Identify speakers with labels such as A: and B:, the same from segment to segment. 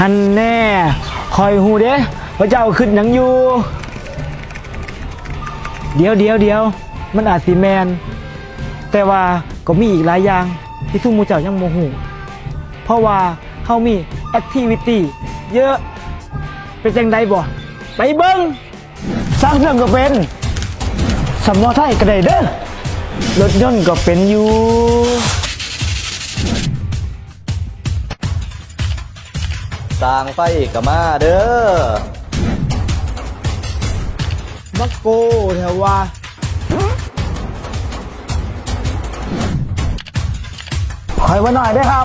A: ฮันแน่คอยหูเด้ว่าเจ้าขึ้นหยังอยู่ เดี๋ยวเดี๋ยวเดี๋ยวมันอาจสีแมน แต่ว่าก็มีอีกหลายอย่างที่ทุ่มมูเจ้ายังโมหูเพราะว่าเขามีแอคทิวิตี้เยอะ เป็นจังใดบ่ ไปเบิ้งสร้างเครื่องก็เป็นสำมอไทยก็ได้เด้อรถยนต์ก็เป็นอยู่
B: สร้างไฟกับมาเด้อ
A: บักโกแถวว่าคอยไว้หน่อยได้ครับ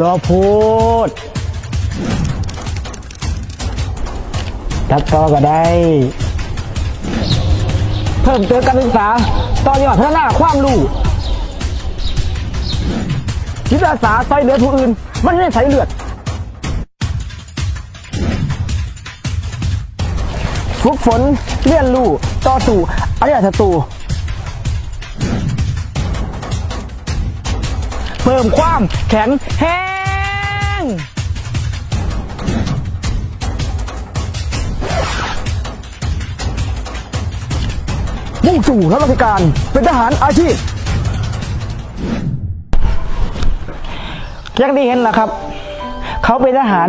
A: รอพูด ตัดต่อก็ได้ เพิ่มเติมการศึกษา ต่อยอดพัฒนาความรู้จิตอาสาซอยเหลือผู้อื่น มันไม่ใส่เลือด ฝึกฝนเรียนรู้ต่อสู้อริยศัตรูเพิ่มความแข็งแรงมุ่งสู่รับราชการเป็นทหารอาชีพอย่างที่เห็นล่ะครับ เขาเป็นทหาร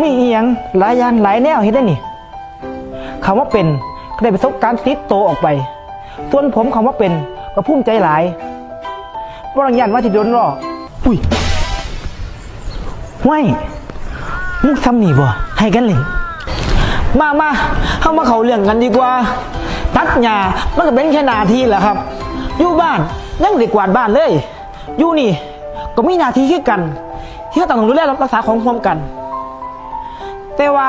A: มีเอียงหลายอยานหลายแนวเห็นได้นี่ คำว่าเป็นก็ได้ประสบการณ์ติดโตวออกไป ส่วนผมคำว่าเป็นก็ภูมิใจหลายบรังยันว่าที่โดนหลอกอุ้ยห้วยมุกทำหนีบ่ ให้กันเล่นมามาเข้ามาเขาเรื่องกันดีกว่า ตัดหญ้ามันก็เป็นแค่หนาทีแหละครับ อยู่บ้านยังเด็กกวาดบ้านเลย อยู่นี่ ก็มีหนาทีคือกัน ที่เราต้องดูแลรักษาของร่วมกัน แต่ว่า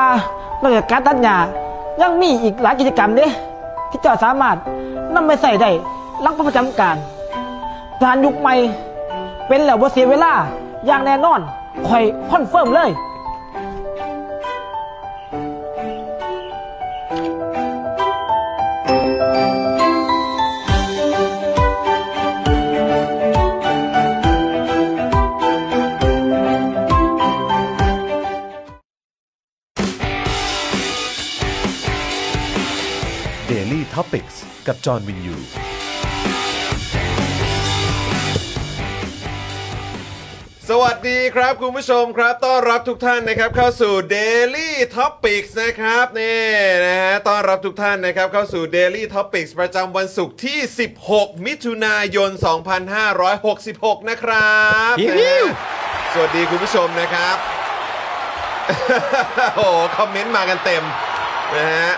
A: นอกจากการตัดหญ้ายังมีอีกหลายกิจกรรมเด้ที่เจ้าสามารถนำไปใส่ได้หลังประจำการทหารยุคใหม่เป็นแล้วบ่เสียเวลา อย่างแน่นอนคอยคอนเฟิร์มเลย
C: Daily t o p i c กกับจอห์นวินยู
D: สวัสดีครับคุณผู้ชมครับ ต้อนรับทุกท่านนะครับเข้าสู่ Daily Topics นะครับนี่นะฮะต้อนรับทุกท่านนะครับเข้าสู่ Daily Topics ประจำวันศุกร์ที่ 16 มิถุนายน 2566 นะครับนะฮะสวัสดีคุณผู้ชมนะครับ โอ้โหคอมเมนต์มากันเต็มนะฮะ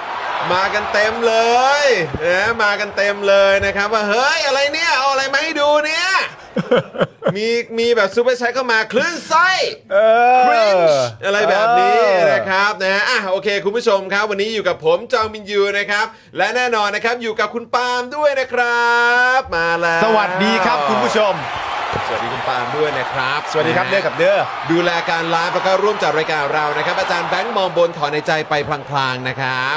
D: มากันเต็มเลยนะมากันเต็มเลยนะครับว่าเฮ้ยอะไรเนี่ยเอาอะไรมาให้ดูเนี่ย มีมีแบบซูเปอร์แชทเข้ามาคลื่นไส้
E: เออ
D: Cringe อะไรแบบนี้นะครับนะฮะอ่ะโอเค คุณผู้ชมครับ วันนี้อยู่กับผมจองมินยูนะครับ และแน่นอนนะครับอยู่กับคุณปาล์มด้วยนะครับ มาแล้ว
E: สวัสดีครับคุณผู้ชม
D: สวัสดีคุณปาล์มด้วยนะครับ
E: สวัสดีครับ
D: นะฮะ
E: เด้อกับเด้อ
D: ดูแลการไลฟ์แล้วก็ร่วมจัดรายการเรานะครับ อาจารย์แบงค์มองบนถอนในใจไปพลางๆนะครับ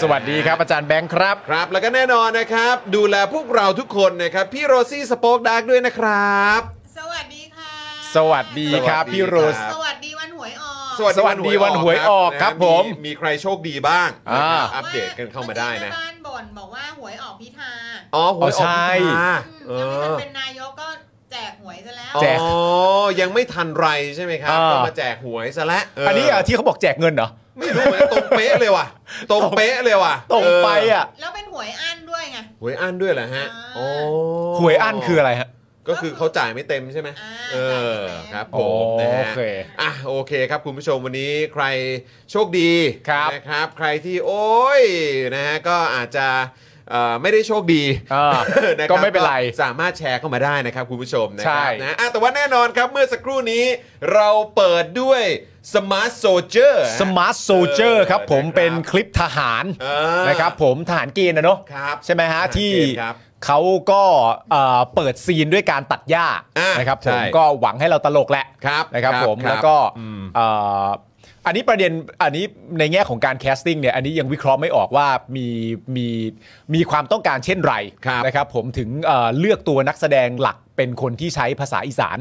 E: สวัสดีครับอาจารย์แบงค์ครับ
D: ครับ แล้วก็แน่นอนนะครับ ดูแลพวกเราทุกคนนะครับ พี่โรซี่สป็อกดาร์กด้วยนะครับ
F: สวัสดีค่ะ
E: สวัสดีครับพี่โรส
F: สวัสดีวันหวยออก
E: สวัสดีวันหวยออกครับ
D: นะ
E: ผม
D: มีใครโชคดีบ้าง
E: อ่า
D: นะครับอัปเดตกันเข้ามาได้นะ
F: เอกี้แม่บ้านบ่นบอกว่าหวยออกพิธา
D: อ๋อหวยออกพิธา
F: อืม
D: เอ
F: ยัง
D: อ
F: ไม่ทันเป็นนายกก็แจกหวยซะแล้ว
E: แจก
D: อ๋อ ยังไม่ทันไรใช่ไหมครับ
E: อ่า
D: ก็มาแจกหวยซะและ
E: อันนี้อ่ะที่เขาบอกแจกเงินเหรอ
D: ไม่รู้เหมือนตรงเป๊ะเลยว่ะ ตรงเป๊ะเลยว่ะ
E: ตรงไปอ่ะ
F: แล้วเป็นหวยอั้นด้วยไง
D: หวยอันด้วยเหรอฮะอ๋อ
E: หวยอั้นคืออะไรฮะ
D: ก็คือเขาจ่ายไม่เต็มใช่ไหม
F: อ่า
D: เออ
F: จ่ายไม่เต็ม
D: ครับผมนะฮะ
E: โอเค
D: อ่ะโอเคครับคุณผู้ชมวันนี้ใครโชคดี
E: ครับ
D: นะครับ ใครที่โอ้ยนะฮะก็อาจจะเอ่อไม่ได้โชคดี
E: อ่า
D: นะครับ
E: ก็ไม่เป็นไร
D: สามารถแชร์เข้ามาได้นะครับคุณผู้ชมนะค
E: ใช่
D: รันะอ่ะแต่ว่าแน่นอนครับเมื่อสักครู่นี้เราเปิดด้วย Smart Soldier ฮะ
E: สมาร์ทโซเจอร์ครับผม
D: นะครับ
E: เป็นคลิปทหาร
D: เออ
E: นะครับผมทหารเกณฑ์นะเนาะ
D: ครับ
E: ใช่ไหม
D: ท
E: ฮะ
D: หารเกณฑ์
E: ที่
D: ครับ
E: เขาก็เอ่อเปิดซีนด้วยการตัดหญ้า
D: อ่ะ
E: นะครับ
D: ใช่
E: ผมก็หวังให้เราตลกแหละ
D: ครับ
E: นะครับ
D: ครับ
E: ผม
D: ครับ
E: แล้วก็
D: อืม
E: เอ่ออันนี้ประเด็นอันนี้ในแง่ของการแคสติ้งเนี่ยอันนี้ยังวิเคราะห์ไม่ออกว่ามีมีมีความต้องการเช่นไรนะครับผมถึงเอ่อเลือกตัวนักแสดงหลักเป็นคนที่ใช้ภาษาอีสาน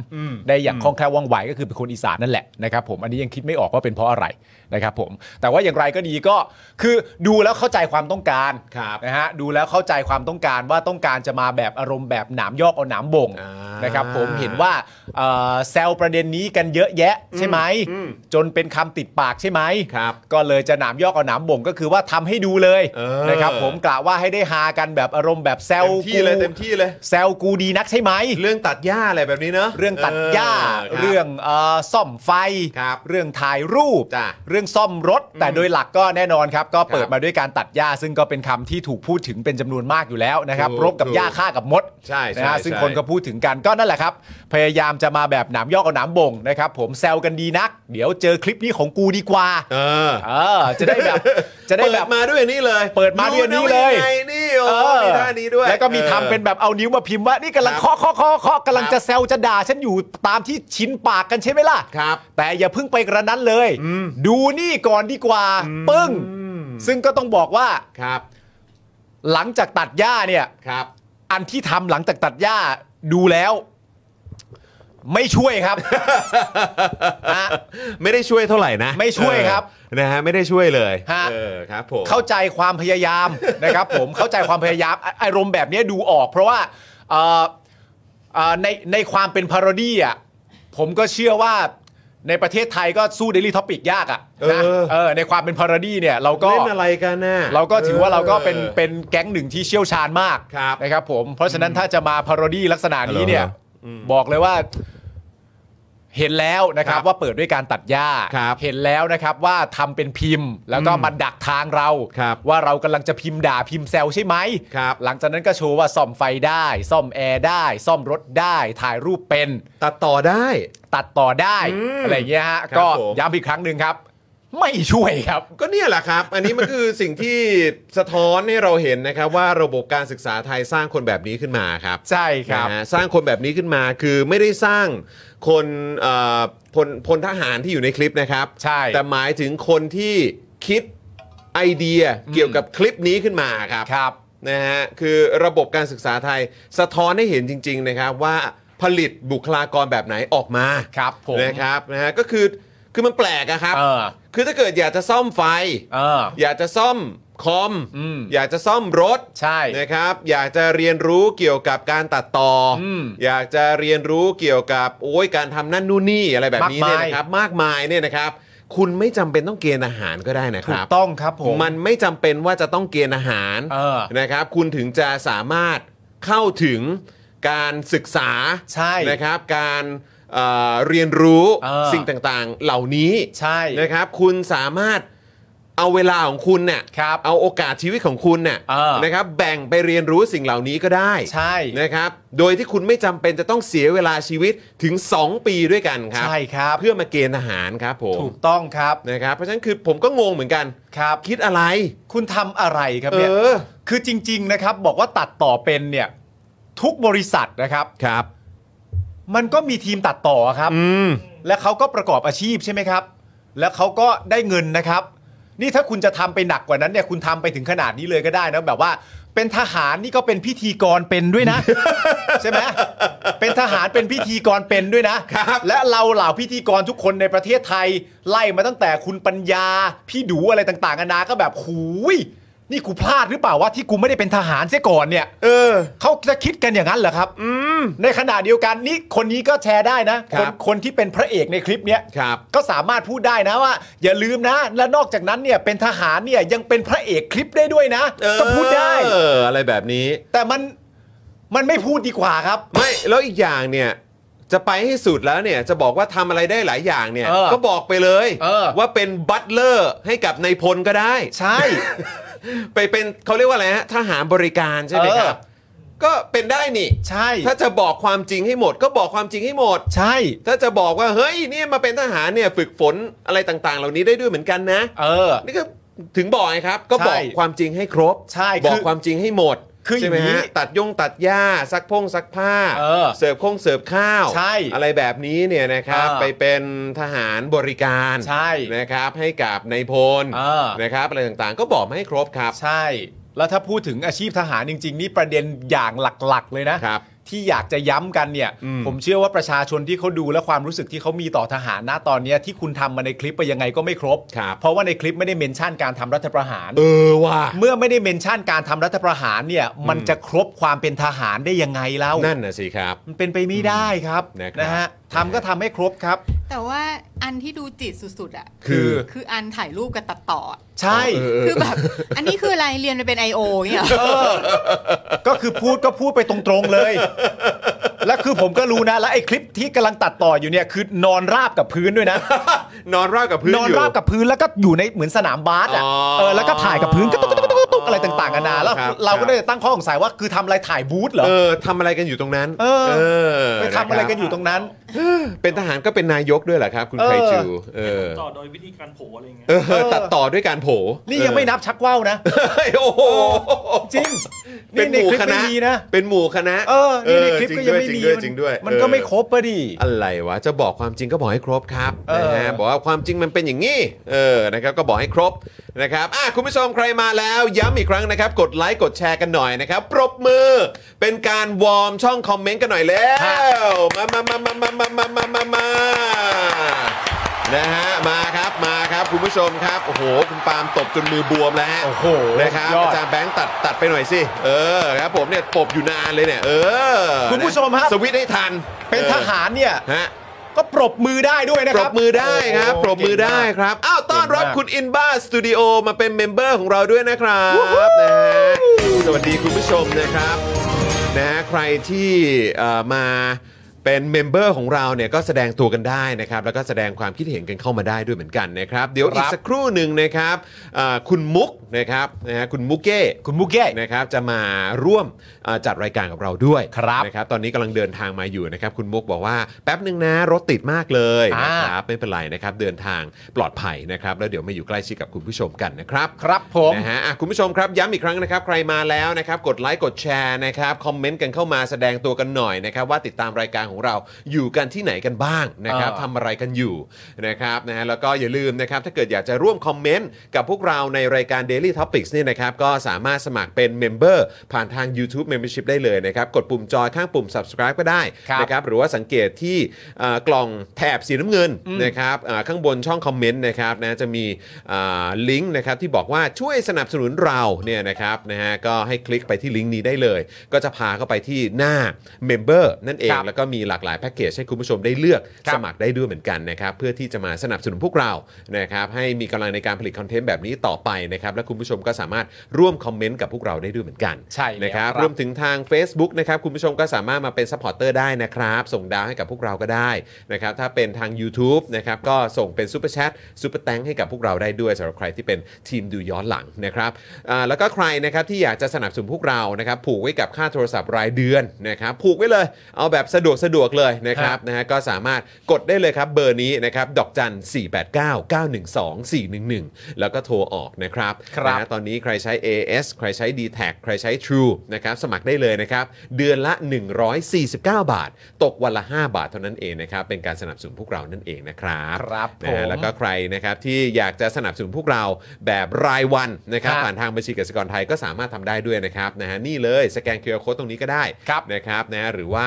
E: ได้อย่างคล่องแคล่วว่องไวก็คือเป็นคนอีสานนั่นแหละนะครับผมอันนี้ยังคิดไม่ออกว่าเป็นเพราะอะไรนะครับผมแต่ว่าอย่างไรก็ดีก็คือดูแล้วเข้าใจความต้องการ
D: ครับ
E: นะฮะดูแล้วเข้าใจความต้องการว่าต้องการจะมาแบบอารมณ์แบบหนามยอกเอาหนามบ่ง
D: อ่าน
E: นะครับผมเห็นว่าเอ่อแซลประเด็นนี้กันเยอะแยะใช่ไหมจนเป็นคำติดปากใช่ไหม
D: ครับ
E: ก็เลยจะหนามยอกเอาหนามบ่งก็คือว่าทำให้ดูเลย
D: เออ
E: นะครับผมกล่าวว่าให้ได้ฮากันแบบอารมณ์แบบแซ
D: เต็
E: ว
D: มที่เลยเต็มที่เลย
E: แซวกูดีนักใช่ไหม
D: เรื่องตัดหญ้าอะไรแบบนี้เนอะ
E: เรื่องตัดหญ้า
D: คบ
E: เรื่องเอ่อซ่อมไฟ
D: ครับ
E: เรื่องถ่ายรูป
D: จ้ะ
E: เรื่องซ่อมรถ แต่โดยหลักก็แน่นอนครับ ก็เปิ
D: ค
E: ด
D: รับ
E: มาด้วยการตัดหญ้า ซึ่งก็เป็นคำที่ถูกพูดถึงเป็นจำนวนมากอยู่แล้วนะครับ
D: ถูก
E: รบกับหญ้าฆ่ากับมด
D: ใช่ใช่
E: นะฮะซึ่ง
D: ใช่
E: คนก็พูดถึงกันก็นั่นแหละครับ พยายามจะมาแบบหนามยอกกับหนามบ่งนะครับผมแซวกันดีนัก เดี๋ยวเจอคลิปนี้ของกูดีก ว่า
D: เออ
E: เออจะได้แบบจะได้
D: เปิ
E: แบ
D: ด
E: บ
D: มาด้วยอันนี้เลย
E: เปิดมาด้วยอันนี้
D: รู้ะ
E: เลย
D: งไงนี่โอ้โหมีท่านี้ด้วย
E: แล้วก็มีทำเป็นแบบเอานิ้วมาพิมพ์ว่านี่กำลัง
D: ครับ
E: เคาะเคาะเคาะเคาะกำลัง
D: ครับ
E: จะแซวจะด่าฉันอยู่ตามที่ชินปากกันใช่ไหมล่ะ
D: ครับ
E: แต่อย่าเพิ่งไปกระนั้นเลย ดูนี่ก่อนดีกว่า ปึ้ง ซึ่งก็ต้องบอกว่า
D: ครับ
E: หลังจากตัดหญ้าเนี่ย
D: ครับ
E: อันที่ทำหลังจากตัดหญ้าดูแล้ว ไม่ช่วย ครับ นะ
D: ไม่ได้ช่วยเท่าไหร่นะ
E: ไม่ช่วยครับ
D: เออนะฮะไม่ได้ช่วยเลย
E: ฮะ
D: เออครับผม
E: เข้าใจความพยายาม นะครับผมเข้าใจความพยายามอ่ะอารมณ์แบบเนี้ยดูออก เพราะว่าเอ่อเอ่อในในความเป็นพารอดี้อ่ะผมก็เชื่อว่าในประเทศไทยก็สู้ Daily Topic ยากอ่ะนะเออในความเป็นพารอดี้เนี่ยเราก็
D: เล่นอะไรกันน่ะ
E: เราก็ถือว่าเราก็เป็นเป็นแก๊งหนึ่งที่เชี่ยวชาญมาก
D: ครับ
E: นะครับผม เพราะฉะนั้นถ้าจะมาพารอดี้ลักษณะนี้เนี่ย
D: ฮัลโหล
E: บอกเลยว่าเห็นแล้วนะครั
D: ค
E: บ
D: รับ
E: ว่าเปิดด้วยการตัดหญ้า
D: ครับ
E: เห็นแล้วนะครับว่าทำเป็นพิมพ์ แล้วก็มาดักทางเรา
D: ครับ
E: ว่าเรากำลังจะพิมพ์ด่าพิมพ์แซวใช่ไหม
D: ครับ
E: หลังจากนั้นก็โชว์ว่าซ่อมไฟได้ ซ่อมแอร์ได้ ซ่อมรถได้ ถ่ายรูปเป็น
D: ตัดต่อได้
E: ตัดต่อได้อะไรอย่างเงี้ยฮะ
D: ครับ
E: ก็
D: ผม
E: ย้ำอีกครั้งหนึ่งครับ ไม่ช่วยครับ
D: ก็เนี่ยแหละครับ อันนี้มันคือ สิ่งที่สะท้อนให้เราเห็นนะครับ ว่าระบบการศึกษาไทยสร้างคนแบบนี้ขึ้นมาครับ
E: ใช่ครับ
D: นะฮะสร้างคนแบบนี้ขึ้นมาคือไม่ได้สร้างคนเอ่อพลพลทหารที่อยู่ในคลิปนะครับ
E: ใช่
D: แต่หมายถึงคนที่คิดไอเดียเกี่ยวกับคลิปนี้ขึ้นมาครับ
E: ครับ
D: นะฮะคือระบบการศึกษาไทยสะท้อนให้เห็นจริง ๆ นะครับว่าผลิตบุคลากรแบบไหนออกมา
E: ครับผม
D: นะครับนะฮะก็คือคือมันแปลกอะครับ
E: เออ
D: คือถ้าเกิดอยากจะซ่อมไฟ
E: เออ
D: อยากจะซ่อมคอม
E: อืม
D: อยากจะซ่อมรถ
E: ใช่
D: นะครับ อยากจะเรียนรู้เกี่ยวกับการตัดต่ออ
E: ม
D: อยากจะเรียนรู้เกี่ยวกับโอ้ยการทำนั่นนู่นนี่อะไรแบบนี้
E: มาก
D: เนี่ย
E: มาย
D: นะครับ มากมายเนี่ยนะครับ คุณไม่จำเป็นต้องเกณฑ์อาหารก็ได้นะค
E: ถู
D: รั
E: ก
D: บ
E: ต้องครับผม
D: มันไม่จำเป็นว่าจะต้องเกณฑ์อาหาร
E: เออ
D: นะครับ คุณถึงจะสามารถเข้าถึงการศึกษา
E: ใช่
D: นะครับ การเอ่อเรียนรู้
E: เออ
D: สิ่งต่างๆ เหล่านี้
E: ใช่
D: นะครับ คุณสามารถ เอาเวลาของคุณเนี่ย
E: ครับ
D: เอาโอกาสชีวิตของคุณเนี่ย
E: เออ
D: นะครับแบ่งไปเรียนรู้สิ่งเหล่านี้ก็ได้
E: ใช่
D: นะครับ โดยที่คุณไม่จำเป็นจะต้องเสียเวลาชีวิตถึง 2 ปีด้วยกันครับ
E: ใช่ครับ
D: เพื่อมาเกณฑ์ทหารครับผม
E: ถูกต้องครับ
D: นะครับ เพราะฉะนั้นคือผมก็งงเหมือนกัน
E: ครับ
D: คิดอะไร
E: คุณทำอะไรครับ
D: เอ
E: เนี่ย
D: อ
E: คือจริง ๆ นะครับ บอกว่าตัดต่อเป็นเนี่ย ทุกบริษัทนะครับ
D: ครับ
E: มันก็มีทีมตัดต่อครับ
D: อืม
E: และเขาก็ประกอบอาชีพใช่ไหมครับ แล้วเขาก็ได้เงินนะครับ นี่ถ้าคุณจะทำไปหนักกว่านั้นเนี่ยคุณทำไปถึงขนาดนี้เลยก็ได้นะแบบว่า เป็นทหารนี่ก็เป็นพิธีกรเป็นด้วย นะ ใช่ไหมเป็นทหารเป็นพิธีกรเป็นด้วยนะ
D: ครับ
E: และเราเหล่าพิธีกรทุกคนในประเทศไทย ไล่มาตั้งแต่คุณปัญญา พี่ดูอะไรต่างๆนานาก็แบบหูยนี่กูพลาดหรือเปล่าว่าที่กูไม่ได้เป็นทหารเสียก่อนเนี่ย
D: เออ
E: เขาจะคิดกันอย่างนั้นเหรอครับ ในขณะเดียวกันนี่คนนี้ก็แชร์ได้นะ
D: ค
E: ค
D: รั
E: น
D: บ
E: คนที่เป็นพระเอกในคลิปเนี้ย
D: ครับ
E: ก็สามารถพูดได้นะว่า อย่าลืมนะ และนอกจากนั้นเนี่ยเป็นทหารเนี่ยยังเป็นพระเอกคลิปได้ด้วยนะ
D: เออ
E: ก็พูดได้
D: เออ อะไรแบบนี้
E: แต่มันมันไม่พูดดีกว่าครับ
D: ไม่ แล้วอีกอย่างเนี่ย จะไปให้สุดแล้วเนี่ย จะบอกว่าทำอะไรได้หลายอย่างเนี่ย
E: เออ
D: ก็บอกไปเลย
E: เออ
D: ว่าเป็นบัตเลอร์ให้กับนายพลก็ได้
E: ใช่
D: ไปเป็นเขาเรียกว่าอะไรฮะ ทหารบริการใช่ไหมครับ
E: เอ
D: ก็เป็นได้นี่
E: ใช่
D: ถ้าจะบอกความจริงให้หมด ก็บอกความจริงให้หมด
E: ใช่
D: ถ้าจะบอกว่า เฮ้ยเนี่ยมาเป็นทหารเนี่ยฝึกฝนอะไรต่างๆ เหล่านี้ได้ด้วยเหมือนกันนะ
E: เออ
D: นี่ก็ถึงบอกไงครับ ก็บอก
E: ใช่
D: ความจริงให้ครบ
E: ใช่
D: บอก
E: คือ
D: ความจริงให้หมด
E: คืออ
D: ใช่ไหม
E: ย่างนี้
D: ฮะตัดยงตัดหญ้าซักพงซักผ้า
E: เออ
D: ร์ฟคงเสิร์ฟข้าว
E: ใช่
D: อะไรแบบนี้เนี่ยนะครับ
E: เออ
D: ไปเป็นทหารบริการ
E: ใช่
D: นะครับ ให้กับนายพล
E: เออ
D: นะครับอะไรต่างๆ ก็บอกมาให้ครบครับ
E: ใช่ แล้วถ้าพูดถึงอาชีพทหารจริง ๆ นี่ประเด็นอย่างหลักๆ เลยนะ
D: ครับ
E: ที่อยากจะย้ำกันเนี่ย
D: อืม
E: ผมเชื่อว่าประชาชนที่เขาดูและความรู้สึกที่เขามีต่อทหารณตอนเนี้ยที่คุณทำมาในคลิปไปยังไงก็ไม่ครบ
D: ครับ
E: เพราะว่าในคลิปไม่ได้เมนชั่นการทำรัฐประหาร
D: เออว่ะ
E: เมื่อไม่ได้เมนชั่นการทำรัฐประหารเนี่ย มันจะครบความเป็นทหารได้ยังไงแล้ว
D: นั่นน่ะสิครับ
E: มันเป็นไปไม่ได้ครับ
D: นะครับ
E: นะฮะทำก็ทำให้ครบครับ
F: แต่ว่าอันที่ดูจิตสุดๆอ่ะ
E: คือ
F: คืออันถ่ายรูปกับตัดต่ออะ
E: ใช่
D: เออ
F: คือแบบ อันนี้คืออะไรเรียนไปเป็น I.O. เนี่ยเหรอ
E: ก็คือพูดก็พูดไปตรงๆเลย และคือผมก็รู้นะ และไอ้คลิปที่กำลังตัดต่ออยู่เนี่ยคือนอนราบกับพื้นด้วยนะ
D: นอนราบกับพื้น
E: นอน
D: ยู่
E: ราบกับพื้นแล้วก็อยู่ในเหมือนสนามบาสอ่ะ
D: อ๋อ
E: เออแล้วก็ถ่ายกับพื้นก็ตุ๊กตุ๊กตุ๊กตุ๊กอะไรต่างๆกันานาแล้ว
D: ครับ
E: เรา
D: ครั
E: ก็
D: บ
E: เลยตั้งข้อสงสัยว่าคือทำอะไรถ่ายบูธเหรอ
D: เออทำอะไรกันอยู่ตรงนั้น
E: เออ
D: อ
E: ไปทำอะไรกัน
D: คบ
E: อยู่ตรงนั้น
D: เป็นทหารก็เป็นนายกด้วยเหรอครับ คุณ
E: เออ
D: ไคจูเออ
G: ต่อโดยวิธีการโผล่อะไรอย่างเงี้ย
D: เออ ตัดต่อด้วยการโผ
E: นี่ยังไม่นับชักว่าวนะ
D: เฮ้ยโอ้โห
E: จริง
D: เป็น
E: นี่
D: ห
E: ใน
D: มู่
E: คลิป
D: คณะ
E: ไม่มีนะ
D: เป็นหมู่คณะ
E: เออนี่ในคลิป
D: เออ
E: ก็ยังไม่มี
D: จริงด้วยจริงด้วย
E: มันก็ไม่ครบปะดิ
D: เอออะไรวะจะบอกความจริงก็บอกให้ครบครับ
E: เออ
D: นะฮะบอกว่าความจริงมันเป็นอย่างนี้เออนะครับก็บอกให้ครบนะครับอ่ะคุณผู้ชมใครมาแล้วย้ำอีกครั้งนะครับ กดไลค์กดแชร์กันหน่อยนะครับปรบมือเป็นการวอร์มช่องคอมเมนต์กันหน่อยแล้วมามามามามามามามามา นะฮะมาครับมาครับคุณผู้ชมครับ โอ้โห คุณปาล์มตบจนมือบวมแล้วฮะ
E: โอ้โห
D: นะครับ
E: ยอด
D: อาจารย์แบงค์ตัดตัดไปหน่อยสิเออครับผมเนี่ยตบอยู่นานเลยเนี่ยเออ
E: คุณผู้ชมฮะ
D: สวิตช์ให้ทัน
E: เป็นทหารเนี่ย
D: เออฮะ
E: ก็ปรบมือได้ด้วยนะ
D: ปร
E: ครับ
D: บมือได้ครับ
E: โโห
D: ปรบมือได้
E: เก่ง
D: ค
E: มาก
D: รับอ้าวต้อนรับ
E: เก่งมาก
D: คุณอินบ้าสตูดิโอมาเป็นเมมเบอร์ของเราด้วยนะครับนะฮะสวัสดีคุณผู้ชมนะครับนะฮะใครที่เอ่อมาเป็นเมมเบอร์ของเราเนี่ยก็แสดงตัวกันได้นะครับแล้วก็แสดงความคิดเห็นกันเข้ามาได้ด้วยเหมือนกันนะครับเดี๋ยวอีกสักครู่หนึ่งนะครับอ่าคุณมุกนะครับนะฮะคุณมุกเก้
E: คุณมุกเก้
D: นะครับจะมาร่วมเอ่อจัดรายการกับเราด้วย
E: ครับ
D: นะครับตอนนี้กำลังเดินทางมาอยู่นะครับคุณมุกบอกว่าแป๊บหนึ่งนะรถติดมากเลย
E: อ่า
D: นะครับไม่เป็นไรนะครับเดินทางปลอดภัยนะครับแล้วเดี๋ยวมาอยู่ใกล้ชิดกับคุณผู้ชมกันนะครับ
E: ครับผม
D: นะฮะอ่ะคุณผู้ชมครับย้ำอีกครั้งนะครับใครมาแล้วนะครับกดไลค์กดแชร์นะครับคอมเมนต์กันเข้ามาแสดงตัวกันหน่อยนะครับว่าติดตามรายการของเราอยู่กันที่ไหนกันบ้างนะครับ
E: เออ
D: ทำอะไรกันอยู่นะครับนะฮะแล้วก็อย่าลืมนะครับถ้าเกิดอยากจะร่วมคอมเมนต์กับพวกเราในรายการ Daily Topics เนี่ยนะครับก็สามารถสมัครเป็นเมมเบอร์ผ่านทาง YouTube Membership ได้เลยนะครับ กดปุ่มจอยข้างปุ่ม subscribe ก็ได้
E: ครับ
D: นะครับหรือว่าสังเกตที่เอ่อกล่องแถบสีน้ำเงินนะครับเอ่อข้างบนช่องคอมเมนต์นะครับนะจะมีเอ่อลิงก์นะครับที่บอกว่าช่วยสนับสนุนเราเนี่ยนะครับนะฮะก็ให้คลิกไปที่ลิงก์นี้ได้เลย ก็จะพาเข้าไปที่หน้าเมมเบอร์นั่นเอง
E: ครับ
D: แล้วก็มี มีหลากหลายแพ็กเกจให้คุณผู้ชมได้เลือก
E: ครับ
D: สมัครได้ด้วยเหมือนกันนะครับเพื่อที่จะมาสนับสนุนพวกเรานะครับให้มีกำลังในการผลิตคอนเทนต์แบบนี้ต่อไปนะครับและคุณผู้ชมก็สามารถร่วมคอมเมนต์กับพวกเราได้ด้วยเหมือนกัน
E: ใช่แล้ว
D: นะครับ
E: ครับ
D: รวมถึงทาง Facebook นะครับคุณผู้ชมก็สามารถมาเป็นซัพพอร์ตเตอร์ได้นะครับ ส่งดาวให้กับพวกเราก็ได้นะครับถ้าเป็นทาง u t u b e นะครับก็ส่งเป็นซูเปอร์แชทซูเปอร์แตงให้กับพวกเราได้ด้วยสำหรับใครที่เป็นทีมดูย้อนหลังนะครับอ่าแล้วก็ใครนะครับที่อยากจะสนับสนุนพวกเรานะครับผูกไว้กับค่าโทรศัพท์รายเดือนนะครับผูกไว้เลยเอาแบบสะดวกสะดวกเลยนะครับ ครับนะฮะก็สามารถกดได้เลยครับเบอร์นี้นะครับดอกจัน 489 912 411 แล้วก็โทรออกนะครับ
E: ครับ
D: นะฮะตอนนี้ใครใช้ AS ใครใช้ d t แทใครใช้ True นะครับสมัครได้เลยนะครับ เดือนละ 149 บาท ตกวันละ 5 บาทเท่านั้นเองนะครับ เป็นการสนับสนุนพวกเรานั่นเองนะครับ
E: ครับ
D: นะฮะ
E: ผม
D: แล้วก็ใครนะครับที่อยากจะสนับสนุนพวกเราแบบรายวันนะครับ
E: ฮะ
D: ผ่านทางบัญชีกสิกรไทยก็สามารถทำได้ด้วยนะครับนะฮะนี่เลยสแกน QR Code ตรงนี้ก็ได้
E: ครับ
D: นะครับนะหรือว่า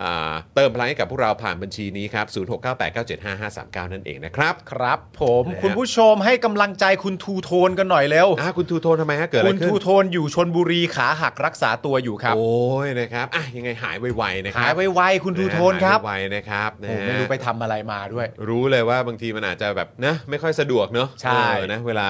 D: อ่าเติมพลังให้กับพวกเราผ่านบัญชีนี้ครับ0698975539 นั่นเองนะครับ
E: ครับผมคุณผู้ชมให้กำลังใจคุณทูโทนกันหน่อยเร็ว
D: อ่าคุณทูโทนทำไมฮะเกิดอะไร
E: คุณ
D: ขึ้น
E: ทูโทนอยู่ชนบุรีขาหักรักษาตัวอยู่ครับ
D: โอ้ยนะครับอ่ะยังไงหายไวๆนะค
E: หา
D: รั
E: ย
D: บ
E: ไวๆคุณทูโทนครับ
D: หายไวๆนะครับนะ
E: โอ้
D: ฮะ
E: ไม่รู้ไปทำอะไรมาด้วย
D: รู้เลยว่าบางทีมันอาจจะแบบนะไม่ค่อยสะดวกเนอะเ
E: ใช่
D: ออนะเวลา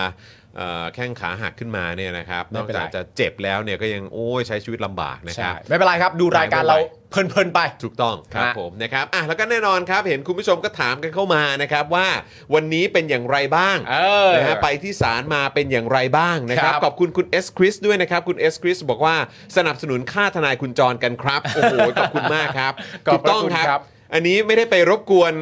D: เอ่อแข้งขาหักขึ้นมาเนี่ยนะครับ
E: ไม่
D: นอก
E: เป็นไร
D: จากจะเจ็บแล้วเนี่ยก็ยังโอ้ยใช้ชีวิตลำบากนะค
E: ใช่
D: รับ
E: ไม่เป็นไรครับ ดูรายการเราเพลินๆไป
D: ถูกต้องครับ
E: ฮะ
D: ผมนะครับอ่ะแล้วก็แน่นอนครับ เห็นคุณผู้ชมก็ถามกันเข้ามานะครับว่าวันนี้เป็นอย่างไรบ้าง
E: เออ
D: นะฮะไปที่ศาลมาเป็นอย่างไรบ้างนะครับ
E: ครับ
D: ขอบคุณคุณเอสคริสด้วยนะครับ คุณเอสคริสบอกว่าสนับสนุนค่าทนายคุณจรกันครับ โอ้โห ขอบคุณมากครับ
E: ขอบ
D: ถูก
E: พระ
D: ต้อง
E: คุณ
D: ค
E: ครั
D: รับ
E: บ
D: อันนี้ไม่ได้ไปรบกวน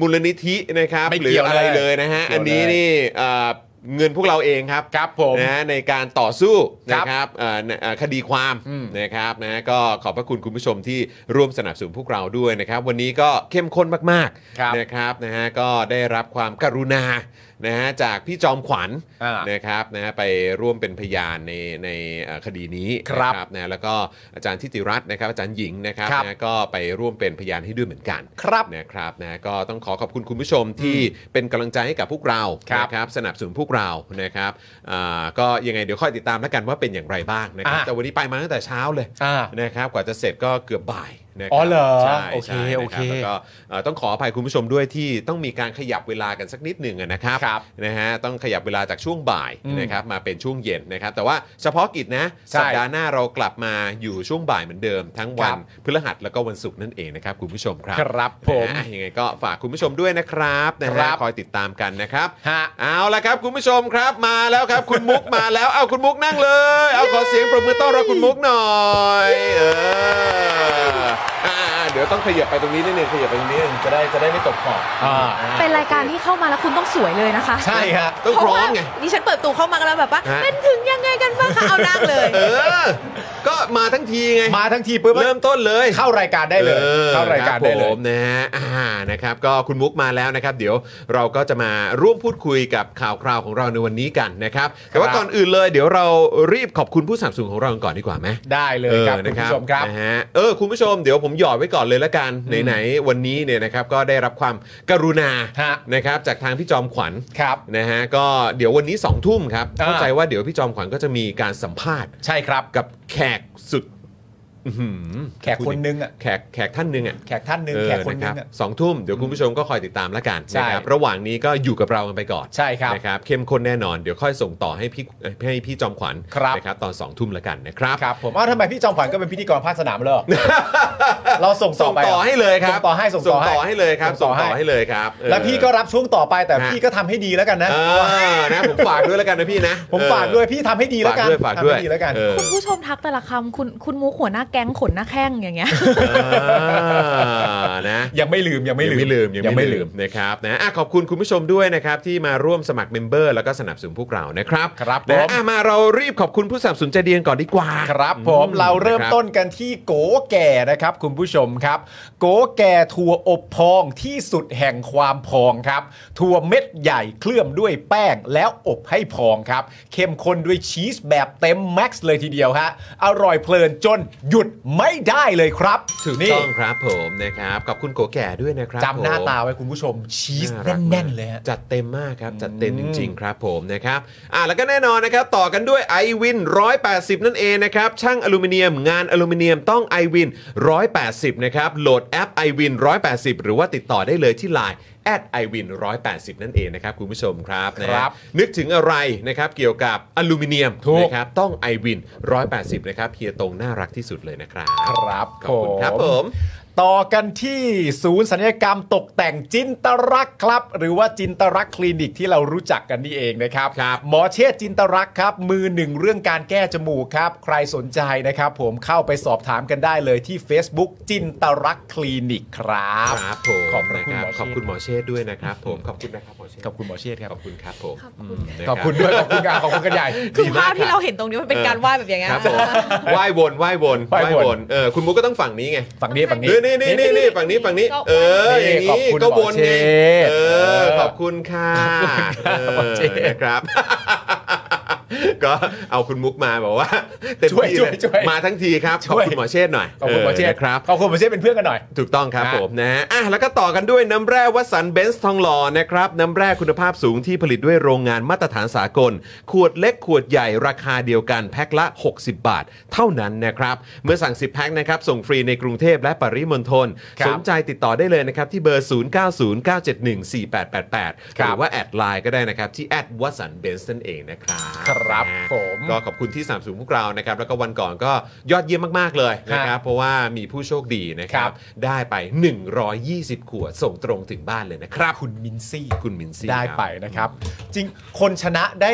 D: มูลนิธินะครับ
E: ไม่
D: หรือ
E: เกี่ยว
D: อะไร
E: เลย
D: เลยนะฮะอั
E: เกี่ย
D: น
E: วเลย
D: นี้นี่เอ่อเงินพวกเราเองครับ
E: ครับผม
D: นะฮะในการต่อสู้
E: ครั
D: นะ
E: บ
D: ครับ ครับเอ่อเอ่อคดีความ
E: อืม
D: นะครับนะก็ขอบพระคุณคุณผู้ชมที่ร่วมสนับสนุนพวกเราด้วยนะครับ วันนี้ก็เข้มข้นมาก
E: ครับ
D: ๆนะครับนะฮะก็ได้รับความกรุณานะฮะจากพี่จอมขวัญ
E: อ่าน
D: นะครับนะฮะไปร่วมเป็นพยานในในเอ่อคดีนี้
E: ครับ
D: นะนะแล้วก็อาจารย์ทิติรัตน์นะครับอาจารย์หญิงนะครับ
E: ครับ
D: นะ ก็ไปร่วมเป็นพยานให้ด้วยเหมือนกัน
E: ครับ
D: นะครับนะก็ต้องขอขอบคุณคุณผู้ชมที่เป็นกำลังใจให้กับพวกเรา
E: ครับ
D: นะครับสนับสนุนพวกเรานะครับอ่าก็ยังไงเดี๋ยวค่อยติดตามแล้วกันว่าเป็นอย่างไรบ้างนะครับ
E: อ่ะ
D: แต่วันนี้ไปมาตั้งแต่เช้าเลย
E: อ่า
D: นะครับกว่าจะเสร็จก็เกือบบ่ายนะค
E: อ๋
D: รั
E: อเหรอ
D: ใช่
E: โอเค
D: ใช่นะ
E: โอเค
D: ครับแล้วก็เอ่อต้องขออภัยคุณผู้ชมด้วยที่ต้องมีการขยับเวลากันสักนิดหนึ่งอะนะครับ
E: ครับ
D: นะฮะต้องขยับเวลาจากช่วงบ่าย
E: อืม
D: นะครับมาเป็นช่วงเย็นนะครับแต่ว่าเฉพาะกิจนะ
E: ใช่
D: สัปดาห์หน้าเรากลับมาอยู่ช่วงบ่ายเหมือนเดิม ทั้งวันพฤหัสแล้วก็วันศุกร์นั่นเองนะครับคุณผู้ชมครับ
E: ครับผม
D: นะฮะยังไงก็ฝากคุณผู้ชมด้วยนะครับนะ
E: ครั
D: ฮะ
E: บ
D: คอยติดตามกันนะครับ
E: ฮะ
D: เอาละครับคุณผู้ชมครับมาแล้วครับ คุณมุกมาแล้วเอาคุณมุกนั่งเลย เอาขอเสียงปรบมือต้อนรับคุณมุกหน่อยเอออ่าๆเดี๋ยวต้องขยับไปตรงนี้นิดนึงขยับไปตรงนี้นิดนึงจะได้จะได้ไม่ตกขอบ
E: อ่า
G: เป็นรายการที่เข้ามาแล้วคุณต้องสวยเลยนะคะ
E: ใช่ฮะ
D: ต้อง
G: เพ
D: พ
G: ราะ
D: ร้อ
G: ว่าม
D: ไง
G: ดิฉันเปิดประตูเข้ามากันแล้วแบบว่า
D: ฮะ
G: เป็นถึงยังไงกันบ้างคะ เอานั่งเลย
D: เออ ก็มาทั้งทีไง
E: มาทั้งทีปุ๊บ
D: เริ่มต้นเลย
E: เข้ารายการได้เลย
D: ออ
E: เข้ารายการได้เล
D: ค
E: ย
D: บผมนะฮะอ่านะครับก็คุณมุกมาแล้วนะครับ เดี๋ยวเราก็จะมาร่วมพูดคุยกับข่าวคราวของเราในวันนี้กันนะครับ แต่ว่า
E: ครับ
D: ก่อนอื่นเลยเดี๋ยวเรารีบขอบคุณผู้สนับสนุนของเราก่อนดีกว่าไหม
E: ได้เลยครับคุณผู้ชมครับ
D: นะฮะเออคุณผู้ชมเดี๋ยวผมหยอดไว้ก่อนเลยละกันไหนๆวันนี้เนี่ยนะครับก็ได้รับความกรุณา
E: ฮะ
D: นะครับจากทางพี่จอมขวัญ
E: ครับ
D: นะฮะก็เดี๋ยววันนี้2องทุ่มครับ
E: อ่า
D: เข้าใจว่าเดี๋ยวพี่จอมขวัญก็จะมีการสัมภาษณ์
E: ใช่ครับ
D: กับแขกสุดอื้อหือ
E: แขกคนนึงอ่ะ
D: แขกแขกท่านหนึ่งอ่ะ
E: แขกท่านหนึง
D: เออ
E: แขกคนนึ
D: รับ
E: งอ่ะ
D: สองทุ่มเดี๋ยวคุณผู้ชมก็คอยติดตามแล้วกัน
E: ใช่
D: นะครับระหว่างนี้ก็อยู่กับเรากันไปก่อน
E: ใช่ครับ
D: นะครับเข้มข้นแน่นอนเดี๋ยวค่อยส่งต่อให้พี่เอ่อให้พี่จอมขวัญ
E: ครับ
D: นะครับตอนสองทุ่มแล้วกันนะครับ
E: ครับผมอ้าวทำไมพี่จอมขวัญก็เป็นพิธีกรภาคสนามเลยเหร อ เราส่งต่
D: ส่
E: องไป
D: ต่อให้เลยครับ
E: ส่งต่อให้ส่งต่อให้
D: ให้เลยครับส่งต่อให้เลยครับเออ
E: แล้วพี่ก็รับช่วงต่อไปแต่
D: ฮะ
E: พี่ก็ทำให้ดีแล้วกันนะ
D: เออนะผมฝากด้วยแล้วกันนะพี่นะ
E: ผม
D: เออ
E: ฝากด้วยพี่ทำให้ดีแล้วกัน
D: ฝากด้วย
E: ทำให้ดีแล้วกัน
D: เออ
G: คุณผู้ชมทักแต่ละคำคุณคุณมูหัวหน้าแก๊งขนหน้าแข้งอย่างเงี้ย
D: อ่านะ
E: ยังไม่ลืมยังไม่ลืม
D: ยังไม่ลืมยังไม่ลืมนะครับนะอ่ะขอบคุณคุณผู้ชมด้วยนะครับที่มาร่วมสมัครเมมเบอร์แล้วก็สนับสนุนพวกเรานะครับ
E: ครับ
D: นะ
E: ผม
D: อ่ะมาเรารีบขอบคุณผู้สนับสนุนใจเดียนก่อนดีกว่า
E: ครับผมเราเริ่มต้นกันที่โกแก่นะครับ คุณผู้ชมครับ โกแก่ถั่วอบพองที่สุดแห่งความพองครับถั่วเม็ดใหญ่เคลือบด้วยแป้งแล้วอบให้พองครับ เข้มข้นด้วยชีสแบบเต็มแม็กซ์เลยทีเดียวฮะอร่อยเพลินจนหยุด ดไม่ได้เลยครับ
D: ถูก
E: นี่
D: ต้องครับผมนะครับขอบคุณโกแก่ด้วยนะครับ
E: จำหน้า
D: ผม
E: ตาไว้คุณผู้ชมชีส
D: ารักมาก
E: แน่นๆเลยฮะ
D: จัดเต็มมากครับ จัดเต็ม
E: อื
D: จ
E: ม
D: ริง ๆ ครับผมนะครับอ่ะแล้วก็แน่นอนนะครับ ต่อกันด้วย i w วิน180 นั่นเองนะครับ ช่างอลูมิเนียมงานอลูมิเนียมต้อง i w วิน180 นะครับ โหลดแอป i w วิน180 หรือว่าติดต่อได้เลยที่ Line แอดไอวิน180 นั่นเองนะครับคุณผู้ชมครับนะฮะ
E: ครับ
D: นึกถึงอะไรนะครับเกี่ยวกับอลูมิเนียม
E: ถูก
D: นะครับต้อง i w วิน180 นะครับเฮียตรงน่ารักที่สุดเลยนะครับ
E: ครับ
D: ขอบคุณครับผม
E: ต่อกันที่ศูนย์ศัลยกรรมตกแต่งจินตรักษณ์ครับ หรือว่าจินตรักษณ์คลินิกที่เรารู้จักกันนี่เองนะครับ
D: ครับ
E: หมอเชษฐ์จินตรักษณ์ครับ มือหนึ่งเรื่องการแก้จมูกครับ ใครสนใจนะครับ ผมเข้าไปสอบถามกันได้เลยที่ Facebook จินตรักษณ์คลินิกครับ
D: ครับผม
E: ขอบพระคุณ
D: นะ
E: หม
D: รั
E: อ
D: ขอบ
E: เชษฐ์
D: คุณหมอเชษฐ์ด้วยนะครับผมขอบคุณนะครับหมอเชษฐ์
E: ขอบคุณหมอเชษฐ์ครับ
D: ขอบคุณครับผม
G: ขอบคุณ
D: มนะ
E: ขอบคุณด้วย ขอบคุณกันขอบคุณกันใหญ่
G: คือ
D: ดีม
G: ภาก พที่
D: ค
G: เรา
D: บ
G: เห็นตรงนี้มันเป็นการวาดแบบอย่างเงี้ย
D: ครับผมไหว้วนไหว้วน
E: ไหว้วน
D: เออคุณมุกก็ต้องฝั่งนี้ไง
E: ฝั่งนี้ฝั่งนี้
D: เออนี่นี่นี่นี่ฝั่งนี้ฝั่งนี้
G: ก็ไหว้
D: เอออย่าง
E: นี่
D: นี้
E: ขอบคุณ
D: ก็วนไง
E: หมอเชษ
D: เออ
E: เออ
D: ขอบคุณค่ะ
E: ขอบคุณครับหมอเชษ
D: เออนะครับ ก็เอาคุณมุกมาบอกว่าเต็ม
E: ช่วย
D: ที่
E: ช่
D: เล
E: วย
D: ย
E: ช่วย
D: มาทั้งทีครับ
E: ช่
D: ขอบ
E: วย
D: คุณหมอเชษฐ์หน่อย
E: ขอบคุณหมอเชษฐ์
D: นะครับ
E: ขอบคุณหมอเชษฐ์เป็นเพื่อนกันหน่อย
D: ถูกต้องครับ
E: นะ
D: ผมนะฮะอ่ะแล้วก็ต่อกันด้วยน้ำแร่วัดสันเบนซ์ทองหล่อนะครับ น้ำแร่คุณภาพสูงที่ผลิตด้วยโรงงานมาตรฐานสากล ขวดเล็กขวดใหญ่ราคาเดียวกันแพ็คละ 60 บาท เท่านั้นนะครับ เมื่อสั่ง 10 แพ็คนะครับ ส่งฟรีในกรุงเทพและปริมณฑล
E: ครั
D: ส
E: บ
D: นใจติดต่อได้เลยนะครับ ที่เบอร์ 0909714888ห
E: ครั
D: รือ
E: บ
D: ว่าแอดไลน์ก็ได้นะครับ ที่แอดวัสันเบนซ์นั่นเองนะครับ
E: ครับ
D: นะฮะ
E: ผม
D: ก็ขอบคุณที่สนับสนุนพวกเรานะครับแล้วก็วันก่อนก็ยอดเยี่ยมมากๆเลยนะครับเพราะว่ามีผู้โชคดีนะ นะค
E: ครั
D: รับบ ได้ไป 120 ขวด ส่งตรงถึงบ้านเลยนะครับ คุณมินซี่ คุณมินซี่
E: ได้
D: ครับ
E: ไปนะครับ จริงคนชนะได้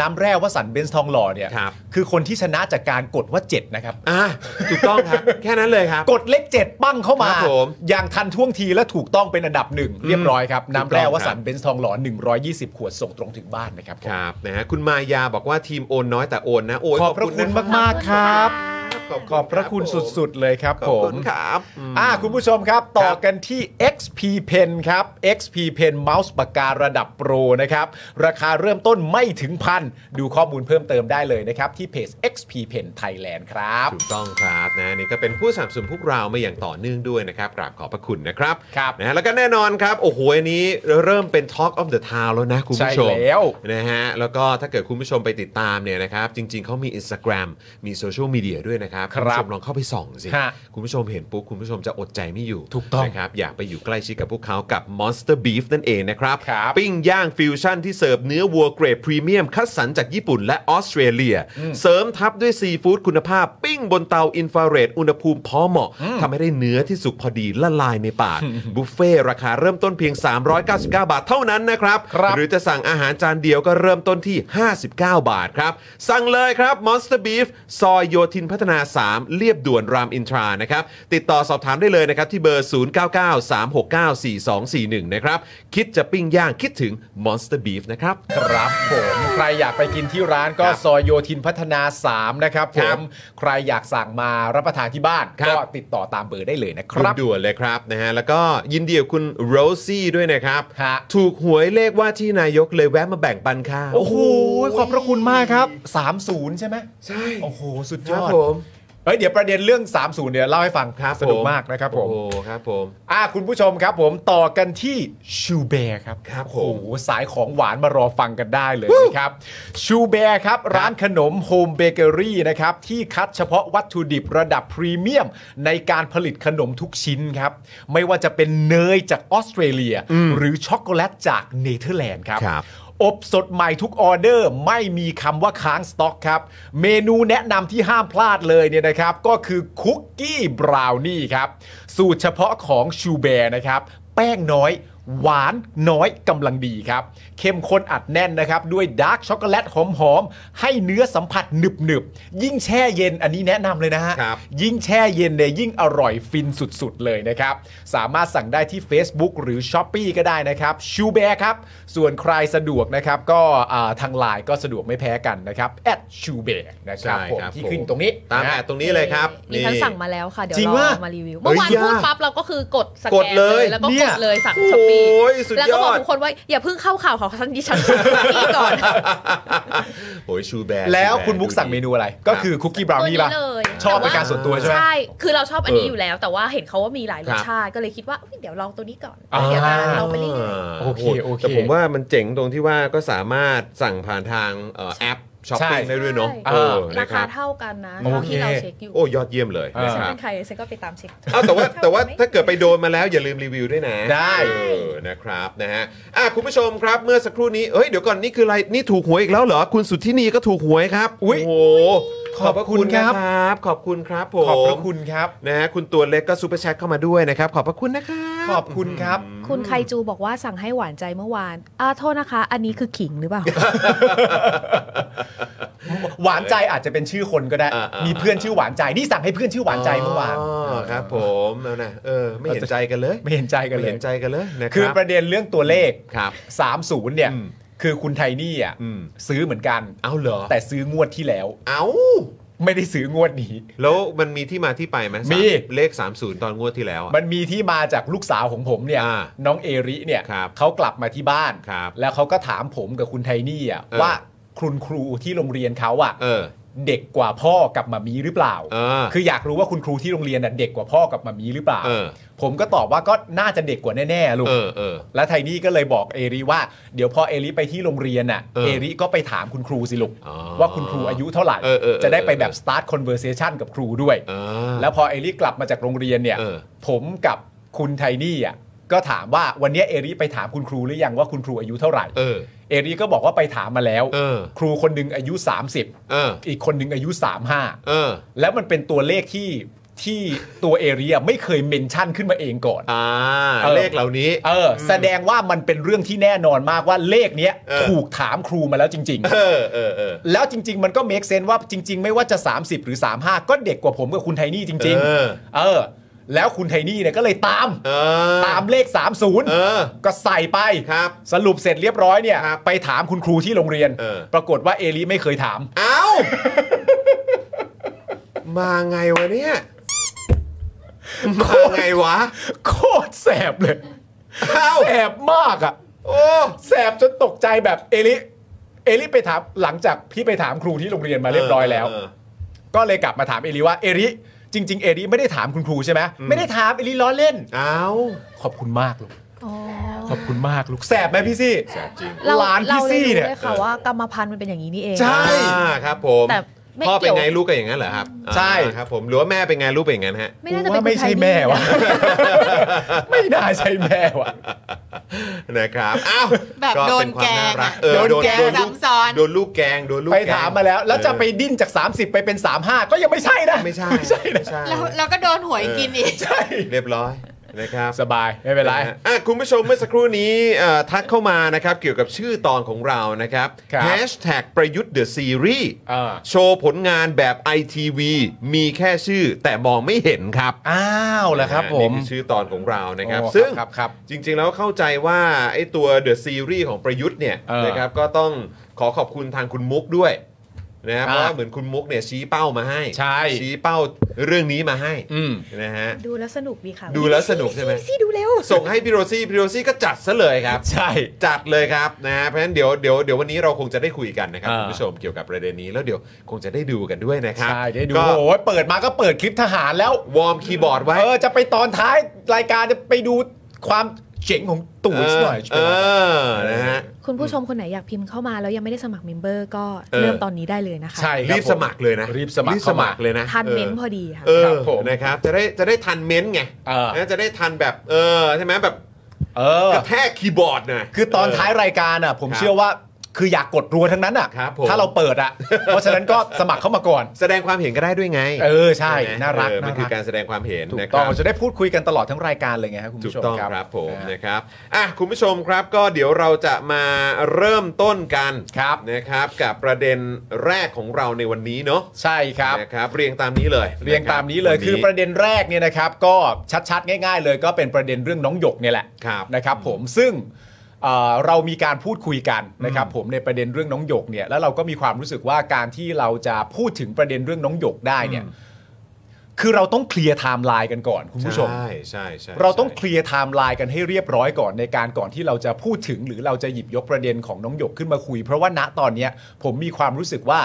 E: น้ำแร่วสันต์เบนซ์ทองหล่อเนี่ย
D: ครับ
E: คือคนที่ชนะจากการกดว่า 7 นะครับ
D: อ่ะถูกต้องครับ แค่นั้นเลยครับ
E: กดเลขเจ็ดปั้งเข้ามา
D: ครับผม
E: อย่างทันท่วงทีและถูกต้องเป็นอันดับหนึ่งเรียบร้อยครับ น้ำแร่วสันต์เบนซ์ทองหล่อ 120 ขวดส่งตรงถึงบ้านนะครับผม
D: ครับนะฮะคุณมายาบอกว่าทีมโอนน้อยแต่โอนนะโอน
E: ขอบพระคุณ
D: น
E: มาก ๆ ครับ
D: รับ
E: ขอบพระคุณสุด ๆ เลยครับ
D: ขอบ
E: ผ
D: คุ
E: ม
D: ณครับม
E: อ่าคุณผู้ชมครับ ต่อกันที่ XP Pen ครับ XP Pen เมาส์ปากการะดับโปรนะครับ ราคาเริ่มต้นไม่ถึงพัน ดูข้อมูลเพิ่มเติมได้เลยนะครับ ที่เพจ XP Pen Thailand ครับ
D: ถูกต้องครับนะนี่ก็เป็นผู้สนับสนุนพวกเรามาอย่างต่อเนื่องด้วยนะครับกราบขอบพระคุณนะครับ
E: ครับ
D: นะฮะแล้วก็แน่นอนครับ โอ้โหอันนี้เริ่มเป็น Talk of the Town แล้วนะคุณผู้ชม
E: ใช่แล้ว
D: นะฮะแล้วก็ถ้าเกิดคุณผู้ชมไปติดตามเนี่ยนะครับ จริง ๆเขามี Instagram มีโซเชียลมีเดียด้วยนะครับ
E: ค
D: ณ
E: รับ
D: ผู้ชมลองเข้าไปส่องสิ
E: ฮะ
D: คุณผู้ชมเห็นปุ๊บคุณผู้ชมจะอดใจไม่อยู่
E: ถูกต้อง
D: นะครับอยากไปอยู่ใกล้ชิดกับพวกเขากับ Monster Beef นั่นเองนะครับ
E: ครับ
D: ปิ้งย่างฟิวชั่นที่เสิร์ฟเนื้อวัวเกรดพรีเมียม คัดสรรจากญี่ปุ่นและออสเตรเลีย เสริมทับด้วยซีฟู้ดคุณภาพ ปิ้งบนเตาอินฟราเรดอุณหภูมิพอเหมาะทำให้ได้เนื้อที่สุกพอดีละลายในปาก บุฟเฟ่ต์ราคาเริ่มต้นเพียง 399 บาทเท่านั้นนะครับ
E: ครับ
D: หรือจะสั่งอาหารจานเดียวก็เริ่มต้นที่ 59 บาทครับ สั่งเลยครับ Monster Beef ซอยโยธินพัฒนา 3 เรียบด่วนรามอินทรานะครับ ติดต่อสอบถามได้เลยนะครับ ที่เบอร์ 0993694241 นะครับ คิดจะปิ้งย่างคิดถึง Monster Beef นะครับ
E: ครับผมใครอยากไปกินที่ร้านก็
D: ครับ
E: ซอยโยธินพัฒนา 3 นะครับผ
D: ครับ
E: ม ใครอยากสั่งมารับประทานที่บ้าน
D: ครับ
E: ก็ติดต่อตามเบอร์ได้เลยนะครับ
D: ด่วนๆเลยครับนะฮะแล้วก็ยินดีกับคุณโรซี่ด้วยนะครับ
E: ฮะ
D: ถูกหวยเลขว่าที่นายกเลยแวะมาแบ่งปันค่ะ
E: โอ้โหขอบพระคุณมากครับ 30 ใช่ไหม
D: ใช่
E: โอ้โหสุด
D: ค
E: ย
D: รับ
E: อด
D: ผม
E: เอ้ยเดี๋ยวประเด็นเรื่อง 30 เนี่ยเล่าให้ฟัง
D: ครับ
E: สนุก
D: ผม
E: มากนะครับผม
D: โอ้โหครับผม
E: อ่าคุณผู้ชมครับผมต่อกันที่ชูเบร์ครับ
D: ครับผม
E: โอ้โหสายของหวานมารอฟังกันได้เลยนะครับชูเบร์ครับ ร้านขนมโฮมเบเกอรี่นะครับ ที่คัดเฉพาะวัตถุดิบระดับพรีเมียม ในการผลิตขนมทุกชิ้นครับ ไม่ว่าจะเป็นเนยจากออสเตรเลีย หรือช็อกโกแลตจากเนเธอร์แลนด์ครับ
D: ครับ
E: อบสดใหม่ทุกออเดอร์ไม่มีคำว่าค้างสต็อกครับ เมนูแนะนำที่ห้ามพลาดเลยเนี่ยนะครับ ก็คือคุกกี้บราวนี่ครับ สูตรเฉพาะของชูแบร์นะครับ แป้งน้อย หวานน้อยกำลังดีครับ เข้มข้นอัดแน่นนะครับ ด้วยดาร์กช็อกโกแลตหอมๆ ให้เนื้อสัมผัสหนึบหนึบๆยิ่งแช่เย็นอันนี้แนะนำเลยนะฮะ
D: ครับ
E: ยิ่งแช่เย็นเนี่ยยิ่งอร่อยฟินสุดๆ เลยนะครับ สามารถสั่งได้ที่ Facebook หรือ s h อ p e e ก็ได้นะครับชูแบร์ครับ ส่วนใครสะดวกนะครับ ก็อ่าทางไลน์ก็สะดวกไม่แพ้กันนะครับแอดชูแบร์นะครับ
D: ใช่
E: ผม
D: ครับ
E: ที่
D: ผม
E: ขึ้นตรงนี้
D: ตาม
E: นะ
D: แอดตรงนี้เลยครับ
G: ดิฉันสั่งมาแล้วค่ะ เดี๋ยว
E: จริง
G: ร
E: ปะ
G: อมารีวิว เมื่อวาน
D: เฮ้ย
G: พูด
D: ยาก
G: ปั๊บเราก็คือกดส
D: ก
G: แก
D: ด
G: น
D: เล
G: เลย ย แล้วก็
E: เนี่
G: ก
E: ย
G: ดเลยสั่ง
D: โอ้
G: ช้อป
D: โห
G: มี
D: โอ้ยสุด
G: แล้ว
D: ย
G: ก็บ
D: อ
G: อก
D: ด
G: ทุกคนว่าอย่าเพิ่งเข้าข่าวของฉันดิฉันนี่ก่อน
D: โอ้ยชูแบรนด์
E: แล้วคุณมุกสั่งเมนูอะไร ก็คือคุกกี้บราว
G: ตัว
E: นี่
G: นี้
E: ป่ะ
G: เลย
E: ชอบเป็น
G: แต่ว่
E: การส่วนตัวใช่ไหม
G: ใช่ คือเราชอบอัน
D: เออ
G: นี้
D: อ
G: อยู่แล้ว แต่ว่าเห็นเขาว่ามีหลายร
D: ครับ
G: สชาติ ก็เลยคิดว่าอุ๊ยเดี๋ยวลองตัวนี้ก่อน
E: อ่า
G: เดี๋ยวเราไปเรื่อย
E: โอเคโอเค
D: แต่ผมว่ามันเจ๋งตรงที่ว่าก็สามารถสั่งผ่านทางเอ่อแอปช้อปปิ้ง
E: ใช่
D: ได้ด้วยเนาะ
E: ใช่
D: เออ
G: ๆรา
D: นะค
G: คา
D: รับ
G: เท่ากันนะ
E: โอ
G: เท่า
E: เค
G: ที่เราเช็คอยู่
D: โอ้ยอดเยี่ยมเลย
E: อ่า
D: นะ
G: ฉั
D: คน รับ
G: เป็นใครฉันก็ไปตามเช็ค
D: เอาแต่ว่าแต่ว่าถ้าเกิดไปโดนมาแล้วอย่าลืมรีวิวด้วยนะ
E: ได้
D: เออนะครับนะฮะอ่ะคุณผู้ชมครับเมื่อสักครู่นี้เอ้ยเดี๋ยวก่อนนี่คืออะไรนี่ถูกหวยอีกแล้วเหรอคุณสุทธินีก็ถูกหวยครับโอ้โห
E: ขอบพระคุณครับ
D: นะครับ ขอบคุณครับผม
E: ขอบพระคุณครับ
D: นะฮะคุณตัวเล็กก็ซูเปอร์แชทเข้ามาด้วยนะครับ ขอบพระคุณนะครับ
E: ขอบคุณครับ
G: คุณไคจูบอกว่าสั่งให้หวานใจเมื่อวานอ่าโทษนะคะ อันนี้คือขิงหรือเปล่า
E: หวานใจอาจจะเป็นชื่อคนก็ได้
D: อ่าๆ
E: มีเพื่อนชื่อหวานใจ นี่สั่งให้เพื่ อนชื่อหวานใจเมื่อวาน
D: อ๋อครับผมแล้วนะเออไม่เห็นใจกันเลย
E: ไม่เห็นใจกันเลย
D: ไม่เห็นใจกันเลยนะ
E: คือ
D: รับ
E: ประเด็นเรื่องตัวเลข
D: ครับ
E: 30 เนี่ย
D: อืม
E: คือคุณไทนี่อ่ะ
D: อืม
E: ซื้อเหมือนกัน
D: เอาเหรอ
E: แต่ซื้องวดที่แล้ว
D: เอา
E: ไม่ได้ซื้องวดนี้
D: แล้วมันมีที่มาที่ไปไหม
E: มี
D: เลข 30 ตอนงวดที่แล้วอะ
E: มันมีที่มาจากลูกสาวของผมเนี่ย
D: อ่า
E: น้องเอริเนี่ย
D: ครับ
E: เขากลับมาที่บ้าน
D: ครับ
E: แล้วเขาก็ถามผมกับคุณไทนี่อ่ะ
D: เออ
E: ว่าคุณครูที่โรงเรียนเขาอ่ะ
D: เออ
E: เด็กกว่าพ่อกับมามีหรือเปล่า
D: เออ
E: คืออยากรู้ว่าคุณครูที่โรงเรียนน่ะเด็กกว่าพ่อกับมามีหรือเปล่า
D: เออ
E: ผมก็ตอบว่าก็น่าจะเด็กกว่าแน่ๆลูก
D: เออเออ
E: แล้วไทนี่ก็เลยบอกเอริว่าเดี๋ยวพอเอริไปที่โรงเรียนน่ะ
D: เออ
E: เอริก็ไปถามคุณครูสิลูก
D: อ๋อ
E: ว่าคุณครูอายุเท่าไหร่
D: เออเออเออ
E: จะได้ไปแบบ
D: เออ
E: start conversation กับครูด้วย
D: เออ
E: แล้วพอเอริกลับมาจากโรงเรียนเนี่ย
D: เออ
E: ผมกับคุณไทนี่อ่ะก็ถามว่าวันเนี้ยเอริไปถามคุณครูหรือยังว่าคุณครูอายุเท่าไหร่
D: เออ
E: เอริก็บอกว่าไปถามมาแล้ว
D: เออ
E: ครูคนหนึ่งอายุ
D: เออ
E: 30 อีกคนหนึ่งอายุ 35
D: เออ
E: แล้วมันเป็นตัวเลขที่ที่ตัวเอเรียไม่เคยเมนชั่นขึ้นมาเองก่อน
D: อ่า
E: เออ
D: เลขเหล่านี้
E: เออแสดงว่ามันเป็นเรื่องที่แน่นอนมากว่าเลขเนี้ย
D: เออ
E: ถูกถามครูมาแล้วจริง
D: เออเออเออ
E: ๆ แล้วจริง ๆ มันก็เมคเซนว่าจริง ๆ ไม่ว่าจะ 30 หรือ 35 ก็เด็กกว่าผมกับคุณไทนี่จริง
D: เออ
E: เออ แล้วคุณไทนี่เนี่ยก็เลยตาม
D: เออ
E: ตามเลข
D: เอ
E: 30
D: อ
E: ก็ใส่ไป
D: ครับ
E: สรุปเสร็จเรียบร้อยเนี่ย
D: ครับ
E: ไปถามคุณครูที่โรงเรียน
D: เออ
E: ปรากฏว่าเอลิไม่เคยถาม
D: เอ้า มาไงวะเนี่ย มาไงวะ
E: โคตรแสบเลย
D: เอ้า
E: แสบมากอ่ะ
D: โอ้
E: แสบจนตกใจแบบเอลิ เอลิไปถามหลังจากพี่ไปถามครูที่โรงเรียนมาเรียบร้อยแล้ว ก็เลยกลับมาถามเอลิว่าเอลิจริง ๆ เอลิไม่ได้ถามคุณครูใช่ไหมไม่ได้ถามเอลิล้อเล่น
D: เอ้า
E: ขอบคุณมากลูกขอบคุณมากลูกแสบไหมพี่ซี่
D: แสบจริง
G: เรา
E: หลาน
G: เรา
E: พี่
G: เล
E: ซี่
G: ย
E: เนี่ย
G: รู้เลยค่ะว่ากรรมพันธุ์มันเป็นอย่างนี้นี่เอง
E: ใช่
D: อ่าครับผม
G: แต่ไม่
D: พ่อเป็น
G: เกี่ยว
D: ไงลูกก็อย่างนั้นเหรอครับ
E: ใช่
D: อ่าครับ ผมหรือว่าแม่เป็นไงลูกเป็นอย่างนั้นฮะ
G: ไม่น่าจะ
E: กู
G: เป็น
E: ว่าไม่ใช่
G: คนทย
E: แม่
G: นี่
E: วะ ไม่น่าใช่แม่วะ
D: นะครับอ้าว
F: แบบ
D: ก็
F: โด
D: เป็น ความารั
F: แกง
D: เออ
E: โดนแกง
D: โดลู
F: ซ้ำซ้อน
D: โดนลูกแกงโดนลูก
E: ไป
D: แกง
E: ถามมาแล้ว แล้วจะไปดิ้นจาก 30 ไปเป็น 35 ก็ยังไม่ใช่นะ
D: ไม่ใช่
E: ไม่ใช่นะ
D: ไม่ใช่
F: แล้วเราก็โดนหวยกินอีก
E: ใช่
D: เรียบร้อยนะครับ
E: สบายไม่เป็นไร
D: นะฮะอ่ะคุณผู้ชมเมื่อสักครู่นี้เอ่อทักเข้ามานะครับ เกี่ยวกับชื่อตอนของเรานะครับ
E: ครับ
D: แฮชแท็กประยุทธ์เดอะซีรีส์
E: อ่า
D: โชว์ผลงานแบบ ITV มีแค่ชื่อแต่มองไม่เห็นครับ
E: อ้าวแล้วครับผม
D: นี่คือชื่อตอนของเรานะครับ
E: โอ้
D: ซึ่ง
E: ครับครับ
D: จริงๆแล้วเข้าใจว่าไอ้ตัวเดอะซีรีส์ของประยุทธ์เนี่ย
E: เออ
D: นะครับก็ต้องขอขอบคุณทางคุณมุกด้วยนะครับเพ
E: อ่า
D: ราะว่าเหมือนคุณมุกเนี่ยชี้เป้ามาให้
E: ใช่
D: ชี้เป้าเรื่องนี้มาให้
E: อืม
D: นะฮะ
G: ดูแล้วสนุกดีค่ะ
D: ดูแล้วสนุกใช่ไหม
G: ซี่ดูเร็ว
D: ส่งให้พี่โรซี่พี่โรซี่ก็จัดซะเลยครับ
E: ใช่
D: จัดเลยครับนะฮะเพราะฉะนั้นเดี๋ยวเดี๋ยวเดี๋ยววันนี้เราคงจะได้คุยกันนะครับ
E: อ่า
D: คุณผู้ชมเกี่ยวกับประเด็นนี้แล้วเดี๋ยวคงจะได้ดูกันด้วยนะครับ
E: ใช่ได้ดู
D: ก็
E: โอ้ยเปิดมาก็เปิดคลิปทหารแล้ว
D: วอร์มคีย์บอร์ดไว้
E: เออ จะไปตอนท้ายรายการจะไปดูความเจ๋งของตู่อีกสักหน่อย
D: เออนะฮะ
G: คุณผู้ชมคนไหนอยากพิมพ์เข้ามาแล้วยังไม่ได้สมัครเมมเบอร์ก็
D: เออ
G: เริ่มตอนนี้ได้เลยนะคะ
E: ใช่ค
D: รี
E: บบ
D: สมัครเลยนะ
E: รีบสมัคร
D: รีบสมัครเลยนะ
G: ทันเม้น
D: ออ
G: พอดีค่ะ
D: เออ
E: ครับผม
D: นะครับจะได้จะได้ทันเม้นต์ไง
E: เออ
D: นะจะได้ทันแบบเออใช่ไหมแบบ
E: เออ
D: กระแทกคีย์บอร์ดหน่อย
E: คือตอนท้ายรายการอ่ะ ผม
D: ครับ
E: เชื่อว่าคืออยากกดรัวทั้งนั้นอ่ะ
D: ครับผม
E: ถ้าเราเปิดอ่ะ เพราะฉะนั้นก็ สมัครเข้ามาก่อน
D: แสดงความเห็นก็ได้ด้วยไง
E: เออใช่
D: ไหม
E: น่ารัก
D: เออมัน
E: น่ารัก
D: คือการแสดงความเห็น
E: ถูก
D: นะค
E: ต้อง
D: รับ
E: จะได้พูดคุยกันตลอดทั้งรายการเลยไงครับคุณ
D: ถูก
E: ผู้ชม
D: ต้อง
E: ครับ
D: ครับผม
E: นะ
D: นะครับอ่ะคุณผู้ชมครับก็เดี๋ยวเราจะมาเริ่มต้นกัน
E: ครับ
D: นะครับ กับประเด็นแรกของเราในวันนี้เนาะ
E: ใช่ครับ
D: นะครับ เรียงตามนี้เลย
E: เรียงตามนี้เลย
D: ะ
E: คือ
D: วั
E: ประเด็นแรกเนี่ยนะครับ ก็ชัดๆ ง่าย ๆ เลยก็เป็นประเด็นเรื่องน้องหยกเนี่ยแหละ
D: ครับ
E: นะครับผมซึ่งเอ่อเรามีการพูดคุยกันนะครับผมในประเด็นเรื่องน้องหยกเนี่ยแล้วเราก็มีความรู้สึกว่าการที่เราจะพูดถึงประเด็นเรื่องน้องหยกได้เนี่ย คือเราต้องเคลียร์ไทม์ไลน์กันก่อนคุณผู้ชม
D: ใช่ใช่ใช่
E: เราต้องเค
D: ใช่
E: ลียร์ไทม์ไลน์กันให้เรียบร้อยก่อนในการก่อนที่เราจะพูดถึง หรือเราจะหยิบยกประเด็นของน้องหยกขึ้นมาคุย เพราะว่าณตอนเนี้ย ผมมีความรู้สึกว่า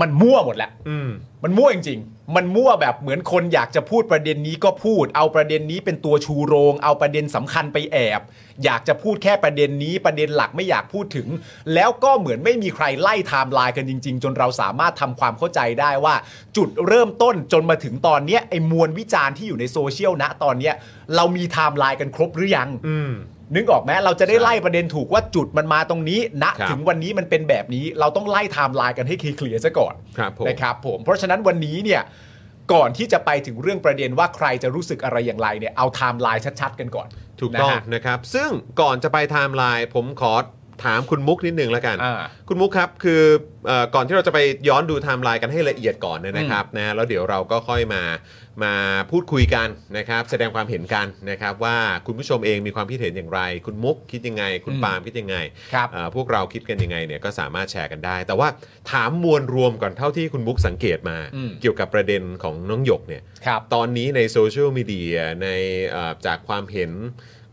E: มันมั่วหมดแล้ว
D: อืม
E: มันมั่วจริงๆ มันมั่วแบบเหมือนคนอยากจะพูดประเด็นนี้ก็พูด เอาประเด็นนี้เป็นตัวชูโรง เอาประเด็นสำคัญไปแอบ อยากจะพูดแค่ประเด็นนี้ประเด็นหลักไม่อยากพูดถึง แล้วก็เหมือนไม่มีใครไล่ไทม์ไลน์กันจริง ๆ จนเราสามารถทำความเข้าใจได้ว่า จุดเริ่มต้นจนมาถึงตอนเนี้ยไอ้มวลวิจารณ์ที่อยู่ในโซเชียลนะตอนเนี้ยเรามีไทม์ไลน์กันครบหรือยัง
D: อืม
E: นึกออกไหมเราจะได้ไล่ประเด็นถูกว่าจุดมันมาตรงนี้ณ
D: ครับ
E: ถึงวันนี้มันเป็นแบบนี้ เราต้องไล่ไทม์ไลน์กันให้เคลียร์ๆซะก่อน
D: ครับผม
E: นะครับผมเพราะฉะนั้นวันนี้เนี่ยก่อนที่จะไปถึงเรื่องประเด็นว่าใครจะรู้สึกอะไรอย่างไรเนี่ยเอาไทม์ไลน์ชัดๆกันก่อน
D: ถูกต้อง
E: นะฮะ
D: นะครับ ซึ่งก่อนจะไปไทม์ไลน์ผมขอถามคุณมุกนิดนึงแล้วกัน
E: อ่า
D: คุณมุกครับคือเออก่อนที่เราจะไปย้อนดูไทม์ไลน์กันให้ละเอียดก่อนเนยนะครับนะแล้วเดี๋ยวเราก็ค่อยมามาพูดคุยกันนะครับ แสดงความเห็นกันนะครับ ว่าคุณผู้ชมเองมีความคิดเห็นอย่างไร คุณมุกคิดยังไง คุณ
E: อืม
D: ปาล์มคิดยังไง
E: ครับ
D: เอ่อพวกเราคิดกันยังไงเนี่ยก็สามารถแชร์กันได้ แต่ว่าถามมวลรวมก่อนเท่าที่คุณมุกสังเกตมา
E: อืม
D: เกี่ยวกับประเด็นของน้องหยกเนี่ย
E: ครับ
D: ตอนนี้ในโซเชียลมีเดียในเอ่อจากความเห็น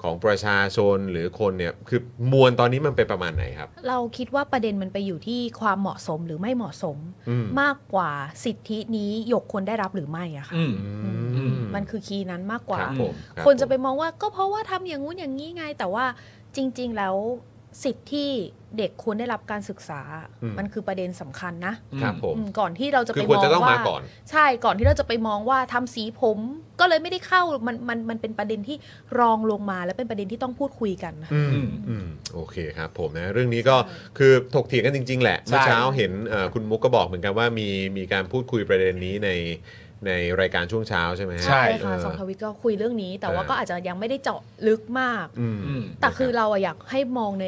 D: ของประชาชนหรือคนเนี่ย คือมวลตอนนี้มันเป็นประมาณไหนครับ
G: เราคิดว่าประเด็นมันไปอยู่ที่ความเหมาะสมหรือไม่เหมาะสม
D: อืม
G: มากกว่าสิทธินี้หยกควรได้รับหรือไม่อะค่ะ
E: อืม ม
G: มันคือคีย์นั้นมากกว่า
D: ครับผมรับ
G: คนจะไป
D: ผม
G: องว่าก็เพราะว่าทำอย่างงู้นอย่างนี้ไง แต่ว่าจริง ๆ แล้วสิทธิที่เด็กควรได้รับการศึกษา มันคือประเด็นสำคัญนะ
D: มครับผม
G: อืมก่อนที่เราจะ
D: คือ
G: ไป
D: ควร
G: มอง
D: จะต้องมา
G: ว่า
D: ก่อน
G: ใช่ก่อนที่เราจะไปมองว่าทำสีผม ก็เลยไม่ได้เข้ามันมันมันเป็นประเด็นที่รองลงมาและเป็นประเด็นที่ต้องพูดคุยกันนะคะ
D: อืมอืมโอเคครับผมนะเรื่องนี้ก็คือถกเถียงกันจริง ๆ แหละ
E: ใช่
D: เมื่อเช้าเห็นเอ่อคุณมุกก็บอกเหมือนกันว่ามีมีการพูดคุยประเด็นนี้ในในรายการช่วงเช้าใช่ไหมฮะ
E: ใช่
G: ใช่ค่ะ
D: เออ
G: สองทวิตก็คุยเรื่องนี้ แต่ว่า
D: เออ
G: ก็อาจจะยังไม่ได้เจาะลึกมาก
D: อืม
E: อืม
G: แต่คือ
D: นะรับ
G: เราอะอยากให้มองใน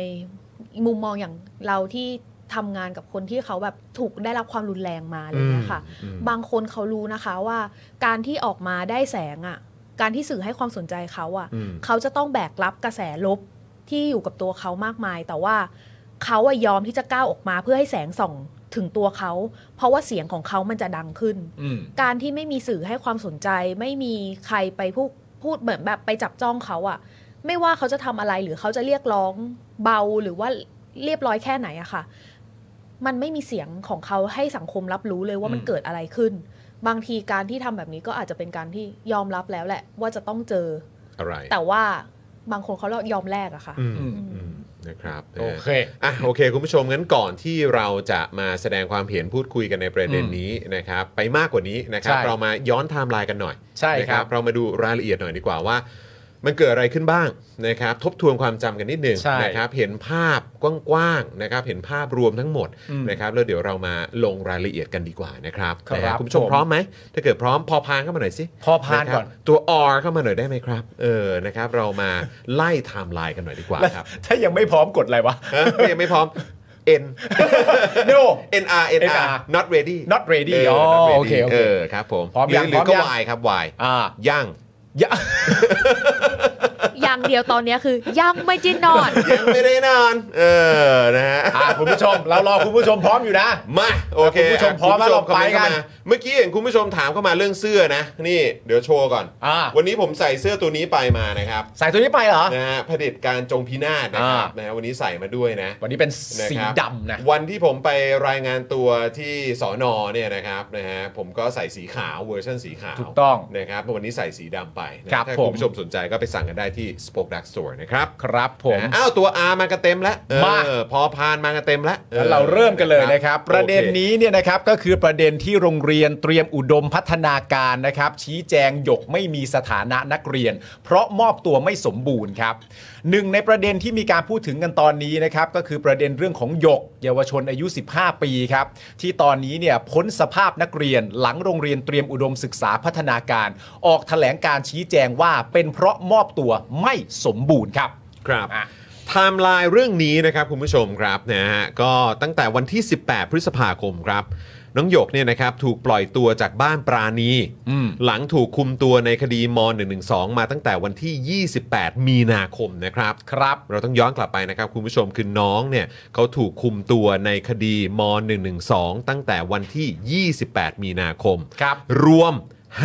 G: มุมมองอย่างเราที่ทำงานกับคนที่เขาแบบถูกได้รับความรุนแรงมาอะไรอย่างเงี้ยค่ะ
D: อืมอืม
G: บางคนเขารู้นะคะว่าการที่ออกมาได้แสงอะการที่สื่อให้ความสนใจเขาอะ
D: อืม
G: เขาจะต้องแบกรับกระแสลบที่อยู่กับตัวเขามากมาย แต่ว่าเขาอะยอมที่จะก้าวออกมาเพื่อให้แสงส่องถึงตัวเขา เพราะว่าเสียงของเขามันจะดังขึ้น
E: อืม
G: การที่ไม่มีสื่อให้ความสนใจ ไม่มีใครไปพูดพูดเหมือนแบบไปจับจ้องเขาอะไม่ว่าเขาจะทำอะไรหรือเขาจะเรียกร้องเบาหรือว่าเรียบร้อยแค่ไหนอะค่ะ มันไม่มีเสียงของเขาให้สังคมรับรู้เลยว่ามัน
E: อืม
G: เกิดอะไรขึ้น บางทีการที่ทำแบบนี้ก็อาจจะเป็นการที่ยอมรับแล้วแหละ ว่าจะต้องเจอ
D: อะไร
G: แต่ว่าบางคนเขายอมแลกอะค่ะ
D: อืม
E: อืม
D: อืมนะครับ
E: โอเค
D: อ่ะโอเค คุณผู้ชมงั้นก่อนที่เราจะมาแสดงความเห็นพูดคุยกันในประเด็นนี้นะครับ ไปมากกว่านี้นะครับ
E: ใช่
D: เรามาย้อนไทม์ไลน์กันหน่อย
E: ใช่ครับ
D: นะเรามาดูรายละเอียดหน่อยดีกว่าว่า มันเกิดอะไรขึ้นบ้างนะครับ ทบทวนความจำกันนิดหนึ่ง
E: ใช่
D: นะครับ เห็นภาพกว้างๆนะครับ เห็นภาพรวมทั้งหมด
E: อืม
D: นะครับแล้วเดี๋ยวเรามาลงรายละเอียดกันดีกว่านะครับ
E: ครับ
D: นะฮะคุณผู้ชม
E: ผม
D: พร้อมไหมถ้าเกิดพร้อมพอพานเข้ามาหน่อยสิ
E: พอพา
D: ค
E: นะก่
D: รับ
E: อน
D: ตัว R เข้ามาหน่อยได้ไหมครับ เออนะครับเรามาไล่ไทม์ไลน์กันหน่อยดีกว่าครับ
E: ถ้ายังไม่พร้อมกดอะไรวะ
D: ฮะยังไม่พร้อม N
E: no
D: N R N R not ready
E: not ready
D: เ
E: อ๋อ
D: not ready
E: โอเคโอเค
D: เออครับผม
E: พร้อม
D: หรื
E: ยัง
D: หรือ
E: พร้
D: ก็
E: อมยัง
D: Y ครับ Y
E: อ่า
D: ย่าง
E: อย่า
G: อย่างเดียวตอนเนี้ยคือยังไม่จินนอน
D: ยังไม่ได้นอนเออนะฮะ
E: อ่าคุณผู้ชม เรารอคุณผู้ชมพร้อมอยู่นะ
D: มาโอเค
E: คุณผู้ชม
D: ะ
E: พร้อมแล้ว
D: คุณผู้ช
E: เราไป
D: คมเมต์เข้า
E: กัน
D: มาเมื่อกี้เห็นคุณผู้ชมถามเข้ามาเรื่องเสื้อนะ นี่เดี๋ยวโชว์ก่อน
E: อ่า
D: วันนี้ผมใส่เสื้อตัวนี้ไปมานะครับ
E: ใส่ตัวนี้ไปเหรอ
D: นะฮะเผด็จการจงพินาศนะครับ
E: อ่าน
D: นะฮะวันนี้ใส่มาด้วยนะ
E: วันนี้เป็น
D: นะ
E: สี
D: ครับ
E: ดำนะ
D: วันที่ผมไปรายงานตัวที่สอนอเนี่ยนะครับนะฮะผมก็ใส่สีขาวเวอร์ชันสีขาว
E: ถูกต้อง
D: นะครับวันนี้ใส่สีดำไปนะครับ ถ้า
E: ผม
D: คุณผู้ชมสนใจก็ไปสั่งกันได้ที่ Spoke Dark Store นะครับ
E: ครับผม
D: นะอ้าวตัว R มากันเต็มแล้วเออ
E: มา
D: พอพานมากันเต็มแล้วอ
E: แล้
D: อ
E: วเราเริ่มกันเลยนะครับ ประเด็น
D: โอค
E: นี้เนี่ยนะครับก็คือประเด็นที่โรงเรียนเตรียมอุดมพัฒนาการนะครับ ชี้แจงหยกไม่มีสถานะนักเรียน เพราะมอบตัวไม่สมบูรณ์ครับหนึ่งในประเด็นที่มีการพูดถึงกันตอนนี้นะครับก็คือประเด็นเรื่องของหยก เยาวชนอายุ 15 ปีครับที่ตอนนี้เนี่ยพ้นสภาพนักเรียน หลังโรงเรียนเตรียมอุดมศึกษาพัฒนาการ ออกแถลงการชี้แจงว่าเป็นเพราะมอบตัวไม่สมบูรณ์ครับ
D: ครับ
E: อ่ะ
D: ไทม์ไลน์เรื่องนี้นะครับคุณผู้ชมครับนะฮะก็ตั้งแต่วันที่ 18 พฤษภาคมครับ น้องหยกเนี่ยนะครับถูกปล่อยตัวจากบ้านปราณี
E: อืม
D: หลังถูกคุมตัวในคดีม .112 มาตั้งแต่วันที่ 28 มีนาคมนะครับ
E: ครับ
D: เราต้องย้อนกลับไปนะครับ คุณผู้ชมคือน้องเนี่ยเขาถูกคุมตัวในคดีม .112 ตั้งแต่วันที่ 28 มีนาคม
E: ครับ
D: รวม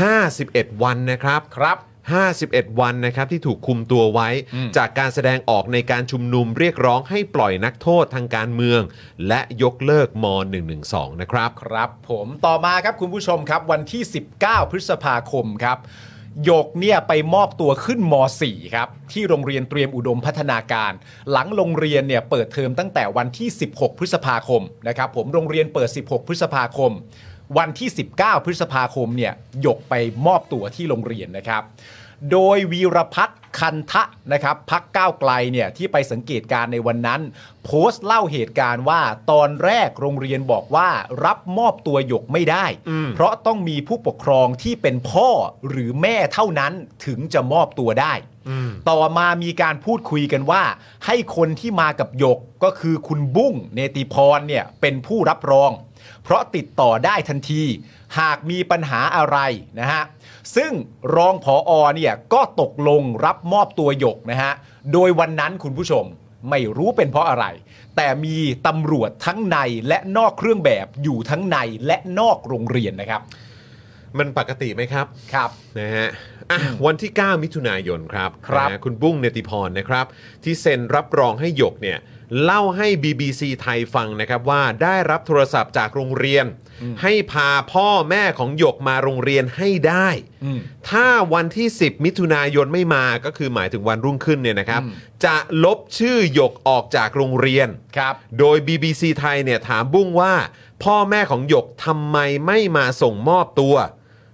D: 51 วันนะครับ
E: ครับ
D: 51 วันนะครับที่ถูกคุมตัวไว้
E: อืม
D: จากการแสดงออกในการชุมนุมเรียกร้องให้ปล่อยนักโทษทางการเมือง และยกเลิกม .112 นะครับ
E: ครับผมต่อมาครับคุณผู้ชมครับวันที่ 19 พฤษภาคมครับหยกเนี่ยไปมอบตัวขึ้นม .4 ครับที่โรงเรียนเตรียมอุดมพัฒนาการ หลังโรงเรียนเนี่ยเปิดเทอมตั้งแต่วันที่ 16 พฤษภาคมนะครับผมโรงเรียนเปิด 16 พฤษภาคม วันที่ 19 พฤษภาคมเนี่ยหยกไปมอบตัวที่โรงเรียนนะครับ โดยวีรพัฒน์คันทะนะครับพักก้าวไกลเนี่ยที่ไปสังเกตการณ์ในวันนั้น โพสต์เล่าเหตุการณ์ว่าตอนแรกโรงเรียนบอกว่ารับมอบตัวหยกไม่ได้ เพราะต้องมีผู้ปกครองที่เป็นพ่อหรือแม่เท่านั้นถึงจะมอบตัวได้ ต่อมามีการพูดคุยกันว่า ให้คนที่มากับหยกก็คือคุณบุ้งเนติพรเนี่ยเป็นผู้รับรอง เพราะติดต่อได้ทันที หากมีปัญหาอะไรนะฮะ ซึ่งรองผออเนี่ยก็ตกลงรับมอบตัวหยกนะฮะ โดยวันนั้นคุณผู้ชมไม่รู้เป็นเพราะอะไร แต่มีตำรวจทั้งในและนอกเครื่องแบบอยู่ทั้งในและนอกโรงเรียนนะครับ
D: มันปกติไหมครับ
E: ครับ
D: นะฮะอ่ะวันที่ 9 มิถุนายนครับ
E: ครับ
D: นะฮะคุณบุ้งเนติพรนะครับ ที่เซ็นรับรองให้หยกเนี่ยเล่าให้ BBC ไทยฟังนะครับว่าได้รับโทรศัพท์จากโรงเรียน ให้พาพ่อแม่ของหยกมาโรงเรียนให้ได้
E: อืม
D: ถ้าวันที่ 10 มิถุนายนไม่มาก็คือหมายถึงวันรุ่งขึ้นเนี่ยนะครับ
E: อืม
D: จะลบชื่อหยกออกจากโรงเรียน
E: ครับ
D: โดย BBC ไทยเนี่ยถามบุ้งว่า พ่อแม่ของหยกทำไมไม่มาส่งมอบตัว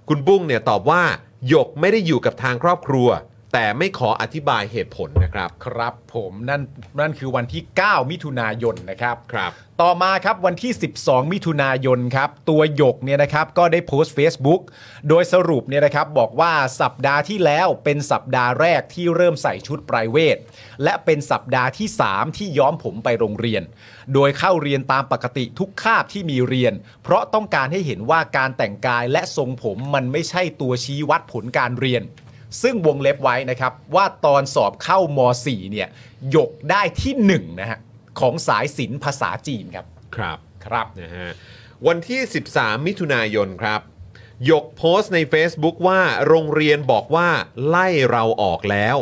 D: คุณบุ้งเนี่ยตอบว่า หยกไม่ได้อยู่กับทางครอบครัว แต่ไม่ขออธิบายเหตุผลนะครับ
E: ครับผมนั่นนั่นคือวันที่ 9 มิถุนายนนะครับ
D: ครับ
E: ต่อมาครับวันที่ 12 มิถุนายนครับ ตัวหยกเนี่ยนะครับก็ได้โพสต์ Facebook โดยสรุปเนี่ยนะครับบอกว่าสัปดาห์ที่แล้วเป็นสัปดาห์แรกที่เริ่มใส่ชุดไพรเวท และเป็นสัปดาห์ที่ 3 ที่ย้อมผมไปโรงเรียน โดยเข้าเรียนตามปกติทุกคาบที่มีเรียน เพราะต้องการให้เห็นว่าการแต่งกายและทรงผมมันไม่ใช่ตัวชี้วัดผลการเรียน ซึ่งวงเล็บไว้นะครับว่าตอนสอบเข้ามสี่เนี่ยหยกได้ที่หนึ่งนะฮะของสายศิลป์ภาษาจีนครับ
D: ครับ
E: ครับ
D: นะฮะวันที่ 13 มิถุนายนครับ หยกโพสต์ใน Facebook ว่าโรงเรียนบอกว่าไล่เราออกแล้ว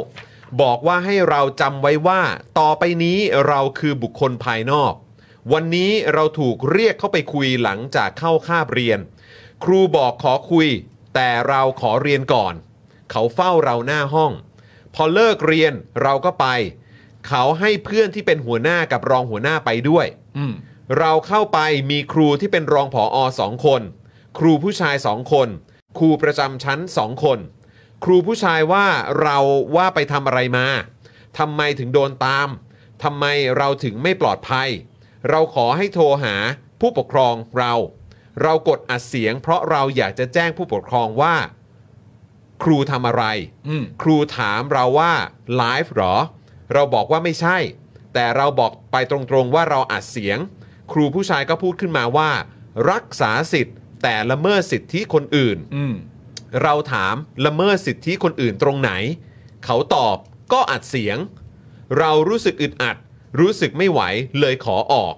D: บอกว่าให้เราจำไว้ว่า ต่อไปนี้เราคือบุคคลภายนอก วันนี้เราถูกเรียกเข้าไปคุยหลังจากเข้าคาบเรียน ครูบอกขอคุย แต่เราขอเรียนก่อน เขาเฝ้าเราหน้าห้อง พอเลิกเรียนเราก็ไป เขาให้เพื่อนที่เป็นหัวหน้ากับรองหัวหน้าไปด้วย
E: อืม
D: เราเข้าไปมีครูที่เป็นรองผออสองคน ครูผู้ชายสองคน ครูประจำชั้นสองคน ครูผู้ชายว่าเราว่าไปทำอะไรมาทำไมถึงโดนตามทำไมเราถึงไม่ปลอดภัย เราขอให้โทรหาผู้ปกครองเรา เรากดอัดเสียง เพราะเราอยากจะแจ้งผู้ปกครองว่า ครูทำอะไร
E: อืม
D: ครูถามเราว่าไลฟ์เหรอ เราบอกว่าไม่ใช่ แต่เราบอกไปตรงๆว่าเราอัดเสียง ครูผู้ชายก็พูดขึ้นมาว่า รักษาสิทธิ์ แต่ละเมิดสิทธิคนอื่น
E: อืม
D: เราถามละเมิดสิทธิคนอื่นตรงไหน เขาตอบก็อัดเสียง เรารู้สึกอึดอัด รู้สึกไม่ไหวเลยขอออก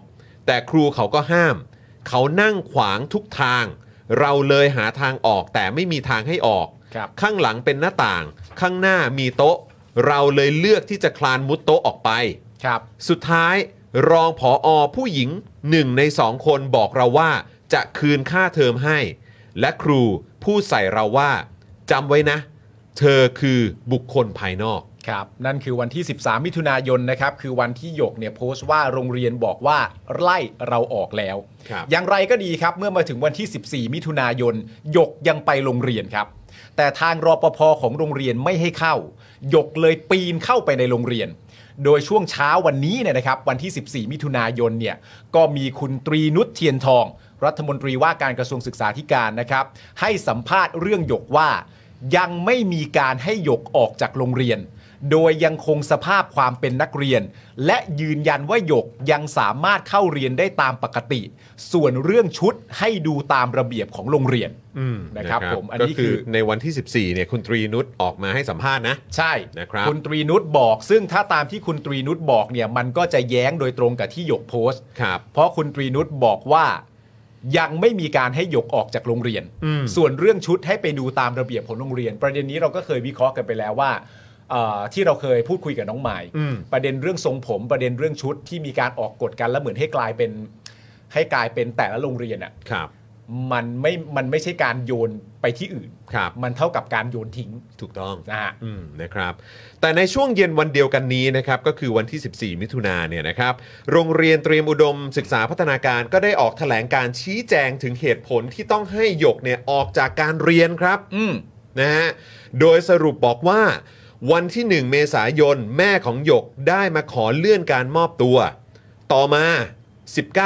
D: แต่ครูเขาก็ห้าม เขานั่งขวางทุกทาง เราเลยหาทางออกแต่ไม่มีทางให้ออก
E: ครับ
D: ข้างหลังเป็นหน้าต่าง ข้างหน้ามีโต๊ะ เราเลยเลือกที่จะคลานมุดโต๊ะออกไป
E: ครับ
D: สุดท้ายรองผออผู้หญิงหนึ่งในสองคนบอกเราว่าจะคืนค่าเทอมให้ และครูพูดใส่เราว่าจำไว้นะ เธอคือบุคคลภายนอก
E: ครับ นั่นคือวันที่ 13 มิถุนายนนะครับ คือวันที่หยกเนี่ยโพสต์ว่าโรงเรียนบอกว่าไล่เราออกแล้ว
D: ครับ
E: อย่างไรก็ดีครับ เมื่อมาถึงวันที่ 14 มิถุนายนหยกยังไปโรงเรียนครับ แต่ทางรปภของโรงเรียนไม่ให้เข้าหยกเลยปีนเข้าไปในโรงเรียน โดยช่วงเช้าวันนี้เนี่ยนะครับ วันที่ 14 มิถุนายนเนี่ยก็มีคุณตรีนุชเทียนทอง รัฐมนตรีว่าการกระทรวงศึกษาธิการนะครับ ให้สัมภาษณ์เรื่องหยกว่า ยังไม่มีการให้หยกออกจากโรงเรียน โดยยังคงสภาพความเป็นนักเรียน และยืนยันว่าหยกยังสามารถเข้าเรียนได้ตามปกติ ส่วนเรื่องชุดให้ดูตามระเบียบของโรงเรียนนะครับผมอัน
D: ก็
E: นี้
D: คื
E: คืออ
D: ในวันที่ 14เนี่ยคุณตรีนุชออกมาให้สัมภาษณ์นะ
E: ใช่
D: นะครับ
E: ณตรีนุชบอก ซึ่งถ้าตามที่คุณตรีนุชบอกเนี่ย มันก็จะแย้งโดยตรงกับที่หยกโพสต์
D: ครับ
E: เพราะคุณตรีนุชบอกว่ายังไม่มีการให้หยกออกจากโรงเรียน ส่วนเรื่องชุดให้ไปดูตามระเบียบของโรงเรียน ประเด็นนี้เราก็เคยวิเคราะห์กันไปแล้วว่าเอ่อที่เราเคยพูดคุยกับน้องไมายประเด็นเรื่องทรงผม ประเด็นเรื่องชุดที่มีการออกกฎกันแล้วเหมือนให้กลายเป็นให้กลายเป็นแต่ละโรงเรียนอ่ะ
D: ครับ
E: มันไม่ มันไม่ใช่การโยนไปที่อื่น
D: ครับ
E: มันเท่ากับการโยนทิ้ง
D: ถูกต้อง
E: นะฮะ
D: อืมนะครับแต่ในช่วงเย็นวันเดียวกันนี้นะครับก็คือวันที่ 14 มิถุนาเนี่ยนะครับโรงเรียนเตรียมอุดมศึกษาพัฒนาการก็ได้ออกแถลงการชี้แจงถึงเหตุผลที่ต้องให้หยกเนี่ยออกจากการเรียนครับ
E: อืม
D: นะฮะโดยสรุปบอกว่า วันที่ 1 เมษายนแม่ของหยกได้มาขอเลื่อนการมอบตัว ต่อมา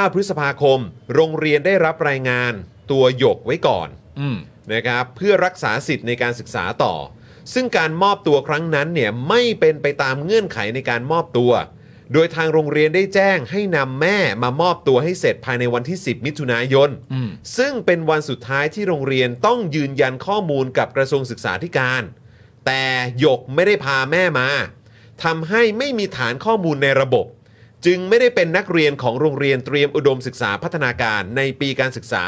D: 19 พฤษภาคม โรงเรียนได้รับรายงานตัวหยกไว้ก่อน
E: อืม
D: นะครับเพื่อรักษาสิทธิ์ในการศึกษาต่อ ซึ่งการมอบตัวครั้งนั้นเนี่ยไม่เป็นไปตามเงื่อนไขในการมอบตัว โดยทางโรงเรียนได้แจ้งให้นำแม่มามอบตัวให้เสร็จภายในวันที่ 10 มิถุนายน
E: อืม
D: ซึ่งเป็นวันสุดท้ายที่โรงเรียนต้องยืนยันข้อมูลกับกระทรวงศึกษาธิการ แต่หยกไม่ได้พาแม่มาทำให้ไม่มีฐานข้อมูลในระบบ จึงไม่ได้เป็นนักเรียนของโรงเรียนเตรียมอุดมศึกษาพัฒนาการในปีการศึกษา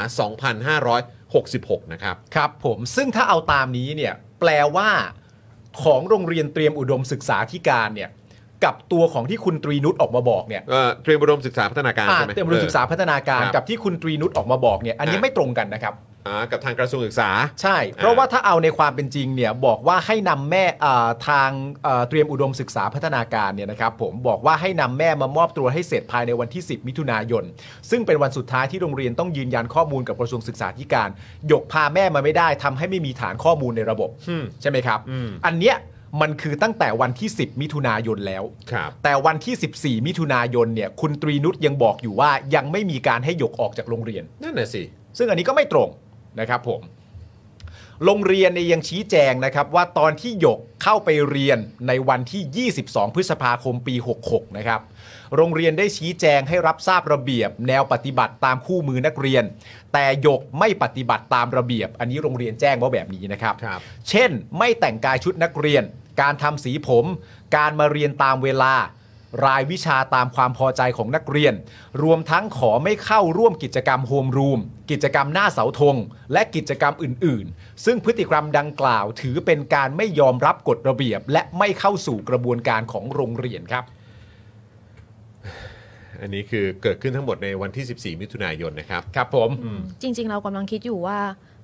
D: 2566 นะครับ
E: ครับผมซึ่งถ้าเอาตามนี้เนี่ยแปลว่าของโรงเรียนเตรียมอุดมศึกษาธิการเนี่ยกับตัวของที่คุณตรีนุชออกมาบอกเนี่ย
D: เอ่อเตรียมอุดมศึกษาพัฒนาการ
E: อ่า
D: ใช่ไหม
E: เตรียมอุดมศึกษาพัฒนาการ
D: ครับ
E: กับที่คุณตรีนุชออกมาบอกเนี่ยอันนี้
D: อ่ะ
E: ไม่ตรงกันนะครับ
D: เอออ่ากับทางกระทรวงศึกษา
E: ใช่ เพราะว่าถ้าเอาในความเป็นจริงเนี่ยบอกว่าให้นำแม่อ่าทางเอ่อเตรียมอุดมศึกษาพัฒนาการเนี่ยนะครับผมบอกว่าให้นำแม่มามอบตัวให้เสร็จภายในวันที่ 10 มิถุนายน ซึ่งเป็นวันสุดท้ายที่โรงเรียนต้องยืนยันข้อมูลกับกระทรวงศึกษาธิการ หยกพาแม่มาไม่ได้ทำให้ไม่มีฐานข้อมูลในระบบ ใช่ไหมครับ อันเนี้ยมันคือตั้งแต่วันที่ 10 มิถุนายนแล้ว
D: ครับ
E: แต่วันที่ 14 มิถุนายนเนี่ยคุณตรีนุชยังบอกอยู่ว่ายังไม่มีการให้หยกออกจากโรงเรียน
D: นั่นน่ะสิ
E: ซึ่งอันนี้ก็ไม่ตรงนะครับผม โรงเรียนเนี่ยยังชี้แจงนะครับว่าตอนที่หยกเข้าไปเรียนในวันที่ 22 พฤษภาคมปี 66 นะครับ โรงเรียนได้ชี้แจงให้รับทราบระเบียบ แนวปฏิบัติตามคู่มือนักเรียน แต่หยกไม่ปฏิบัติตามระเบียบ อันนี้โรงเรียนแจ้งว่าแบบนี้นะครับ
D: ครับ
E: เช่น ไม่แต่งกายชุดนักเรียน การทำสีผม การมาเรียนตามเวลา รายวิชาตามความพอใจของนักเรียน รวมทั้งขอไม่เข้าร่วมกิจกรรมโฮมรูม กิจกรรมหน้าเสาธง และกิจกรรมอื่น ๆ ซึ่งพฤติกรรมดังกล่าวถือเป็นการไม่ยอมรับกฎระเบียบ และไม่เข้าสู่กระบวนการของโรงเรียนครับ
D: อันนี้คือเกิดขึ้นทั้งหมดในวันที่ 14 มิถุนายนนะครับ
E: ครับผม
G: จริง ๆ เรากำลังคิดอยู่ว่า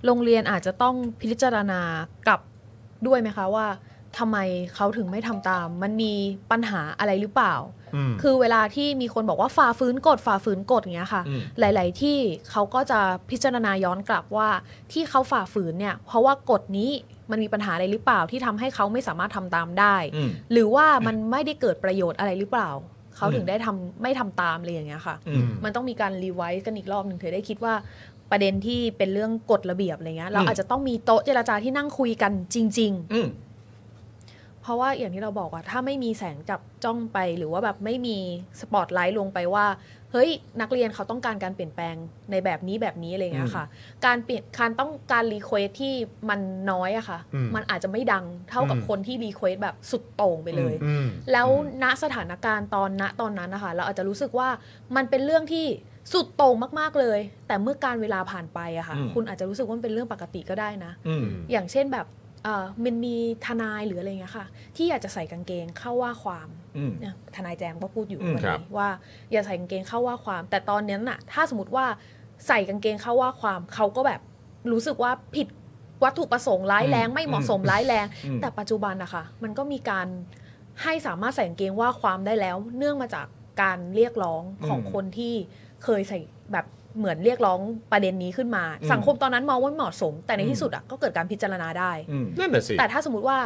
G: โรงเรียนอาจจะต้องพิจารณากับด้วยไหมคะว่าทำไมเขาถึงไม่ทำตาม มันมีปัญหาอะไรหรือเปล่า คือเวลาที่มีคนบอกว่าฝ่าฝืนกฎฝ่าฝืนกฎอย่างเงี้ยค่ะ
E: อืม
G: หลาย ๆ ที่เขาก็จะพิจารณาย้อนกลับว่าที่เขาฝ่าฝืนเนี่ย เพราะว่ากฎนี้มันมีปัญหาอะไรหรือเปล่าที่ทำให้เขาไม่สามารถทำตามได้
E: อืม
G: หรือว่ามันไม่ได้เกิดประโยชน์อะไรหรือเปล่า เขาถึงได้ทำไม่ทำตามเลยอย่างเงี้ยค่ะ
E: อืม
G: มันต้องมีการรีไวซ์กันอีกรอบหนึ่งเธอได้คิดว่าประเด็นที่เป็นเรื่องกฎระเบียบอะไรเงี้ยเรา
E: อืม
G: อาจจะต้องมีโต๊ะเจราจาที่นั่งคุยกันจริง
E: อืม
G: ๆ เพราะว่าอย่างที่เราบอกว่าถ้าไม่มีแสงจับจ้องไปหรือว่าแบบไม่มีสปอตไลท์ลงไปว่า เฮ้ยนักเรียนเขาต้องการการเปลี่ยนแปลงในแบบนี้แบบนี้อะไรเงี้ยค่ะ การเปลี่ยนการต้องการรีเควสที่มันน้อยอะค่ะ
D: อืม
G: มันอาจจะไม่ดังเท่ากับคนที่รีเควสแบบสุดโต่งไปเลย
D: อืม
G: แล้วณสถานการณ์ตอนณตอนนั้นนะคะ เราอาจจะรู้สึกว่ามันเป็นเรื่องที่สุดโต่งมากๆเลย แต่เมื่อการเวลาผ่านไปอะค่ะ
E: อืม
G: คุณอาจจะรู้สึกว่ามันเป็นเรื่องปกติก็ได้นะ
E: อืม
G: อย่างเช่นแบบเอ่อมันมีทนายหรืออะไรเงี้ยค่ะ ที่อยากจะใส่กางเกงเข้าว่าความ
E: อืม
G: เนี่ยทนายแจมก็พูดอยู่
E: อืม
G: วัน
D: ครับ
G: นี้ว่าอย่าใส่กางเกงเข้าว่าความ แต่ตอนนั้นน่ะ ถ้าสมมติว่าใส่กางเกงเข้าว่าความเขาก็แบบรู้สึกว่าผิดวัตถุประสงค์ร้ายแรงไม่เหมาะสมร้ายแรง
E: อืม
G: แต่ปัจจุบันนะคะมันก็มีการให้สามารถใส่กางเกงว่าความได้แล้ว เนื่องมาจากการเรียกร้องของ
E: อืม
G: คนที่เคยใส่แบบเหมือนเรียกร้องประเด็นนี้ขึ้นมา
E: อืม
G: สังคมตอนนั้นมองว่าไม่เหมาะสม แต่ใน
E: อืม
G: ที่สุดอ่ะก็เกิดการพิจารณาได้
E: อืม
D: นั่นน่ะสิ
G: แต่ถ้าสมมติว่า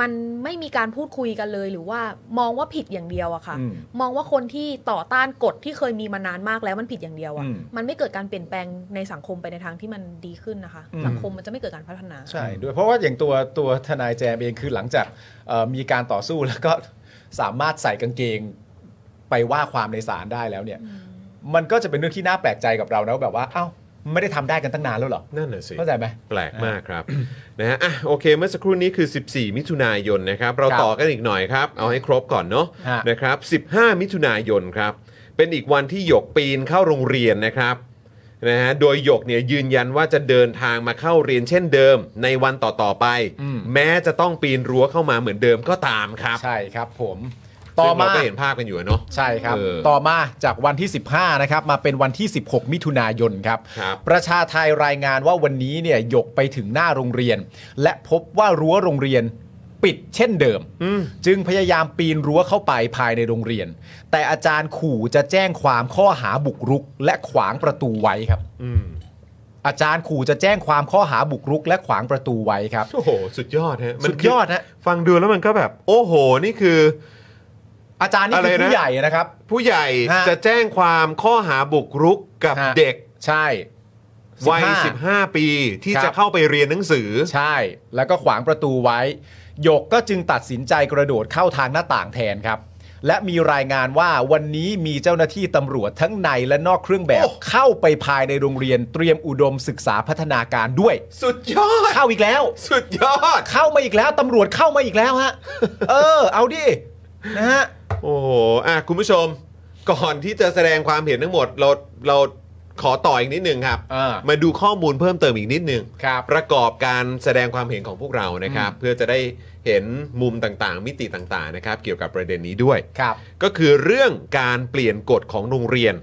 G: มันไม่มีการพูดคุยกันเลยหรือว่ามองว่าผิดอย่างเดียวอะค่ะ
E: อืม
G: มองว่าคนที่ต่อต้านกฎที่เคยมีมานานมากแล้วมันผิดอย่างเดียวอะ
E: อืม
G: มันไม่เกิดการเปลี่ยนแปลงในสังคมไปในทางที่มันดีขึ้นนะคะ สังคมมันจะไม่เกิดการพัฒนา
E: ใช่ด้วยเพราะว่าอย่างตัวตัวทนายแจมเองคือหลังจากเอ่อมีการต่อสู้แล้วก็สามารถใส่กางเกงไปว่าความในศาลได้แล้วเนี่ย มันก็จะเป็นเรื่องที่น่าแปลกใจกับเรานะว่าแบบว่าเอ้าไม่ได้ทำได้กันตั้งนานแล้วเหรอ
D: นั่นน่ะสิ
E: เข้าใจไหม
D: แปลกมากครับ นะฮะอ่ะโอเคเมื่อสักครู่นี้คือ 14 มิถุนายนนะครับ เรา
E: ครับ
D: ต่อกันอีกหน่อยครับ เอาให้ครบก่อนเนาะ
E: ฮะ
D: นะครับ 15 มิถุนายนครับ เป็นอีกวันที่หยกปีนเข้าโรงเรียนนะครับนะฮะโดยหยกเนี่ยยืนยันว่าจะเดินทางมาเข้าเรียนเช่นเดิม ในวันต่อๆไป แม้จะต้องปีนรั้วเข้ามาเหมือนเดิมก็ตามครับ
E: ใช่ครับผม
D: ซึ่
E: ต่
D: ง
E: อ
D: เรา
E: มา
D: ก็เห็นภาพกันอยู่อะเนาะ
E: ใช่ครับ
D: เออ
E: ต่อมาจากวันที่ 15 นะครับ มาเป็นวันที่ 16 มิถุนายนครับ
D: ครับ
E: ประชาไทยรายงานว่าวันนี้เนี่ยหยกไปถึงหน้าโรงเรียน และพบว่ารั้วโรงเรียนปิดเช่นเดิม จึงพยายามปีนรั้วเข้าไปภายในโรงเรียน แต่อาจารย์ขู่จะแจ้งความข้อหาบุกรุก และขวางประตูไว้ครับ
D: อืม
E: อาจารย์ขู่จะแจ้งความข้อหาบุกรุก และขวางประตูไว้ครับ
D: โอ้โห สุดยอดฮะมัน
E: สุดยอดฮะ
D: ฟังดูแล้วมันก็แบบ โอ้โห นี่คือ
E: อาจารย์นี่คื
D: อะไร
E: อ
D: นะ
E: ผู้ใหญ่นะครับ
D: ผู้ใหญ่
E: ฮะ
D: จะแจ้งความข้อหาบุกรุกกับ
E: ฮะ
D: เด็ก
E: ใช่
D: วัย
E: 15
D: 15 ปีที่
E: ครับ
D: จะเข้าไปเรียนหนังสือ
E: ใช่ แล้วก็ขวางประตูไว้ หยกก็จึงตัดสินใจกระโดดเข้าทางหน้าต่างแทนครับ และมีรายงานว่าวันนี้มีเจ้าหน้าที่ตำรวจทั้งในและนอกเครื่องแบบ
D: โอ้
E: เข้าไปภายในโรงเรียนเตรียมอุดมศึกษาพัฒนาการด้วย
D: สุดยอด
E: เข้าอีกแล้ว
D: สุดยอด
E: เข้ามาอีกแล้วตำรวจเข้ามาอีกแล้วฮะ เออ เอาดิ นะฮะ
D: โอ้โหอ่ะคุณผู้ชม ก่อนที่จะแสดงความเห็นทั้งหมด เราเราขอต่ออีกนิดนึงครับ
E: อ่า
D: มาดูข้อมูลเพิ่มเติมอีกนิดนึง
E: ครับ
D: ประกอบการแสดงความเห็นของพวกเรานะครับ เพื่อจะได้เห็นมุมต่างๆ มิติต่างๆนะครับ เกี่ยวกับประเด็นนี้ด้วย
E: ครับ
D: ก็คือเรื่องการเปลี่ยนกฎของโรงเรียน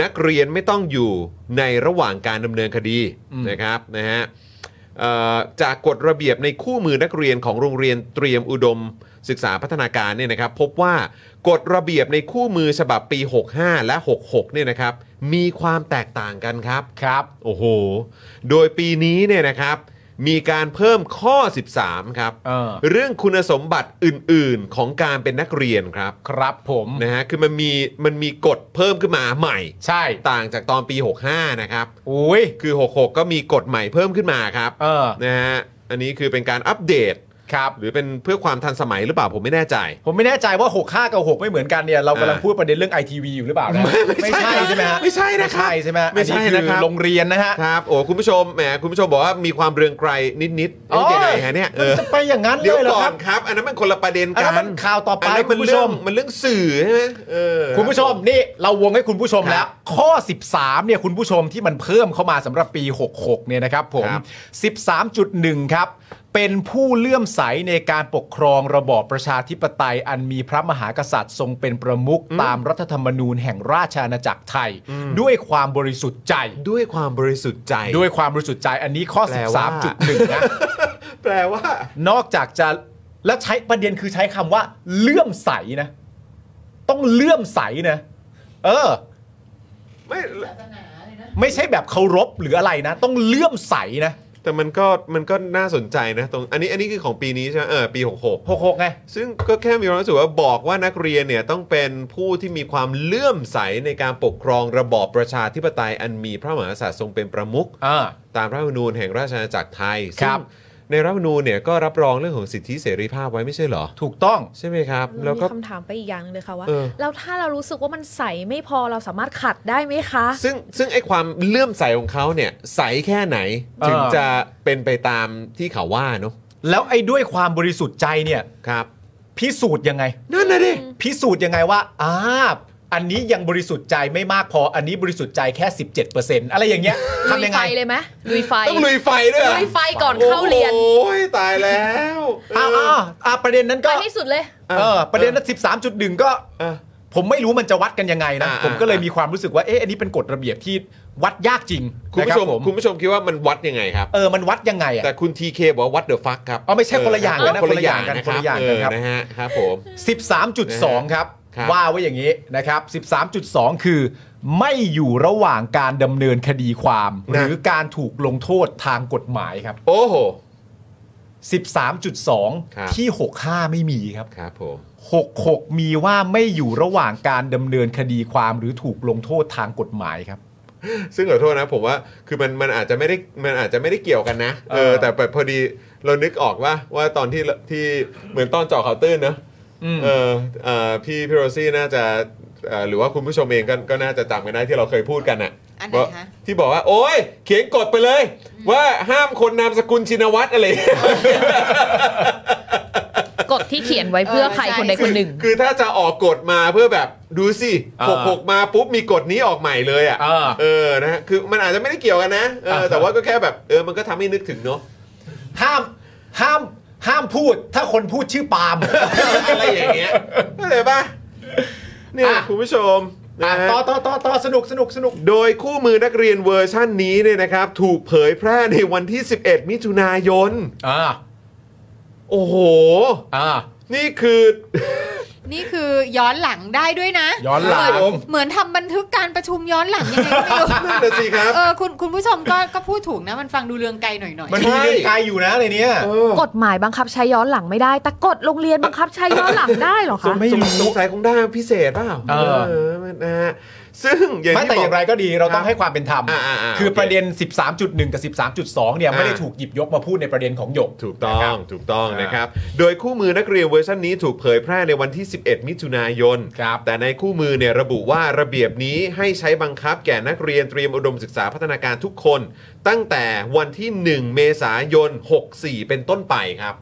D: นักเรียนไม่ต้องอยู่ในระหว่างการดำเนินคดีนะครับนะฮะเอ่อจากกฎระเบียบในคู่มือนักเรียนของโรงเรียนเตรียมอุดมศึกษาพัฒนาการเนี่ยนะครับ พบว่ากฎระเบียบในคู่มือฉบับปี 65 และ 66เนี่ยนะครับ มีความแตกต่างกันครับ
E: ครับ
D: โอ้โห โดยปีนี้เนี่ยนะครับ มีการเพิ่มข้อ 13 ครับ
E: เออ
D: องคุณสมบัติอื่นๆ ของการเป็นนักเรียนครับ
E: ครับผม
D: นะฮะ คือมันมี มันมีกฎเพิ่มขึ้นมาใหม่
E: ใช่
D: ต่างจากตอนปี 65 นะครับ
E: อุ้ย
D: คือ 66 ก็มีกฎใหม่เพิ่มขึ้นมาครับ
E: เออ
D: นะฮะ อันนี้คือเป็นการอัปเดต
E: ครับ
D: หรือเป็นเพื่อความทันสมัยหรือเปล่าผมไม่แน่ใจ
E: ผมไม่แน่ใจว่า 6 5 กับ 6 ไม่เหมือนกันเนี่ยเรากำลัง
D: อ่า
E: พูดประเด็นเรื่องไอทีวีอยู่หรือเปล่านะ
D: ไม่ไม่ใช่
E: ใช่ไหมฮะ
D: ไม่ใช่นะครับ
E: ไม่ใช่ใช่ไหมฮะ
D: ไม่ใช่
E: อั
D: นะครับ
E: อโรงเรียนนะฮะ
D: ครับ โอ้ คุณผู้ชม แหม คุณผู้ชมบอกว่ามีความเรืองไกรนิดๆเอ๊ะยังไงฮะเนี่ยเอ
E: มัน
D: อ
E: จะไปอย่างนั้น
D: เดี๋
E: เล
D: ว
E: ย
D: ย
E: เหร
D: ก่
E: อ
D: อ
E: ครั
D: น
E: บ
D: ครับ อันนั้นมันคนละประเด็น
E: อัน
D: กั
E: นั้น นมันข่าวต่อไป
D: นนั้นมัน
E: คุณผู้ช
D: เรื่อ
E: ม
D: งมันเรื่องสื่อใช่ไหมเออ
E: คุณผู้ชมนี่เราวงให้คุณผู้ชม
D: ครับ
E: แล้ว ข้อ 13เนี่ยคุณผู้ชมที่มันเพิ่มเข้ามาสำหรับปี 66เนี่ยนะครับผม
D: ครับ
E: 13.1 ครับ เป็นผู้เลื่อมใสในการปกครองระบอบประชาธิปไตย อันมีพระมหากษัตริย์ทรงเป็นประมุขตามรัฐธรรมนูญแห่งราชอาณาจักรไทย ด้วยความบริสุทธิ์ใจ
D: ด้วยความบริสุทธิ์ใจ
E: ด้วยความบริสุทธิ์ใจอันนี้ข้อ
D: แปลว่า
E: 13.1 นะ
D: แปลว่า
E: นอกจากจะและใช้ประเด็นคือใช้คำว่าเลื่อมใสนะ ต้องเลื่อมใสนะ เออ
D: ไม่
E: ไม่ใช่แบบเคารพหรืออะไรนะ ต้องเลื่อมใสนะ
D: แต่มันก็มันก็น่าสนใจนะตรงอันนี้อันนี้คือของปีนี้ใช่ไหมเออปี
E: หกหกไง
D: 66 ซึ่งก็แค่มีความรู้สึกว่าบอกว่านักเรียนเนี่ยต้องเป็นผู้ที่มีความเลื่อมใสในการปกครองระบอบประชาธิปไตยอันมีพระมหากษัตริย์ทรงเป็นประมุข
E: อ่า
D: ตามรัฐธรรมนูญแห่งราชอาณาจักรไทย
E: ค
D: ซึ่
E: รั
D: ง
E: บ
D: ในรัฐธรรมนูญเนี่ยก็รับรองเรื่องของสิทธิเสรีภาพไว้ไม่ใช่เหรอ
E: ถูกต้อง
D: ใช่ไหมครับ
G: แล้
D: แล้ว ว
G: มี
D: ก็
G: คำถามไปอีกอย่างหนึงเลยค่ะว่า
D: เออ
G: แล้วถ้าเรารู้สึกว่ามันใสไม่พอเราสามารถขัดได้ไหมคะ
D: ซึ่งซึ่งไอ้ความเลื่อมใสของเขาเนี่ยใสแค่ไหน ถึง
E: เออ
D: จะเป็นไปตามที่เขาว่าเนอะ
E: แล้วไอ้ด้วยความบริสุทธิ์ใจเนี่ย
D: ครับ
E: พิสูจน์ยังไง
D: นั่นน่ะดิ
E: พิสูจน์ยังไงว่าอ่าอันนี้ยังบริสุทธิ์ใจไม่มากพอ อันนี้บริสุทธิ์ใจแค่ 17%อะไรอย่างเงี้ย
G: ลุย
E: ทำยัง
G: ไฟ
E: ไง
G: เลยไหมลุยไฟ
D: ต้องลุยไฟด้วยเหรอ
G: ลุยไฟก่อนเข้าเรียน
D: โอ้ยตายแล้ว เ
E: อ่าอ่าอ่าประเด็นนั้น
G: ไป
E: ก็
G: ให้สุดเลย
D: อ่ะ
E: เออ ประเด็นนั้นสิบสามจุดหนึ่งก็
D: อ่ะ
E: ผมไม่รู้มันจะวัดกันยังไงนะ
D: อ่ะ
E: ผมก็เลย
D: อ่ะ
E: มีความรู้สึกว่า เอ๊ะ อันนี้เป็นกฎระเบียบที่วัดยากจริง
D: คุณผู้ชม
E: นะรับผ
D: คุณผู้ชมคิดว่ามันวัดยังไงครับ
E: เออ มันวัดยังไงอ่ะ
D: แต่คุณทีเคบอกว่าวัดเดอะฟักครับ
E: เอาไม่ใช่คนละอย่างกันนะ
D: เคนละอย่าง
E: คนละอย่างกัน
D: นะครับเออน
E: คนละอย่างกัครับ
D: นะฮะครับผม
E: 13.2 ครับ
D: ครับ
E: ว่าไว้อย่างนี้นะครับ 13.2 คือ ไม่อยู่ระหว่างการดำเนินคดีความ หรือการถูกลงโทษทางกฎหมายครับ
D: โอ้โห ครับ
E: 13.2 ที่ 65 ไม่มีครับ
D: ครับผม
E: 66 มีว่าไม่อยู่ระหว่างการดำเนินคดีความหรือถูกลงโทษทางกฎหมายครับ
D: ซึ่งขอโทษนะผมว่าคือมันมันอาจจะไม่ได้มันอาจจะไม่ได้เกี่ยวกันนะเอ
E: เอ
D: อ
E: อ
D: แต่แบบพอดีเรานึกออกว่าว่าตอนที่ที่เหมือนตอนเจาะข่าวตื้นเนอะเออเออพี่พี่โรซี่น่าจะเอ่อหรือว่าคุณผู้ชมเองก็ก็น่าจะจำกันได้ที่เราเคยพูดกันน่ะ
F: อันไหน
D: ว่า
F: คะ
D: ที่บอกว่าโอ๊ยเขียนกฎไปเลย ว่าห้ามคนนามสกุลชินวัตรอะไร
G: กฎที่เขียนไว้เพื่อใครคนใดคนหนึ่ง
D: คือถ้าจะออกกฎมาเพื่อแบบดูสิ
E: อ่า
D: หกหกมาปุ๊บมีกฎนี้ออกใหม่เลยอ่ะ
E: อ่า
D: เออนะฮะคือมันอาจจะไม่ได้เกี่ยวกันนะเอออา แต่ว่าก็แค่แบบเออมันก็ทำให้นึกถึงเนาะ
E: ห้ามห้ามห้ามพูดถ้าคนพูดชื่อปาล์ม
D: อะไรอย่างเงี้ยเข้าใจป่ะเนี่ย
E: อ่ะ
D: คุณผู้ชมนะ
E: อ่ะ
D: ฮะ
E: ต่อต่อต่อต่อสนุกสนุกสนุก
D: โดยคู่มือนักเรียนเวอร์ชั่นนี้เนี่ยนะครับ ถูกเผยแพร่ในวันที่ 11 มิถุนายน
E: อ่า
D: โอ้โห
E: อ่า
D: นี่คือ
F: นี่คือย้อนหลังได้ด้วยนะ
E: ย้อนหลัง
F: เมืเหมือนทำบันทึกการประชุมย้อนหลังยังไงก็ไม่รู้
D: นั่นน่ะสิครับ
F: เออคุณคุณผู้ชมก็ก็พูดถูกนะ มันฟังดูเรืองไกลหน่อยหน่อยๆ
E: มันมีเรื่องไกลอยู่นะในเนี้ย
G: กฎหมายบังคับใช้ย้อนหลังไม่ได้ แต่กฎโรงเรียนบังคับใช้ย้อนหลังได้เหรอคะ
D: สงสงสัยคงได้พิเศษเปล่า
E: เออ
D: นะฮะซึ่งอย่าง
E: ไม่
D: ที่
E: แต่
D: บ
E: อ
D: อก
E: ย่างไรก็ดีเราต้
D: ครั
E: อง
D: บ
E: ให้ความเป็นธรรม
D: อ่าๆๆ
E: คือ
D: โอเค
E: ประเด็น 13.1 กับ 13.2 เนี่ย
D: อ่า
E: ไม่ได้ถูกหยิบยกมาพูดในประเด็นของหยก
D: ถูกต้อง ถูกต้อง
E: อ่าน
D: นะครับ โดยคู่มือนักเรียนเวอร์ชันนี้ถูกเผยแพร่ในวันที่ 11 มิถุนายน
E: ครับ
D: แต่ในคู่มือเนี่ยระบุว่าระเบียบนี้ให้ใช้บังคับแก่นักเรียนเตรียมอุดมศึกษาพัฒนาการทุกคน ตั้งแต่วันที่ 1 เมษายน 64 เป็นต้นไปครับ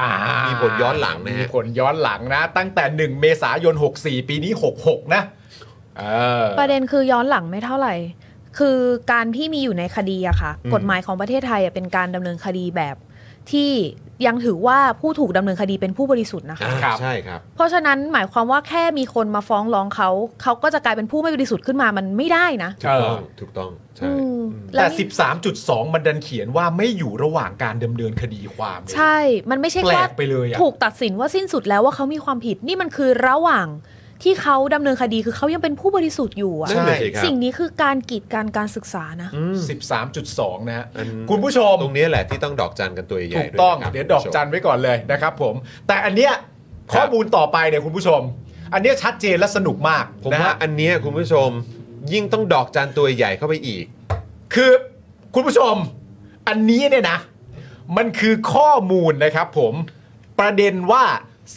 E: อ่า
D: มีผลย้อนหลังนะฮะ
E: มีผลย้อนหลังนะ ตั้งแต่ 1 เมษายน 64 ปีนี้ 66 นะเออ
G: ประเด็นคือย้อนหลังไม่เท่าไหร่ คือการที่มีอยู่ในคดีอะค่ะ กฎหมายของประเทศไทยอะเป็นการดำเนินคดีแบบ ที่ยังถือว่าผู้ถูกดำเนินคดีเป็นผู้บริสุทธิ์นะคะ
D: อ่า
E: ครับ
D: ใช่ครับ
G: เพราะฉะนั้นหมายความว่าแค่มีคนมาฟ้องร้องเขา เขาก็จะกลายเป็นผู้ไม่บริสุทธิ์ขึ้นมามันไม่ได้นะ
D: ถูกต้อง ถูกต้อง ใช่
G: อืม
E: แต่
G: นี่
E: 13.2 มันดันเขียนว่าไม่อยู่ระหว่างการดำเนินคดีความเลย
G: ใช่ มันไม่ใช่
E: แปลก
G: ว่า
E: ไปเลยอะ
G: ถูกตัดสินว่าสิ้นสุดแล้วว่าเขามีความผิดนี่มันคือระหว่างที่เขาดำเนินคดีคือเขายังเป็นผู้บริสุทธิ์อยู่อะ
D: ใช่สิครับ
G: สิ่งนี้คือการกีดการการศึกษานะ
E: 13.2 นะฮะ
D: อัน
E: คุณผู้ชม
D: ตรงนี้แหละ ที่ต้องดอกจันกันตัวใหญ่ๆ
E: ถูกต้อง
D: นะครับ
E: เดี๋ยวดอกจันไว้ก่อนเลยนะครับผม แต่อันเนี้ย
D: ครับ
E: ข้อมูลต่อไปเนี่ยคุณผู้ชม อันเนี้ยชัดเจนและสนุกมาก
D: ผม
E: นะ
D: ว่า
E: ฮะ
D: อันเนี้ยคุณผู้ชมยิ่งต้องดอกจันตัวใหญ่เข้าไปอีก
E: คือคุณผู้ชม อันนี้เนี่ยนะ มันคือข้อมูลนะครับผมประเด็นว่า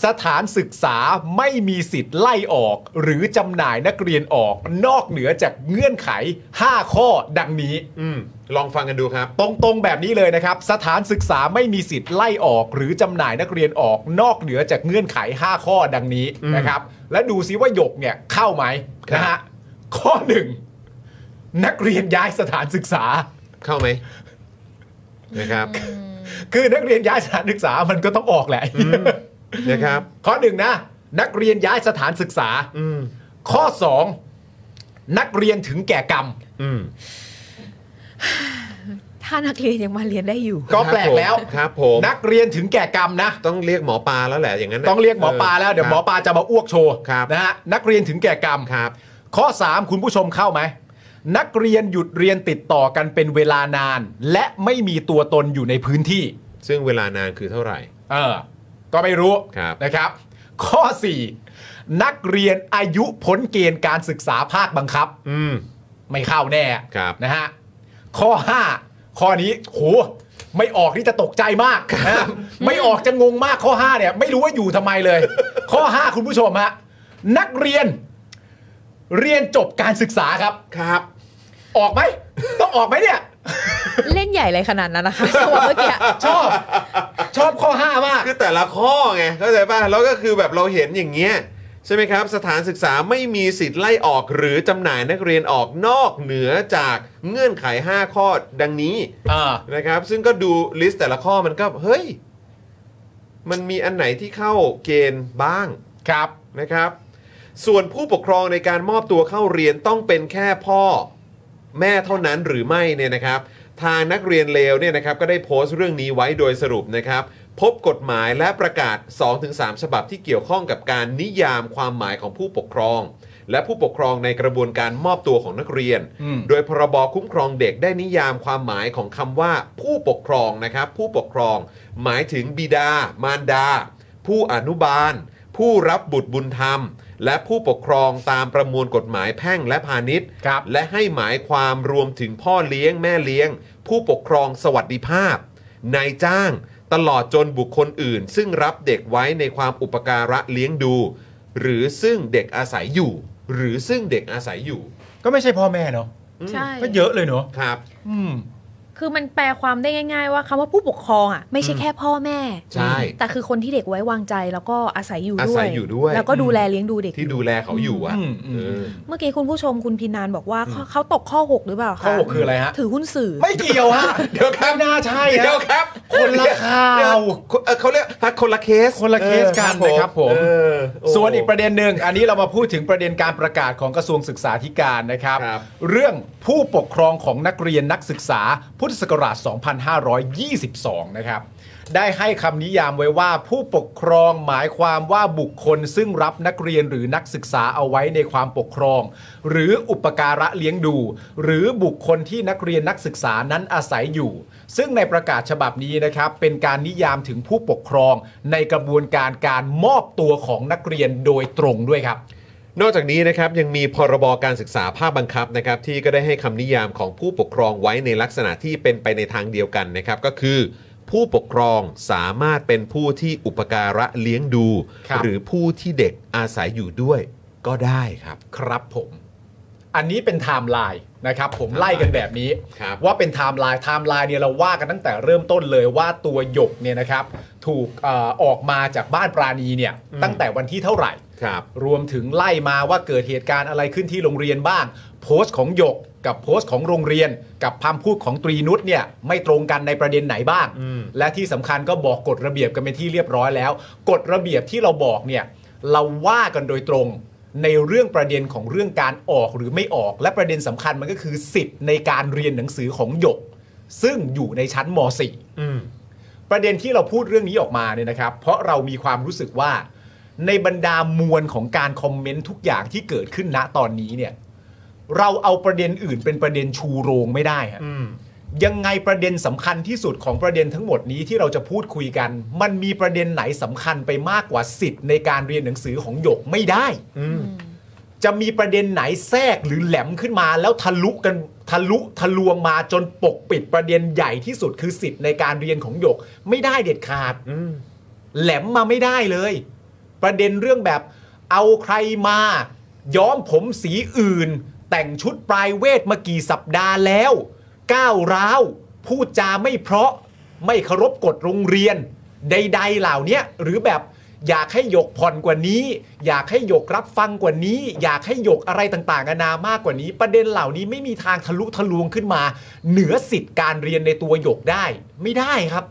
E: สถานศึกษาไม่มีสิทธิ์ไล่ออก หรือจำหน่ายนักเรียนออก นอกเหนือจากเงื่อนไข 5 ข้อดังนี้
D: อืมลองฟังกันดูครับ
E: ตรงๆ แบบนี้เลยนะครับ สถานศึกษาไม่มีสิทธิ์ไล่ออก หรือจำหน่ายนักเรียนออก นอกเหนือจากเงื่อนไข 5 ข้อดังนี้นะครับ และดูซิว่าหยกเนี่ยเข้าไหม
D: ครับ
E: นะฮะข้อหนึ่งนักเรียนย้ายสถานศึกษา
D: เข้าไหมนะครับ
E: คือนักเรียนย้ายสถานศึกษามันก็ต้องออกแหละ
D: นะครับ
E: ข้อหนึ่งนะ นักเรียนย้ายสถานศึกษา
D: อืม
E: ข้อสองนักเรียนถึงแก่กรรม
D: อืม
G: ถ้านักเรียนยังมาเรียนได้อยู่
E: ก็แปลกแล้ว
D: ครับผม
E: นักเรียนถึงแก่กรรมนะ
D: ต้องเรียกหมอปลาแล้วแหละอย่างนั้นน่ะ
E: ต้องเรียกหมอปลาแล้วเดี๋ยวหมอ
D: ครับ
E: ปลาจะมาอ้วกโชว์
D: ครับ
E: นะฮะนักเรียนถึงแก่กรรม
D: ครับ
E: ข้อ 3 คุณผู้ชมเข้าไหม นักเรียนหยุดเรียนติดต่อกันเป็นเวลานาน และไม่มีตัวตนอยู่ในพื้นที่
D: ซึ่งเวลานานคือเท่าไหร่
E: เออ ก็ไม่รู้
D: ครับ
E: นะครับ ข้อ 4 นักเรียนอายุพ้นเกณฑ์การศึกษาภาคบังคับ
D: อืม
E: ไม่เข้าแน่
D: ครับ
E: นะฮะข้อ 5 ข้อนี้โหไม่ออกนี่จะตกใจมากนะไม่ออกจะงงมากข้อ 5 เนี่ย ไม่รู้ว่าอยู่ทำไม เลย ข้อ 5 คุณผู้ชมฮะนักเรียน เรียนจบการศึกษาครับ
D: ครับ
E: ออกไหม ต้องออกไหมเนี่ย
G: เล่นใหญ่อะไรขนาดนั้นนะคะส ำหรับเมื่อกี้
E: ช อบ ชอบข้อ 5 มาก
D: คือแต่ละข้อไงเข้าใจป่ะแล้วก็คือแบบเราเห็นอย่างเงี้ยใช่ไหมครับ สถานศึกษาไม่มีสิทธิ์ไล่ออกหรือจำหน่ายนักเรียนออกนอกเหนือจากเงื่อนไข 5 ข้อดังนี้
E: อ่า
D: นะครับ ซึ่งก็ดูลิสต์แต่ละข้อมันก็เฮ้ย มันมีอันไหนที่เข้าเกณฑ์บ้าง
E: ครับ
D: นะครับ ส่วนผู้ปกครองในการมอบตัวเข้าเรียนต้องเป็นแค่พ่อแม่เท่านั้นหรือไม่เนี่ยนะครับ ทางนักเรียนเลวเนี่ยนะครับก็ได้โพสต์เรื่องนี้ไว้โดยสรุปนะครับ พบกฎหมายและประกาศ 2-3 ฉบับที่เกี่ยวข้องกับการนิยามความหมายของผู้ปกครอง และผู้ปกครองในกระบวนการมอบตัวของนักเรียน โดยพรบคุ้มครองเด็กได้นิยามความหมายของคำว่า ผู้ปกครองนะครับผู้ปกครอง หมายถึงบิดา มารดา ผู้อนุบาล ผู้รับบุตรบุญธรรม และผู้ปกครองตามประมวลกฎหมายแพ่งและพาณิชย์
E: ครับ
D: และให้หมายความรวมถึงพ่อเลี้ยงแม่เลี้ยง ผู้ปกครองสวัสดิภาพนายจ้าง ตลอดจนบุคคลอื่น ซึ่งรับเด็กไว้ในความอุปการะเลี้ยงดู หรือซึ่งเด็กอาศัยอยู่ หรือซึ่งเด็กอาศัยอยู่
E: ก็ไม่ใช่พ่อแม่เนาะ
G: ใช่
E: ก็เยอะเลยเนาะ
D: ครับ
E: อืม
G: คือมันแปลความได้ง่าย ๆ ว่าคำว่าผู้ปกครองอ่ะไม่ใช่แค่พ่อแม่
D: ใช่
G: แต่คือคนที่เด็กไว้วางใจแล้วก็อาศัยอยู่
D: อาศัยอยู่ด้วย
G: แล้วก็ดูแลเลี้ยงดูเด็ก
D: ที่ดูแลเขาอยู่อ่ะ
E: อืมอืม
D: เออ
G: เมื่อกี้คุณผู้ชมคุณพินานบอกว่าเขาเขาตกข้อ 6 หรือเปล่าคะ
E: ข้อหกคืออะไรฮะ
G: ถือหุ้นสื่อ
E: ไม่เกี่ยวฮะ
D: เดี๋ยวครับ
E: ไม่น่าใช่ฮะ
D: เดี๋ยวครับ
E: คนละข่าว
D: เดี๋ยเอ่อเขาเรียกคนละเคส
E: คนละเคสกัน
D: เออ
E: นะครับผม
D: เออโ
E: ส่วนอีกประเด็นหนึ่งอันนี้เรามาพูดถึงประเด็นการประกาศของกระทรวงศึกษาธิการนะครับ
D: ครับ
E: เรื่องผู้ปกครองของนักเรียนนักศึกษาพุทธศักราช 2522 นะครับ ได้ให้คำนิยามไว้ว่าผู้ปกครองหมายความว่าบุคคลซึ่งรับนักเรียนหรือนักศึกษาเอาไว้ในความปกครอง หรืออุปการะเลี้ยงดู หรือบุคคลที่นักเรียนนักศึกษานั้นอาศัยอยู่ ซึ่งในประกาศฉบับนี้นะครับ เป็นการนิยามถึงผู้ปกครองในกระบวนการการมอบตัวของนักเรียนโดยตรงด้วยครับ
D: นอกจากนี้นะครับยังมีพรบการศึกษาภาคบังคับนะครับที่ก็ได้ให้คำนิยามของผู้ปกครองไว้ในลักษณะที่เป็นไปในทางเดียวกันนะครับก็คือ ผู้ปกครองสามารถเป็นผู้ที่อุปการะเลี้ยงดู
E: ครับ
D: หรือผู้ที่เด็กอาศัยอยู่ด้วยก็ได้ครับ
E: ครับผม อันนี้เป็นไทม์ไลน์นะครับผมไล่กันแบบนี้
D: ครับ
E: ว่าเป็นไทม์ไลน์ไทม์ไลน์เนี่ยเราว่ากันตั้งแต่เริ่มต้นเลยว่าตัวหยกเนี่ยนะครับ ถูกเออออกมาจากบ้านปราณีเนี่ย ตั้งแต่วันที่เท่าไหร่
D: ครับ
E: รวมถึงไล่มาว่าเกิดเหตุการณ์อะไรขึ้นที่โรงเรียนบ้าง โพสต์ของหยก กับโพสต์ของโรงเรียน กับคำพูดของตรีนุชเนี่ยไม่ตรงกันในประเด็นไหนบ้าง และที่สำคัญก็บอกกฎระเบียบกันเป็นที่เรียบร้อยแล้วกฎระเบียบที่เราบอกเนี่ยเราว่ากันโดยตรง ในเรื่องประเด็นของเรื่องการออกหรือไม่ออก และประเด็นสำคัญมันก็คือสิทธิ์ในการเรียนหนังสือของหยก ซึ่งอยู่ในชั้นม .4
D: อืม
E: ประเด็นที่เราพูดเรื่องนี้ออกมาเนี่ยนะครับ เพราะเรามีความรู้สึกว่า ในบรรดามวลของการคอมเมนต์ทุกอย่างที่เกิดขึ้นณตอนนี้เนี่ย เราเอาประเด็นอื่นเป็นประเด็นชูโรงไม่ได้ฮะ
D: อืม
E: ยังไงประเด็นสำคัญที่สุดของประเด็นทั้งหมดนี้ที่เราจะพูดคุยกัน มันมีประเด็นไหนสำคัญไปมากกว่าสิทธิ์ในการเรียนหนังสือของหยกไม่ได้
D: อืม
E: จะมีประเด็นไหนแทรกหรือแหลมขึ้นมา แล้วทะลุกันทะลุทะลวงมาจนปกปิดประเด็นใหญ่ที่สุดคือสิทธิ์ในการเรียนของหยก ไม่ได้เด็ดขาด
D: อืม
E: แหลมมาไม่ได้เลย ประเด็นเรื่องแบบเอาใครมา ย้อมผมสีอื่น แต่งชุดปลายเวทมากี่สัปดาห์แล้วก้าวร้าวพูดจาไม่เพราะไม่เคารพกฎโรงเรียน ใด ๆ เหล่าเนี้ยหรือแบบอยากให้หยกผ่อนกว่านี้ อยากให้หยกรับฟังกว่านี้ อยากให้หยกอะไรต่างๆนานามากกว่านี้ ประเด็นเหล่านี้ไม่มีทางทะลุทะลวงขึ้นมา เหนือสิทธิ์การเรียนในตัวหยกได้ ไม่ได้ครับ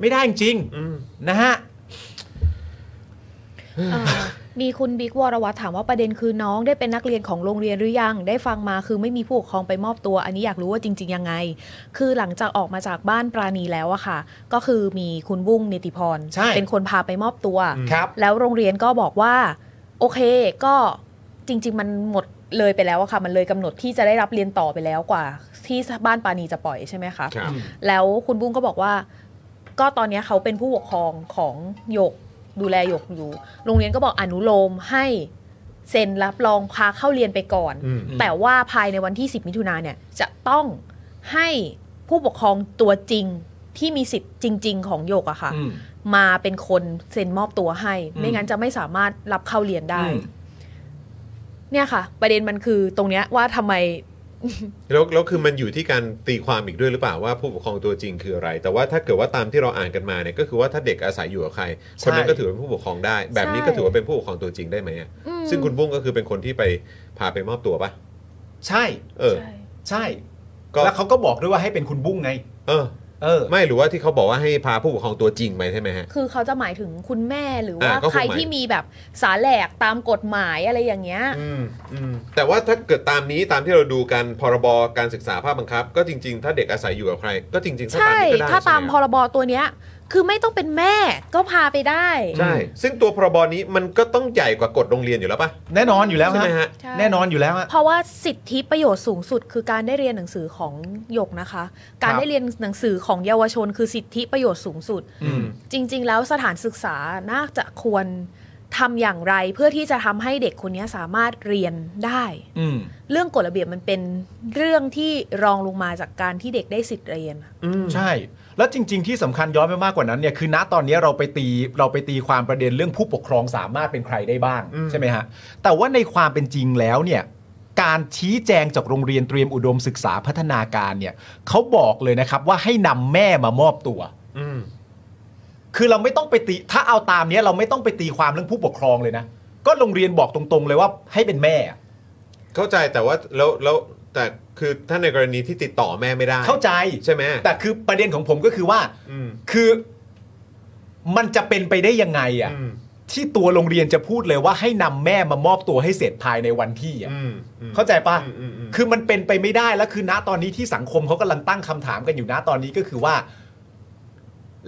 E: ไม่ได้จริงๆ
D: อืม
E: นะฮะ
G: เอ่อมีคุณบิ๊กวรวัตรถามว่าประเด็นคือน้องได้เป็นนักเรียนของโรงเรียนหรือยัง ได้ฟังมาคือไม่มีผู้ปกครองไปมอบตัว อันนี้อยากรู้ว่าจริง ๆ ยังไง คือหลังจากออกมาจากบ้านปราณีแล้วอะค่ะ ก็คือมีคุณบุ้งนิติพร
E: ใช่
G: เป็นคนพาไปมอบตัว
E: ครับ
G: แล้วโรงเรียนก็บอกว่า โอเคก็จริง ๆ มันหมดเลยไปแล้วอะค่ะ มันเลยกำหนดที่จะได้รับเรียนต่อไปแล้วกว่า ที่บ้านปราณีจะปล่อยใช่ไหมคะ
D: ครับ
G: แล้วคุณบุ้งก็บอกว่า ก็ตอนเนี้ยเขาเป็นผู้ปกครองของหยกดูแลหยกอยู่ โรงเรียนก็บอกอนุโลมให้เซ็นรับรองพาเข้าเรียนไปก่อน
D: อืม
G: แต่ว่าภายในวันที่ 10 มิถุนาเนี่ยจะต้องให้ผู้ปกครองตัวจริงที่มีสิทธิ์จริง ๆ ของหยกอะค่ะ มาเป็นคนเซ็นมอบตัวให้ ไม่งั้นจะไม่สามารถรับเข้าเรียนได้
E: อืม
G: เนี่ยค่ะ ประเด็นมันคือตรงเนี้ยว่าทำไม
D: แล้วแล้วคือมันอยู่ที่การตีความอีกด้วยหรือเปล่าว่าผู้ปกครองตัวจริงคืออะไร แต่ว่าถ้าเกิดว่าตามที่เราอ่านกันมาเนี่ยก็คือว่าถ้าเด็กอาศัยอยู่กับใคร คนนั้น
E: ใช่
D: ก็ถือเป็นผู้ปกครองได้ แบบนี้
G: ใช่
D: ก็ถือว่าเป็นผู้ปกครองตัวจริงได้ไหมอะ
G: อืม
D: ซึ่งคุณบุ้งก็คือเป็นคนที่ไปพาไปมอบตัวปะ
E: ใช่
D: เออ
G: ใช่
E: ใช่
D: ก็
E: แล้วเขาก็บอกด้วยว่าให้เป็นคุณบุ้งไง
D: เออ
E: เออ
D: ไม่หรือว่าที่เขาบอกว่าให้พาผู้ปกครองตัวจริงไปใช่ไหมฮะ
G: คือเขาจะหมายถึงคุณแม่หรือว่า
D: อ่าก็คงหมาย
G: ใครที่มีแบบสาแหลกตามกฎหมายอะไรอย่างเงี้ย
D: อืมอืมแต่ว่าถ้าเกิดตามนี้ตามที่เราดูกันพรบการศึกษาภาคบังคับ ก็จริง ๆ ถ้าเด็กอาศัยอยู่กับใคร ก็จริงๆถ้าตา
G: ใช่
D: มนี้ก็ได้
G: ถ้าตาม
D: ใช่ไห
G: พ
D: ฮะ
G: รบตัวเนี้ย คือไม่ต้องเป็นแม่ก็พาไปได้
D: ใช่ ซึ่งตัวพรบนี้มันก็ต้องใหญ่กว่ากฎโรงเรียนอยู่แล้วป่ะ
E: แน่นอนอยู่แล้ว
D: ใช่ไหมฮะ
G: ใช่
E: แน่นอนอยู่แล้วฮะ
G: เพราะว่าสิทธิประโยชน์สูงสุดคือการได้เรียนหนังสือของหยกนะคะ การ
E: ครับ
G: ได้เรียนหนังสือของเยาวชน คือสิทธิประโยชน์สูงสุด
E: อืม
G: จริง ๆ แล้วสถานศึกษาน่าจะควรทำอย่างไรเพื่อที่จะทำให้เด็กคนนี้สามารถเรียนได้
E: อืม
G: เรื่องกฎระเบียบมันเป็นเรื่องที่รองลงมาจากการที่เด็กได้สิทธิ์เรียน
E: ใช่ แล้วจริง ๆ ที่สำคัญย้อนไปมากกว่านั้นเนี่ยคือณตอนนี้เราไปตีเราไปตีความประเด็นเรื่องผู้ปกครองสามารถเป็นใครได้บ้างใช่ไหมฮะแต่ว่าในความเป็นจริงแล้วเนี่ยการชี้แจงจากโรงเรียนเตรียมอุดมศึกษาพัฒนาการเนี่ยเขาบอกเลยนะครับว่าให้นำแม่มามอบตัว คือเราไม่ต้องไปตีถ้าเอาตามเนี้ยเราไม่ต้องไปตีความเรื่องผู้ปกครองเลยนะ ก็โรงเรียนบอกตรงๆ เลยว่าให้เป็นแม่อะ
D: เข้าใจแต่ว่าแล้วแล้วแต่คือถ้าในกรณีที่ติดต่อแม่ไม่ได้
E: เข้าใจ
D: ใช่ไหม
E: แต่คือประเด็นของผมก็คือว่า
D: อืม
E: คือมันจะเป็นไปได้ยังไงอะ
D: อืม
E: ที่ตัวโรงเรียนจะพูดเลยว่าให้นำแม่มามอบตัวให้เสร็จภายในวันที่อะ
D: อืมอืม
E: เข้าใจปะ
D: อืมอืมอืม
E: คือมันเป็นไปไม่ได้แล้วคือณตอนนี้ที่สังคมเขากำลังตั้งคำถามกันอยู่ณตอนนี้ก็คือว่า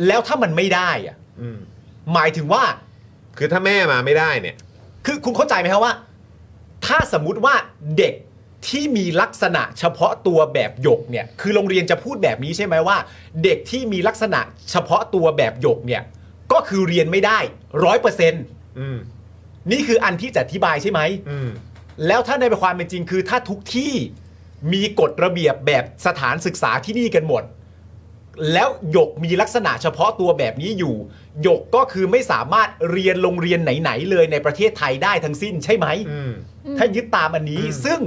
E: แล้วถ้ามันไม่ได้อะ
D: อืม
E: หมายถึงว่า
D: คือถ้าแม่มาไม่ได้เนี่ย
E: คือคุณเข้าใจไหมครับว่า ถ้าสมมุติว่าเด็กที่มีลักษณะเฉพาะตัวแบบหยกเนี่ย คือโรงเรียนจะพูดแบบนี้ใช่ไหมว่า เด็กที่มีลักษณะเฉพาะตัวแบบหยกเนี่ย ก็คือเรียนไม่ได้ร้อยเปอร์เซ็นต์
D: อืม
E: นี่คืออันที่จะอธิบายใช่ไหม
D: อืม
E: แล้วถ้าในความเป็นจริงคือถ้าทุกที่มีกฎระเบียบแบบสถานศึกษาที่นี่กันหมด แล้วหยกมีลักษณะเฉพาะตัวแบบนี้อยู่หยกก็คือไม่สามารถเรียนโรงเรียนไหนๆเลยในประเทศไทยได้ทั้งสิ้นใช่ไหม
D: อืม
E: ถ้ายึดตามอันนี้
D: อืม
E: ซึ่ง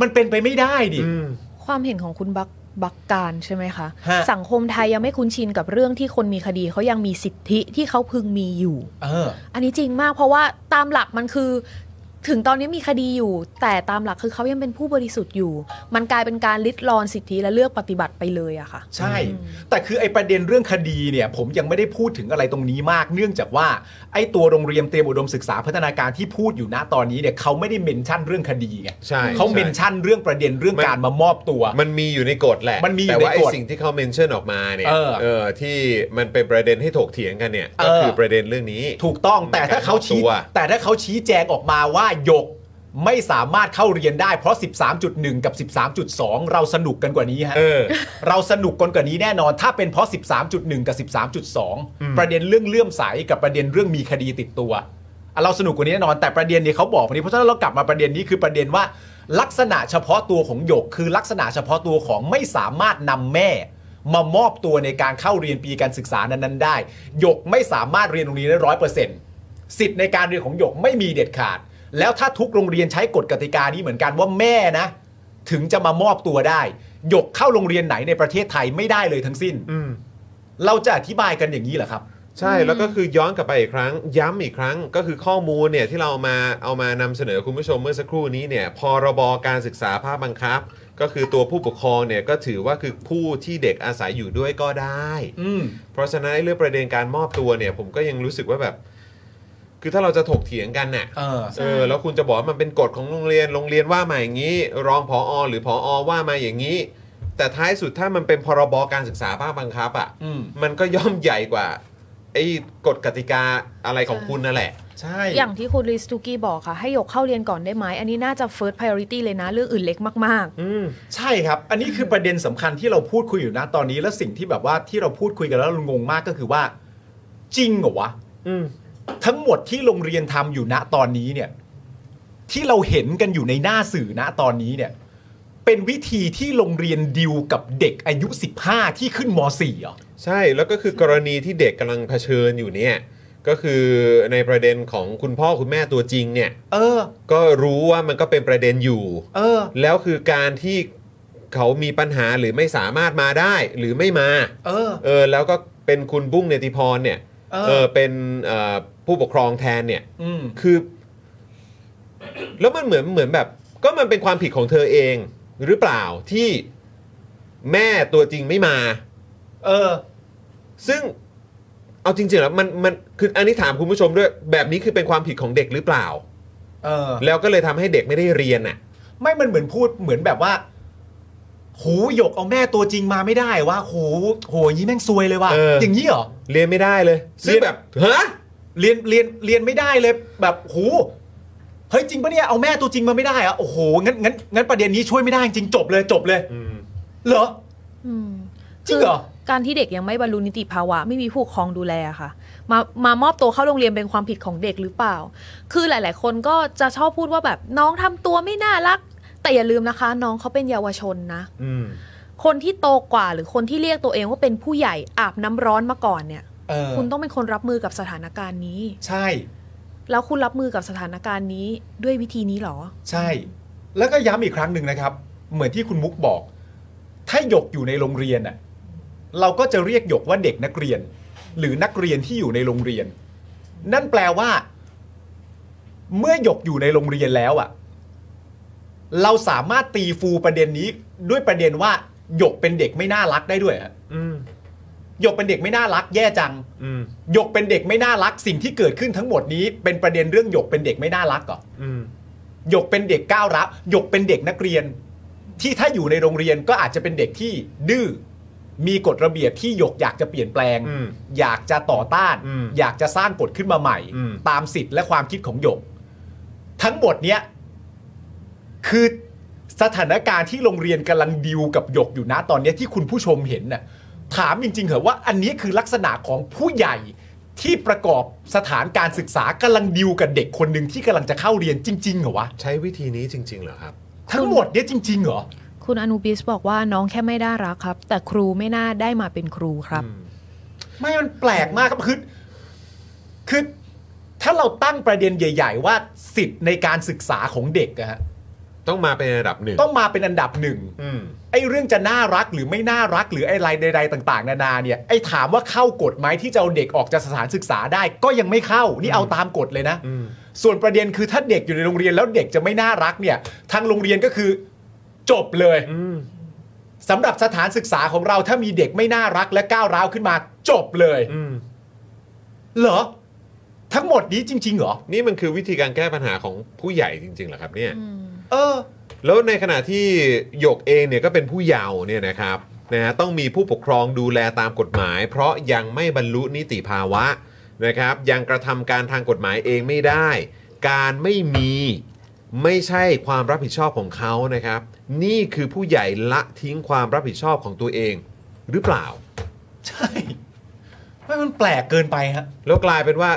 E: มันเป็นไปไม่ได้ดิ
D: อืม
G: ความเห็นของคุณบักบักการใช่ไหมคะ
E: ฮะ
G: สังคมไทยยังไม่คุ้นชินกับเรื่องที่คนมีคดีเขายังมีสิทธิที่เขาพึงมีอยู่
E: เออ
G: อันนี้จริงมากเพราะว่าตามหลักมันคือ ถึงตอนนี้มีคดีอยู่ แต่ตามหลักคือเขายังเป็นผู้บริสุทธิ์อยู่ มันกลายเป็นการลิดรอนสิทธิและเลือกปฏิบัติไปเลยอะค่ะ
E: ใช่ แต่คือไอประเด็นเรื่องคดีเนี่ย ผมยังไม่ได้พูดถึงอะไรตรงนี้มาก เนื่องจากว่าไอตัวโรงเรียนเตรียมอุดมศึกษาพัฒนาการที่พูดอยู่นะตอนนี้เนี่ยเขาไม่ได้เมนชั่นเรื่องคดีไง
D: ใช่
E: เขา
D: ใช่
E: เมนชั่นเรื่องประเด็นเรื่องการมามอบตัว
D: มันมีอยู่ในกฎแหละ
E: มันมีอยู่
D: แต่ว่า
E: ใน
D: ไอ้
E: กฎ
D: สิ่งที่เขาเมนชั่นออกมาเนี่ย
E: เออ
D: ที่มันเป็นประเด็นให้ถกเถียงกันเนี่ย
E: เออ
D: ก็คือประเด็นเรื่องนี้
E: ถูกต้องแต่ถ้าเขาชี้
D: ตัว
E: แต่ถ้าเขาชี้แจงออกมาว่าหยกไม่สามารถเข้าเรียนได้เพราะ 13.1 กับ 13.2 เราสนุกกันกว่านี้ฮะ
D: เออ
E: เราสนุกกันกว่านี้แน่นอน ถ้าเป็นเพราะ 13.1 กับ 13.2 ประเด็นเรื่องเลื่อมใสกับประเด็นเรื่องมีคดีติดตัวอ่ะเราสนุกกว่านี้แน่นอน แต่ประเด็นนี้เขาบอกวันนี้เพราะฉะนั้นเรากลับมาประเด็นนี้คือประเด็นว่า ลักษณะเฉพาะตัวของหยก คือลักษณะเฉพาะตัวของไม่สามารถนำแม่ มามอบตัวในการเข้าเรียนปีการศึกษานั้นๆได้หยกไม่สามารถเรียนโรงเรียนได้ร้อยเปอร์เซ็นต์ สิทธิ์ในการเรียนของหยกไม่มีเด็ดขาด แล้วถ้าทุกโรงเรียนใช้กฎกติกานี้เหมือนกันว่าแม่นะ ถึงจะมามอบตัวได้ หยกเข้าโรงเรียนไหนในประเทศไทยไม่ได้เลยทั้งสิ้น
D: อืม
E: เราจะอธิบายกันอย่างนี้เหรอครับ
D: ใช่แล้วก็คือย้อนกลับไปอีกครั้ง ย้ำอีกครั้งก็คือข้อมูลเนี่ยที่เรามาเอามานำเสนอคุณผู้ชมเมื่อสักครู่นี้เนี่ยพรบการศึกษาภาคบังคับ ก็คือตัวผู้ปกครองเนี่ยก็ถือว่าคือผู้ที่เด็กอาศัยอยู่ด้วยก็ได้
E: อืม
D: เพราะฉะนั้นเรื่องประเด็นการมอบตัวเนี่ย ผมก็ยังรู้สึกว่าแบบ คือถ้าเราจะถกเถียงกันน่ะ
E: เออ
D: เออ แล้วคุณจะบอกว่ามันเป็นกฎของโรงเรียนโรงเรียนว่ามาอย่างนี้ รองผอหรือผอว่ามาอย่างนี้ แต่ท้ายสุดถ้ามันเป็นพรบการศึกษาภาคบังคับอ่ะ
E: อืม
D: มันก็ย่อมใหญ่กว่า ไอ้กฎกติกาอะไรของ
G: ใช่
D: คุณนั่นแหละ
E: ใช่
G: อย่างที่คุณลิสตูกี้บอกค่ะ ให้หยกเข้าเรียนก่อนได้ไหมอันนี้น่าจะ first priority เลยนะ เรื่องอื่นเล็กมาก
D: อืม
E: ใช่ครับ อันนี้คือประเด็นสำคัญที่เราพูดคุยอยู่นะตอนนี้ และสิ่งที่แบบว่าที่เราพูดคุยกันแล้วเรางงมากก็คือว่า จริงเหรอวะ
D: อืม
E: ทั้งหมดที่โรงเรียนทำอยู่ณตอนนี้เนี่ย ที่เราเห็นกันอยู่ในหน้าสื่อณตอนนี้เนี่ย เป็นวิธีที่โรงเรียนดิวกับเด็กอายุ 15 ที่ขึ้นม .4 เหรอ
D: ใช่แล้วก็คือกรณีที่เด็กกำลังเผชิญอยู่เนี่ย ก็คือในประเด็นของคุณพ่อคุณแม่ตัวจริงเนี่ย
E: เออ
D: ก็รู้ว่ามันก็เป็นประเด็นอยู่
E: เออ
D: แล้วคือการที่เขามีปัญหาหรือไม่สามารถมาได้หรือไม่มา
E: เออ
D: เออแล้วก็เป็นคุณบุ้งเนติพรเนี่ย
E: เออ
D: เป็นเอ่อผู้ปกครองแทนเนี่ย
E: อืม
D: คือ แล้วมันเหมือนเหมือนแบบ ก็มันเป็นความผิดของเธอเอง หรือเปล่าที่แม่ตัวจริงไม่มา
E: เออ
D: ซึ่งเอาจริงๆแล้วมันมันคืออันนี้ถามคุณผู้ชมด้วย แบบนี้คือเป็นความผิดของเด็กหรือเปล่า
E: เออ
D: แล้วก็เลยทำให้เด็กไม่ได้เรียนน่ะ
E: ไม่มันเหมือนพูดเหมือนแบบว่า หูหยกเอาแม่ตัวจริงมาไม่ได้วะโหโหอย่างนี้แม่งซวยเลยว่ะ
D: เอออ
E: ย่างนี้เหรอ
D: เรียนไม่ได้เลย ซึ่ง
E: เรียน
D: แบบฮะ
E: เรียนเรียนเรียนไม่ได้เลยแบบหูเฮ้ยจริงปะเนี่ยเอาแม่ตัวจริงมาไม่ได้อะโอ้โหงั้นงั้นงั้นประเด็นนี้ช่วยไม่ได้จริงจบเลยจบเลย
D: อืม
E: เหรอ
G: อืม
E: จริงเหรอ
G: คืการที่เด็กยังไม่บรรลุนิติภาวะ ไม่มีผู้ปกครองดูแลค่ะ มามามอบตัวเข้าโรงเรียนเป็นความผิดของเด็กหรือเปล่า คือหลาย ๆ คนก็จะชอบพูดว่าแบบน้องทำตัวไม่น่ารัก แต่อย่าลืมนะคะ น้องเขาเป็นเยาวชนนะ
D: อืม
G: คนที่โตกว่าหรือคนที่เรียกตัวเองว่าเป็นผู้ใหญ่อาบน้ำร้อนมาก่อนเนี่ย
E: เออ
G: คุณต้องเป็นคนรับมือกับสถานการณ์นี้
E: ใช่
G: แล้วคุณรับมือกับสถานการณ์นี้ด้วยวิธีนี้เหรอ
E: ใช่ แล้วก็ย้ำอีกครั้งหนึ่งนะครับ เหมือนที่คุณมุกบอก ถ้าหยกอยู่ในโรงเรียนอะเราก็จะเรียกหยกว่าเด็กนักเรียน หรือนักเรียนที่อยู่ในโรงเรียน นั่นแปลว่า เมื่อหยกอยู่ในโรงเรียนแล้วอะเราสามารถตีฟูประเด็นนี้ด้วยประเด็นว่า หยกเป็นเด็กไม่น่ารักได้ด้วยอะ
D: อืม
E: หยกเป็นเด็กไม่น่ารักแย่จัง
D: อืม
E: หยกเป็นเด็กไม่น่ารักสิ่งที่เกิดขึ้นทั้งหมดนี้ เป็นประเด็นเรื่องหยกเป็นเด็กไม่น่ารักก่อน
D: อืม
E: หยกเป็นเด็กก้าวร้าวหยกเป็นเด็กนักเรียน ที่ถ้าอยู่ในโรงเรียนก็อาจจะเป็นเด็กที่ดื้อมีกฎระเบียบที่หยกอยากจะเปลี่ยนแปลง
D: อืม
E: อยากจะต่อต้าน
D: อืม
E: อยากจะสร้างกฎขึ้นมาใหม่
D: อืม
E: ตามสิทธิ์และความคิดของหยก ทั้งหมดเนี้ยคือสถานการณ์ที่โรงเรียนกำลังดิวกับหยกอยู่นะตอนเนี้ยที่คุณผู้ชมเห็นน่ะถามจริงๆเหรอะว่าอันนี้คือลักษณะของผู้ใหญ่ที่ประกอบสถานการศึกษากำลังดิวกับเด็กคนหนึ่งที่กำลังจะเข้าเรียนจริงๆเหรอวะ
D: ใช้วิธีนี้จริง ๆ เหรอครับ
E: ทั้งหมดเนี่ยจริง ๆ เหรอ
G: คุณอนุบิสบอกว่าน้องแค่ไม่น่ารักครับ แต่ครูไม่น่าได้มาเป็นครูครับ
E: ไม่มันแปลกมากครับคือคือถ้าเราตั้งประเด็นใหญ่ ๆ ว่าสิทธิ์ในการศึกษาของเด็กอะฮะ
D: ต้องมาเป็นระดับหนึ่ง
E: ต้องมาเป็นอันดับหนึ่ง
D: อืม
E: ไอ้เรื่องจะน่ารักหรือไม่น่ารักหรือไอ้อะไรใดๆต่าง ๆ นานาเนี่ยไอ้ถามว่าเข้ากฎไหมที่จะเอาเด็กออกจากสถานศึกษาได้ ก็ยังไม่เข้านี่เอาตามกฎเลยนะ
D: อืม
E: ส่วนประเด็นคือถ้าเด็กอยู่ในโรงเรียนแล้วเด็กจะไม่น่ารักเนี่ยทางโรงเรียนก็คือจบเลย
D: อืม
E: สำหรับสถานศึกษาของเราถ้ามีเด็กไม่น่ารักและก้าวร้าวขึ้นมาจบเลย
D: อืม
E: เหรอ ทั้งหมดนี้จริง ๆ เหรอ
D: นี่มันคือวิธีการแก้ปัญหาของผู้ใหญ่จริงๆเหรอครับเนี่ย
E: เออ
D: แล้วในขณะที่หยกเองเนี่ยก็เป็นผู้เยาว์เนี่ยนะครับนะฮะต้องมีผู้ปกครองดูแลตามกฎหมาย เพราะยังไม่บรรลุนิติภาวะนะครับยังกระทำการทางกฎหมายเองไม่ได้ การไม่มีไม่ใช่ความรับผิดชอบของเขานะครับ นี่คือผู้ใหญ่ละทิ้งความรับผิดชอบของตัวเองหรือเปล่า
E: ใช่ไม่มันแปลกเกินไปฮะ
D: แล้วกลายเป็นว่า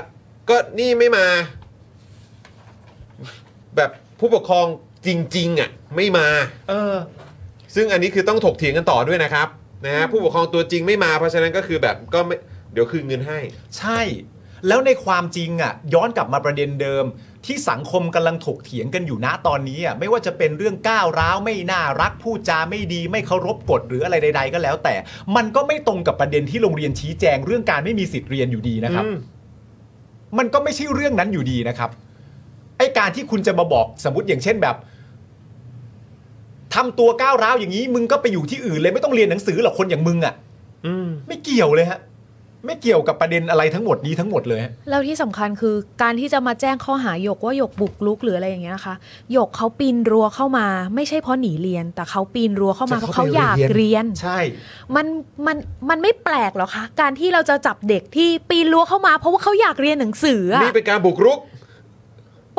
D: ก็นี่ไม่มา แบบผู้ปกครองจริงๆอ่ะไม่มา
E: เออ
D: ซึ่งอันนี้คือต้องถกเถียงกันต่อด้วยนะครับนะฮะผู้ปกครองตัวจริงไม่มาเพราะฉะนั้นก็คือแบบก็ไม่เดี๋ยวคืนเงินให้
E: ใช่ แล้วในความจริงอ่ะ ย้อนกลับมาประเด็นเดิม ที่สังคมกำลังถกเถียงกันอยู่นะตอนนี้อ่ะไม่ว่าจะเป็นเรื่องก้าวร้าวไม่น่ารักพูดจาไม่ดีไม่เคารพกฎหรืออะไรใด ๆ ก็แล้ว แต่ มันก็ไม่ตรงกับประเด็นที่โรงเรียนชี้แจงเรื่องการไม่มีสิทธิ์เรียนอยู่ดีนะครับ
D: อืม
E: มันก็ไม่ใช่เรื่องนั้นอยู่ดีนะครับ ไอ้การที่คุณจะมาบอกสมมติอย่างเช่นแบบทำตัวก้าวร้าวอย่างนี้ มึงก็ไปอยู่ที่อื่นเลยไม่ต้องเรียนหนังสือหรอกคนอย่างมึงอะ่ะ
D: อืม
E: ไม่เกี่ยวเลยฮะ ไม่เกี่ยวกับประเด็นอะไรทั้งหมดนี้ทั้งหมดเลยฮะ
G: แล้วที่สำคัญคือการที่จะมาแจ้งข้อหาหยกว่าหยกบุกลุกหรืออะไรอย่างเงี้ยนะคะหยกเขาปีนรั้วเข้ามา ไม่ใช่เพราะหนีเรียน แต่เขาปีนรั้วเข้ามาเพราะเขาอยากเรียน
E: ใช่
G: มันมันมันไม่แปลกหรอคะ การที่เราจะจับเด็กที่ปีนรั้วเข้ามาเพราะว่าเขาอยากเรียนหนังสืออะ
D: นี่เป็นการบุกรุก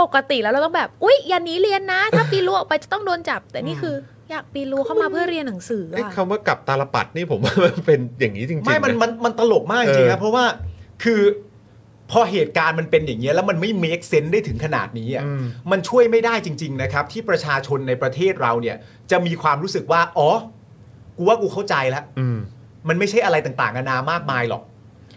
G: ปกติแล้วเราต้องแบบอุ๊ยอย่าหนีเรียนนะ ถ้าปีนรั้วออกไปจะต้องโดนจับ แต่นี่คืออยากปีนรั้วเข้ามาเพื่อเรียนหนังสือ
D: ไอ้
G: อะ
D: คำว่ากับตาลปัดนี่ผมว่ามันเป็นอย่างนี้จริงๆ
E: ไม่มัน
D: นะ
E: มันมันตลกมากจริงๆ
D: เอ
E: นะ
D: อ
E: เพราะว่าคือพอเหตุการณ์มันเป็นอย่างนี้ยแล้วมันไม่ make sense ได้ถึงขนาดนี้อ่ะ
D: อืม
E: มันช่วยไม่ได้จริง ๆ นะครับ ที่ประชาชนในประเทศเราเนี่ย จะมีความรู้สึกว่า อ๋อ กูว่ากูเข้าใจแล้ว
D: อืม
E: มันไม่ใช่อะไรต่างๆนานามากมายหรอก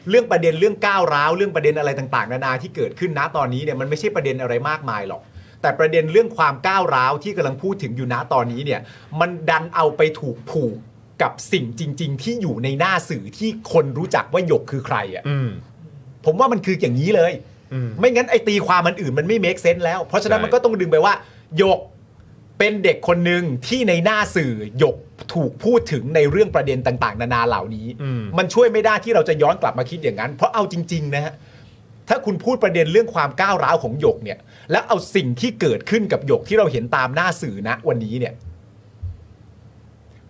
E: เรื่องประเด็นเรื่องก้าวร้าวเรื่องประเด็นอะไรต่างๆ นานาที่เกิดขึ้นนะตอนนี้เนี่ยมันไม่ใช่ประเด็นอะไรมากมายหรอก แต่ประเด็นเรื่องความก้าวร้าวที่กำลังพูดถึงอยู่นะตอนนี้เนี่ย มันดันเอาไปถูกผูกกับสิ่งจริง ๆ ที่อยู่ในหน้าสื่อที่คนรู้จักว่าหยกคือใครอ่ะ
D: อืม
E: ผมว่ามันคืออย่างนี้เลย
D: อืม
E: ไม่งั้นไอตีความมันอื่นมันไม่ make sense แล้ว เพราะฉะนั้น
D: ใช่
E: มันก็ต้องดึงไปว่าหยกเป็นเด็กคนหนึ่งที่ในหน้าสื่อหยกถูกพูดถึงในเรื่องประเด็นต่าง ๆ นานาเหล่านี้ มันช่วยไม่ได้ที่เราจะย้อนกลับมาคิดอย่างนั้น เพราะเอาจริง ๆ นะฮะ ถ้าคุณพูดประเด็นเรื่องความก้าวร้าวของหยกเนี่ย แล้วเอาสิ่งที่เกิดขึ้นกับหยกที่เราเห็นตามหน้าสื่อนะวันนี้เนี่ย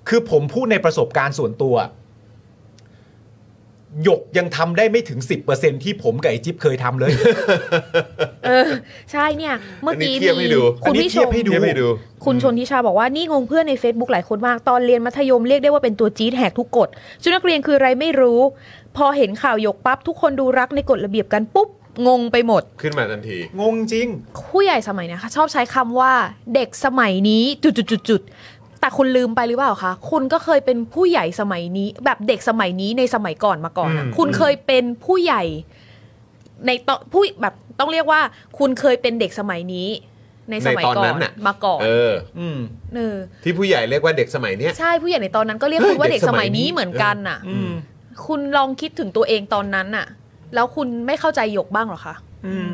E: คือผมพูดในประสบการณ์ส่วนตัว หยกยังทำได้ไม่ถึง 10%ที่ผมกับไอจิ๊บเคยทำเลย
G: เออใช่เนี่ย เมื่อกี้
D: อันนี้เทียบให้ดู
G: คุณผู้ชม
D: เดี๋ยวไปดู
G: คุณชนทิชาบอกว่านี่งงเพื่อนใน Facebook หลายคนมาก ตอนเรียนมัธยมเรียกได้ว่าเป็นตัวจี๊ดแหกทุกกฎชุดนักเรียนคืออะไรไม่รู้ พอเห็นข่าวหยกปั๊บ ทุกคนดูรักในกฎระเบียบกันปุ๊บ งงไปหมด
D: ขึ้นมาทันที
E: งงจริง
G: ผู้ใหญ่สมัยเนี้ยค่ะชอบใช้คำว่าเด็กสมัยนี้จุดๆๆๆ แต่คุณลืมไปหรือเปล่าคะคุณก็เคยเป็นผู้ใหญ่สมัยนี้ แบบเด็กสมัยนี้ในสมัยก่อนมาก่อนอะ
D: อืม
G: คุณเคยเป็นผู้ใหญ่ ในตอนผู้แบบต้องเรียกว่า คุณเคยเป็นเด็กสมัยนี้ ในสมัย
D: ตอน
G: ก่อ
D: นั้น
G: น
D: น่ะ
G: มาก่อน
D: เออ
E: อืม
G: เออ
D: ที่ผู้ใหญ่เรียกว่าเด็กสมัยเนี้ย
G: ใช่ผู้ใหญ่ในตอนนั้นก็เรียก
D: เฮ้ย
G: คุณว่า
D: เด็
G: เด็
D: ก
G: ก
D: ส
G: ส
D: มั
G: มั
D: ย
G: ย
D: นี้
G: นี้เหมือนกันน่ะ
E: อืม
G: คุณลองคิดถึงตัวเองตอนนั้นน่ะ แล้วคุณไม่เข้าใจหยกบ้างเหรอคะ
E: อืม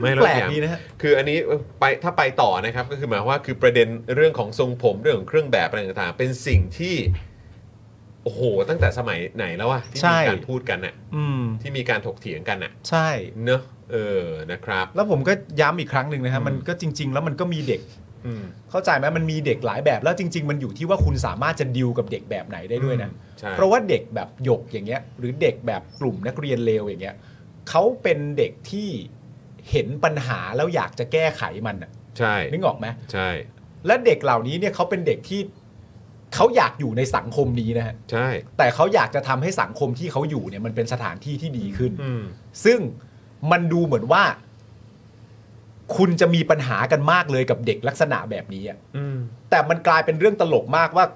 D: ไม่หรอ
E: แปล
D: ก
E: ก
D: อย่าง
E: ดีนะฮะ
D: คืออันนี้ไปถ้าไปต่อนะครับก็คือหมายความว่าคือประเด็นเรื่องของทรงผมเรื่องของเครื่องแบบอะไรต่างๆ เป็นสิ่งที่โอ้โหตั้งแต่สมัยไหนแล้วอะที่
E: ใช่
D: มีการพูดกันอะ
E: อืม
D: ที่มีการถกเถียงกันอะ
E: ใช่
D: เนอะเออนะครับ
E: แล้วผมก็ย้ำอีกครั้งหนึ่งนะฮะมันก็จริง ๆ แล้วมันก็มีเด็ก
D: อืม
E: เข้าใจไหมมันมีเด็กหลายแบบแล้วจริง ๆ มันอยู่ที่ว่าคุณสามารถจะดิวกับเด็กแบบไหนได้ด้วยนะ
D: ใช่
E: เพราะว่าเด็กแบบหยกอย่างเงี้ย หรือเด็กแบบกลุ่มนักเรียนเลวอย่างเงี้ยเขาเป็นเด็กที่เห็นปัญหาแล้วอยากจะแก้ไขมันน่ะ
D: ใช่
E: นึกออกไหม
D: ใช่
E: และเด็กเหล่านี้เนี่ยเขาเป็นเด็กที่เขาอยากอยู่ในสังคมนี้นะฮะ
D: ใช่
E: แต่เขาอยากจะทำให้สังคมที่เขาอยู่เนี่ยมันเป็นสถานที่ที่ดีขึ้น
D: อืม
E: ซึ่งมันดูเหมือนว่า คุณจะมีปัญหากันมากเลยกับเด็กลักษณะแบบนี้อะ
D: อืม
E: แต่มันกลายเป็นเรื่องตลกมากว่า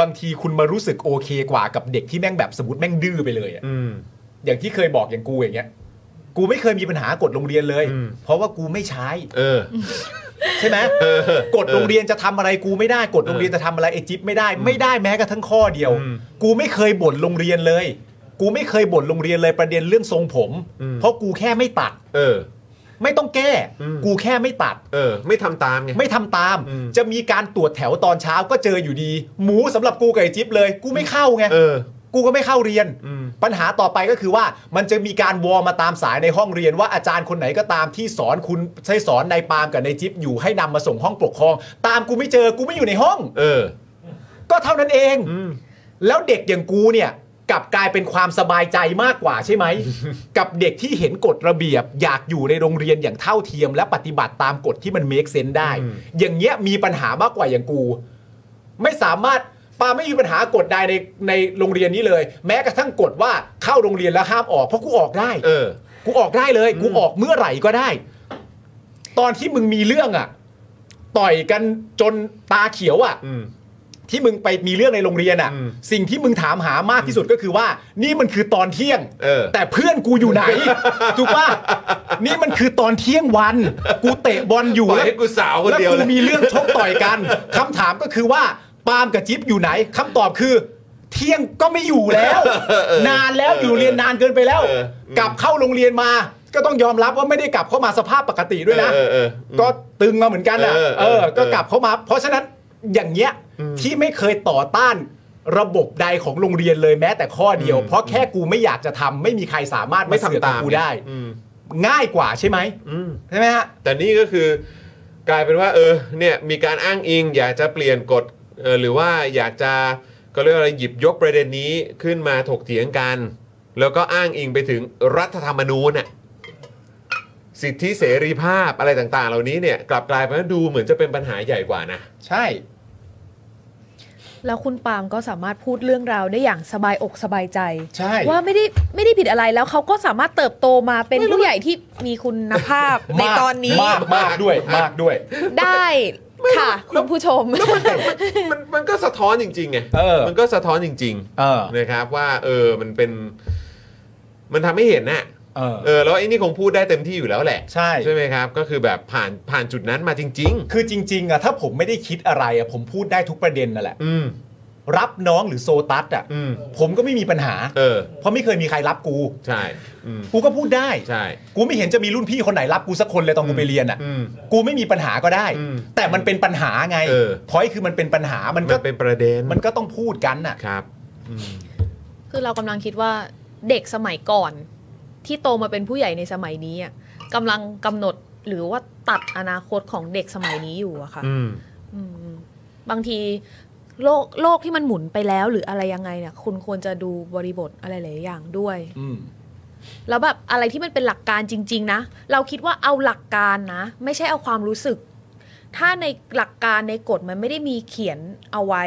E: บางทีคุณมารู้สึกโอเคกว่ากับเด็กที่แม่งแบบสมมติแม่งดื้อไปเลยอะ
D: อืม
E: อย่างที่เคยบอกอย่างกูอย่างเงี้ย กูไม่เคยมีปัญหากฎโรงเรียนเลย
D: อืม
E: เพราะว่ากูไม่ใช้
D: เอ อ
E: ใช่ไหม
D: เออก
E: ฎโรงเรียนจะทำอะไรกูไม่ได้กฎโรงเรียนจะทำอะไรไอจิ๊บไม่ได้ ไม่ได้แม้กระทั่งข้อเดียว
D: อืม
E: กูไม่เคยบ่นโรงเรียนเลย กูไม่เคยบ่นโรงเรียนเลยประเด็นเรื่องทรงผม
D: อืม
E: เพราะกูแค่ไม่ตัด
D: เออ
E: ไม่ต้องแก้
D: อืม
E: กูแค่ไม่ตัด
D: เออ ไม่ทำตามไง
E: ไม่ทำตาม
D: อืม
E: จะมีการตรวจแถวตอนเช้าก็เจออยู่ดี หมูสำหรับกูกับไอจิ๊บเลย กูไม่เข้าไง
D: เออ
E: กูก็ไม่เข้าเรียน
D: อืม
E: ปัญหาต่อไปก็คือว่ามันจะมีการวอลมาตามสายในห้องเรียนว่าอาจารย์คนไหนก็ตามที่สอนคุณใช้สอนนายปาล์มกับนายจิ๊บอยู่ให้นำมาส่งห้องปกครอง ตามกูไม่เจอกูไม่อยู่ในห้อง
D: เออ
E: ก็เท่านั้นเอง
D: อืม
E: แล้วเด็กอย่างกูเนี่ยกลับกลายเป็นความสบายใจมากกว่าใช่ไหม กับเด็กที่เห็นกฎระเบียบ อยากอยู่ในโรงเรียนอย่างเท่าเทียม และปฏิบัติตามกฎที่มันเมคเซนได้
D: อืม
E: อย่างเงี้ยมีปัญหามากกว่าอย่างกู ไม่สามารถปาไม่มีปัญหากฎใดในในโรงเรียนนี้เลย แม้กระทั่งกฎว่าเข้าโรงเรียนแล้วห้ามออกเพราะกูออกได้
D: เออ
E: กูออกได้เลย กูออกเมื่อไหร่ก็ได้ ตอนที่มึงมีเรื่องอะต่อยกันจนตาเขียวอะ
D: อืม
E: ที่มึงไปมีเรื่องในโรงเรียนอ่ะ
D: อืม
E: สิ่งที่มึงถามหามากที่สุดก็คือว่า นี่มันคือตอนเที่ยง
D: เออ
E: แต่เพื่อนกูอยู่ไหน ถูกป่ะนี่มันคือตอนเที่ยงวัน กูเตะบอลอยู่
D: ปล่อยให้กูสาวคนเดียวเลย
E: แล้วกูมีเรื่องชกต่อยกัน คำถามก็คือว่าปาล์มกับจิ๊บอยู่ไหนคำตอบคือ เที่ยงก็ไม่อยู่แล้ว นานแล้วอยู่โรงเรียนนานเกินไปแล้ว
D: เอออืม
E: กลับเข้าโรงเรียนมา ก็ต้องยอมรับว่าไม่ได้กลับเข้ามาสภาพปกติด้วยนะ
D: เออเออเออ
E: ก็ตึงมาเหมือนกันอ่ะ
D: เออเอ
E: เอ
D: อ
E: อ ก็กลับเข้ามา เพราะฉะนั้นอย่างเงี้ยที่ไม่เคยต่อต้านระบบใดของโรงเรียนเลยแม้แต่ข้อเดียว
D: อืม
E: เพราะแค่กูไม่อยากจะทำไม่มีใครสามารถ
D: ไม่
E: เสื
D: ทำ
E: อกกับ
D: ตาม
E: กู
D: ง
E: ได้
D: อืม
E: ง่ายกว่าใช่ไหม
D: อืม
E: ใช่ไหมฮะ
D: แต่นี่ก็คือกลายเป็นว่า เออเนี่ยมีการอ้างอิง อยากจะเปลี่ยนกฎเออหรือว่าอยากจะก็เรียกว่าอะไรหยิบยกประเด็นนี้ขึ้นมาถกเถียงกัน แล้วก็อ้างอิงไปถึงรัฐธรรมนูญน่ะสิทธิเสรีภาพอะไรต่าง ๆ เหล่านี้เนี่ยกลับกลายเป็นว่าดูเหมือนจะเป็นปัญหาใหญ่กว่านะ
E: ใช่
G: แล้วคุณปาล์มก็สามารถพูดเรื่องราวได้อย่างสบายอกสบายใจ
E: ใช่
G: ว่าไม่ได้ไม่ได้ผิดอะไรแล้วเขาก็สามารถเติบโตมาเป็นผู้ใหญ่ที่มีคุณภาพใน
E: มาก
G: ตอนนี้
E: มากมากด้วย มากด้วย
G: ได้ค่ะคุณผู้ชม
D: มันมันก็สะท้อนจริงๆไง
E: เออ
D: มันก็สะท้อนจริง
E: เออ
D: ๆ นะครับ ว่า เออมันเป็น มันทำให้เห็นน่ะ
E: เออ
D: เออแล้วไอ้นี่คงพูดได้เต็มที่อยู่แล้วแหละ
E: ใช่
D: ใช่ไหมครับ ก็คือแบบผ่านผ่านจุดนั้นมาจริง
E: คือจริงๆอะถ้าผมไม่ได้คิดอะไรอะผมพูดได้ทุกประเด็นนั่นแหละ
D: ๆ อืม
E: รับน้องหรือโซตัสอะ
D: อืม
E: ผมก็ไม่มีปัญหา
D: เออ
E: เพราะไม่เคยมีใครรับกู
D: ใช่ อืม
E: กูก็พูดได้
D: ใช่
E: กูไม่เห็นจะมีรุ่นพี่คนไหนรับกูสักคนเลยตอนกูไปเรียนอ่ะ
D: อืม
E: กูไม่มีปัญหาก็ได้
D: อืม
E: แต่มันเป็นปัญหาไง
D: เออ
E: พอยคือมันเป็นปัญหา มัน
D: มั
E: ก็
D: นเป็นประเด็น
E: มันก็ต้องพูดกันน่ะ
D: ครับ อืม
G: คือเรากำลังคิดว่าเด็กสมัยก่อน ที่โตมาเป็นผู้ใหญ่ในสมัยนี้อะกำลังกำหนดหรือว่าตัดอนาคตของเด็กสมัยนี้อยู่อะค่ะ
D: อืม
G: อืมบางที โลกโลกที่มันหมุนไปแล้วหรืออะไรยังไงเนี่ยคุณควรจะดูบริบทอะไรหลายอย่างด้วย
E: อืม
G: แล้วแบบอะไรที่มันเป็นหลักการจริง ๆ นะ เราคิดว่าเอาหลักการนะ ไม่ใช่เอาความรู้สึก ถ้าในหลักการในกฎมันไม่ได้มีเขียนเอาไว้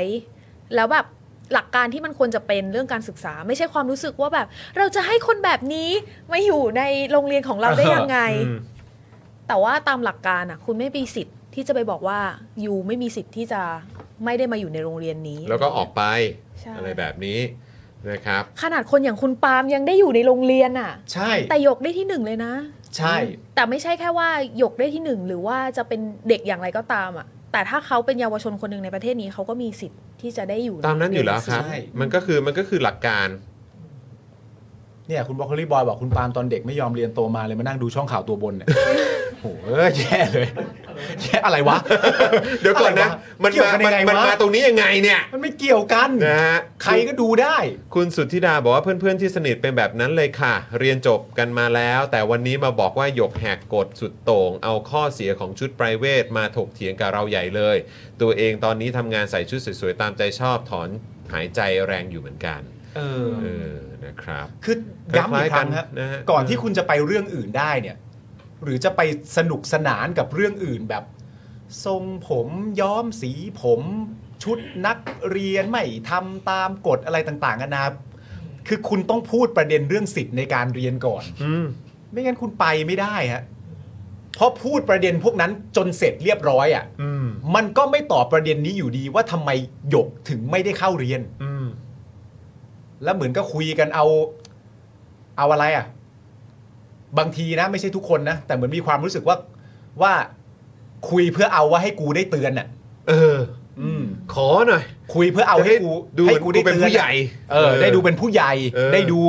G: แล้วแบบหลักการที่มันควรจะเป็นเรื่องการศึกษา ไม่ใช่ความรู้สึกว่าแบบ เราจะให้คนแบบนี้มาอยู่ในโรงเรียนของเราได้ ยังไง แต่ว่าตามหลักการอ่ะ คุณไม่มีสิทธิ์ที่จะไปบอกว่ายูไม่มีสิทธิ์ที่จะไม่ได้มาอยู่ในโรงเรียนนี้
D: แล้วก็ออกไป
G: ใช่
D: อะไรแบบนี้นะครับ
G: ขนาดคนอย่างคุณปาล์มยังได้อยู่ในโรงเรียนอ่ะ
E: ใช่
G: แต่หยกได้ที่หนึ่งเลยนะ
E: ใช่
G: แต่ไม่ใช่แค่ว่าหยกได้ที่หนึ่งหรือว่าจะเป็นเด็กอย่างไรก็ตามอ่ะ แต่ถ้าเขาเป็นเยาวชนคนหนึ่งในประเทศนี้เขาก็มีสิทธิ์ที่จะได้อยู่
D: ตามนั้นอยู่แล้วครับ
E: ใช่
D: มันก็คือมันก็คือหลักการ
E: เนี่ยคุณบรอกโคลีบอยบอกคุณปาล์มตอนเด็กไม่ยอมเรียนโตมาเลยมานั่งดูช่องข่าวตัวบ นเนี่ย โอ้โหแย่เลยแย่อะไร วะ
D: เดี๋ยวก่อนนะ
E: อะไรวะ
D: มัน
E: เกี่ยว
D: มา
E: กันยังไง
D: มัน
E: วะ
D: มาตรงนี้ยังไงเนี่ย
E: มันไม่เกี่ยวกัน
D: นะฮะ
E: ใครก็ดูได้
D: คุณสุทธิดาบอกว่าเพื่อนๆที่สนิทเป็นแบบนั้นเลยค่ะ เรียนจบกันมาแล้ว แต่วันนี้มาบอกว่าหยกแหกกฎสุดโต่ง เอาข้อเสียของชุด r i v a t มาถกเถียงกับเราใหญ่เลย ตัวเองตอนนี้ทำงานใส่ชุดสวยๆตามใจชอบถอนหายใจแรงอยู่เหมือนกัน
E: เออ
D: เออนะครับ
E: คือย้ำอีกครั้ง
D: คล้ายๆกั
E: ฮะ
D: นนะฮะ
E: ก่อนที่คุณจะไปเรื่องอื่นได้เนี่ย หรือจะไปสนุกสนานกับเรื่องอื่นแบบ ทรงผมย้อมสีผม ชุดนักเรียนไม่ทำตามกฎอะไรต่างๆนานาคือคุณต้องพูดประเด็นเรื่องสิทธิ์ในการเรียนก่อน
D: อืม
E: ไม่งั้นคุณไปไม่ได้ฮะ เพราะพูดประเด็นพวกนั้นจนเสร็จเรียบร้อยอะ่ะ
D: อืม
E: มันก็ไม่ตอบประเด็นนี้อยู่ดีว่าทำไมหยกถึงไม่ได้เข้าเรียน
D: อืม
E: แล้วเหมือนก็คุยกันเอา เอาอะไรอะ่ะ บางทีนะ ไม่ใช่ทุกคนนะ แต่เหมือนมีความรู้สึกว่าว่าคุยเพื่อเอาว่าให้กูได้เตือนอ่ะ
D: เออ
E: อืม
D: ขอหน่อย
E: คุยเพื่อเอาให้กู
D: ดู
E: ให้กูได้
D: เป็น
E: เตือน
D: ผู้
E: อะ
D: ใหญ่
E: เออ ได้ดูเป็นผู้ใหญ่
D: เออ
E: ได้ดู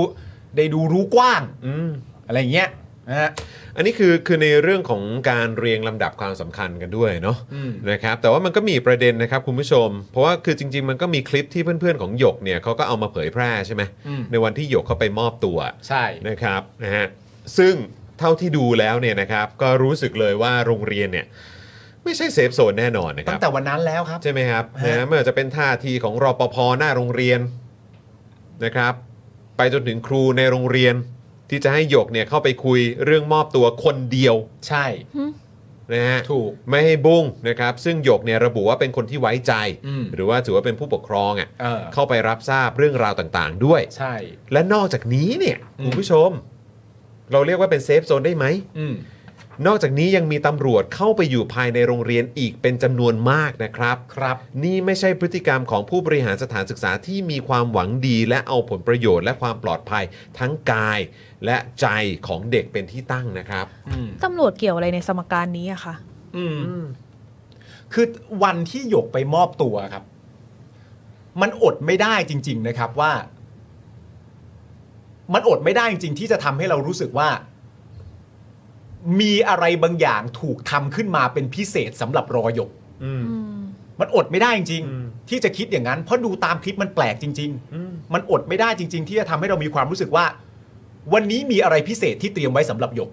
E: ได้ดูรู้กว้าง
D: อืม
E: อะไรอย่างเงี้ยนะฮะ
D: อันนี้คือคือในเรื่องของการเรียงลำดับความสำคัญกันด้วยเนาะ
E: อืม
D: นะครับแต่ว่ามันก็มีประเด็นนะครับคุณผู้ชม เพราะว่าคือจริง ๆ มันก็มีคลิปที่เพื่อนๆของหยกเนี่ยเขาก็เอามาเผยแพร่ใช่ไหม
E: อืม
D: ในวันที่หยกเขาไปมอบตัว
E: ใช่
D: นะครับนะฮะซึ่งเท่าที่ดูแล้วเนี่ยนะครับก็รู้สึกเลยว่าโรงเรียนเนี่ยไม่ใช่เซฟโซนแน่นอนนะค
E: ตั้
D: รับ
E: งแต่วันนั้นแล้วครับ
D: ใช่ไหมครับ
E: ฮะ
D: นะเมื่อจะเป็นท่าทีของรอปภหน้าโรงเรียนนะครับ ไปจนถึงครูในโรงเรียน ที่จะให้หยกเนี่ยเข้าไปคุยเรื่องมอบตัวคนเดียว
E: ใช่
D: นะฮะ
E: ถูก
D: ไม่ให้บุ้งนะครับ ซึ่งหยกเนี่ยระบุว่าเป็นคนที่ไว้ใจ
E: อืม
D: หรือว่าถือว่าเป็นผู้ปกครองอะ
E: เออ
D: เข้าไปรับทราบเรื่องราวต่างๆ ด้วย
E: ใช่
D: และนอกจากนี้เนี่ย
E: อืม
D: คุณผู้ชม เราเรียกว่าเป็นเซฟโซนได้ไหม
E: อืม
D: นอกจากนี้ยังมีตำรวจเข้าไปอยู่ภายในโรงเรียนอีกเป็นจำนวนมากนะครับ
E: ครับ
D: นี่ไม่ใช่พฤติกรรมของผู้บริหารสถานศึกษาที่มีความหวังดีและเอาผลประโยชน์และความปลอดภัยทั้งกายและใจของเด็กเป็นที่ตั้งนะครับ
E: อืม
G: ตำรวจเกี่ยวอะไรในสมการนี้อะคะ
E: อืมคือวันที่หยกไปมอบตัวครับ มันอดไม่ได้จริง ๆ นะครับว่า มันอดไม่ได้จริง ๆ ที่จะทำให้เรารู้สึกว่า มีอะไรบางอย่างถูกทำขึ้นมาเป็นพิเศษสำหรับรอหยก มันอดไม่ได้จริง ๆ ที่จะคิดอย่างนั้น เพราะดูตามคลิปมันแปลกจริง
D: อืม
E: ๆ มันอดไม่ได้จริง ๆ ที่จะทำให้เรามีความรู้สึกว่า วันนี้มีอะไรพิเศษที่เตรียมไว้สำหรับหยก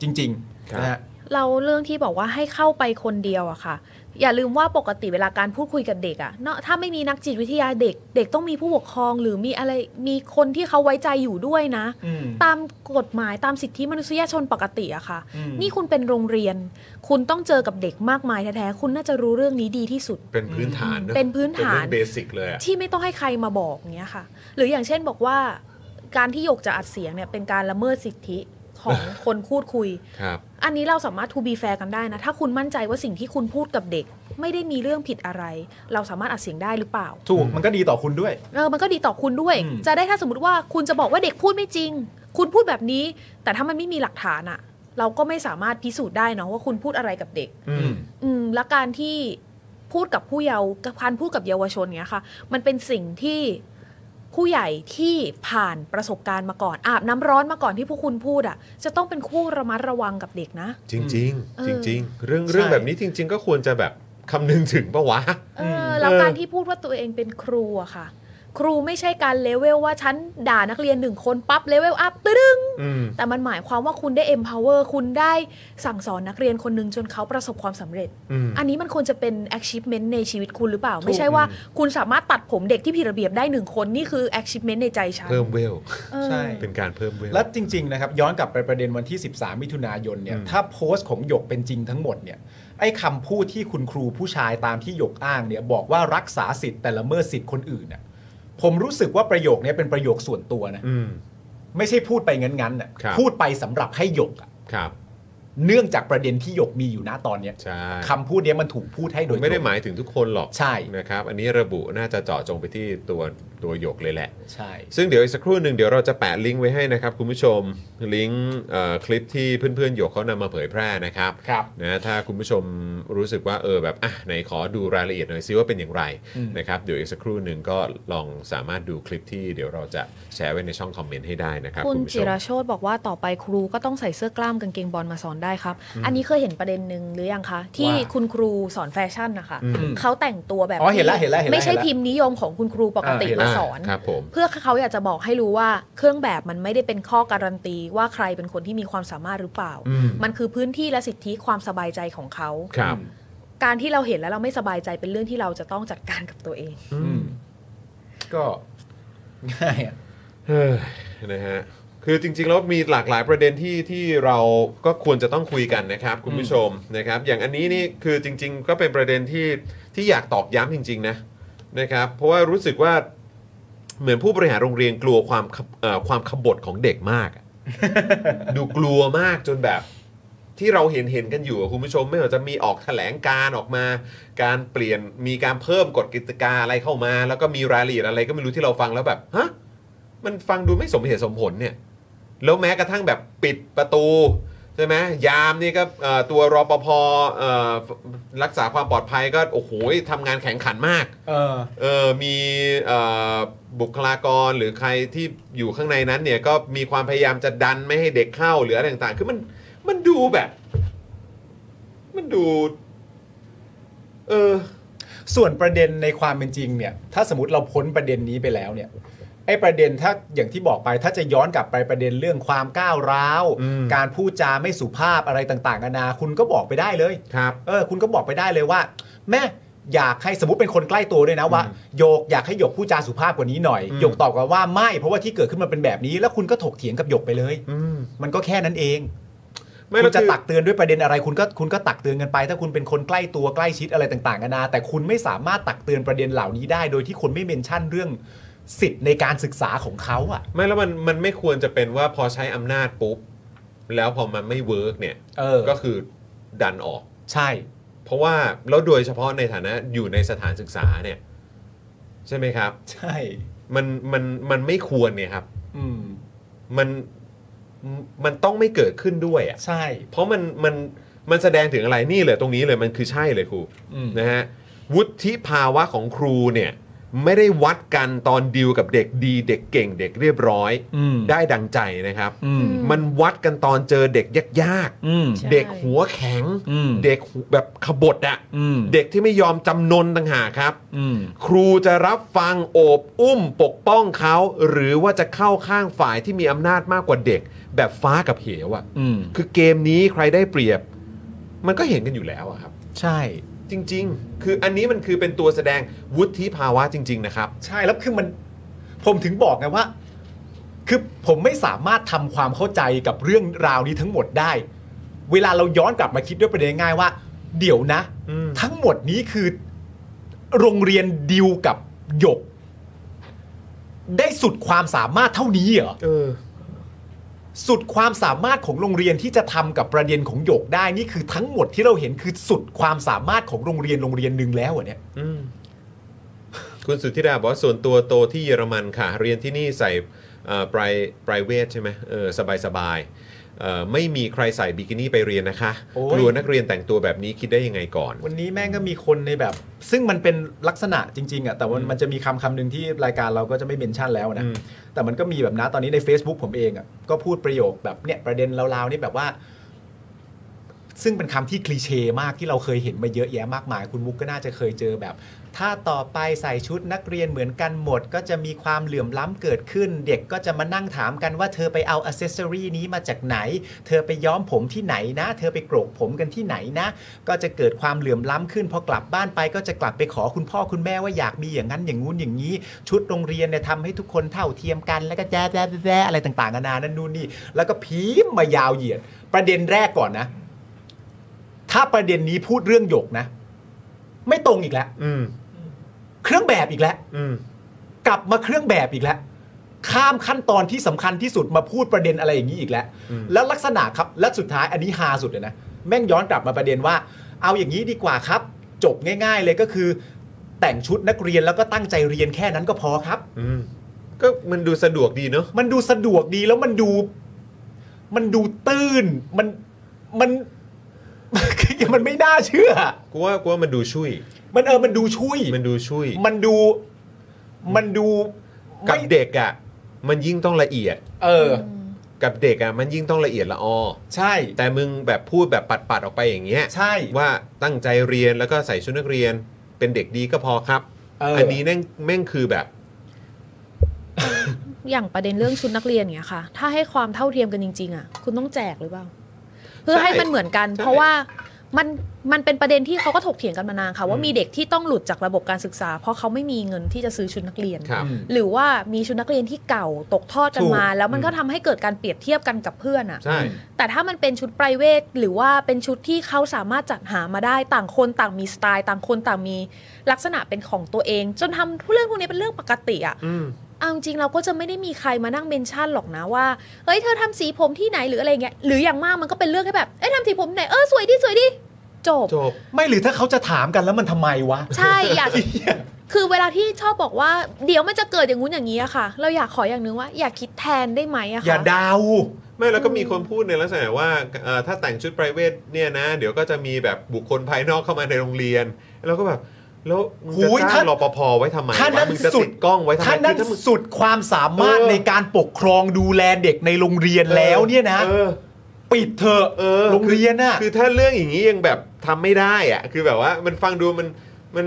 E: จริง
D: ครับ
E: ๆนะฮะ
G: เราเรื่องที่บอกว่าให้เข้าไปคนเดียวอะค่ะ อย่าลืมว่าปกติเวลาการพูดคุยกับเด็กอะเนาะถ้าไม่มีนักจิตวิทยาเด็ก เด็กต้องมีผู้ปกครองหรือมีอะไรมีคนที่เขาไว้ใจอยู่ด้วยนะ
E: อืม
G: ตามกฎหมายตามสิทธิมนุษยชนปกติอะค่ะ
E: อืม
G: นี่คุณเป็นโรงเรียน คุณต้องเจอกับเด็กมากมายแท้ๆ คุณน่าจะรู้เรื่องนี้ดีที่สุด
D: เป็นพื้นฐานอะ
G: เป็นพื้นฐาน
D: เป็เบสิกเลยอะ
G: ที่ไม่ต้องให้ใครมาบอกเงี้ยค่ะ หรืออย่างเช่นบอกว่า การที่หยกจะอัดเสียงเนี่ยเป็นการละเมิดสิทธิของ คนพูดคุย
D: ครับ
G: อันนี้เราสามารถ to be fair กันได้นะ ถ้าคุณมั่นใจว่าสิ่งที่คุณพูดกับเด็ก ไม่ได้มีเรื่องผิดอะไร เราสามารถอัดเสียงได้หรือเปล่า
E: ถูกมันก็ดีต่อคุณด้วย
G: เออมันก็ดีต่อคุณด้วย
E: อืม
G: จะได้ถ้าสมมติว่าคุณจะบอกว่าเด็กพูดไม่จริง คุณพูดแบบนี้ แต่ถ้ามันไม่มีหลักฐานอะเราก็ไม่สามารถพิสูจน์ได้เนาะว่าคุณพูดอะไรกับเด็ก
E: อืม
G: อืมและการที่พูดกับผู้เยาว์กับการพูดกับเยาวชนเนี้ยค่ะ มันเป็นสิ่งที่ผู้ใหญ่ที่ผ่านประสบการณ์มาก่อน อาบน้ำร้อนมาก่อนที่พวกคุณพูดอะ่ะ จะต้องเป็นคู่ระมัดระวังกับเด็กนะ
D: จริงจริง
G: เออ
D: จริงจริงๆเรื่องเรื่อง
E: ใช่
D: แบบนี้จริง ๆ ก็ควรจะแบบคำนึงถึงปะวะ
G: เออแล้ว
D: เออ
G: การที่พูดว่าตัวเองเป็นครูอะค่ะ ครูไม่ใช่การเลเวลว่าฉันด่านักเรียนหนึ่งคนปั๊บเลเวลอัพตึ้ง
D: อืม
G: แต่มันหมายความว่าคุณได้ empower คุณได้สั่งสอนนักเรียนคนหนึ่งจนเขาประสบความสำเร็จ
D: อืม
G: อันนี้มันควรจะเป็น achievement ในชีวิตคุณหรือเปล่า ไม่ใช่ว่าคุณสามารถตัดผมเด็กที่ผิดระเบียบได้หนึ่งคน นี่คือ achievement ในใจฉัน
D: เพิ่มเวล
E: ใช่
D: เป็นการเพิ่มเวล
E: แล้วจริง ๆ นะครับ ย้อนกลับไปประเด็นวันที่ 13 มิถุนายนเนี่ย
D: อืม
E: ถ้าโพสต์ของหยกเป็นจริงทั้งหมดเนี่ยไอ้คำพูดที่คุณครูผู้ชายตามที่หยกอ้างเนี่ยบอกว่ารักษาสิทธิ์แต่ละเมิดสิทธิ์คนอื่นน่ะผมรู้สึกว่าประโยคเนี้เป็นประโยคส่วนตัวนะ
D: อืม
E: ไม่ใช่พูดไปงั้นๆน่ะ
D: ครับ
E: พูดไปสำหรับให้หยกอะ
D: ครับ
E: เนื่องจากประเด็นที่หยกมีอยู่ณตอนเนี้ย
D: ใช่
E: คำพูดเนี้ยมันถูกพูดให้โดยตรง
D: ไม่ได้หมายถึงทุกคนหรอก
E: ใช่
D: นะครับ อันนี้ระบุน่าจะเจาะจงไปที่ตัวตัวหยกเลยแหละ
E: ใช่
D: ซึ่งเดี๋ยวอีกสักครู่หนึ่งเดี๋ยวเราจะแปะลิงก์ไว้ให้นะครับคุณผู้ชมลิงก์เอ่อคลิปที่เพื่อนๆหยกเขานำมาเผยแพร่นะครับ
E: ครับ
D: นะถ้าคุณผู้ชมรู้สึกว่าเออแบบอ่ะไหนขอดูรายละเอียดหน่อยซิว่าเป็นอย่างไร
E: อืม
D: นะครับเดี๋ยวอีกสักครู่หนึ่งก็ลองสามารถดูคลิปที่เดี๋ยวเราจะแชร์ไว้ในช่องคอมเมนต์ให้ได้นะครับ
G: คุณ
D: คุณผู้ช
G: จิ
D: ม
G: รโชตบอกว่าต่อไปครูก็ต้องใส่เสื้อกล้ามกางเกงบอลมาสอนได้ครับ อันนี้เคยเห็นประเด็นหนึ่งหรือยังคะ ที่
E: ว่า
G: คุณครูสอนแฟชั่นนะคะ
D: อืม
G: เขาแต่งตัวแบบ
E: อ๋อเห็นละเห็นละเห็นละ
G: ไม่ใช่
E: เห็นละ
G: พิมพ์นิยมของคุณครูปก
E: อ่า
G: ติ
E: เห็นละ
G: มาสอน
D: ครับผม
G: เพื่อเขาอยากจะบอกให้รู้ว่าเครื่องแบบมันไม่ได้เป็นข้อการันตี ว่าใครเป็นคนที่มีความสามารถหรือเปล่า
D: อืม
G: มันคือพื้นที่และสิทธิความสบายใจของเขา
D: ครับ
G: การที่เราเห็นแล้วเราไม่สบายใจเป็นเรื่องที่เราจะต้องจัดการกับตัวเอง
E: อืมก็ง่ายอะ
D: เฮ้ยนะฮะคือจริงๆแล้วมีหลากหลายประเด็นที่ที่เราก็ควรจะต้องคุยกันนะครับคุณผู้ชมนะครับ อย่างอันนี้นี่คือจริง ๆ ก็เป็นประเด็นที่ที่อยากตอกย้ำจริง ๆ นะนะครับ เพราะว่ารู้สึกว่าเหมือนผู้บริหารโรงเรียนกลัวความขบเอ่อความขบฏของเด็กมาก อะ ดูกลัวมากจนแบบ ที่เราเห็นเห็นกันอยู่อะคุณผู้ชมไม่ว่าจะมีออกแถลงการออกมา การเปลี่ยนมีการเพิ่มกฎกติกาอะไรเข้ามา แล้วก็มีรายละเอียดอะไรก็ไม่รู้ที่เราฟังแล้วแบบฮะ มันฟังดูไม่สมเหตุสมผลเนี่ย แล้วแม้กระทั่งแบบปิดประตู ใช่ไหมยามนี่ก็เอ่อตัวรอปภเอ่อรักษาความปลอดภัยก็โอ้โหทำงานแข่งขันมาก
E: เออ
D: เออมีเอ่อบุคลากรหรือใครที่อยู่ข้างในนั้นเนี่ยก็มีความพยายามจะดันไม่ให้เด็กเข้าหรืออะไรต่างๆ คือมันมันดูแบบ มันดู เออ
E: ส่วนประเด็นในความเป็นจริงเนี่ย ถ้าสมมติเราพ้นประเด็นนี้ไปแล้วเนี่ยไอ้ประเด็นถ้าอย่างที่บอกไป ถ้าจะย้อนกลับไปประเด็นเรื่องความก้าวร้าว
D: อืม
E: การพูดจาไม่สุภาพอะไรต่างๆนานาคุณก็บอกไปได้เลย
D: ครับ
E: เออ คุณก็บอกไปได้เลยว่า แม่อยากให้สมมติเป็นคนใกล้ตัวด้วยนะว่าโยกอยากให้หยกพูดจาสุภาพกว่านี้หน่อย
D: อืม
E: หยกตอบกลับว่าไม่เพราะว่าที่เกิดขึ้นมันเป็นแบบนี้ แล้วคุณก็ถกเถียงกับหยกไปเลย
D: อืม
E: มันก็แค่นั้นเอง
D: ไม่
E: คุ
D: แล้ว
E: ณจะ
D: คือ
E: ตักเตือนด้วยประเด็นอะไร คุณก็คุณก็ตักเตือนกันไป ถ้าคุณเป็นคนใกล้ตัวใกล้ชิดอะไรต่างๆกันานาแต่คุณไม่สามารถตักเตือนประเด็นเหล่านี้ได้ โดยที่คนไม่เมนชั่นเรื่องสิทธิ์ในการศึกษาของเขาอ่ะ
D: ไม่แล้วมันมันไม่ควรจะเป็นว่าพอใช้อำนาจปุ๊บ แล้วพอมันไม่เวิร์กเนี่ย
E: เออ
D: ก็คือดันออก
E: ใช่
D: เพราะว่าแล้วโดยเฉพาะในฐานะอยู่ในสถานศึกษาเนี่ย ใช่ไหมครับ
E: ใช่
D: มันมันมันไม่ควรเนี่ยครับ
E: อืม
D: มันมันต้องไม่เกิดขึ้นด้วยอะ่ะ
E: ใช่
D: เพราะมันมันมันแสดงถึงอะไรนี่เลยตรงนี้เลยมันคือใช่เลยครู
E: อืม
D: นะฮะวุฒิภาวะของครูเนี่ย ไม่ได้วัดกันตอนดิวกับเด็กดี เด็กเก่งเด็กเรียบร้อย
E: อืม
D: ได้ดังใจนะครับ
E: อืม
D: มันวัดกันตอนเจอเด็กยาก
E: อืม
G: ใช่
D: ๆ เด็กหัวแข็ง
E: อืม
D: เด็กแบบขบฏอะ
E: อืม
D: เด็กที่ไม่ยอมจำนนต่างหากครับ
E: อืม
D: ครูจะรับฟังโอบอุ้มปกป้องเขา หรือว่าจะเข้าข้างฝ่ายที่มีอำนาจมากกว่าเด็ก แบบฟ้ากับเหวอะ
E: อืม
D: คือเกมนี้ใครได้เปรียบ มันก็เห็นกันอยู่แล้วอะครับ
E: ใช่
D: จริง ๆ คืออันนี้มันคือเป็นตัวแสดงวุฒิภาวะจริง ๆ นะครับ
E: ใช่แล้วคือมันผมถึงบอกไงว่า คือผมไม่สามารถทำความเข้าใจกับเรื่องราวนี้ทั้งหมดได้ เวลาเราย้อนกลับมาคิดด้วยประเด็นง่ายๆว่า เดี๋ยวนะ
D: อืม
E: ทั้งหมดนี้คือ โรงเรียนดิวกับหยก ได้สุดความสามารถเท่านี้เหรอ
D: เออ
E: สุดความสามารถของโรงเรียนที่จะทำกับประเด็นของหยกได้นี่คือทั้งหมดที่เราเห็นคือสุดความสามารถของโรงเรียนโรงเรียนหนึ่งแล้วเหรอเนี่ย
D: อืมคุณสุทธิดาบอกว่าส่วนตัวโตที่เยอรมันค่ะ เรียนที่นี่ใส่เอ่อไพรไพรเวทใช่ไหมเออสบายสบายๆเอ่อไม่มีใครใส่บิกินี่ไปเรียนนะคะ
E: โอ้ย
D: กลัวนักเรียนแต่งตัวแบบนี้คิดได้ยังไงก่อน
E: วันนี้แม่งก็มีคนในแบบ ซึ่งมันเป็นลักษณะจริงๆอะ่ะแต่ว่ามันจะมีคำคำหนึ่งที่รายการเราก็จะไม่เมนชั่นแล้วนะ
D: อืม
E: แต่มันก็มีแบบนะตอนนี้ใน Facebook ผมเองอะ่ะก็พูดประโยคแบบเนี่ยประเด็นราวๆนี่แบบว่า ซึ่งเป็นคำที่คลีเช่มากที่เราเคยเห็นมาเยอะแยะมากมาย คุณมุกก็น่าจะเคยเจอแบบ ถ้าต่อไปใส่ชุดนักเรียนเหมือนกันหมด ก็จะมีความเหลื่อมล้ำเกิดขึ้น เด็กก็จะมานั่งถามกันว่าเธอไปเอาอ c เซสซอรีนี้มาจากไหน เธอไปย้อมผมที่ไหนนะ เธอไปโกรกผมกันที่ไหนนะ ก็จะเกิดความเหลื่อมล้ำขึ้นพอกลับบ้านไปก็จะกลับไปขอคุณพ่อคุณแม่ว่าอยากมีอย่างนั้นอย่างงู้นอย่างนี้ ชุดโรงเรียนเนี่ยทำให้ทุกคนเท่าเทียมกันแล้วก็แจ๊ะแจ๊ะแจ๊ะอะไรต่างๆนานานั่นนู่นนี่แล้วก็พีมพ์มายาวเหยียด ประเด็นแรกก่อนนะ ถ้าประเด็นนี้พูดเรื่องหยกนะ ไม่ตรงอีกแล้ว
D: อืม
E: เครื่องแบบอีกแล้ว
D: อืม
E: กลับมาเครื่องแบบอีกแล้ว ข้ามขั้นตอนที่สำคัญที่สุดมาพูดประเด็นอะไรอย่างนี้อีกแล้ว
D: อืม
E: แล้วลักษณะครับ และสุดท้ายอันนี้ฮาสุดเลยนะ แม่งย้อนกลับมาประเด็นว่า เอาอย่างนี้ดีกว่าครับ จบง่าย ๆ เลยก็คือ แต่งชุดนักเรียนแล้วก็ตั้งใจเรียนแค่นั้นก็พอครับ
D: อืมก็มันดูสะดวกดีเนอะ
E: มันดูสะดวกดีแล้วมันดู มันดูตื้น มันมัน มันไม่น่าเชื่อ
D: กูว่ากูว่ามันดูช่วย
E: มันเออมันดูช่วย
D: มันดูช่วย
E: มันดูมันดู
D: กับ
E: ไม่
D: เด็กอ่ะ มันยิ่งต้องละเอียด
E: เออ
D: กับเด็กอ่ะมันยิ่งต้องละเอียดละออ
E: ใช่
D: แต่มึงแบบพูดแบบปัดๆออกไปอย่างเงี้ย
E: ใช่
D: ว่าตั้งใจเรียนแล้วก็ใส่ชุดนักเรียน เป็นเด็กดีก็พอครับ
E: เอออั
D: นนี้แม่งแม่งคือแบบ
G: อย่างประเด็นเรื่องชุดนักเรียนอย่างเงี้ยค่ะ ถ้าให้ความเท่าเทียมกันจริงๆอ่ะคุณต้องแจกหรือเปล่า เพื่อให้มันเหมือนกัน
D: ใช่
G: เพราะว่ามันมันเป็นประเด็นที่เขาก็ถกเถียงกันมานานค่ะ ว่ามีเด็กที่ต้องหลุดจากระบบการศึกษา เพราะเขาไม่มีเงินที่จะซื้อชุดนักเรียน
D: ครับ
G: หรือว่ามีชุดนักเรียนที่เก่าตกทอดกันมา
E: ถูก
G: แล้วมันก็ทำให้เกิดการเปรียบเทียบกันกับเพื่อนอ่ะ
D: ใช่
G: แต่ถ้ามันเป็นชุด p r i v a t หรือว่าเป็นชุดที่เขาสามารถจัดหามาได้ต่างคนต่างมีสไตล์ต่างคนต่างมีลักษณะเป็นของตัวเอง จนทำเรื่องพวกนี้เป็นเรื่องปกติอ่ะ
D: อืม
G: เอาจริงๆเราก็จะไม่ได้มีใครมานั่งเมนชั่นหรอกนะว่า เฮ้ยเธอทำสีผมที่ไหนหรืออะไรเงี้ย หรืออย่างมากมันก็เป็นเรื่องแค่แบบ เอ้ยทำสีผมไหน เออสวยดิสวยดิ จบ
D: จบ
E: ไม่หรือถ้าเขาจะถามกันแล้วมันทำไมวะ
G: ใช่อยาก คือเวลาที่ชอบบอกว่าเดี๋ยวมันจะเกิดอย่างงู้นอย่างนี้อะค่ะ เราอยากขออย่างนึงว่า อยากคิดแทนได้ไหมอะ
E: อย่า
G: ค่ะ
E: เดาว
D: ไม่แล้วก็มีคนพูดในลักษณะว่าเอ่อถ้าแต่งชุด p r i v a t เนี่ยนะ เดี๋ยวก็จะมีแบบบุคคลภายนอกเข้ามาในโรงเรียน แล้วก็แบบ แล้วมึงจะ
E: หูย
D: จ้าง
E: ถ้าร
D: ปภไว้ทำไม
E: ถ้านั่น
D: วะมึงจะ
E: สุ
D: ติ
E: ด
D: ดกล้องไว้ทำไม
E: ถ้านั่น
D: คือมึง
E: สุดความสามารถ
D: เออ
E: ในการปกครองดูแลเด็กในโรงเรียนแล้วเนี่ยนะ
D: เออ
E: ปิดเถอะ
D: เออ
E: โรงเรียนน่ะ
D: คือคือถ้าเรื่องอย่างนี้ยังแบบทำไม่ได้อะคือแบบว่ามันฟังดูมันมัน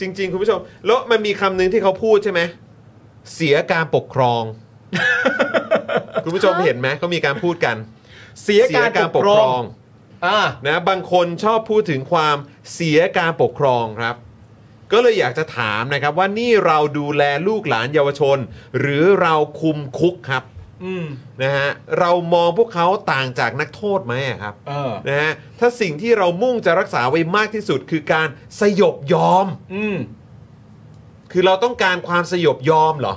D: จริง ๆ คุณผู้ชม แล้วมันมีคำหนึงที่เขาพูดใช่ไหมเสียการปกคร อง คุณผู้ชมเห็นไหมเขามีการพูดกัน
E: เสียการปกครองอ่า
D: นะบางคนชอบพูดถึงความเสียการปกครองครับ ก็เลยอยากจะถามนะครับ ว่านี่เราดูแลลูกหลานเยาวชน หรือเราคุมคุกครับ
E: อืม
D: นะฮะเรามองพวกเขาต่างจากนักโทษไหมอะครับ
E: เออ
D: นะฮะถ้าสิ่งที่เรามุ่งจะรักษาไว้มากที่สุด คือการสยบยอม
E: อืม
D: คือเราต้องการความสยบยอมเหรอ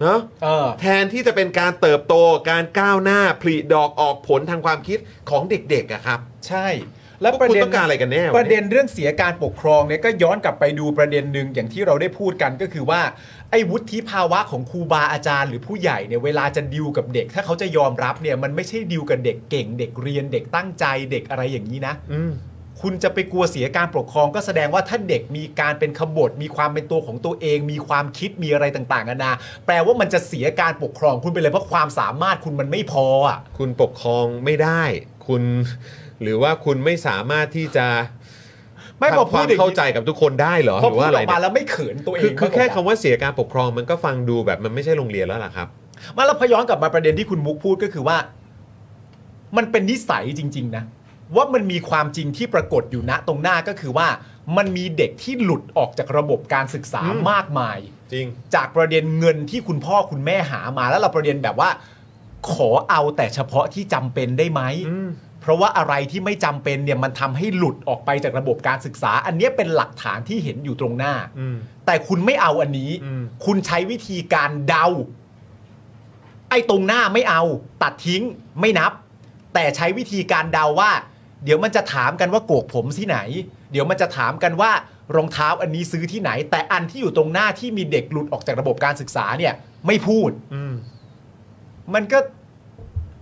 D: เนอะ
E: เออ
D: แทนที่จะเป็นการเติบโตการก้าวหน้าผลิดอกออกผลทางความคิดของเด็กๆอะครับ
E: ใช่ แล้ว
D: พวก
E: ประ
D: คุณ
E: เด็น
D: ต้องการอะไรกันแน่วะเนี่ย
E: ประเด็นเรื่องเสียการปกครองเนี่ยก็ย้อนกลับไปดูประเด็นหนึ่งอย่างที่เราได้พูดกันก็คือว่า ไอ้วุฒิภาวะของครูบาอาจารย์หรือผู้ใหญ่เนี่ยเวลาจะดิวกับเด็ก ถ้าเขาจะยอมรับเนี่ยมันไม่ใช่ดิวกับเด็กเก่ง เด็กเรียนเด็กตั้งใจเด็กอะไรอย่างนี้นะ
D: อืม
E: คุณจะไปกลัวเสียการปกครองก็แสดงว่าถ้าเด็กมีการเป็นขบฏมีความเป็นตัวของตัวเอง มีความคิดมีอะไรต่างๆนานาแปลว่ามันจะเสียการปกครองคุณไปเลยเพราะความสามารถคุณมันไม่พออ่ะ
D: คุณปกครองไม่ได้ คุณ หรือว่าคุณไม่สามารถที่จะ
E: ไม่พอ
D: ทำค
E: พู
D: วา
E: ด
D: ม
E: อย่าง
D: เข้า
E: นี้
D: ใจกับทุกคนได้เหรอห
E: พ
D: รื
E: อ
D: อ
E: พู
D: ว่า
E: ด
D: อะไร
E: ออกมา
D: เนี่ย
E: แล้วไม่เขินตัวเอง
D: คือคือแค่
E: บ้างเหร
D: คำว่าเสียการปกครองมันก็ฟังดูแบบมันไม่ใช่โรงเรียนแล้วล่ะครับ
E: ไมาแล้วพอย้อนกลับมาประเด็นที่คุณมุกพูดก็คือว่า มันเป็นนิสัยจริง ๆ นะ ว่ามันมีความจริงที่ปรากฏอยู่ณตรงหน้าก็คือว่า มันมีเด็กที่หลุดออกจากระบบการศึกษา
D: อืม
E: มากมาย
D: จริง
E: จากประเด็นเงินที่คุณพ่อคุณแม่หามาแล้วเราประเด็นแบบว่า ขอเอาแต่เฉพาะที่จำเป็นได้ไหม
D: อืม
E: เพราะว่าอะไรที่ไม่จำเป็นเนี่ยมันทำให้หลุดออกไปจากระบบการศึกษา อันเนี้ยเป็นหลักฐานที่เห็นอยู่ตรงหน้า
D: อืม
E: แต่คุณไม่เอาอันนี้
D: อืม
E: คุณใช้วิธีการเดา ไอ้ตรงหน้าไม่เอา ตัดทิ้งไม่นับ แต่ใช้วิธีการเดาว่า เดี๋ยวมันจะถามกันว่าโกกผมที่ไหน เดี๋ยวมันจะถามกันว่ารองเท้าอันนี้ซื้อที่ไหน แต่อันที่อยู่ตรงหน้าที่มีเด็กหลุดออกจากระบบการศึกษาเนี่ย ไม่พูด
D: อืม
E: มันก็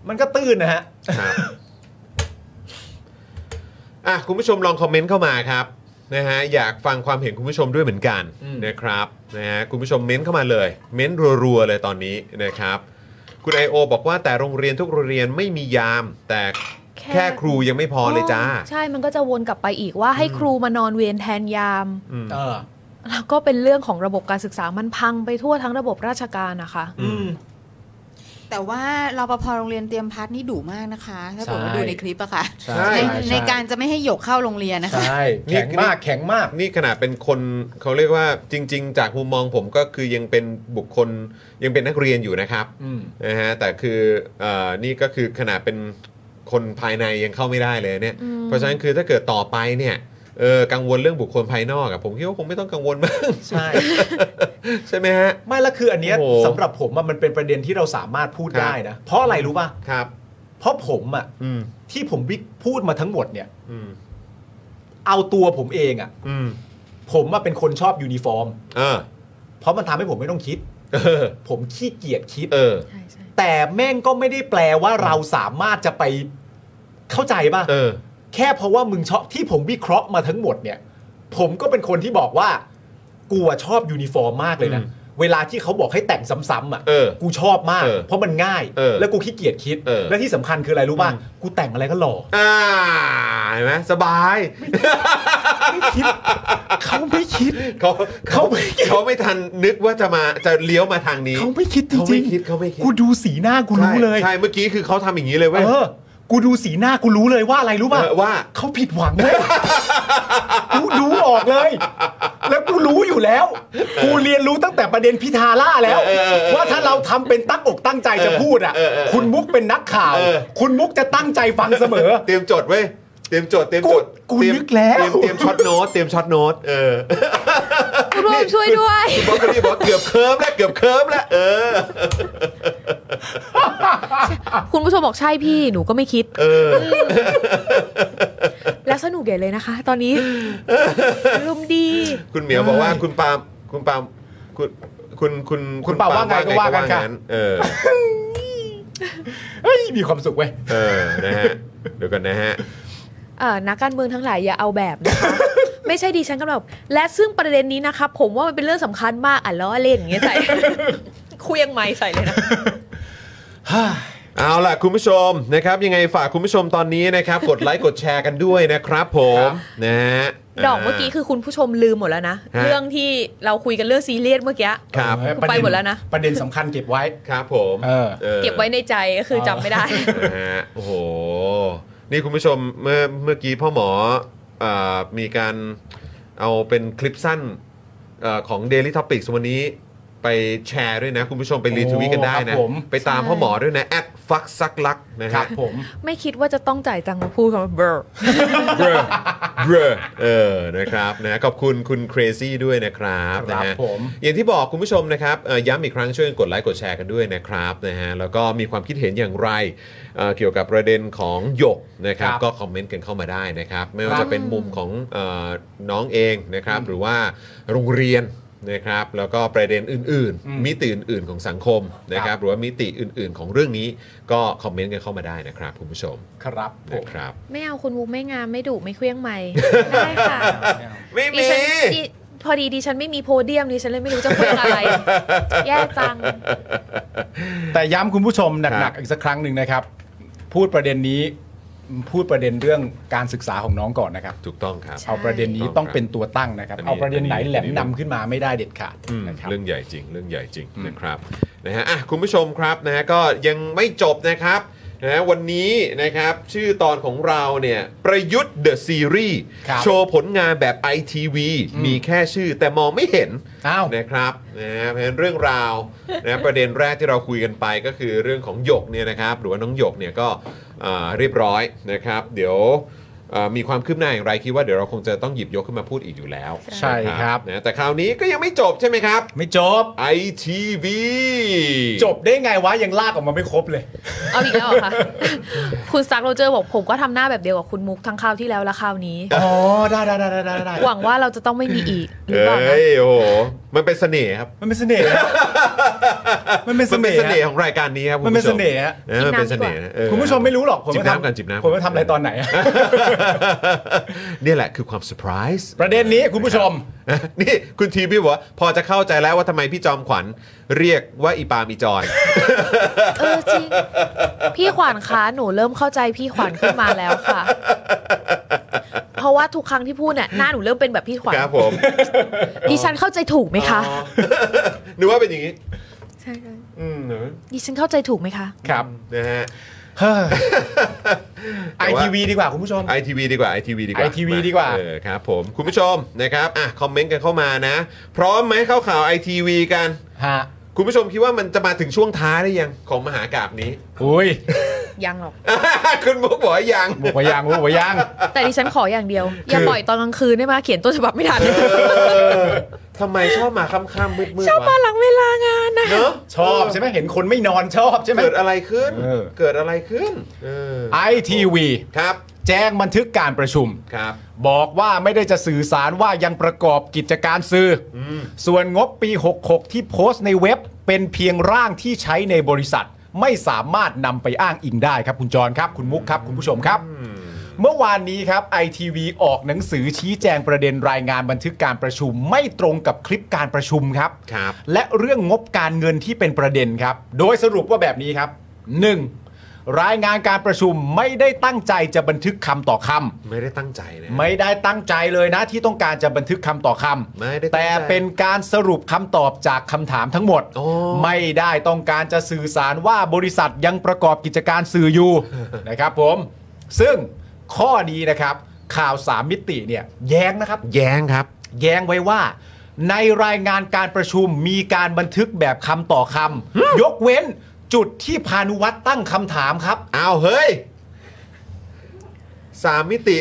E: มันก็ตื้นนะฮะ
D: ครับ อ่ะคุณผู้ชมลองคอมเมนต์เข้ามาครับนะฮะอยากฟังความเห็นคุณผู้ชมด้วยเหมือนกัน
E: อืม
D: นะครับนะฮะคุณผู้ชมเม้นเข้ามาเลย เม้นรัวๆเลยตอนนี้นะครับ คุณ I.O. บอกว่าแต่โรงเรียนทุกโรงเรียนไม่มียาม แต่ แค่ครูยังไม่พอเลยจ้า
G: ใช่มันก็จะวนกลับไปอีกว่าให้ครูมานอนเวรแทนยาม
D: อืม
E: เออ
G: แล้วก็เป็นเรื่องของระบบการศึกษามันพังไปทั่วทั้งระบบราชการนะคะ
F: แต่ว่ารปภโรงเรียนเตรียมพัฒน์นี่ดุมากนะคะ ถ้าผมมา
H: ใช่
F: ดูในคลิปอะค่ะ
H: ใช่
F: ใน
H: ใช่
F: ในการจะไม่ให้หยกเข้าโรงเรียนนะคะ
H: แข็งมากแข็งมาก
D: นี่ขนาดเป็นคนเขาเรียกว่าจริง ๆ จากมุมมองผมก็คือยังเป็นบุคคลยังเป็นนักเรียนอยู่นะครับ
H: อืม
D: นะฮะแต่คือเออนี่ก็คือขนาดเป็นคนภายในยังเข้าไม่ได้เลยเนี่ย
G: อืม
D: เพราะฉะนั้นคือถ้าเกิดต่อไปเนี่ยเออกังวลเรื่องบุคคลภายนอกอะผมคิดว่าคงไม่ต้องกัง วลมาก
E: ใช่
D: ใช่ไหมฮะ
E: ไม่และคืออันเนี้ย
D: โอ้โห
E: สำหรับผมอะมันเป็นประเด็นที่เราสามารถพูด
D: ครับ
E: ได้นะ เพราะอะไรรู้ป่ะ
D: ครับ
E: เพราะผมอ่ะ
D: อืม
E: ที่ผมวิพูดมาทั้งหมดเนี่ย
D: อืม
E: เอาตัวผมเองอ่ะ
D: อืม
E: ผมว่าเป็นคนชอบยูนิฟอร์ม
D: เออ
E: เพราะมันทำให้ผมไม่ต้องคิด
D: เออ
E: ผมขี้เกียจคิด
D: เออ
G: ใช่ใช่
E: แต่แม่งก็ไม่ได้แปลว่าเราสามารถจะไปเข้าใจป่ะ
D: เออ
E: แค่เพราะว่ามึงชอบที่ผมวิเคราะห์มาทั้งหมดเนี่ย ผมก็เป็นคนที่บอกว่า กูอะชอบยูนิฟอร์มมากเลยนะ
D: อืม
E: เวลาที่เขาบอกให้แต่งซ้ำๆอ่ะ
D: เออ
E: กูชอบมาก
D: เออ
E: เพราะมันง่าย
D: เออ
E: แล้วกูขี้เกียจคิด
D: เออ
E: และที่สำคัญคืออะไรรู้ป่ะ
D: อืม
E: กูแต่งอะไรก็หล่อ
D: อ่าเห็นไหมสบาย
E: เขาไม่ คิด
D: เขา
E: เขาไม่คิด
D: เขาไม่ทันนึกว่าจะมาจะเลี้ยวมาทางนี้
E: เขาไม่คิดจ
D: เขาไม่
E: ริง
D: คิดเขาไม่คิด
E: กูดูสีหน้ากูรู้เลย
D: ใช่ใช่เมื่อกี้คือเขาทำอย่างนี้เลยเว้ย
E: เออกูดูสีหน้ากูรู้เลยว่าอะไรรู้ป่ะ
D: เออว่า
E: เขาผิดหวังเลย กูดูออกเลย แล้วกูรู้อยู่แล้ว กูเรียนรู้ตั้งแต่ประเด็นพิธาล่าแล้ว
D: เออเออเออ
E: ว่าถ้าเราทำเป็นตั้งอกตั้งใจจะพูดอ่ะ
D: เออเออเออ
E: คุณมุกเป็นนักข่าว
D: เออ
E: คุณมุกจะตั้งใจฟังเสมอ
D: เตรียมจดเว้ยเตรียมจดเตรียมจด
E: กู
D: เตรียม
E: นึกแล้ว
D: เตรียมเตรียมช็อตโน้ตเตรียมช็อตโน้ตเออ
G: คุณร่วมช่วยด้วย
D: คุณบอกก็รีบบอกเกือบเคิร์ฟแล้วเกือบเคิร์ฟแล้วเออ
G: คุณผู้ชมบอกใช่พี่หนูก็ไม่คิด
D: เออ
G: และสนุกใหญ่เลยนะคะ ตอนนี้ อารมณ์ดี
D: คุณเหมียวบอกว่าคุณปาล์มคุณปาล์มคุณคุณคุณ
E: คุณปาล์มว่าไงก็ว่ากันค่ะ
D: เออ
E: เฮ้ยมีความสุขเว้ย
D: เออนะฮะเดี๋ยวกันนะฮะ
G: เอ่อนักการเมืองทั้งหลายอย่าเอาแบบนะคะ ไม่ใช่ดิฉันกำลังแบบและซึ่งประเด็นนี้นะคะผมว่ามันเป็นเรื่องสำคัญมากอ่ะล้อเล่นอย่างเงี้ยใส่ เคลียงไม้ใส่เลยนะ
D: เอาล่ะ คุณผู้ชมนะครับ ยังไงฝากคุณผู้ชมตอนนี้นะครับ กดไลค์กดแชร์กันด้วยนะครับผมนะฮะ
G: ดอกเมื่อกี้คือคุณผู้ชมลืมหมดแล้วนะ
D: ฮะ
G: เรื่องที่เราคุยกันเรื่องซีเรียสเมื่อกี้
D: ครับ
E: เออ
G: ไปหมดแล้วนะ
E: ประเด็นสำคัญเก็บไว้
D: ครับผม
E: เออ
D: ออ
G: เก็บไว้ในใจก็คือจำไม่ได้
D: นะฮะโอ้โห นี่คุณผู้ชมเมื่อเมื่อกี้พ่อหมอเออมีการเอาเป็นคลิปสั้นเออของ Daily Topics วันนี้ไปแชร์ด้วยนะ คุณผู้ชมไปรีทวีตกันได้
E: ครั
D: นะ
E: บผม
D: ไปตาม
G: ใช่
D: พ่อหมอด้วยนะแอดฟักซักลักนะ
E: ครั
D: ฮะ
E: บผม
G: ไม่คิดว่าจะต้องจ่ายตังค์มาพูดคำว่าเบอร์
D: เบ้อเบ้อเออนะครับนะขอบคุณคุณ Crazy ด้วยนะครับ
E: ค
D: นะ
E: รับ
D: ฮะ
E: ผม
D: อย่างที่บอกคุณผู้ชมนะครับเอ่อย้ำอีกครั้งช่วยกดไลค์กดแชร์กันด้วยนะครับนะฮะแล้วก็มีความคิดเห็นอย่างไรเอ่อเกี่ยวกับประเด็นของหยกนะครับก็คอมเมนต์กันเข้ามาได้นะครับไม่ว่าจะเป็นมุมของเอ่อน้องเองนะครับหรือว่าโรงเรียนนะครับแล้วก็ประเด็นอื่น ๆ มิติอื่น ๆ ของสังคมนะครับหรือว่ามิติอื่น ๆ ของเรื่องนี้ก็คอมเมนต์กันเข้ามาได้นะครับคุณผู้ชม
E: ครับผ
D: นะ
E: ม
D: ครับ
G: ไม่เอาคุณวุ้ไม่งามไม่ดุไม่เคลี้ยงไม้ได้ค่ะ
D: ไม่
G: ดิ
D: มี
G: ฉันดิพอดีดิฉันไม่มีโพเดียมดิฉันเลยไม่รู้จะเคลี้ยง อะไร แย่จัง
E: แต่ย้ำคุณผู้ชมห
D: ครั
E: นั
D: บ
E: กๆอีกสักครั้งหนึ่งนะครับ พูดประเด็นนี้ พูดประเด็นเรื่องการศึกษาของน้องก่อนนะครับ
D: ถูกต้องครับ
E: เอาประเด็นนี้ต้องเป็นตัวตั้งนะครับ
D: อันนี้
E: เอาประเด็นไหน
D: อันนี้
E: แหลมนำขึ้นมาไม่ได้เด็ดขาด
D: อืม
E: นะครับ
D: เรื่องใหญ่จริง เรื่องใหญ่จริง
E: อืม
D: นะครับนะฮะอ่ะคุณผู้ชมครับนะฮะก็ยังไม่จบนะครับนะฮะวันนี้นะครับชื่อตอนของเราเนี่ยประยุทธ์เดอะซีรีส์
E: ครับ
D: โชว์ผลงานแบบไอทีวีมีแค่ชื่อแต่มองไม่เห็น
E: อ้าว
D: นะครับนะฮะเพราะฉะนั้นเรื่องราวนะประเด็นแรกที่เราคุยกันไปก็คือเรื่องของหยกเนี่ยนะครับหรือว่าน้องหยกเนี่ยก็อ่าเรียบร้อยนะครับ เดี๋ยวเอ่อมีความคืบหน้าอย่างไรคิดว่าเดี๋ยวเราคงจะต้องหยิบยกขึ้นมาพูดอีกอยู่แล้ว
E: ใช่ครับ
D: นะแต่คราวนี้ก็ยังไม่จบใช่ไหมครับ
E: ไม่จบ
D: ITV
E: จบได้ไงวะ ยังลากออกมาไม่ครบเลย
G: เอาอีกแล้วเหรอค่ะ คุณสตาร์คโรเจอร์บอกผมก็ทำหน้าแบบเดียวกับคุณมุกทั้งคราวที่แล้วและคราวนี้
E: อ๋อ ได้ได้ได้ได้ได้ได้
G: หวังว่าเราจะต้องไม่มีอีกหรื
D: เอ้
G: อเปล่านะ
D: ยโอ้โห มันเป็นเสน่ห์ครับ
E: มันเป็นเสน่ห์นะมันเป็นเส
D: มันเป็น
E: น่
D: เสน่ห์
E: ห์
D: ของรายการนี้ครับ
E: มันเป็นเสน่ห์ฮะ
D: เออมันเป็นเสน่ห์นะเออ
E: คุณผู้ชมไม่รู้หรอกผม
D: จิบ
E: ไป
D: น้ำ
E: ทำ
D: กันจิบน้ำ
E: ผมไปทำอะไรตอนไหนอะ
D: เนี่ยแหละคือความเซอร์ไพรส์
E: ประเด็นนี้คุณผู้ชม
D: นี่คุณทีพี่บอกว่าพอจะเข้าใจแล้วว่าทำไมพี่จอมขวัญเรียกว่าอีปาล์มอีจอย
G: พี่ขวัญคะหนูเริ่มเข้าใจพี่ขวัญขึ้นมาแล้วค่ะ เพราะว่าทุกครั้งที่พูดเนี่ยหน้าหนูเริ่มเป็นแบบพี่ขวัญ
D: ครับผม
G: ดิฉันเข้าใจถูกไหมคะ
D: นึกว่าเป็นอย่างนี้
G: ใช่
D: อืม
G: ดิฉันเข้าใจถูกไหมคะ
E: ครับ
D: นะฮะ
E: ไอทีวีดีกว่าคุณผู้ชม
D: ไอทีวีดีกว่าไอทีวีดีกว่า
E: ITV ดีกว่า
D: เออครับผมคุณผู้ชมนะครับอ่ะคอมเมนต์กันเข้ามานะ พร้อมไหมเข้าข่าวไอทีวีกัน
E: ฮะ
D: คุณผู้ชมคิดว่ามันจะมาถึงช่วงท้ายได้ยังของมหากราบนี้
E: อุ้ย
G: ยังหรอก
D: คุณบุ๊กบอกว่ายัง
E: บุกวายางบุกวายาง
G: แต่ดิฉันขออย่างเดียว อย่าปล่อยตอนกลางคืนได้ไหมเขียนต้นฉบับไม่ทัน
D: ทำไมชอบมาค่ำๆมืดๆ
G: ชอบมาว
D: ะ
G: หลังเวลางานนะ
D: เนอะ
E: ชอบใช่ไหมเห็นคนไม่นอนชอบใช่ไหม
D: เกิดอะไรขึ้น
E: เออ
D: เกิดอะไรขึ้นเออ
E: ไอทีวี
D: ครับ
E: แจ้งบันทึกการประชุม
D: ครับ
E: บอกว่าไม่ได้จะสื่อสารว่ายังประกอบกิจการสื่ออส่วนงบปี 66 ที่โพสต์ในเว็บเป็นเพียงร่างที่ใช้ในบริษัท ไม่สามารถนำไปอ้างอิงได้ครับคุณจรครับ คุณมุกครับ คุณผู้ชมครับ เมื่อวานนี้ครับไอทีวีออกหนังสือชี้แจงประเด็นรายงานบันทึกการประชุม ไม่ตรงกับคลิปการประชุมครับ
D: ครับ
E: และเรื่องงบการเงินที่เป็นประเด็นครับ โดยสรุปว่าแบบนี้ครับ 1. รายงานการประชุมไม่ได้ตั้งใจจะบันทึกคำต่อคำ
D: ไม่ได้ตั้งใจนะ
E: ไม่ได้ตั้งใจเลยนะที่ต้องการจะบันทึกคำต่อค
D: ไม่ได้ตั้ง
E: ำ
D: ใจ
E: แต่เป็นการสรุปคำตอบจากคำถามทั้งหมด
D: โอ้
E: ไม่ได้ต้องการจะสื่อสารว่าบริษัทยังประกอบกิจการสื่ออยู่ นะครับผม ซึ่งข้อนี้นะครับข่าวสามมิติเนี่ยแย้งนะครับ
D: แย้งครับ
E: แย้งไว้ว่า ในรายงานการประชุมมีการบันทึกแบบคำต่อคำยกเว้นจุดที่พานุวัตรตั้งคำถามครับ
D: อ้าวเฮ้ยสามมิติ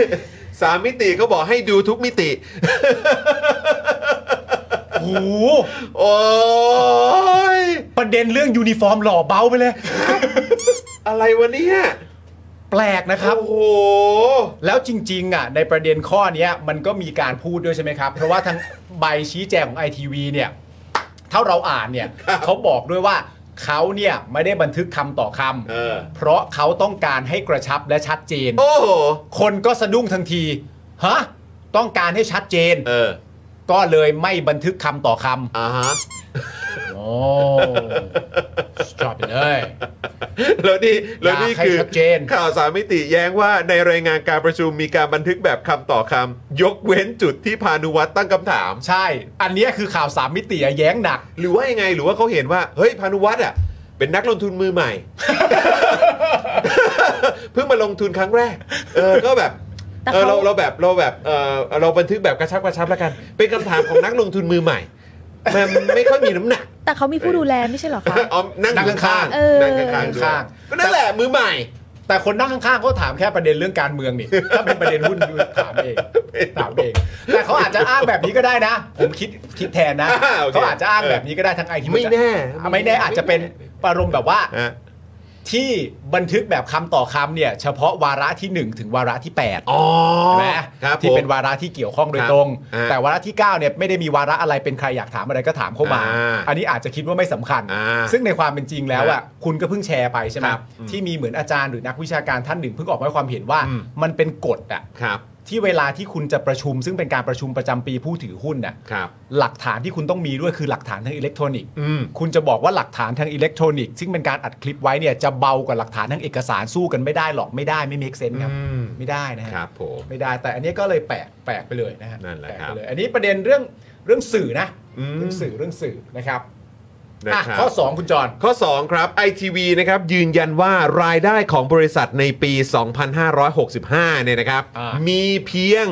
D: สามมิติเขาบอกให้ดูทุกมิติ
E: โอ้โห
D: โอ้ย
E: ประเด็นเรื่องยูนิฟอร์มหล่อเบาไปเลย
D: อะไรวะเนี่ย
E: แปลกนะครับ
D: โอ้โห
E: แล้วจริงๆอ่ะในประเด็นข้อเนี้ยมันก็มีการพูดด้วยใช่ไหมครับ เพราะว่าทางใบชี้แจงของ ITV เนี่ยเท่าเราอ่านเนี่ยเขาบอกด้วยว่าเขาเนี่ยไม่ได้บันทึกคำต่อค
D: เออ
E: ำเพราะเขาต้องการให้กระชับและชัดเจน
D: โอ้โห
E: คนก็สะดุ้งทันทีฮะต้องการให้ชัดเจน
D: เออ
E: ก็เลยไม่บันทึกคำต่อค
D: อ่าฮะ
E: ำโอ้จอบไปเลย
D: แล้วนี่แล้วนี่คือ
E: อยากให้ชัดเจน
D: ข่าวสามมิติแย้งว่าในรายงานการประชุมมีการบันทึกแบบคำต่อคำยกเว้นจุดที่พานุวัตรตั้งคำถาม
E: ใช่ อันเนี้ยคือข่าวสามมิติอะแย้งหนัก
D: หรือว่ายังไงหรือว่าเขาเห็นว่า เฮ้ยพานุวัตรอ่ะ เป็นนักลงทุนมือใหม่ เพิ่งมาลงทุนครั้งแรก เออก็แบบ
G: แต่
D: เออ
G: เขา
D: เราเราแบบเราแบบเออเราบันทึกแบบกระชับกระชับแล้วกัน เป็นคำถามของนักลงทุนมือใหม่มันไม่ค่อยมีน้ำหนัก
G: แต่เขามีผู้ดูแลไม่ใช่เหรอคะ
D: อ๋อนั่งอยู่ข้าง
G: เออ
D: ๆนั่งข้างๆด้วย
E: ข้าง
D: ก็นั่นแหละมือใหม่
E: แต่คนนั่งข้างๆเขาถามแค่ประเด็นเรื่องการเมืองนี่ ถ้าเป็นประเด็นหุ้นคือถามเองถามเอง แต่เขาอาจจะอ้างแบบนี้ก็ได้นะ ผมคิดคิดแทนนะ
D: อ่าโอเค
E: เขาอาจจะอ้างแบบนี้ก็ได้ทั้งไอที
D: ไม่แน่
E: ไม่แน่อาจจะเป็นอารมณ์แบบว่า
D: ฮะ
E: ที่บันทึกแบบคำต่อคำเนี่ย เฉพาะวาระทีหนึ่งถึงวาระที่แปด
D: อ๋อ
E: ใช่ไหม
D: ครับ
E: ที่
D: ผม
E: เป็นวาระที่เกี่ยวข้องโดยตรง
D: ครับฮะ
E: แต่วาระที่9เนี่ยไม่ได้มีวาระอะไรเป็นใครอยากถามอะไรก็ถามเข้ามา
D: อ่า
E: อันนี้อาจจะคิดว่าไม่สำคัญ
D: อ่า
E: ซึ่งในความเป็นจริงแล้ว
D: ครั
E: อ่ะ
D: บ
E: คุณก็เพิ่งแชร์ไปใช่ไหม
D: ครับอืม
E: ที่มีเหมือนอาจารย์หรือนักวิชาการท่านหนึ่งเพิ่งออกมาให้ความเห็นว่า
D: อืม
E: มันเป็นกฎอ่ะ
D: ครับ
E: ที่เวลาที่คุณจะประชุม ซึ่งเป็นการประชุมประจำปีผู้ถือหุ้นน่ะ
D: ครับ
E: หลักฐานที่คุณต้องมีด้วยคือหลักฐานทางอิเล็กทรอนิกส์
D: อืม
E: คุณจะบอกว่าหลักฐานทางอิเล็กทรอนิกส์ซึ่งเป็นการอัดคลิปไว้เนี่ยจะเบากว่าหลักฐานทางเอกสารสู้กันไม่ได้หรอกไม่ได้ไม่เมคเซนครับ
D: อืม
E: ไม่ได้นะฮะ
D: ครับผม
E: ไม่ได้แต่อันนี้ก็เลยแปลกแปลกไปเลยนะฮะ
D: นั่นแหละ
E: ปก
D: ครับ
E: ไปเยอันนี้ประเด็นเรื่องเรื่องสื่อนะ
D: อืม
E: เรื่องสื่อเรื่องสื่อนะครับ
D: นะ
E: อ่ะ
D: ครับ
E: ข้อ 2 คุณจร
D: ข้อ 2 ครับ ITV นะครับยืนยันว่ารายได้ของบริษัทในปี 2565 เนี่ยนะครับ
E: อ่ามี
D: มีเพียง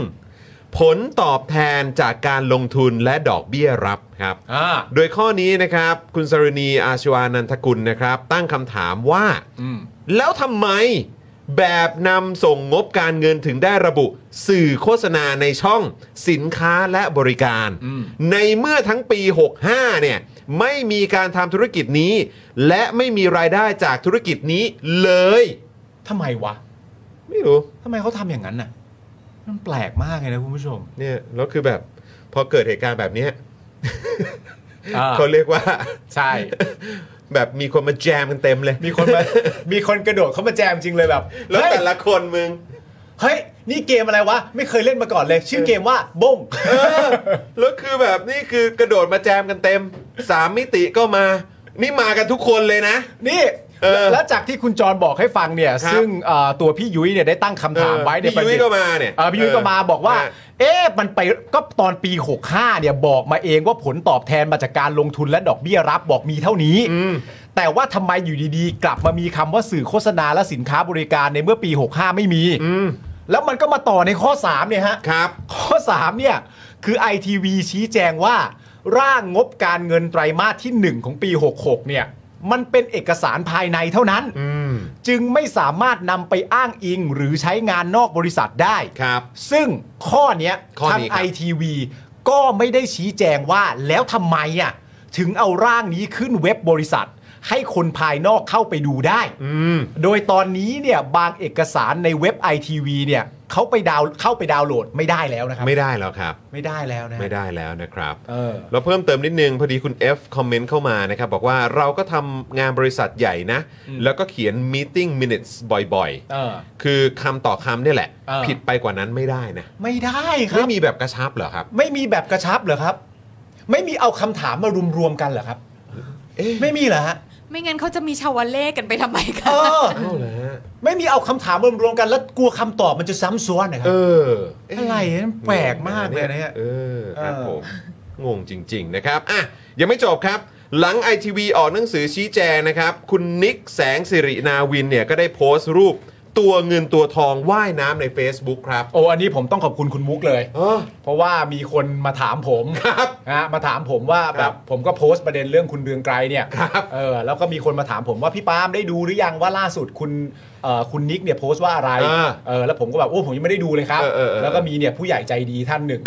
D: ผลตอบแทนจากการลงทุนและดอกเบี้ยรับครับ
E: อ่า
D: โดยข้อนี้นะครับ คุณสรณีอาชวานันทกุลนะครับ ตั้งคำถามว่า
E: อืม
D: แล้วทำไมแบบนำส่งงบการเงินถึงได้ระบุ สื่อโฆษณาในช่องสินค้าและบริการ ในเมื่อทั้งปี 65 เนี่ย ไม่มีการทำธุรกิจนี้ และไม่มีรายได้จากธุรกิจนี้เลย
E: ทำไมวะ
D: ไม่รู้
E: ทำไมเขาทำอย่างนั้นน่ะ มันแปลกมากเลยนะคุณผู้ชม
D: เนี่ยแล้วคือแบบพอเกิดเหตุการณ์แบบเนี้ย
E: ค
D: เขา
E: น
D: เรียกว่า
E: ใช่
D: แบบมีคนมาแจมกันเต็มเลย
E: มีคนมา มีคนกระโดดเขามาแจมจริงเลยแบบ
D: แล้ว
E: เฮ้ย
D: แต่ละคนมึง
I: เฮ้ย นี่เกมอะไรวะ ไม่เคยเล่นมาก่อนเลย ชื่อเกมว่าบง
D: แล้วคือแบบนี่คือกระโดดมาแจมกันเต็มสามมิติก็มา นี่มากันทุกคนเลยนะ
E: นี่แล้วจากที่คุณจรบอกให้ฟังเนี่ย
D: ครับ
E: ซึ่งเอ่อตัวพี่ยุ้ยเนี่ยได้ตั้งคำถาม
D: เออ
E: ไว้ใน
D: พี่
E: ประ
D: ยุ้ย
E: เด็น
D: ก็มาเนี่ย
E: ออพี่ยุ้ย
D: เออ
E: ก็มาบอกว่า เอ๊ะมันไปก็ตอนปี 65เนี่ยบอกมาเองว่าผลตอบแทนมาจากการลงทุนและดอกเบี้ยรับบอกมีเท่านี้ แต่ว่าทำไมอยู่ดีๆ กลับมามีคำว่าสื่อโฆษณาและสินค้าบริการในเมื่อปี 65 ไม่มี แล้วมันก็มาต่อในข้อ 3 เนี่ยฮะ
D: ครับ
E: ข้อ 3 เนี่ย คือ ITV ชี้แจงว่า ร่างงบการเงินไตรมาสที่ 1 ของปี 66 เนี่ย มันเป็นเอกสารภายในเท่านั้น จึงไม่สามารถนำไปอ้างอิงหรือใช้งานนอกบริษัทได้
D: ครับ
E: ซึ่งข้อเนี้ย
D: ข้อ
E: ทาง
D: นี้ครับ
E: ITV ก็ไม่ได้ชี้แจงว่าแล้วทำไมอ่ะถึงเอาร่างนี้ขึ้นเว็บบริษัท ให้คนภายนอกเข้าไปดูได้ โดยตอนนี้เนี่ยบางเอกสารในเว็บ ITV เนี่ยเขาไปดาวน์เข้าไปดาวน์โหลดไม่ได้แล้วนะครั
D: ไม่ได้แล้วครับ
E: ไม่ได้แล้วนะ
D: ไม่ได้แล้วนะครับ
E: เออ
D: แล้วเพิ่มเติมนิดนึง พอดีคุณ F คอมเมนต์เข้ามานะครับ บอกว่าเราก็ทำงานบริษัทใหญ่นะ แล้วก็เขียน meeting minutes บ่อย
E: เออ
D: ๆ คือคำต่อคำเนี่ยแหละ
E: เออ
D: ผิดไปกว่านั้นไม่ได้นะ
E: ไม่ได้ครับ
D: ไม่มีแบบกระชับเหรอครับ
E: ไม่มีแบบกระชับเหรอครับ ไม่มีเอาคำถามมารวมรวมๆกันเหรอครับไม่มีเหรอฮะ
F: ไม่งั้นเขาจะมีชาวเล่กันไปทำไมกั
E: เอน อไม่มีเอาคำถามมารวมรวมๆกันแล้วกลัวคำตอบมันจะซ้ำซ้อนนะครับ
D: เออเ
E: อะไรเนี่ยแปลกมากเลยนะเนี่ย
D: เออครับ
E: เออ
D: ผมงงจริง ๆ นะครับอ่ะยังไม่จบครับ หลัง ITV ออกหนังสือชี้แจงนะครับ คุณนิกแสงสิรินาวินเนี่ยก็ได้โพสต์รูปตัวเงินตัวทองว่ายน้ำใน Facebook ครับ
E: โอ้อันนี้ผมต้องขอบคุณคุณมุกเลย
D: เออ
E: เพราะว่ามีคนมาถามผม
D: ครับ
E: นะมาถามผมว่า
D: ค
E: แบ
D: รับบ
E: ผมก็โพสต์ประเด็นเรื่องคุณเรืองไกรเนี่ย
D: ครับ
E: เออแล้วก็มีคนมาถามผมว่าพี่ปาล์มได้ดูหรือยังว่าล่าสุดคุณเอ่อคุณนิกเนี่ยโพสต์ว่าอะไร
D: อ่า
E: เออแล้วผมก็แบบโอ้ผมยังไม่ได้ดูเลยครับ
D: เออเออเออ
E: แล้วก็มีเนี่ยผู้ใหญ่ใจดีท่านหนึ่ง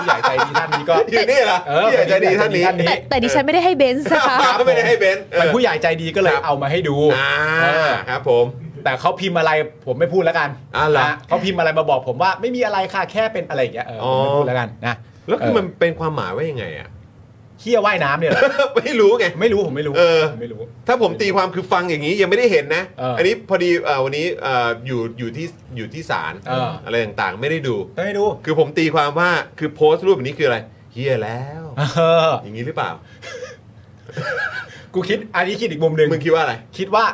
E: ผู้ใหญ่ใจดีท่านนี้ก็
D: อยู่นี่เหรอ
E: เออ
D: พี่ใหญ่ใจดีท่านนี้
E: ท่านนี้
G: แต่แต่ดิฉันไม่ได้ให้เบนซ์นะคะ
D: ไม่ได้ให้เบนซ์เอ
E: เป็น
D: อ
E: ผู้ใหญ่ใจดีก็เลยเอามาให้ดู
D: อ่า
E: เออ
D: ครับผม
E: แต่เขาพิมพ์อะไรผมไม่พูดแล้วกัน
D: อ่ะเหรอ
E: นะเขาพิมพ์อะไรมาบอกผมว่าไม่มีอะไรค่ะแค่เป็นอะไรอย่างเงี้ยเออผ
D: อ๋
E: มไม่
D: อ
E: พูดแล้วกันนะ
D: แล้วคือ
E: เ
D: มันเป็นความหมายว่ายังไงอ่ะ
E: เฮี้ยว่ายน้ำเนี่ยเหรอ
D: ไม่รู้ไง
E: ไม่รู้ผมไม่รู้
D: เออ
E: ผมไม่รู้
D: ถ้าผมตีความคือฟังอย่างนี้ยังไม่ได้เห็นนะ
E: เอออั
D: นนี้พอดีเอ่อวันนี้เอ่ออยู่อยู่ที่อยู่ที่ศาล
E: เอออ
D: อะไรต่างๆ ไม่ได้ดู
E: ไม่รู้
D: คือผมตีความว่าคือโพสต์รูปแบบนี้คืออะไรเฮียแล้ว
E: เออ
D: อย่างนี้หรือเปล่า
E: กูคิดอันนี้คิดอีกมุมหนึ่ง
D: มึงคิดว่าอะไร
E: คิดว่า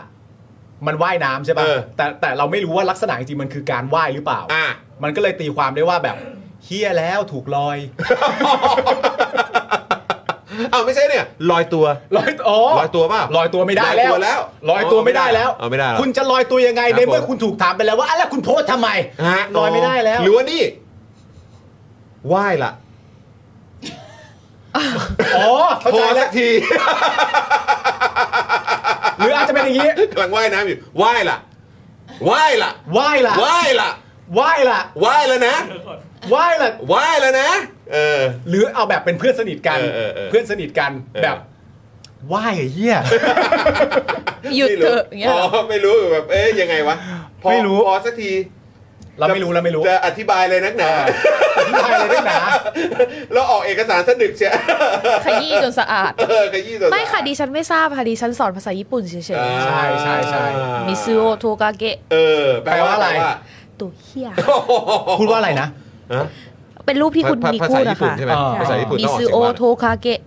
E: มันว่ายน้ำใช่ป่ะ
D: เออ
E: แต่แต่เราไม่รู้ว่าลักษณะจริงๆมันคือการว่ายหรือเปล่า
D: อ่ะ
E: มันก็เลยตีความได้ว่าแบบเฮี้ยแล้วถูกลอย
D: เอาไม่ใช่เนี่ยลอยตัว
E: ลอยอ๋อ
D: ลอยตัวเปล่า
E: ลอยตัวไม่
D: ล
E: ได้
D: อยตัวแล้ว
E: ลอยตัวไม่ได้แล้ว
D: เอาไม่ได้หรอ
E: คุณจะลอยตัวยังไง
D: ครับ
E: ในเมื่อ
D: ผม
E: คุณถูกถามไปแล้วว่าอ่ะแล้วคุณโพสต์ทำไม
D: ฮะ
E: ลอยไม่ได้แล้ว
D: หรือว่านี่ไหว้ละ
E: อ๋อเข้า
D: โพ
E: ใจ
D: สต์
E: แล้
D: สั
E: ว
D: กที
E: หรืออาจจะเป็นอย่างนี้
D: กำลังว่ายน้ำอยู่ไหว้ละไหว้ละ
E: ว่ายล่ะ
D: ไหว้ละ
E: ว่ายล่ะ
D: ไหว้แล้วนะ
E: ว่ายล่ะ
D: ไหว้แล้วนะ เออ
E: หรือเอาแบบเป็นเพื่อนสนิทกัน
D: เออเออเออ
E: อนสนิทกันแบบไหว้ไอ้เหี้ย
G: หยุดเถอะอย่างเงี้ย
D: ไม่รู้อ๋อไม่รู้แบบเอ๊ยยังไงวะพอ
E: ไม่รู้
D: พอสักที
E: เราไม่รู้เรา ไม่รู้
D: จะอธิบายเลยนักหนา
E: อธิบายเลยด้วยนะ
D: แล้วออกเอกสารสนึกเชีย
G: ขยี้จนสะอาด
D: เออขยี้ตัว
G: ไม่ค่ะดิฉันไม่ทราบค่ะดิฉันสอนภาษาญี่ปุ่นเฉย
D: อ่า
E: ใช่ใช่ใช่
G: ๆมิซูโอโทกาเกะ
D: เออแปลว่าอะไร
E: แปลว่าอะไร
G: ตัวเฮีย
D: โอ้โห
E: พูดว่าอะไรนะ
D: ฮะ
G: เป็นรูปที่คุณนิก
D: ภา
G: พู
D: ษา
G: ด
D: ญี่
G: อะ
D: ปุ่น
G: ค่ะ
D: ใช่ไหม
E: อ่า
D: ภาษาญี่ปุ่น
G: มิ
D: ต้องออก
G: ซู
D: เสียง
G: โอ
D: ว่า
G: โทกาเกะ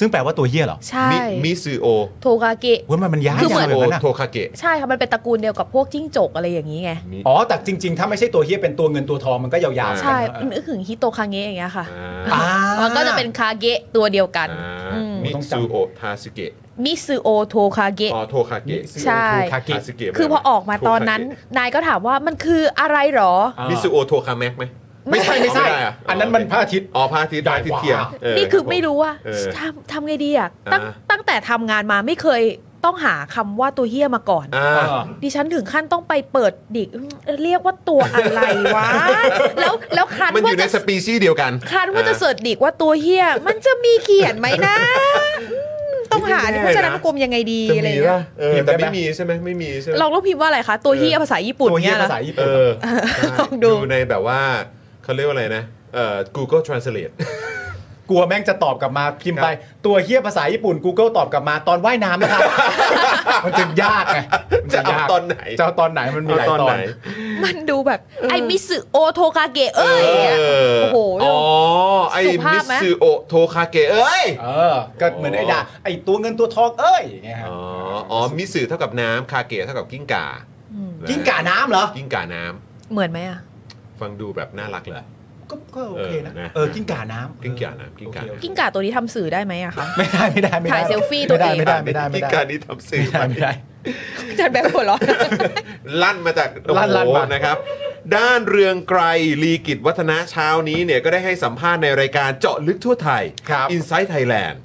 E: ซึ่งแปลว่าตัวเหี้ยเหรอ
G: ใช่
D: มิมิซูโอ
G: โทกาเกะ
E: เว้ยมันมันยาก
G: คือเหมื
E: จั
G: อ
E: ง
G: น
E: เลย
D: โอ
E: นะ
D: โทคาเกะ
G: ใช่ค่ะมันเป็นตระกูลเดียวกับพวกจิ้งจกอะไรอย่างนี้ไง
E: อ๋อแต่จริง ๆ ถ้าไม่ใช่ตัวเหี้ยเป็นตัวเงินตัวทองมันก็ยาวๆ
G: ใช่
E: เออ
G: นึกถึงฮิโตคาเงะอย่างเงี้ยค่ะ
E: อ่า
G: มันก็จะเป็นคาเกะตัวเดียวกัน
D: อ่า
G: อืม
D: มิซูโอทาสึเกะ
G: มิซูโอโทคาเกะ
D: อ๋อโทคาเกะ
E: มิซู
G: ใช่
E: โทคาเกะ
D: ทาสึเกะ
G: คือพอออกมาตอนนั้น นายก็ถามว่ามันคืออะไรหรอ
E: อ่า
D: มิซูโอโทคาแม็กไหม
E: ไม่ใช่ไม่ใช่
D: ด้ะ
E: อันนั้นมันพระอาทิตย์
D: อ๋อพระอาทิตย์
E: ได้
D: พระอาทิตย์เทียม
E: ว่ะ
D: เ
G: นี่คือ
D: รับผ
G: ไม่รู้ว่า
D: เออ
G: ทำทำไงดีอ่ะตั้ง
D: อ่า
G: ตั้งแต่ทำงานมาไม่เคยต้องหาคำว่าตัวเฮียมาก่อน
D: อ่า
G: ดิฉันถึงขั้นต้องไปเปิดดิกอืมเรียกว่าตัวอะไรวะ แล้วแล้วคัน
D: มันอ
G: ว่า
D: ยู่ใน
G: จะ
D: สปีชีส์เดียวกัน
G: คันว่าจะ
D: อ่
G: เสิร์ชดิกว่าตัวเฮียมันจะมีเขียนไหมนะอืมต้องหา
D: ไม่
G: ดิ
D: แน่นะ
G: พจนานุกรมยังไงดี
D: จะ
G: อะไรอ
D: มี
G: ย่างเงี้
D: ป่ะ
G: ย
D: เออแต่ไม่มีใช่ไหมไม่มีใช่ไหม
G: ลองรูปพิมพ์ว่าอะไรคะตัวเฮียภาษาญี่ปุ่น
E: ตัวเหี้ยภา
G: เนี้ยนะ
E: ษาญี่
D: เอ
E: ปุ่น
D: อใช่
G: ลองดู
D: ดูในแบบว่าเขาเรียกว่าอะไรนะเอ่อ Google Translate
E: กลัวแม่งจะตอบกลับมาพิมพ์ไป ตัวเฮียภาษาญี่ปุ่น Google ตอบกลับมาตอนว่ายน้ำนะครับ มันจะยากไงมัน
D: จะเอา
E: ยก
D: ตอนไหน
E: จะเอาตอนไหนมันมีหลาย
D: เอาตอน
E: ตอ
D: ไหน
E: น
G: มันดูแบบไอมิสึโอโทกาเกะเอ้ยโอ้โห
D: อ๋อ ไอ้
G: สุภา
D: มิ
G: พไหม
D: ซึโอะโทคาเกะเอ้ย
E: เออ ก็เหมือนไอ้ด่าไอ้ตัวเงินตัวทองเอ้ยอย่างเงี้ยครับ
D: อ๋ออ๋อมิสึเท่ากับน้ำคาเกะเท่ากับกิ้งก่า
G: อืม
E: กิ้งก่าน้ำเหรอ
D: กิ้งก่าน้
G: เหมือนไหมอ่ะ
D: ำฟังดูแบบน่ารักเลย
E: ก็ก็โอเคนะ
D: เออนะ
E: เออกิ้งก่าน้ำ
D: กิ้งก่าน้ำกิ้งก่าน้ำ
G: กิ้งก่าตัวนี้ทำสื่อได้ไหมอะคะ
E: ไม่ได้ไม่ได้ไม่ได้
G: ถ่ายเซลฟี่ตัวเอง
E: ไม่ได้ไม่ได้ไม่
D: กิ้ง
E: ได้
D: ก่านี้ทำสื่อ
E: ไม่ได้ไม่ได้
G: อาจารย์แบงค์หัวเราะ
D: ลั่นมาจากโอ้โห
E: ลั่นลั่นมา
D: นะครับ ด้านเรืองไกรลีกิจวัฒนะเช้านี้เนี่ยก็ได้ให้สัมภาษณ์ในรายการเจาะลึกทั่วไทย
E: ครับ
D: Inside Thailand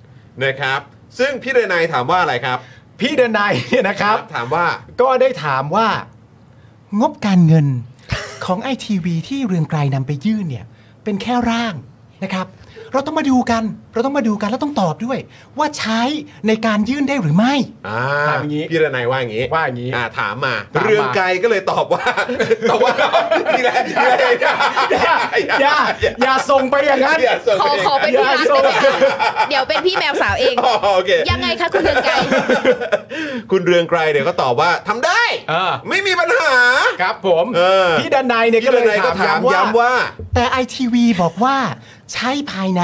D: นะครับ ซึ่งพี่เรนายถามว่าอะไรครับ
E: พี่เดนไน เนี่ยนะครับ
D: ถามว่า
E: ก็ได้ถามว่า งบการเงิน ของไอทีวีที่เรืองไกรนำไปยื่นเนี่ย เป็นแค่ร่างนะครับ เราต้องมาดูกัน เราต้องมาดูกันแล้วต้องตอบด้วย ว่าใช้ในการยื่นได้หรือ ไม่
D: อ่า
E: ถามอย่างงี้
D: พี่รนายว่าอย่างนี้
E: ว่าอย่างงี้
D: อ่าถามมา
E: ถามมา
D: เรื่องไกลก็เลยตอบว่า ตอบว่าพี่แรนพี่แรน
E: อย่าอย่าอย่าส่งไปอย่างนั้น
D: อย่าส่ง
G: ขอ
D: เอง
G: ขอเป็นพี่อาร์ตได้ไหมคะเดี๋ยวเป็นพี่แมวสาวเอง
D: อ๋อโอเค
G: ยังไงคะคุณเรืองไกร
D: คุณเรืองไกรเนี่ยก็ตอบว่าทำได้
E: อ่า
D: ไม่มีปัญหา
E: ครับผม
D: เออ
E: พี่ดันไนเนี่ยก็
D: พี่
E: เล
D: ร
E: ย
D: นายก็ถา
E: ถาม มย้ำ
D: ย้ำ
E: ว่า
D: ว่า
E: แต่ไอทีวีบอกว่าใช้ภายใน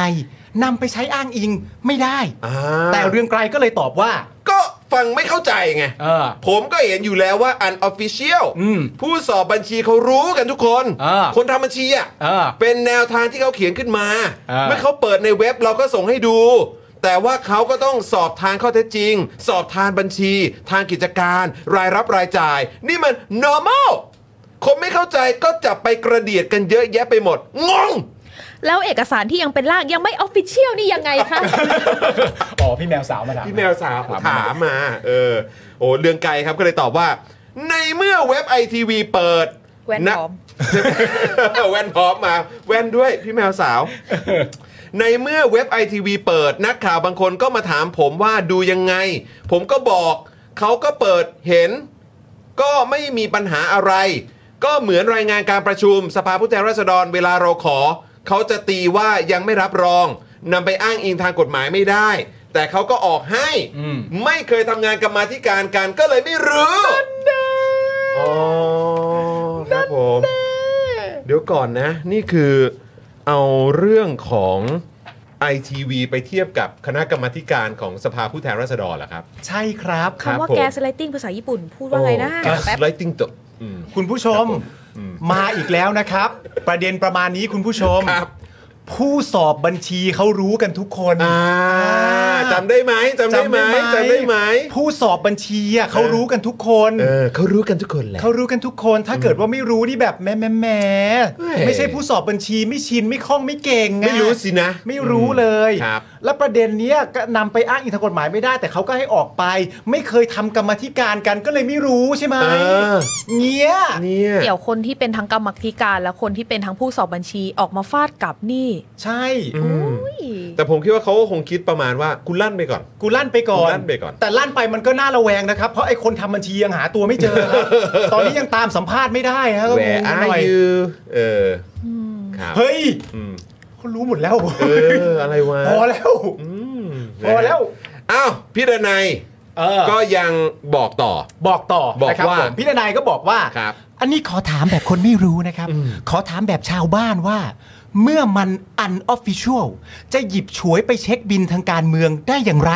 E: นำไปใช้อ้างอิงไม่ได้
D: อ่า
E: แต่เรื่องไกลก็เลยตอบว่า
D: ก็ฟังไม่เข้าใจไง
E: เออ
D: ผมก็เห็นอยู่แล้วว่า unofficial
E: อืม
D: ผู้สอบบัญชีเขารู้กันทุกคน
E: อ่า
D: คนทำบัญชีอ่ะ
E: อ่า
D: เป็นแนวทางที่เขาเขียนขึ้นมา
E: อ่า
D: เมื่อเขาเปิดในเว็บเราก็ส่งให้ดู แต่ว่าเขาก็ต้องสอบทานข้อเท็จจริง สอบทานบัญชี ทางกิจการ รายรับรายจ่าย นี่มัน normal คนไม่เข้าใจก็จับไปกระเดียดกันเยอะแยะไปหมด งง
G: แล้วเอกสารที่ยังเป็นร่างยังไม่ออฟฟิเชียลนี่ยังไงคะ
E: อ๋อพี่แมวสาวมาถาม
D: พี่แมวสาว
E: ถามมา
D: ถามมา เออ โอ้เรื่องไกลครับก็เลยตอบว่า ในเมื่อเว็บไอทีวีเปิด
G: แว่นพร้อม
D: นะ แว่นพร้อมมา แว่นด้วยพี่แมวสาว ในเมื่อเว็บไอทีวีเปิด นักข่าวบางคนก็มาถามผมว่าดูยังไง ผมก็บอก เขาก็เปิดเห็น ก็ไม่มีปัญหาอะไร ก็เหมือนรายงานการประชุม สภาผู้แทนราษฎรเวลาเราขอ เขาจะตีว่ายังไม่รับรองนำไปอ้างอิงทางกฎหมายไม่ได้ แต่เขาก็ออกให้ ไม่เคยทำงานกรรมาธิการกันก็เลยไม่รู้อ๋อครับผม เดี๋ยวก่อนนะ นี่คือเอาเรื่องของ ITV ไปเทียบกับคณะกรรมาธิการของสภาผู้แทนราษฎรเหรอครับ
E: ใช่ครับ
D: รับ
G: คำว่า
D: ผม
G: แกสไลติ n งภาษาญี่ปุ่นพูดว่าไงนะ
D: แก๊ส
G: แป๊บ
D: ไลติงตก
E: คุณผู้ชมมาอีกแล้วนะครับ ประเด็นประมาณนี้คุณผู้ชม
D: ครับ
E: ผู้สอบบัญชีเขารู้กันทุกคน
D: อ่าจำได้ไหมจำได้ไหมจำได้ไหม
E: ผู้สอบบัญชีอะเขา
D: เออ
E: รู้กันทุกคน
D: เออเขารู้กันทุกคนแหละ
E: เขารู้กันทุกคนถ้าเกิดว่าไม่รู้นี่แบบแหม่แหม่แหม่
D: เฮ้ย
E: ไม่ใช่ผู้สอบบัญชีไม่ชินไม่คล่องไม่เก่งอะ
D: ไม่รู้สินะ
E: ไม่รู้เลย
D: ครับ
E: และประเด็นเนี้ยก็นำไปอ้างอิงทางกฎหมายไม่ได้ แต่เขาก็ให้ออกไป ไม่เคยทำกรรมาธิการกันก็เลยไม่รู้ใช่ไหม
D: เออ
E: เงี้ย
D: เนี่ย
G: เกี่ยวคนที่เป็นทั้งกรรมธิการและคนที่เป็นทั้งผู้สอบบัญชีออกมาฟาดกลับนี่
E: ใช่
D: อืม
G: อุ้ย
D: แต่ผมคิดว่าเขาก็คงคิดประมาณว่ากูลั่นไปก่อน
E: กูลั่นไปก่อน
D: กูลั่นไปก่อน
E: แต่ลั่นไปมันก็น่าระแวงนะครับ เพราะไอ้คนทำบัญชียังหาตัวไม่เจอ ครับ ตอนนี้ยังตามสัมภาษณ์ไม่ได้ฮะก็
D: แหว
E: งงกัน
D: อา
E: หน่อย
D: ยูเอออครับ
E: เฮ้ย
D: อืม
E: เขารู้หมดแล้ว
D: เออ อะไรวะ
E: พอแล้ว
D: ม
E: พอแล้ว
D: อ้าวพี่ดนัย
E: เออ
D: ก็ยังบอกต่อ
E: บอกต่อ
D: บอก
E: นะครับ
D: ว่า
E: ผมพี่นายก็บอกว่า
D: ครับ
E: อันนี้ขอถามแบบคนไม่รู้นะครับ ขอถามแบบชาวบ้านว่า เมื่อมันอันออฟฟิเชียลจะหยิบฉวยไปเช็คบินทางการเมืองได้อย่างไร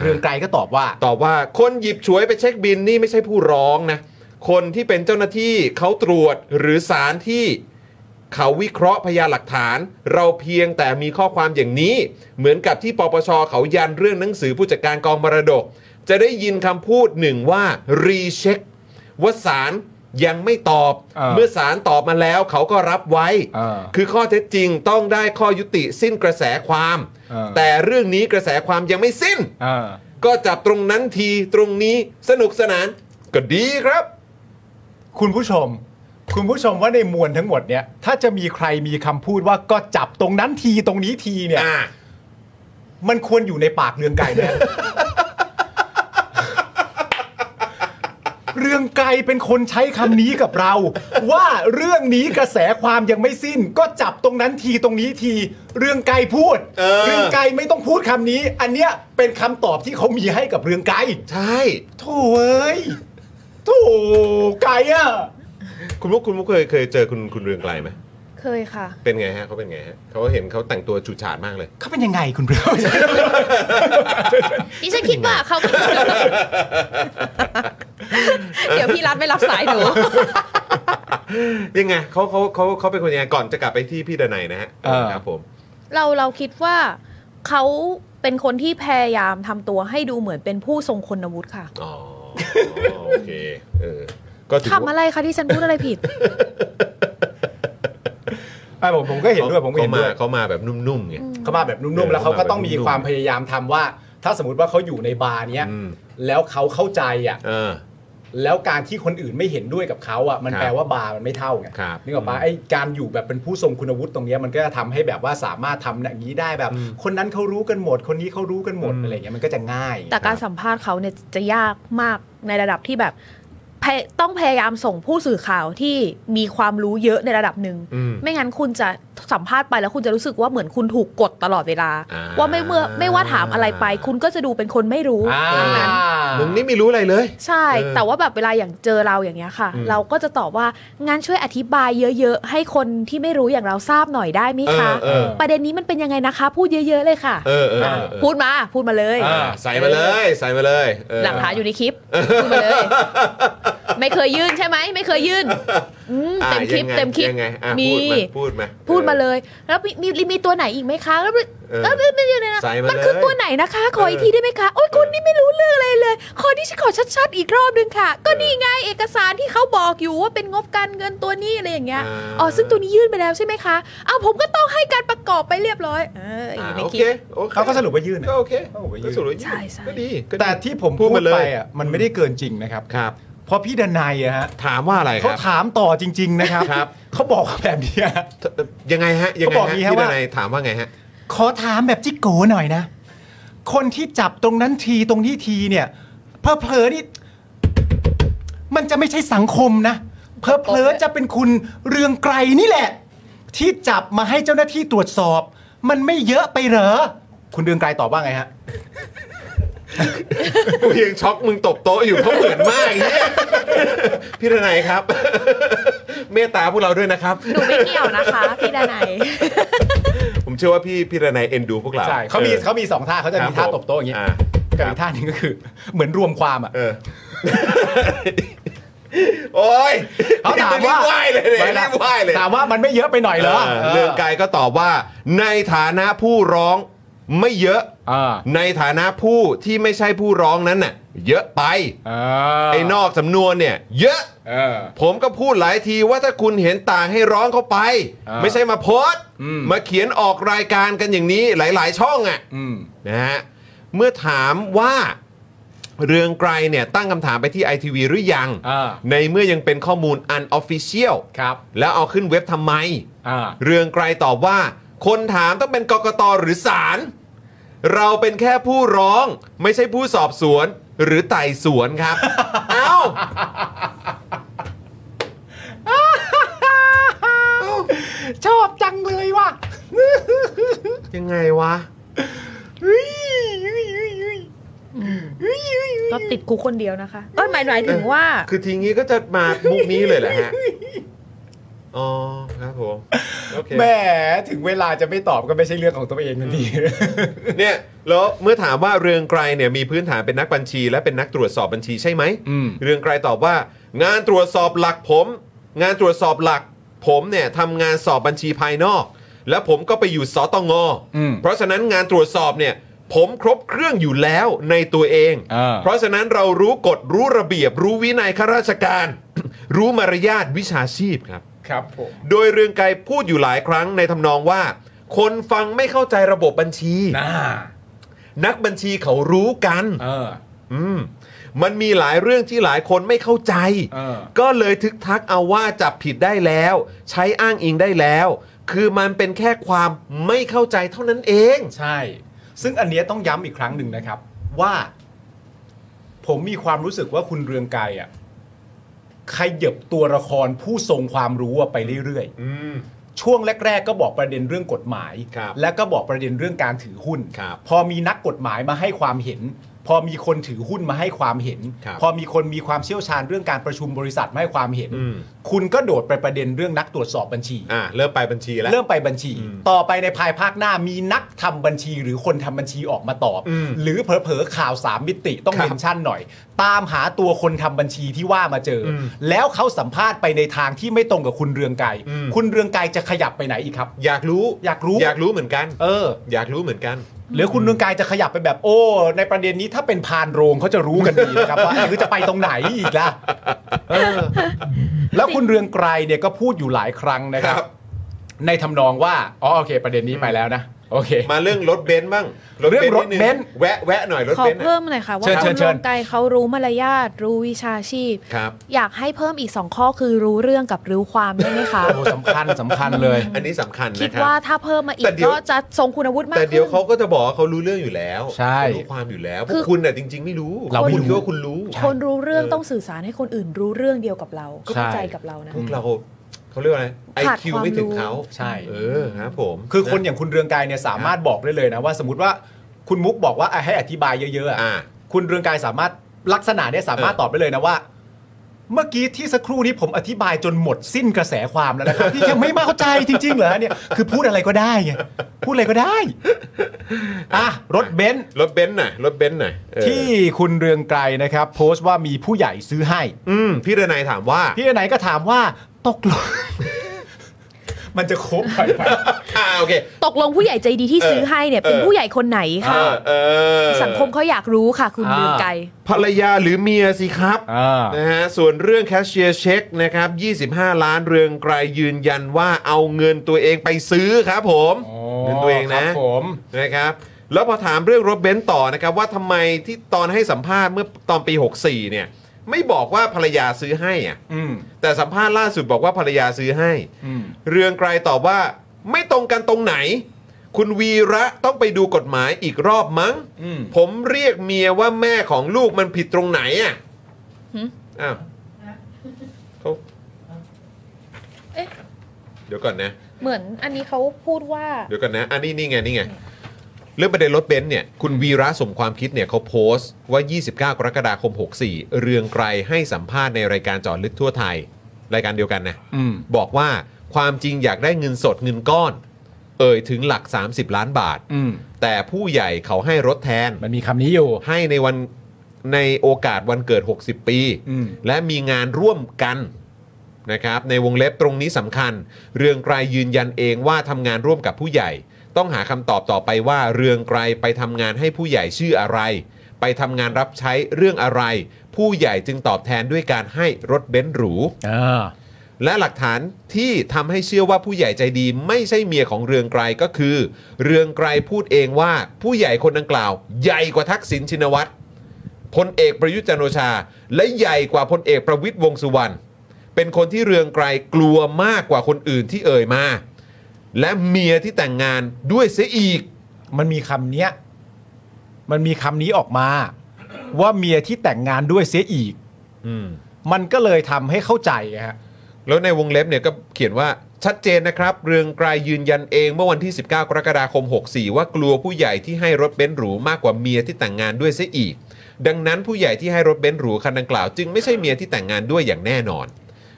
E: เรืองไกลก็ตอบว่า
D: ตอบว่าคนหยิบฉวยไปเช็คบินนี่ไม่ใช่ผู้ร้องนะ คนที่เป็นเจ้าหน้าที่เขาตรวจหรือสารที่เขาวิเคราะห์พยานหลักฐาน เราเพียงแต่มีข้อความอย่างนี้ เหมือนกับที่ปปชเขายันเรื่องหนังสือผู้จัดการกองมรดก จะได้ยินคำพูดหนึ่งว่ารีเช็คว่าสารยังไม่ตอบ
E: เออ
D: เมื่อสารตอบมาแล้วเขาก็รับไว้
E: เออ
D: คือข้อเท็จจริงต้องได้ข้อยุติสิ้นกระแสความ
E: เออ
D: แต่เรื่องนี้กระแสความยังไม่สิ้น ก็จับตรงนั้นทีตรงนี้สนุกสนาน ก็ดีครับ
E: คุณผู้ชม คุณผู้ชมว่าในมวลทั้งหมดเนี่ย ถ้าจะมีใครมีคำพูดว่าก็จับตรงนั้นทีตรงนี้ทีเนี่ย
D: อ่า
E: มันควรอยู่ ในปากเรืองไกรไหม เรือง ไกลเป็นคนใช้คำนี้กับเรา ว่าเรื่องนี้กระแสความยังไม่สิ้น ก็จับตรงนั้นทีตรงนี้ทีเรื่องไกลพูด
D: เออ
E: องไกลไม่ต้องพูดคำนี้ อันเนี้ยเป็นคำตอบที่เขามีให้กับเรื่องไกล
D: ใช่
E: โถ่เอ้ยโถ่ไกลอ่ะ
D: คุณมุกคุณมุกเคยเคยเจอคุณคุณเรืองไกลไหม
G: เคยค่ะ
D: เป็นไงฮะเขาเป็นไงฮะเขาเห็นเขาแต่งตัวฉูดฉาดมากเลย
E: เขาเป็นยังไงคุณเรือง
G: ดิฉันคิด ว่าเขาเดี๋ยวพี่รัฐไม่รับสาย หนู
D: ยังไงเขาเขาเขาเขาเป็นคนยังไงก่อนจะกลับไปที่พี่ดนัยนะฮะ
E: เออ
D: ครับผม
G: เราเราคิดว่าเขาเป็นคนที่พยายามทำตัวให้ดูเหมือนเป็นผู้ทรงคุณวุฒิค่ะ
D: อ๋อโอเคเออก็ถือ
G: ทำ
D: ว่า
G: อะไรคะที่ฉันพูดอะไรผิด
E: ไอ้ผมผมก็เห็นด้วยผมก็เห็นด้ว
D: ขา
E: ย
D: มาเขามาแบบนุ่มๆไง
E: เขามาแบบนุ่มๆ แล้วเขาก็ต้องมีความพยายามทำว่า ถ้าสมมติว่าเขาอยู่ในบาร์เนี้ย
D: อืม
E: แล้วเขาเข้าใจอ่ะ
D: เออ
E: แล้วการที่คนอื่นไม่เห็นด้วยกับเขาอ่ะมัน
D: ครับ
E: แปลว่าบาร์มันไม่เท่าไง
D: ครับ
E: นึกออกปะไอ้การอยู่แบบเป็นผู้ทรงคุณวุฒิตรงเนี้ยมันก็จะทำให้แบบว่าสามารถทำอย่างนี้ได้แบบ
D: อืม
E: คนนั้นเขารู้กันหมด คนนี้เขารู้กันหมด
D: อืม
E: อะไรเงี้ยมันก็จะง่าย
G: แต่การสัมภาษณ์เขาเนี่ยจะยากมากในระดับที่แบบพยต้องพยายามส่งผู้สื่อข่าวที่มีความรู้เยอะในระดับหนึ่ง
D: อืม
G: ไม่งั้นคุณจะสัมภาษณ์ไปแล้วคุณจะรู้สึกว่าเหมือนคุณถูกกดตลอดเวลา
D: อ่า
G: ว่าไม่เมื่อไม่ว่าถามอะไรไป คุณก็จะดูเป็นคนไม่รู้
E: อ่า
G: ทั้งนั้น
D: มึงนี่ไม่รู้อะไรเลย
G: ใช่
D: เออ
G: แต่ว่าแบบเวลาอย่างเจอเราอย่างเงี้ยค่ะ
D: อืม
G: เราก็จะตอบว่างั้นช่วยอธิบายเยอะๆ ให้คนที่ไม่รู้อย่างเราทราบหน่อยได้ไหม
D: เอ
G: คะ
D: อเออ
G: ประเด็นนี้มันเป็นยังไงนะคะ พูดเยอะๆเลยค่ะ
D: เออเออเออ
G: พูดมาพูดมาเลย
D: อ่าใส่มาเลย ใส่มาเลยเออ
G: หลักฐานอยู่ในคลิป พูดมาเลย ไม่เคยยื่นใช่ไหม ไม่เคยยื่นอืม
D: อ่ะ
G: เต็มคลิป
D: ยังไง
G: เต็มคลิป
D: ยังไงอ่ะ
G: มี
D: พูดมา
G: พูดมาเลย แล้วมีมีมีตัวไหนอีกไหมคะแล้ว
D: เออ
G: เออไม่ไม่อยู่ในนะ
D: ใส่มาเลย
G: มันคือตัวไหนนะคะ ขออีก
D: เออ
G: ทีได้ไหมคะโอ้ยคนนี้ไม่รู้เรื่องอะไรเลย ขอที่ฉันขอชัดๆอีกรอบนึงค่ะ ก็นี่ไงเอกสารที่เขาบอกอยู่ว่าเป็นงบการเงินตัวนี้อะไรอย่างเงี้ย
D: อ่า
G: อ๋อซึ่งตัวนี้ยื่นไปแล้วใช่ไหมคะอ้าวผมก็ต้องให้การประกอบไปเรียบร้อย เอออี
D: อ่ะ
G: กไม่
D: โอ
G: คิ
D: เค
G: ด
D: โอเค
E: เขาก็สรุปว่ายื่นอะ
D: ก็โอเค
E: เขาบอกว่า
D: ก็
E: ยื่น
D: สรุปว่ายื่น
G: ใช่ใช่
D: ก็ดีก็ดี
E: แต่ที่ผม
D: พูด
E: พูด
D: มาเลย
E: ไปอ่ะมันไม่ได้เกินจริงนะครับ
D: ครับ
E: เพราะพี่ดนายอะฮะ
D: ถามว่าอะไรค
E: เขา
D: รับ
E: ถามต่อจริง ๆ นะครับ
D: ครับ
E: เขาบอกว่าแบบเนี้ย
D: ยังไงฮะยังไง
E: เขาบอก
D: ฮะ
E: งี้
D: พี่ด
E: ฮะว่า
D: นายถามว่าไงฮะ
E: ขอถามแบบจิกโกหน่อยนะ คนที่จับตรงนั้นทีตรงนี้ทีเนี่ยเพอเพลอๆนี่ มันจะไม่ใช่สังคมนะเพอเพลอๆจะเป็นคุณเรืองไกรนี่แหละ ที่จับมาให้เจ้าหน้าที่ตรวจสอบ มันไม่เยอะไปเหรอ คุณเรืองไกรตอบว่าไงฮะ
D: กูยังช็อกมึงตบโต๊ะอยู่เพราะเหมือนมากไอ้ เนี่ยพี่ดนายครับ เมตตาพวกเราด้วยนะครับ
G: หนูไม่เกี่ยวนะคะ พี่ดนัย
D: ผมเชื่อว่าพี่พี่ดนายเอ็นดูพวกเรา
E: ใช่เขามี
D: ออ
E: เขามีสองท่าเขาจะ
D: ครับ
E: มีท่า
D: ผม
E: ตบโต๊ะอย่างนี้
D: อ่า
E: กับอีกท่าหนึ่งก็คือ เหมือนรวมความอ่ะ
D: เออ โอ้ย
E: เขาถามว่า
D: ไหวเลยเนี่ยรีบไหวเลย
E: ถามว่ามันไม่เยอะไปหน่อยเหรอ
D: เออเรื่องไกลก็ตอบว่า ในฐานะผู้ร้องไม่เยอะ
E: อ่า
D: ในฐานะผู้ที่ไม่ใช่ผู้ร้องนั้นน่ะ เยอะไป
E: เอ
D: ไอ้นอกสำนวนเนี่ย เยอะ
E: เออ
D: ผมก็พูดหลายทีว่าถ้าคุณเห็นต่างให้ร้องเข้าไป
E: อ่า
D: ไม่ใช่มาโพสต์
E: อืม
D: มาเขียนออกรายการกันอย่างนี้หลาย ๆ ช่องอะ่ะ
E: อืม
D: นะฮะเมื่อถามว่าเรืองไกรเนี่ยตั้งคำถามไปที่ ITV หรือยัง
E: อ่า
D: ในเมื่อยังเป็นข้อมูล Unofficial
E: ครับ
D: แล้วเอาขึ้นเว็บทำไม
E: อ่า
D: เรืองไกรตอบว่า คนถามต้องเป็นกกตหรือศาลเราเป็นแค่ผู้ร้อง ไม่ใช่ผู้สอบสวน หรือไต่สวนครับ เอ้า
E: ชอบจังเลยว่ะ
D: ยังไงวะ
G: ก็ติดกูคนเดียวนะคะเอ้ยหมายหมายถึงว่า
D: คือทีงี้ก็จะมามุกนี้เลยเหรอฮะ อ๋อครับผม โอเค
E: แหมถึงเวลาจะไม่ตอบก็ไม่ใช่เรื่องของตัวเองทันที
D: เนี่ยแล้วเมื่อถามว่าเรืองไกรเนี่ยมีพื้นฐานเป็นนักบัญชี และเป็นนักตรวจสอบบัญชีใช่ไหม
E: อืม
D: เรืองไกรตอบว่า งานตรวจสอบหลักผม งานตรวจสอบหลัก ผมเนี่ยทำงานสอบบัญชีภายนอก และผมก็ไปอยู่สตงเพราะฉะนั้นงานตรวจสอบเนี่ย ผมครบเครื่องอยู่แล้วในตัวเอง
E: อ่า
D: เพราะฉะนั้นเรารู้กฎรู้ระเบียบ รู้วินัยข้าราชการ รู้มารยาทวิชาชีพครับ
E: ครับผม
D: โดยเรืองไกรพูดอยู่หลายครั้งในทำนองว่า คนฟังไม่เข้าใจระบบบัญชี
E: น่า
D: นักบัญชีเขารู้กัน
E: เออ
D: อืม มันมีหลายเรื่องที่หลายคนไม่เข้าใจ
E: เออ
D: ก็เลยทึกทักเอาว่าจับผิดได้แล้ว ใช้อ้างอิงได้แล้ว คือมันเป็นแค่ความไม่เข้าใจเท่านั้นเอง
E: ใช่ ซึ่งอันเนี้ยต้องย้ำอีกครั้งหนึ่งนะครับ ว่า ผมมีความรู้สึกว่าคุณเรืองไกรอ่ะ ขยับตัวละครผู้ทรงความรู้อะไปเรื่อยๆช่วงแรก ๆ ก็บอกประเด็นเรื่องกฎหมาย แล้วก็บอกประเด็นเรื่องการถือหุ้น พอมีนักกฎหมายมาให้ความเห็น พอมีคนถือหุ้นมาให้ความเห็น พอมีคนมีความเชี่ยวชาญเรื่องการประชุมบริษัทมาให้ความเห็น คุณก็โดดไปประเด็นเรื่องนักตรวจสอบบัญชี
D: อ่าเริ่มไปบัญชีแล้ว
E: เริ่มไปบัญชี ต่อไปในภายภาคหน้ามีนักทำบัญชีหรือคนทำบัญชีออกมาตอบ
D: อืม
E: หรือเผลอๆข่าวสามมิติต้องเมนชั่นหน่อย ตามหาตัวคนทำบัญชีที่ว่ามาเจออ
D: ม
E: แล้วเขาสัมภาษณ์ไปในทางที่ไม่ตรงกับคุณเรืองไกร
D: อืม
E: คุณเรืองไกรจะขยับไปไหนอีกครับ
D: อยากรู้
E: อยากรู้
D: อยากรู้เหมือนกัน
E: เออ
D: อยากรู้เหมือนกัน
E: หรือคุณเรืองไกรจะขยับไปแบบโอ้ ในประเด็นนี้ถ้าเป็นพานโรงเขาจะรู้กันดีนะครับ ว่าเออจะไปตรงไหนอีกล่ะเออแล้วคุณเรืองไกรเนี่ยก็พูดอยู่หลายครั้งนะครับ ในทำนองว่าอ๋อโอเค ประเด็นนี้ไปแล้วนะโอเค
D: มาเรื่องรถเบนซ์บ้าง
E: เรื่องรถเบนซ์
D: นิดงแวะแวะหน่อยรถ
G: ขอ
D: เบนซ์
G: เพิ่มหน่อยค่ะ ว่า
E: เชิญ
G: คน
E: เชิญเชิ
G: ร่ว
E: ญ
G: มไกลเขารู้มารยาทรู้วิชาชีพ
D: ครับ
G: อยากให้เพิ่มอีกสองข้อคือรู้เรื่องกับรู้ความได้ไหมคะ
E: โอ้สำคัญสำคัญเลย
D: อันนี้สำคัญนะ
G: คิด
D: ครับ
G: ว่าถ้าเพิ่มมาอี
D: แต่
G: ก
D: เดี๋ยว
G: ก็จะทรงคุณวุฒิมาก
D: แต่
G: ขึ้น
D: เดี๋ยวเขาก็จะบอกว่าเขารู้เรื่องอยู่แล้ว
E: ใช่
D: เขารู้ความอยู่แล้วพว
G: คื
D: ก
G: อ
D: คุณน่ะจริง ๆ ไม่รู้
E: เราไม่
D: คุณคิด
E: รู้
D: ว่าคุณรู้
G: คนรู้เรื่อง
D: เออ
G: ต้องสื่อสารให้คนอื่นรู้เรื่องเดียวกับเราเข้าใจกับเรานะ
D: พวกเราเขาเรียกว่าอะไรไอ
G: ขาด
D: คิว
G: ความ
D: ไม่ถึง
G: รู้
D: เขา
E: ใช่
D: เออครับผม
E: คือคนอย่างคุณเรืองไกรเนี่ยสามารถบอกได้เลยนะว่า สมมติว่าคุณมุกบอกว่าอ่ะให้อธิบายเยอะๆอ่ะ
D: อ่า
E: คุณเรืองไกายสามารถลักษณะเนี้ยสามารถ
D: เออ
E: ตอบได้เลยนะว่า เมื่อกี้ที่สักครู่นี้ผมอธิบายจนหมดสิ้นกระแสความแล้วนะครับ ที่ยังไม่เข้าใจจริงๆเหรอฮะเนี่ยคือพูดอะไรก็ได้ไงพูดอะไรก็ได้อ่ะรถเบนซ์
D: รถเบนซ์หน่อยรถเบนซ์หน่อยเออ
E: ที่คุณเรืองไกรนะครับ โพสต์ว่ามีผู้ใหญ่ซื้อให้
D: อืมพี่เรนัยถามว่า
E: พี่ไหนก็ถามว่าตกลง มันจะโค้งไปไหม
D: อ่าโอเค
G: ตกลงผู้ใหญ่ใจดีที่
D: เออ
G: ซื้อให้เนี่ย
D: เออ
G: เป็นผู้ใหญ่คนไหน
D: เอ
G: คะ
D: อเออ
G: สังคมเขาอยากรู้ค่ะ คุณ
E: อ่า
G: เรืองไกร
D: ภรรยาหรือเมียสิครับ
E: อ่า
D: นะฮะส่วนเรื่องแคชเชียร์เช็คนะครับ 25 ล้านเรืองไกรยืนยันว่าเอาเงินตัวเองไปซื้อครับผม
E: โอ้
D: เงินตัวเองนะครับ
E: ผม
D: นะครับ แล้วพอถามเรื่องรถเบนซ์ต่อนะครับ ว่าทำไมที่ตอนให้สัมภาษณ์เมื่อตอนปี 64 เนี่ย ไม่บอกว่าภรรยาซื้อให้อ่ะ
E: อืม
D: แต่สัมภาษณ์ล่าสุดบอกว่าภรรยาซื้อให้
E: อืม
D: เรืองไกรตอบว่าไม่ตรงกันตรงไหน คุณวีระต้องไปดูกฎหมายอีกรอบมั้ง
E: อืม
D: ผมเรียกเมียว่าแม่ของลูกมันผิดตรงไหนอ่ะอ้าวเขาเดี๋ยวก่อนนะ
G: เหมือนอันนี้เขาพูดว่า
D: เดี๋ยวก่อนนะ อันนี้นี่ไงนี่ไง เรื่องประเด็นรถเบนซ์เนี่ย คุณวีระสมความคิดเนี่ยเขาโพสต์ว่า 29 กรกฎาคม 64 เรืองไกรให้สัมภาษณ์ในรายการเจอดลึกทั่วไทย รายการเดียวกันนะ
E: อืม
D: บอกว่าความจริงอยากได้เงินสดเงินก้อน เอ่ยถึงหลัก 30 ล้านบาท
E: อืม
D: แต่ผู้ใหญ่เขาให้รถแทน
E: มันมีคำนี้อยู่
D: ให้ในวันในโอกาสวันเกิด 60 ปี
E: อืม
D: และมีงานร่วมกันนะครับ ในวงเล็บตรงนี้สำคัญ เรืองไกรยืนยันเองว่าทำงานร่วมกับผู้ใหญ่ ต้องหาคำตอบต่อไปว่าเรืองไกรไปทำงานให้ผู้ใหญ่ชื่ออะไร ไปทำงานรับใช้เรื่องอะไร ผู้ใหญ่จึงตอบแทนด้วยการให้รถเบนซ์หรู
E: อ่า
D: และหลักฐานที่ทำให้เชื่อว่าผู้ใหญ่ใจดีไม่ใช่เมียของเรืองไกรก็คือ เรืองไกรพูดเองว่าผู้ใหญ่คนดังกล่าว ใหญ่กว่าทักษิณชินวัตรพลเอกประยุทธ์จันทร์โอชา และใหญ่กว่าพลเอกประวิตยวงษ์สุวรรณเป็นคนที่เรืองไกรกลัวมากกว่าคนอื่นที่เอ่ยมา และเมียที่แต่งงานด้วยเสียอีก
E: มันมีคำเนี้ย มันมีคำนี้ออกมา ว่าเมียที่แต่งงานด้วยเสียอีก
D: อืม
E: มันก็เลยทำให้เข้าใจไงฮะ
D: แล้วในวงเล็บเนี่ยก็เขียนว่าชัดเจนนะครับ เรืองไกรยืนยันเองเมื่อวันที่ 19 กรกฎาคม 64 ว่ากลัวผู้ใหญ่ที่ให้รถเบนซ์หรูมากกว่าเมียที่แต่งงานด้วยซะอีก ดังนั้นผู้ใหญ่ที่ให้รถเบนซ์หรูคันดังกล่าวจึงไม่ใช่เมียที่แต่งงานด้วยอย่างแน่นอน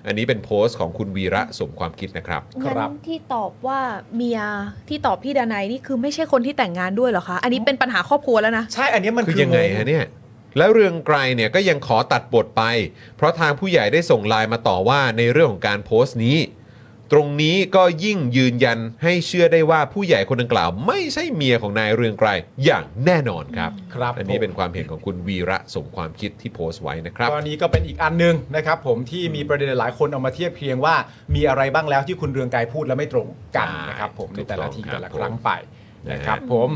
D: อันนี้เป็นโพสต์ของคุณวีระสมความคิดนะครับ
E: ค
G: งั้
E: รับ
G: นที่ตอบว่าเมียที่ตอบพี่ดานัยนี่คือไม่ใช่คนที่แต่งงานด้วยเหรอคะ อันนี้เป็นปัญหาครอบครัวแล้วนะ
E: ใช่ อันเนี้ยมัน
D: คือยังไงฮะเนี่ย แล้วเรืองไกรเนี่ยก็ยังขอตัดบทไป เพราะทางผู้ใหญ่ได้ส่งไลน์มาต่อว่าในเรื่องของการโพสต์นี้ ตรงนี้ก็ยิ่งยืนยันให้เชื่อได้ว่าผู้ใหญ่คนดังกล่าว ไม่ใช่เมียของนายเรืองไกรอย่างแน่นอนครับ
E: ครับ
D: อันนี้
E: ผม
D: เป็นความเห็นของคุณวีระสมความคิดที่โพสต์ไว้นะครับ
E: กรณีก็เป็นอีกอันหนึงนะครับผมที่มีประเด็นหลายคนเอามาเทียบเคียงว่า มีอะไรบ้างแล้วที่คุณเรืองไกรพูดแล้วไม่ตรงกันนะครับผมในแต่ละที
D: ถูกต้อง
E: แต่ละ
D: ครับ
E: ครั้ง
D: ผม
E: ไปนะครับผม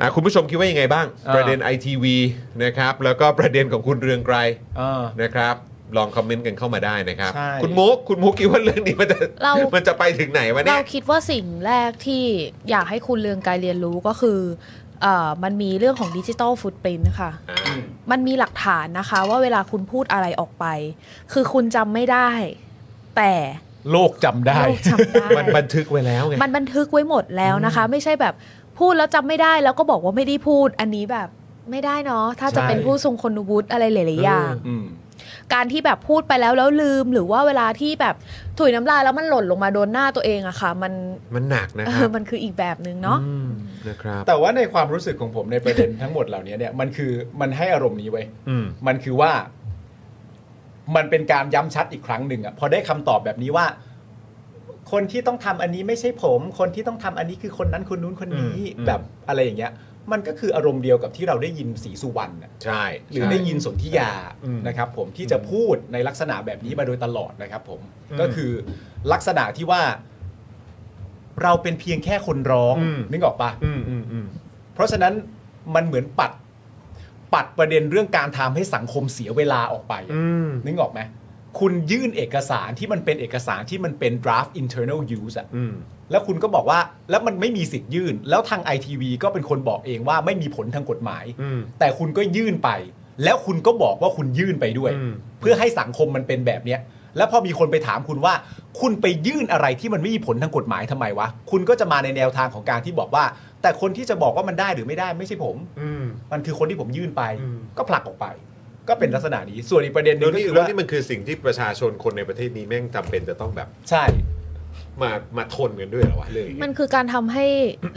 D: อ่ะคุณผู้ชมคิดว่ายังไงบ้าง
E: อ่า
D: ประเด็นไอทีวีนะครับแล้วก็ประเด็นของคุณเรืองไกร
E: เออ
D: นะครับลองคอมเมนต์กันเข้ามาได้นะครับ
E: ใช่
D: คุณมุกคุณมุกคิดว่าเรื่องนี้มันจะ
G: เรามั
D: นจะไปถึงไหนวะเนี่
G: เรา
D: ย
G: คิดว่าสิ่งแรกที่อยากให้คุณเลืองกายเรียนรู้ก็คือ เอ่อมันมีเรื่องของดิจิ t a ลฟุตปรินต์ค่ะ มันมีหลักฐานนะคะ ว่าเวลาคุณพูดอะไรออกไป คือคุณจำไม่ได้ แต่
J: โลกจำได้
G: โลกจำ ได้
J: มันบันทึกไว้แล้วไง
G: มันบันทึกไว้หมดแล้วนะคะ ไม่ใช่แบบพูดแล้วจำไม่ได้แล้วก็บอกว่าไม่ได้พูดอันนี้แบบไม่ได้เนาะถ้าจะ
J: ใช่
G: เป็นผู้ทรงคุณวุฒิอะไรหลายๆอย่าง
J: อืม
G: การที่แบบพูดไปแล้วแล้วลืมหรือว่าเวลาที่แบบถุยน้ำลายแล้วมันหล่นลงมาโดนหน้าตัวเองอะค่ะ มัน
D: มันหนักนะ
G: เอ
D: ครั
G: อบ มันคืออีกแบบนึงเนาะ
D: อืมนะครับ
E: แต่ว่าในความรู้สึกของผมในประเด็นทั้งหมดเหล่านี้เนี่ยมันคือมันให้อารมณ์นี้ไว้ย
D: อืม
E: มันคือว่า มันเป็นการย้ำชัดอีกครั้งหนึ่งอะพอได้คำตอบแบบนี้ว่า คนที่ต้องทำอันนี้ไม่ใช่ผม คนที่ต้องทำอันนี้คือคนนั้นคนนู้นคนนี้
D: อืม
E: แบบอะไรอย่างเงี้ย มันก็คืออารมณ์เดียวกับที่เราได้ยินสีสุวรรณอะ
D: ใช่
E: หรือ
D: ใช่
E: ได้ยินสนธิยา
D: อืม
E: นะครับ ผมที่จะพูดในลักษณะแบบนี้มาโดยตลอดนะครับ ผม
D: อืม
E: ก็คือลักษณะที่ว่า เราเป็นเพียงแค่คนร้อง
D: อืม
E: นึกออกปะ
D: อืมอืมอืม
E: เพราะฉะนั้นมันเหมือนปัดปัดประเด็นเรื่องการทำให้สังคมเสียเวลาออกไปอะ
D: อืม
E: นึกออกไหมคุณยื่นเอกสารที่มันเป็นเอกสารที่มันเป็น draft internal use อะ
D: อืม
E: แล้วคุณก็บอกว่าแล้วมันไม่มีสิทธิ์ยื่น แล้วทาง ITV ก็เป็นคนบอกเองว่าไม่มีผลทางกฎหมาย
D: อืม
E: แต่คุณก็ยื่นไป แล้วคุณก็บอกว่าคุณยื่นไปด้วย
D: อืม
E: เพื่อให้สังคมมันเป็นแบบเนี้ย แล้วพอมีคนไปถามคุณว่า คุณไปยื่นอะไรที่มันไม่มีผลทางกฎหมายทำไมวะ คุณก็จะมาในแนวทางของการที่บอกว่า แต่คนที่จะบอกว่ามันได้หรือไม่ได้ไม่ใช่ผม
D: อืม
E: มันคือคนที่ผมยื่นไป
D: อืม
E: ก็ผลักออกไป ก็เป็นลักษณะนี้ส่วนอีกประเด็นหนึ
D: แล้ว
E: งก็
D: นี่
E: คือ
D: แล้ว
E: ว่า
D: นี่มันคือสิ่งที่ประชาชนคนในประเทศนี้แม่งจำเป็นจะต้องแบบ
E: ใช่
D: มามาทนกันด้วยเหรอวะเรื่องอย่าง
G: มั
D: เงี้
G: น
D: ย
G: คือการทำให้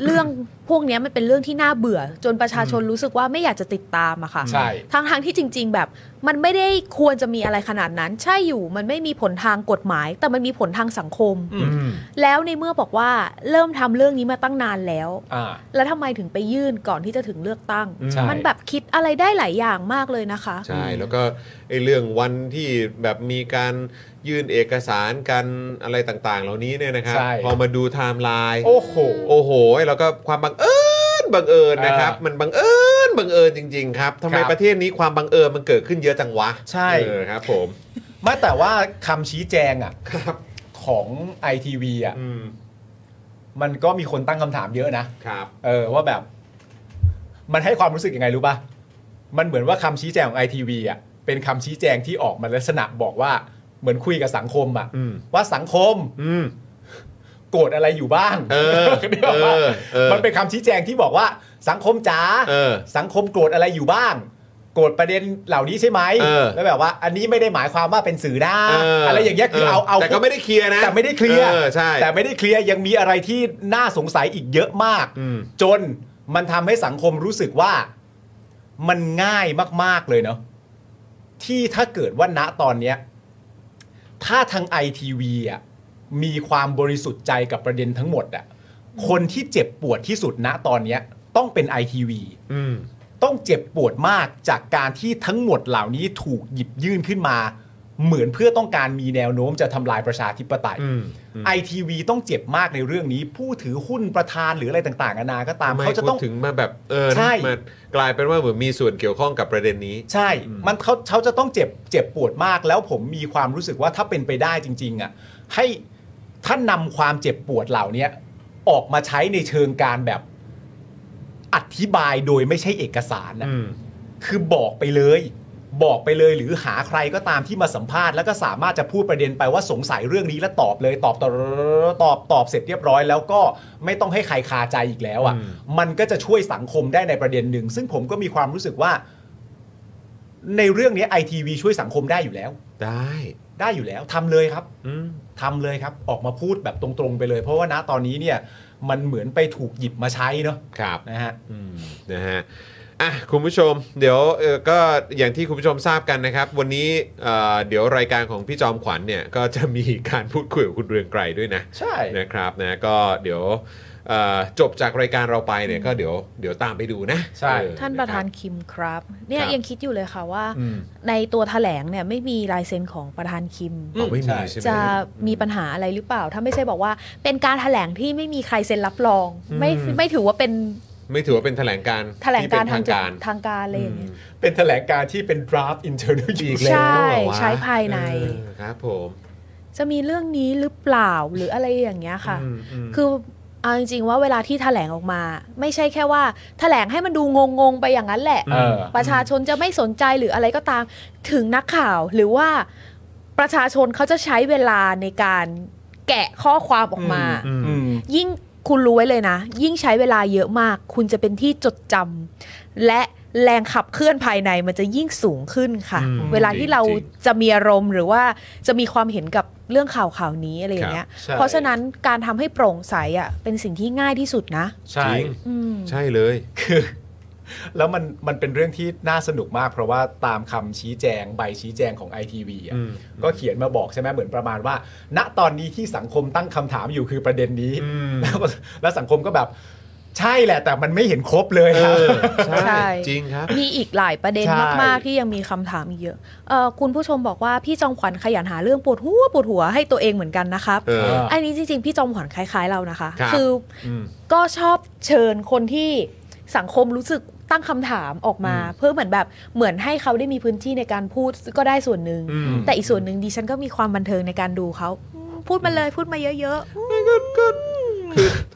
G: เรื่องพวกเนี้ยมันเป็นเรื่องที่น่าเบื่อ จนประชาชนรู้สึกว่าไม่อยากจะติดตามอะค่ะ
E: ใช่
G: ทั้งทางๆที่จริง ๆ แบบ มันไม่ได้ควรจะมีอะไรขนาดนั้น ใช่อยู่มันไม่มีผลทางกฎหมาย แต่มันมีผลทางสังคม
E: อืม
G: แล้วในเมื่อบอกว่าเริ่มทำเรื่องนี้มาตั้งนานแล้ว
E: อ่า
G: แล้วทำไมถึงไปยื่นก่อนที่จะถึงเลือกตั้ง
D: ใช่
G: มันแบบคิดอะไรได้หลายอย่างมากเลยนะคะ
D: ใช่ แล้วก็ไอ้เรื่องวันที่แบบมีการยื่นเอกสารกันอะไรต่างๆ เหล่านี้เนี่ยนะครับ
E: ใช่
D: พอมาดูไทม์ไลน์
E: โอ้โห
D: โอ้โหแล้วก็ความบังเอิญบังเอิญนะครับ
E: อ่ามั
D: มันบังเอิญบังเอิญจริง ๆ ครับทำไม
E: ครับ
D: ประเทศนี้ความบังเอิญมันเกิดขึ้นเยอะจังวะ
E: ใช่
D: เออครับ ผม
E: มาแต่ว่าคำชี้แจงอะของ ITV อะ
D: อืม
E: มันก็มีคนตั้งคำถามเยอะนะ
D: ครับ
E: เออว่าแบบ มันให้ความรู้สึกยังไงรู้ป่ะ มันเหมือนว่าคำชี้แจงของไอทีวีอ่ะเป็นคำชี้แจงที่ออกมาลักษณะบอกว่าเหมือนคุยกับสังคมอ่ะ
D: อืม
E: ว่าสังคม
D: อืม
E: โกรธอะไรอยู่บ้าง
D: เออ
E: นี่ยหรป่ะ
D: เออเออ
E: มันเป็นคำชี้แจงที่บอกว่า สังคมจ๋า
D: เออ
E: สังคมโกรธอะไรอยู่บ้าง โกรธประเด็นเหล่านี้ใช่ไหม
D: เออ
E: แล้วแบบว่า อันนี้ไม่ได้หมายความว่าเป็นสื่อหน้า
D: เ
E: อะไรอย่างเงี้ยคือเอาเอา
D: แต่ก็ไม่ได้เคลียร์นะ
E: แต่ไม่ได้เคลียร์
D: ออใช่
E: แต่ไม่ได้เคลียร์ยังมีอะไรที่น่าสงสัยอีกเยอะมาก
D: อืม
E: จนมันทำให้สังคมรู้สึกว่ามันง่ายมาก ๆ เลยเนาะที่ถ้าเกิดว่าณตอนเนี้ย ถ้าทางไอทีวีอ่ะมีความบริสุทธิ์ใจกับประเด็นทั้งหมดอ่ะคนที่เจ็บปวดที่สุดณตอนเนี้ย ต้องเป็นไอทีวี
D: อืม
E: ต้องเจ็บปวดมากจากการที่ทั้งหมดเหล่านี้ถูกหยิบยื่นขึ้นมา เหมือนเพื่อต้องการมีแนวโน้มจะทำลายประชาธิปไตย
D: อืม
E: ไอทีวีต้องเจ็บมากในเรื่องนี้ ผู้ถือหุ้นประธานหรืออะไรต่างๆนานาก็ตาม
D: ทำไม
E: เขาจะต้อง
D: พูดถึงมาแบบเออ
E: ใช่
D: มากลายเป็นว่าเหมือนมีส่วนเกี่ยวข้องกับประเด็นนี้
E: ใช่ มันเขาเขาจะต้องเจ็บเจ็บปวดมาก แล้วผมมีความรู้สึกว่าถ้าเป็นไปได้จริง ๆ อ่ะ ให้ท่านนำความเจ็บปวดเหล่านี้ออกมาใช้ในเชิงการแบบอธิบายโดยไม่ใช่เอกสารนะ
D: อืม
E: คือบอกไปเลย บอกไปเลย หรือหาใครก็ตามที่มาสัมภาษณ์แล้วก็สามารถจะพูดประเด็นไปว่าสงสัยเรื่องนี้แล้วตอบเลยตอบตอบตอบตอบเสร็จเรียบร้อย แล้วก็ไม่ต้องให้ใครคาใจอีกแล้วอ่ะ
D: อืม
E: มันก็จะช่วยสังคมได้ในประเด็นหนึ่ง ซึ่งผมก็มีความรู้สึกว่า ในเรื่องนี้ไอทีวีช่วยสังคมได้อยู่แล้ว
D: ได้
E: ได้อยู่แล้วทำเลยครับ
D: อืม
E: ทำเลยครับ ออกมาพูดแบบตรงๆไปเลย เพราะว่าณตอนนี้เนี่ย มันเหมือนไปถูกหยิบมาใช้เนอะ
D: ครับ
E: นะฮะ
D: อืม นะฮะ อ่ะ คุณผู้ชม เดี๋ยวเอ่อก็อย่างที่คุณผู้ชมทราบกันนะครับ วันนี้เอ่อเดี๋ยวรายการของพี่จอมขวัญเนี่ย ก็จะมีการพูดคุยกับคุณเรืองไกรด้วยนะ
E: ใช่
D: นะครับนะก็เดี๋ยวเอ่อจบจากรายการเราไปเนี่ยก็เดี๋ยวเดี๋ยวตามไปดูนะ
E: ใช่
D: เออ
G: ท่านประธาน
D: คบ
G: คิมครับ เนี่ย
D: ครับ
G: ยังคิดอยู่เลยค่ะว่า
D: อืม
G: ในตัวแถลงเนี่ยไม่มีลายเซ็นของประธานคิม
D: อ๋อไม่มีใช่ไหม
G: จะมีปัญหาอะไรหรือเปล่า ถ้าไม่ใช่บอกว่า เป็นการแถลงที่ไม่มีใครเซ็นรับรอง
D: อืม
G: ไม่ไม่ถือว่าเป็น
D: ไม่ถือว่าเป็นแถลงการ
G: แถลงการ
D: ที่เป็น
G: ทา
D: ทาง งการ
G: ทางการอะไรอย่างเงี้ย
E: เป็นแถลงการณ์ที่เป็น draft internal use
G: ใช่
D: แล้วอะวะ
G: ใช้ภายใน
D: เออครับผม
G: จะมีเรื่องนี้หรือเปล่าหรืออะไรอย่างเงี้ยค่ะ
D: อืมอืม
G: คือ เอาจริงๆว่าเวลาที่แถลงออกมา ไม่ใช่แค่ว่าแถลงให้มันดูงงๆไปอย่างนั้นแหละ
K: เออ
G: ประชาชนจะไม่สนใจหรืออะไรก็ตามถึงนักข่าวหรือว่าประชาชนเขาจะใช้เวลาในการแกะข้อความออกมา ยิ่งคุณรู้ไว้เลยนะ ยิ่งใช้เวลาเยอะมาก คุณจะเป็นที่จดจำและแรงขับเคลื่อนภายในมันจะยิ่งสูงขึ้นค่ะ
K: อืม
G: เวลาที่เรา
K: จริง
G: จะมีอารมณ์หรือว่าจะมีความเห็นกับเรื่องข่าวข่าวๆนี้อะไรอย่างเงี้ย
D: ครับใช่
G: เพราะฉะนั้นการทำให้โปร่งใสอ่ะเป็นสิ่งที่ง่ายที่สุดนะ
E: ใช่
G: อืม
D: ใช่เลย
E: คือ แล้วมันมันเป็นเรื่องที่น่าสนุกมาก เพราะว่าตามคำชี้แจงใบชี้แจงของ ITV อ่ะ
K: อืม
E: ก็เขียนมาบอกใช่ไหมเหมือนประมาณว่า ณตอนนี้ที่สังคมตั้งคำถามอยู่คือประเด็นนี้ แล้วก็แล้วสังคมก็แบบ ใช่แหละ แต่มันไม่เห็นครบเลยครับ
G: ใช่
D: จริงครับ
G: มีอีกหลายประเด็น
E: ใช่
G: มาก ๆ ที่ยังมีคำถามอีกเยอะเอ่อคุณผู้ชมบอกว่าพี่จอมขวัญขยันหาเรื่องปวดหัวปวดหัวให้ตัวเองเหมือนกันนะครับ
K: เอออั
G: นนี้จริง ๆ พี่จอมขวัญคล้าย ๆ เรานะคะ
K: ครับ
G: อ
K: อืม
G: ก็ชอบเชิญคนที่สังคมรู้สึกตั้งคำถามออกมา เพื่อเหมือนแบบเหมือนให้เขาได้มีพื้นที่ในการพูดก็ได้ส่วนหนึ่ง
K: อืม
G: แต่อีกส่วนหนึ่งดิฉันก็มีความบันเทิงในการดูเขาอืมพูด มาเลยพูดมาเยอะ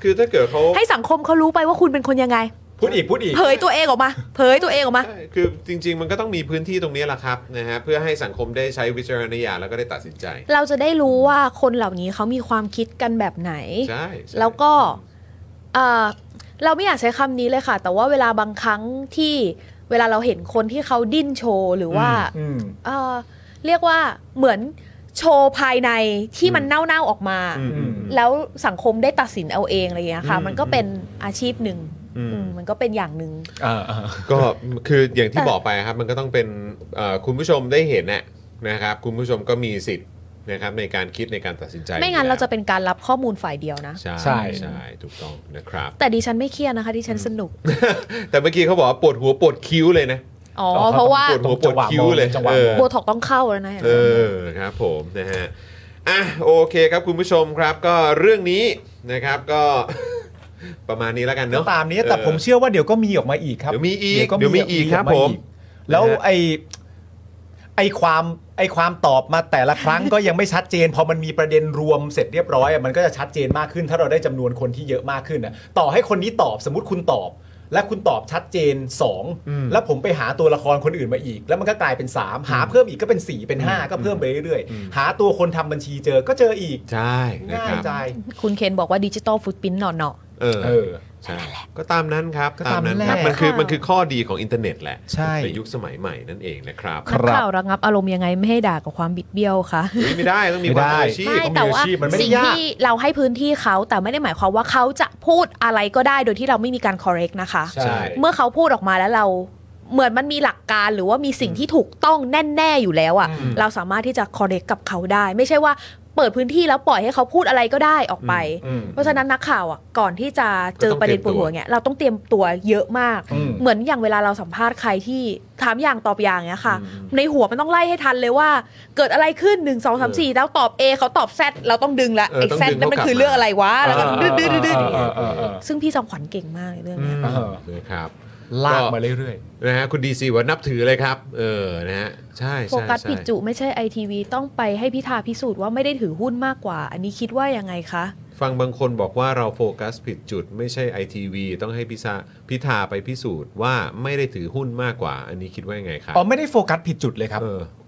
D: คือถ้าเกิดเขา
G: ๆ ให้สังคมเขารู้ไปว่าคุณเป็นคนยังไง
E: พูดอีกพูดอีก
G: เผยตัวเองออกมา เผยตัวเองออกมา
D: คือจริง ๆ มันก็ต้องมีพื้นที่ตรงนี้แหละครับนะฮะเพื่อให้สังคมได้ใช้วิจารณญาณแล้วก็ได้ตัดสินใจ
G: เราจะได้รู้ว่าคนเหล่านี้เขามีความคิดกันแบบไหน
D: ใช่ใช่
G: แล้วก็เอ่อเราไม่อยากใช้คำนี้เลยค่ะ แต่ว่าเวลาบางครั้งที่เวลาเราเห็นคนที่เขาดิ้นโชว์หรือว่า
E: อืม
G: เอ่อเรียกว่าเหมือนโชว์ภายในที่มันเน่าๆออกมา
K: อืมอืม
G: แล้วสังคมได้ตัดสินเอาเองอะไรอย่างเงี้ยค่ะ
K: อืม
G: มันก็เป็นอาชีพหนึ่ง
D: อืม
G: อืมมันก็เป็นอย่างหนึ่ง
D: ก็คืออย่างที่บอกไปครับ มันก็ต้องเป็นเอ่อคุณผู้ชมได้เห็นน่ะนะครับ คุณผู้ชมก็มีสิทธิ์นะครับในการคิดในการตัดสินใจ
G: ไม่งั้นเราจะเป็นการรับข้อมูลฝ่ายเดียวนะ
D: ใช่ใช่ใช่ถูกต้องนะครับ
G: แต่ดิฉันไม่เครียดนะคะดิฉันสนุก
D: แต่เมื่อกี้เขาบอกว่าปวดหัวปวดคิ้วเลยนะ
G: อ๋อเพราะว่า
D: ปวดหัวปวดคิ้วเลยเออ
G: โบท็อกต้องเข้าแล้วนะอย่าง
D: เอ
G: นั้น
D: อครับผมนะฮะอ่ะโอเคครับคุณผู้ชมครับก็เรื่องนี้นะครับก็ ประมาณนี้แล้วกันเนาะ
E: ตามนี้แต่ผมเชื่อว่าเดี๋ยวก็มีออกมาอีกครับ
D: เดี๋ยวมีอีกเดี๋ยวมีอีกครับผม
E: แล้วไอไอความไอความตอบมาแต่ละครั้ง ก็ยังไม่ชัดเจน พอมันมีประเด็นรวมเสร็จเรียบร้อยอะมันก็จะชัดเจนมากขึ้น ถ้าเราได้จำนวนคนที่เยอะมากขึ้นนะต่อให้คนนี้ตอบสมมติคุณตอบ และคุณตอบชัดเจน
K: อืม
E: 2 แล้วผมไปหาตัวละครคนอื่นมาอีก แล้วมันก็กลายเป็น 3 หาเพิ่มอีกก็เป็น 4 เป็น 5 ก็เพิ่มไปเรื่อยๆ หาตัวคนทำบัญชีเจอก็เจออีก
D: ใช่
E: ง่ายใจ
G: คุณเคนบอกว่าดิจิตอลฟุตปรินต์หนอเนาะ
D: เออ
E: เออ
D: ใช่ก็ตามนั้นครับ
E: ก็ตามนั้น
D: ครับ
E: แหละ
D: มันคือ
G: ค่ะ
D: มันคือข้อดีของอินเทอร์เน็ตแหละ
E: ใช่
D: ในยุคสมัยใหม่นั่นเองนะครับ
G: นักข่าวระงับอารมณ์ยังไงไม่ให้ด่ากับความบิดเบี้ยวคะ
D: อุ๊ยไม่ได้ต้องมีความเป็นอาชีพ
G: ไม่แต่ว่าสิ่งที่เราให้พื้นที่เขาแต่ไม่ได้หมายความว่าเขาจะพูดอะไรก็ได้โดยที่เราไม่มีการ correct นะคะ
K: ใช่
G: เมื่อเขาพูดออกมาแล้วเราเหมือนมันมีหลักการหรือว่ามีสิ่งที่ถูกต้องแน่ๆอยู่แล้วอะ่ะ
K: อืม
G: เราสามารถที่จะ correct กับเขาได้ ไม่ใช่ว่าเปิดพื้นที่แล้วปล่อยให้เขาพูดอะไรก็ได้ออกไป
K: อืม
G: เพราะฉะนั้นนักข่าวอ่ะก่อนที่จะเจอประเด็นปวดหัวเนี่ยเราต้องเตรียมตัวเยอะมาก
K: อืม
G: เหมือนอย่างเวลาเราสัมภาษณ์ใครที่ถามอย่างตอบอย่างเนี้ยค่ะ ในหัวมันต้องไล่ให้ทันเลยว่า เกิดอะไรขึ้น 1 2 3 4 แล้วตอบ A เขาตอบ Z เราต้องดึงละ
K: เออ
G: ไอ้
K: ต้อง
G: Z
K: ดึง
G: นั่นมัน
K: เขากลับ
G: คือเรื่องอะไรวะแล้วก็
K: อ่า
G: ดื้อดื้อดื้อดื้อ
K: เออเออเออ
G: ซึ่งพี่จอมขวัญเก่งมากเลยเรื่องเนี้ย
D: เออนะครับ
E: ลากมาเรื่อย
D: ๆนะฮะคุณดีซีว่านับถือเลยครับ เออนะฮะใช่
G: โฟ
D: ใช่
G: กัส
D: ใช่
G: ปิดจุไม่ใช่ไอทีวีต้องไปให้พิธาพิสูจน์ว่าไม่ได้ถือหุ้นมากกว่า อันนี้คิดว่ายังไงคะ
D: ฟังบางคนบอกว่าเราโฟกัสผิดจุดไม่ใช่ไอทีวีต้องให้พิซาพิธาไปพิสูจน์ว่าไม่ได้ถือหุ้นมากกว่า อันนี้คิดว่ายังไงครับ
E: อ๋อไม่ได้โฟกัสผิดจุดเลยครับ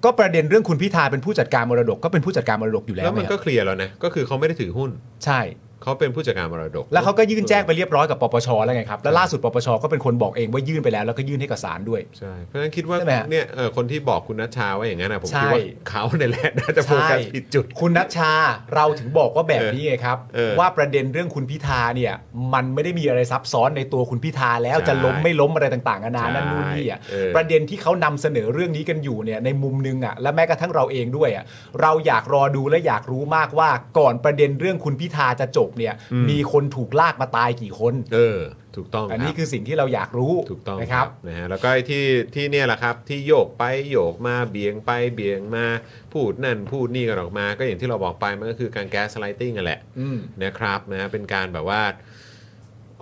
E: ก็ประเด็นเรื่องคุณพิธาเป็นผู้จัดการมรดกก็เป็นผู้จัดการมรดกอยู่แล้ว
D: แล้วมัน
E: เนี่ย
D: ก็เคลียร์แล้วนะ ก็คือเขาไม่ได้ถือหุ้น
E: ใช่
D: เขาเป็นผู้จัดการมรดก
E: แล้วเขาก็ยื่นแจ้งไปเรียบร้อยกับปปชแล้วไงครับ แล้วล่าสุดปปชก็เป็นคนบอกเองว่ายื่นไปแล้ว แล้วก็ยื่นให้กับศาลด้วย
D: ใช่ เพราะฉะนั้นคิดว่า
E: ใช่ไหมฮะ
D: เนี่ยเออคนที่บอกคุณนัชชาว่าอย่างนั้นนะผม
E: ใช่
D: คิดว่าเขาเนี่ยแหละน่าจะโฟกัสผิด จุด
E: คุณนัชชาเราถึงบอกว่าแบบนี้ไงครับ
D: เออ
E: ว่าประเด็นเรื่องคุณพิธาเนี่ย มันไม่ได้มีอะไรซับซ้อนในตัวคุณพิธาแล้ว
D: ใช่
E: จะล้มไม่ล้มอะไรต่างๆนานานั่น
D: ใช่
E: นู่นนี่อ่ะ
D: เออ
E: ประเด็นที่เขานำเสนอเรื่องนี้กันอยู่เนี่ยในมุมนึงอ่ะและแม้กระทั่งเราเองด้วยอ่ะเราอยากรอดูและอยากรู้มากว่าก่อนประเด็นเรื่องคุณพิธาจะจบเนี่ย มีคนถูกลากมาตายกี่คน
D: เออ ถูกต้อง
E: อัน
D: ค
E: นี้
D: รับ
E: คือสิ่งที่เราอยากรู้
D: ถูกต้อง
E: นะ
D: ค
E: ค
D: รั
E: รั
D: บบ นะฮะแล้วก็ไอ้ที่ที่เนี่ยแหละครับที่โยกไปโยกมาเบี่ยงไปเบี่ยงมาพูดนั่นพูดนี่กันออกมา ก็อย่างที่เราบอกไปมันก็คือการแก๊สไลติงกันแหละ
E: อืม
D: นะครับนะฮะเป็นการแบบว่า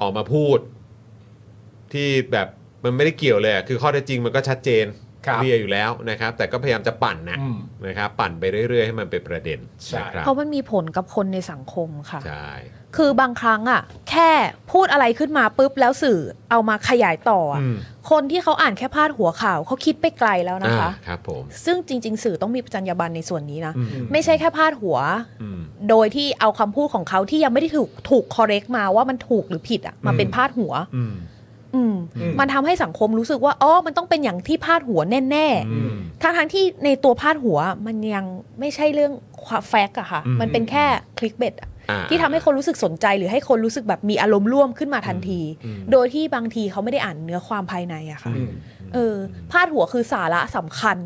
D: ออกมาพูด ที่แบบมันไม่ได้เกี่ยวเลยอะคือข้อเท็จจริงมันก็ชัดเจน
E: ครับ
D: เคลียร์อยู่แล้วนะครับ แต่ก็พยายามจะปั่นนะ
E: อืม
D: นะครับปั่นไปเรื่อยๆให้มันเป็นประเด็นนะครับ
G: เพราะมันมีผลกับคนในสังคมค่ะ
D: ใช่
G: คือบางครั้งอะแค่พูดอะไรขึ้นมาปุ๊บแล้วสื่อเอามาขยายต่ออะ
D: อืม
G: คนที่เขาอ่านแค่พาดหัวข่าวเขาคิดไปไกลแล้วนะคะ
D: อ่าครับผม
G: ซึ่งจริง ๆ สื่อต้องมีจรรยาบรรณในส่วนนี้นะ
D: อืม
G: ไม่ใช่แค่พาดหัว
D: อืม
G: โดยที่เอาคำพูดของเขาที่ยังไม่ได้ถูกถูกคอเรกมาว่ามันถูกหรือผิดอะมาเป็นพาดหัว
D: อืม
G: อืม
D: อืม
G: มันทำให้สังคมรู้สึกว่าอ๋อมันต้องเป็นอย่างที่พาดหัวแน่
D: อืม
G: ๆทั้งทั้งๆที่ในตัวพาดหัวมันยังไม่ใช่เรื่องความแฟกต์อะค่ะ
D: อืม
G: มันเป็นแค่คลิกเบ็ดอะ
D: อ่า
G: ที่ทำให้คนรู้สึกสนใจหรือให้คนรู้สึกแบบมีอารมณ์ร่วมขึ้นมาทันที
D: อืม
G: โดยที่บางทีเขาไม่ได้อ่านเนื้อความภายในอะค่ะ
D: อืม
G: เออพาดหัวคือสาระสำคัญ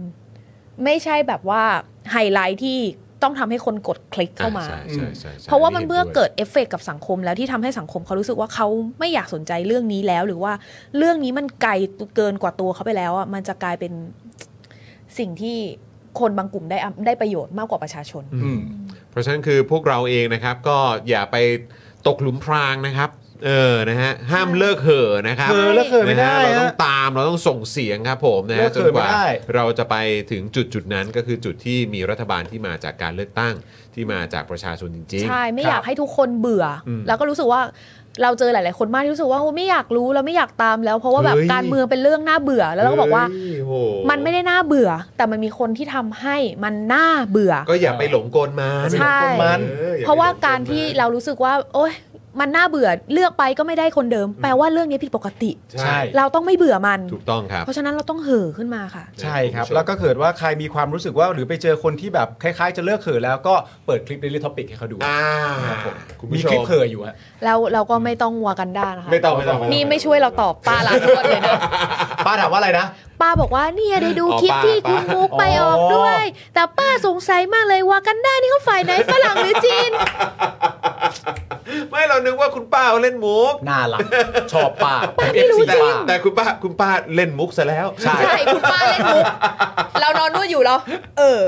G: ไม่ใช่แบบว่าไฮไลท์ที่ต้องทำให้คนกดคลิกเข้ามา
D: อ่าใช่ใช่ใช่ใช่
G: เพราะว่ามัน
D: อันนี้
G: เมื่อ
D: เห็นด้วย
G: เกิดเอฟเฟกต์กับสังคมแล้วที่ทำให้สังคมเขารู้สึกว่าเขาไม่อยากสนใจเรื่องนี้แล้ว หรือว่าเรื่องนี้มันไกลเกินกว่าตัวเขาไปแล้วอ่ะมันจะกลายเป็นสิ่งที่คนบางกลุ่มได้อ่ะได้ประโยชน์มากกว่าประชาชน
D: อืมเพราะฉะนั้นคือพวกเราเองนะครับก็อย่าไปตกหลุมพรางนะครับ เออนะฮะห้ามเลิกเห่อนะครับ
I: เห่อเลิกเห่อไม่ได้
D: นะฮะเราต้อง
I: ฮะ
D: ตามเราต้องส่งเสียงครับผมนะ
I: เลิ
D: ฮะ
I: ก
D: จน
I: เห่อก ไม่
D: ว่า
I: ได้
D: เราจะไปถึงจุดจุดๆนั้นก็คือจุดที่มีรัฐบาลที่มาจากการเลือกตั้งที่มาจากประชาชนจริงๆ
G: ใช่ไม่
D: ครับ
G: อยากให้ทุกคนเบื่ออ
D: ม
G: แล้วก็รู้สึกว่าเราเจอหลาย ๆ คนมากที่รู้สึกว่าโอ้ไม่อยากรู้แล้วไม่อยากตามแล้ว เพราะว่าแบบ
D: เฮ้ย
G: การเมืองเป็นเรื่องน่าเบื่อแล้วเราก็บอกว่า
D: เฮ้ยโห
G: มันไม่ได้น่าเบื่อ แต่มันมีคนที่ทำให้มันน่าเบื่อ
D: ก็อย่าไปหลงกลมัน
G: ใช่
D: อออย่
G: เพราะว่า
D: ไปหลงล
G: การที่เรารู้สึกว่า โอ๊ยมันน่าเบื่อเลือกไปก็ไม่ได้คนเดิม แปลว่าเรื่องนี้ผิดปกติ
D: ใช่
G: เราต้องไม่เบื่อมัน
D: ถูกต้องครับ
G: เพราะฉะนั้นเราต้องเห่อขึ้นมาค่ะ
I: ใช่ครับ แล้วก็เกิดว่าใครมีความรู้สึกว่าหรือไปเจอคนที่แบบคล้ายๆ จะเลิกเขอแล้วก็เปิดคลิป Daily Topic ให้เขาดูครับผม
D: คุณผู้ชม
I: มีคลิปเขออยู่ฮะ
G: แล้วเราก็ไม่ต้องวากันด้านะคะ
D: ไม่ต้องไม่ต้องต้อง
G: นี่ไม่ช่วยเราตอบป้าละทุกคนเลยนะ
I: ป้าถามว่าอะไรนะ
G: ป้าบอกว่าเนี่ยได้ดู
D: อ๋อ
G: คลิปที่
D: ป้า
G: คุณมุกไป
I: อ๋อ
G: ออกด้วย แต่ป้าสงสัยมากเลยวากันด้านี่เขาฝ่ายไหนฝรั่งหรือจีน
D: ไม่เรานึกว่าคุณป้าเขาเล่นมุก
I: น่า รักชอบป้า
G: ป้าไม่รู้จริง
I: ป้า
D: แต่คุณป้าคุณป้าเล่นมุกซะแล้ว
I: ใช่
G: ใช่คุณป้าเล่นมุกเรานอนนวดอยู่เหรอเออ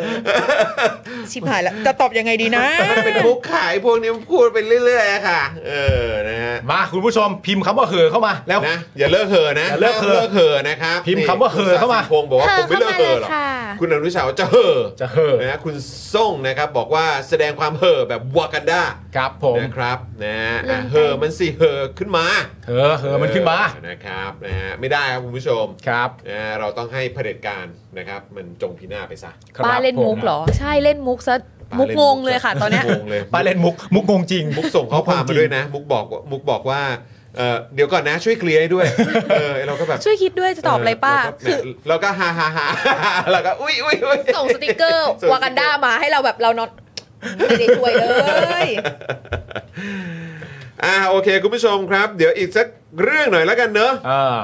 G: ชิบหายแล้ว จะตอบยังไงดีนะ
D: เป็นมุกขายพวกนี้พูดไปเรื่อยๆอะค่ะ เออนะฮะ
I: มาคุณผู้ชมพิมพ์คำว่าเขอเข้ามาแล้ว
D: นะอย่าเลิกเห่อะนะ
I: อย่าเลิกเห่อ
D: ห้ามเห่อะนะครับ
I: พิมพ์คำว่าเห่อเข้ามา
D: คุณสสิพงศ์บอกว่าผ
G: เห่อ
D: มไม่เลิกเห่อหรอก
G: เข้ามาเลยค่ะ
D: คุณอนุชาบอกจะเห่อ
I: จะเขอ
D: นะฮะคุณส่งนะครับบอกว่าแสดงความเห่อแบบวากันดา
I: ครับผม
D: นะครับนะฮะอ่ะเห่อมันสิเห่อขึ้นมา
I: เขอเขอมันขึ้นมา
D: เออนะครับนะฮะไม่ได้ครับคุณผู้ชม
I: ครับ
D: นะฮะเราต้องให้เผด็จการนะครับมันจงพินาศไปซะ
I: ครับ
G: ป้าเล่นมุกเหรอ ใช่เล่นมุกซะ
D: ป้า
G: มุก
D: น
G: งงเลยค่ะ ตอนเนี้ย
D: งงเลย
I: ป้าเล่นมุกมุกงงจริง
D: มุกส่งข้อความมาด้วยนะ มุกบอกว่ามุกบอกว่าเอ่อเดี๋ยวก่อนนะช่วยเคลียร์ให้ ด้วย เออเราก็แบบ
G: ช่วยคิดด้วยจะตอบอะไรป้าคือ
D: เราก็ฮ่าฮ่าฮ่า เราก็อุ้ยอุ้ยอุ้ย
G: ส่งสติกเกอร์วากันด้ามาให้เราแบบเรานอนไม่ได้ช่วยเลย
D: อ่าโอเค คุณผู้ชมครับ เดี๋ยวอีกสักเรื่องหน่อยแล้วกันเนอะ
I: เออ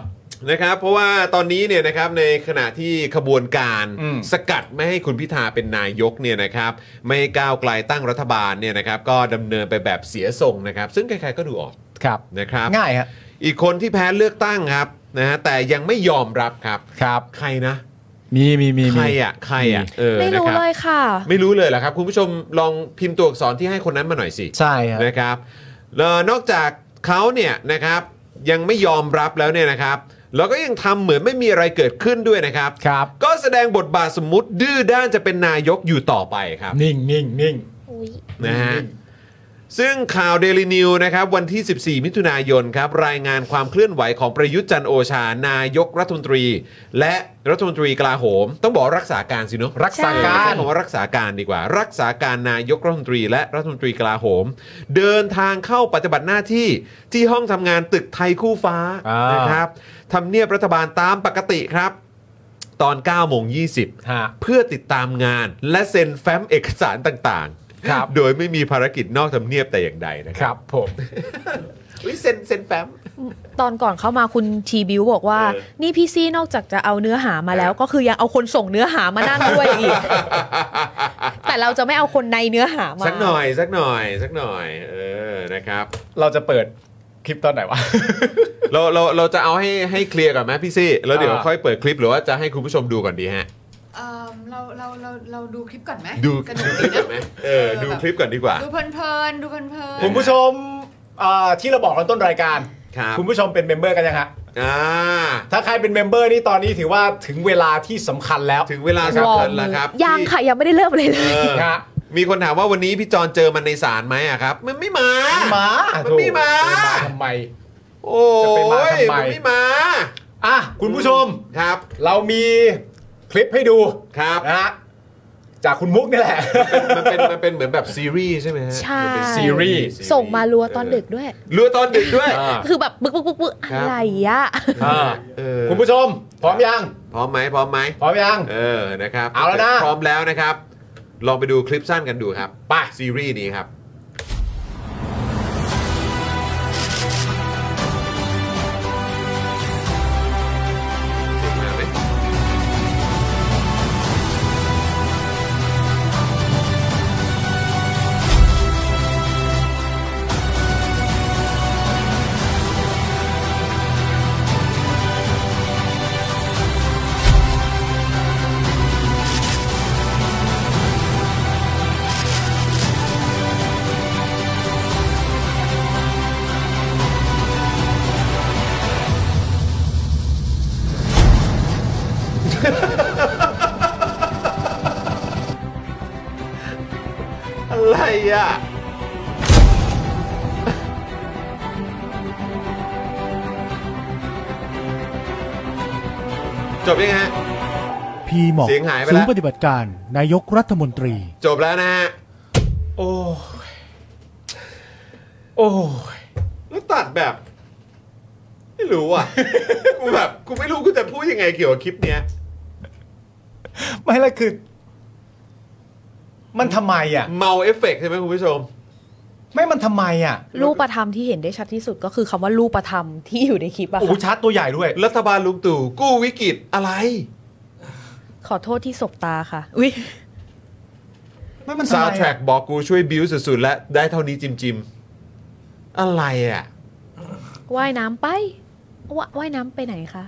D: นะครับ เพราะว่าตอนนี้เนี่ยนะครับในขณะที่ขบวนการ
I: อืม
D: สกัดไม่ให้คุณพิธาเป็นนายกเนี่ยนะครับ ไม่ให้ก้าวไกลตั้งรัฐบาลเนี่ยนะครับ ก็ดำเนินไปแบบเสียทรงนะครับ ซึ่งใครๆก็ดูออก
I: ครับ
D: นะครับ
I: ง่ายฮะ
D: อีกคนที่แพ้เลือกตั้งครับนะฮะแต่ยังไม่ยอมรับครับ
I: ครับ
D: ใครนะ
I: มีมีมี
D: ใค
I: มี
D: รอ่ะใครอ่ะ
I: มี
D: เออ
G: ไม่รู้
D: นะคบ
G: เลยค่ะ
D: ไม่รู้เลยเหรอครับ คุณผู้ชมลองพิมพ์ตัวอักษรที่ให้คนนั้นมาหน่อยสิ
I: ใช่ฮะ
D: นะครับแล้วนอกจากเขาเนี่ยนะครับยังไม่ยอมรับแล้วเนี่ยนะครับ แล้วก็ยังทำเหมือนไม่มีอะไรเกิดขึ้นด้วยนะครับ
I: ครับ
D: ก็แสดงบทบาทสมมติดื้อด้านจะเป็นนายกอยู่ต่อไปครับ
I: นิ่งนิ่งนิ่ง
D: นะฮะซึ่งข่าว Daily New นะครับวันที่ 14 มิถุนายนครับรายงานความเคลื่อนไหวของประยุทธ์จันทร์โอชา นายกรัฐมนตรี และรัฐมนตรีกลาโหม ต้องบอกรักษาการสิเนอะ
I: รักษาการ
D: ใช่คำว่ารักษาการดีกว่า รักษาการนายกรัฐมนตรี และรัฐมนตรีกลาโหม เดินทางเข้าปฏิบัติหน้าที่ที่ห้องทำงานตึกไทยคู่ฟ้า
I: อ่าน
D: นะครับทำเนียบรัฐบาลตามปกติครับ ตอน9โมง20
I: ฮะ
D: เพื่อติดตามงานและเซ็นแฟ้มเอกสารต่างๆ
I: ครับ
D: โดยไม่มีภารกิจนอกทำเนียบแต่อย่างใดนะค
I: ค
D: รั
I: รั
D: บบ
I: ผม
D: อุ๊ยเซ็นเซ็นแฟ้ม
G: ตอนก่อนเข้ามาคุณชีบิวบอกว่า
D: เออ
G: นี่พี่ซี่นอกจากจะเอาเนื้อหามาแล้ว ก็คือยังเอาคนส่งเนื้อหามานั่งด้วยอีก แต่เราจะไม่เอาคนในเนื้อหามา
D: สักหน่อย สักหน่อย สักหน่อย เออ นะครับ
I: เราจะเปิดคลิปตอนไหน วะ
D: เราเราเราจะเอาให้ให้เคลียร์ก่อนไหมพี่ซี่ แล้วเดี๋ยว
I: อ่า
D: ค่อยเปิดคลิปหรือว่าจะให้คุณผู้ชมดูก่อนดีฮะ
F: เอิ่มเราเราเราเราดูคลิปก่อนไหม
D: ดู
F: สนุกดี
D: ดูคลิปก่อ
F: นะ
D: นไหมเออ ดูคลิปก่อนดีกว่า
F: ดูเพลินๆดูเพลิน
I: คุณผู้ชมอ่าที่เราบอกตอนต้นรายการ
D: ครับ
I: ณผู้ชมเป็นเมมเบอร์กันยังฮะ
D: อ่า
I: ถ้าใครเป็นเมมเบอร์นี่ตอนนี้ถือว่าถึงเวลาที่สำคัญแล้ว
D: ถึงเวลาสำคัญแล้วครับ
G: ยังค่ะยังไม่ได้เริ่มเลยเล
D: เอย อ
I: ฮะ
D: มีคนถามว่าวันนี้พี่จอนเจอมันในศาลไหมอะครับ มันไม่มามามันไม่มา
E: ทำไม
D: โอ้
E: จะไปมาย ทำไม
D: มันไม่มา
E: อ่ะคุณผู้ชม
D: ครับ
E: เรามีคลิปให้ดู
D: ครับ
E: นะฮะจากคุณมุกนี่แหละ
D: มันเป็นมันเป็นเหมือนแบบซีรีส์ใช่ไหมฮะ
G: ใช่
D: มันเป็น
E: ซีรีส์
G: ส่งมารัวตอนดึกด้วย
D: เรือตอนดึกด้วย
G: คือแบบบึกบึกบึกบึก
D: ครับ
G: อะไรอะ
E: อ่า
D: เออ
E: คุณผู้ชม พร้อมยัง
D: พร้อมไหมพร้อมไหม
E: พร้อมยัง
D: เออนะครับ
E: เอาแล้วนะ
D: พร้อมแล้วนะครับ ลองไปดูคลิปสั้นกันดูครับ
E: ไป
D: ซีรีส์นี้ครับ อะไรอ่ะ จบยังฮะ
L: พีหมอก
D: เสียงหายไปแล้ว
L: ศูนย์ปฏิบัติการ นายกรัฐมนตรี
D: จบแล้วนะฮะ
E: โอ้ยโอ้ย
D: แล้วตัดแบบ ไม่รู้ อ่ะ กูแบบกูไม่รู้กูจะพูดยังไงเกี่ยวกับคลิปเนี้ย
E: ไม่ละคือ มันทำไมอ่ะ
D: เมาเอฟเฟกต์ใช่ไหมคุณผู้ชม
E: ไม่มันทำไมอ่ะ
G: รูปประธรรมที่เห็นได้ชัดที่สุดก็คือคำว่ารูปประธรรมที่อยู่ในคลิปอะ
E: โอ้โห
G: ค่ะ
E: ชาร์จตัวใหญ่ด้วย
D: รัฐบาลลุงตู่กู้วิกฤตอะไร
G: ขอโทษที่สบตาค่ะ อุ้ย
E: ไม่มันทำ
D: ซาว
E: ไม
D: ด์แทร็
E: อะ
D: กบอกกูช่วยบิวสุดๆ และได้เท่านี้จิมจิมๆอะไรอ่ะ
G: ว่ายน้ำไปว่าว่ายน้ำไปไหนคะ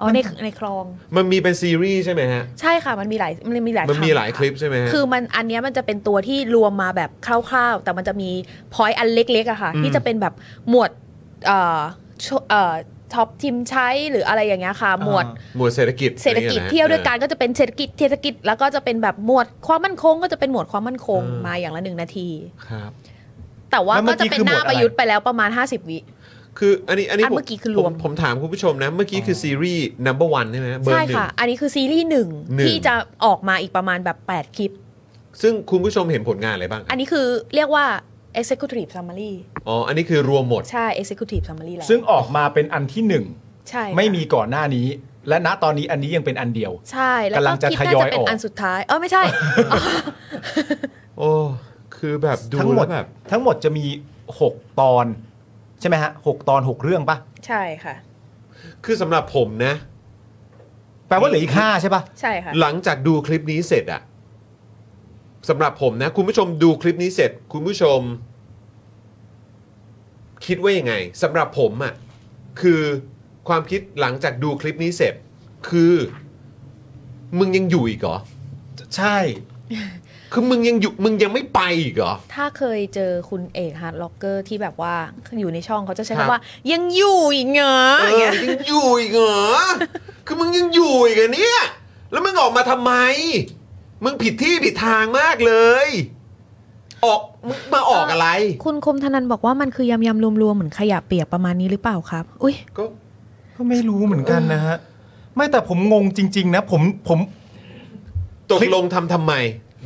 G: อ๋อในในคลอง
D: มันมีเป็นซีรีส์ใช่ไหมฮะ
G: ใช่ค่ะมันมีหลายมันมีหลาย
D: มันมี
G: ำ
D: หลายคลิปใช่ไหมฮะ
G: คือมันอันเนี้ยมันจะเป็นตัวที่รวมมาแบบคร่าวๆ แต่มันจะมีพอยต์อันเล็กๆอะค่ะ
D: อืม
G: ที่จะเป็นแบบหมวดเอ่อช่วเอ่อท็อปทีมใช้หรืออะไรอย่างเงี้ยค่ะ หมวด
D: หมวดเศรษฐกิจ
G: เศรษฐกิจเที่ยวด้วยกัน
D: น
G: ก็จะเป็นเศรษฐกิจเศรษฐกิจแล้วก็จะเป็นแบบหมวดความมั่นคง ก็จะเป็นหมวดความมั่นคง
D: อืม
G: มาอย่างละหนึ่งนาที
D: ครับ
G: แต่ว่า
E: แล้วเมื่อ
G: ก็
E: กี้
G: จะเป็นห
E: คือหม
G: น้าว
E: ดอะไร
G: ประยุทธ์ไปแล้วประมาณ 50 วิ
D: คืออันนี้อันนี้
G: อัน
D: ผ
G: เมื่อกี้คือรวม
D: ผผมถามคุณผู้ชมนะ เมื่อกี้คือซีรีส์ number one ใช่ไหมฮะเบอร์
G: ใช่
D: หนึ่ง
G: ค่ะ อันนี้คือซีรีส์หนึ่ง
D: หนึ่ง
G: ที่จะออกมาอีกประมาณแบบแปดคลิป
D: ซึ่งคุณผู้ชมเห็นผลงานอะไรบ้าง
G: อันนี้คือเรียกว่า executive summary
D: อ๋ออันนี้คือรวมหมด
G: ใช่ executive summary แล้ว
E: ซึ่งออกมาเป็นอันที่หนึ่ง
G: ใช่ค่ะ
E: ไม่มีก่อนหน้านี้ และณตอนนี้อันนี้ยังเป็นอันเดียว
G: ใช่แล้ว
E: กำลั
G: ก็
E: งจะ
G: คลิป
E: ท
G: น่าย
E: อย
G: จะเป็
E: ออน ก
G: อันสุดท้ายเออไม่ใช่
D: โอ้คือแบบดู
E: ทั้งหมด
D: แล้วแบบ
E: ทั้งหมดจะมีหกตอน ใช่ไหมฮะหกตอนหกเรื่องปะ
G: ใช่ค่ะ
D: คือสำหรับผมนะ
E: แปลว่าเหลืออีกห้าใช่ปะ
G: ใช่ค่ะ
D: หลังจากดูคลิปนี้เสร็จอะสำหรับผมนะ คุณผู้ชมดูคลิปนี้เสร็จ คุณผู้ชม คิดว่ายังไงสำหรับผมอะคือความคิดหลังจากดูคลิปนี้เสร็จ คือ มึงยังอยู่อีกเหรอ
E: ใช่
D: คือมึงยังอยู่มึงยังไม่ไปอีกเหรอ
G: ถ้าเคยเจอคุณเอกฮาร์ดล็อกเกอร์ที่แบบว่าอยู่ในช่องเขาจะใช้
D: ครับ
G: คำว่า ยังอยู่อีกเหรอ
D: เอ
G: อย่าง
D: อ
G: เงี้ย
D: ยังอยู่อีกเหรอคือมึงยังอยู่อีกเหรอเนี่ย แล้วมึงออกมาทำไม มึงผิดที่ผิดทางมากเลย ออกมึงมาออกอะไร
G: คุณคมธนันบอกว่ามันคือยำยำรวมๆ เหมือนขยะเปียกประมาณนี้หรือเปล่าครับ อุ้ย
D: ก็
E: ก็ไม่รู้เหมือนกันนะฮะ ไม่แต่ผมงงจริง ๆ นะ ผมผม
D: ตกลงทำทำไม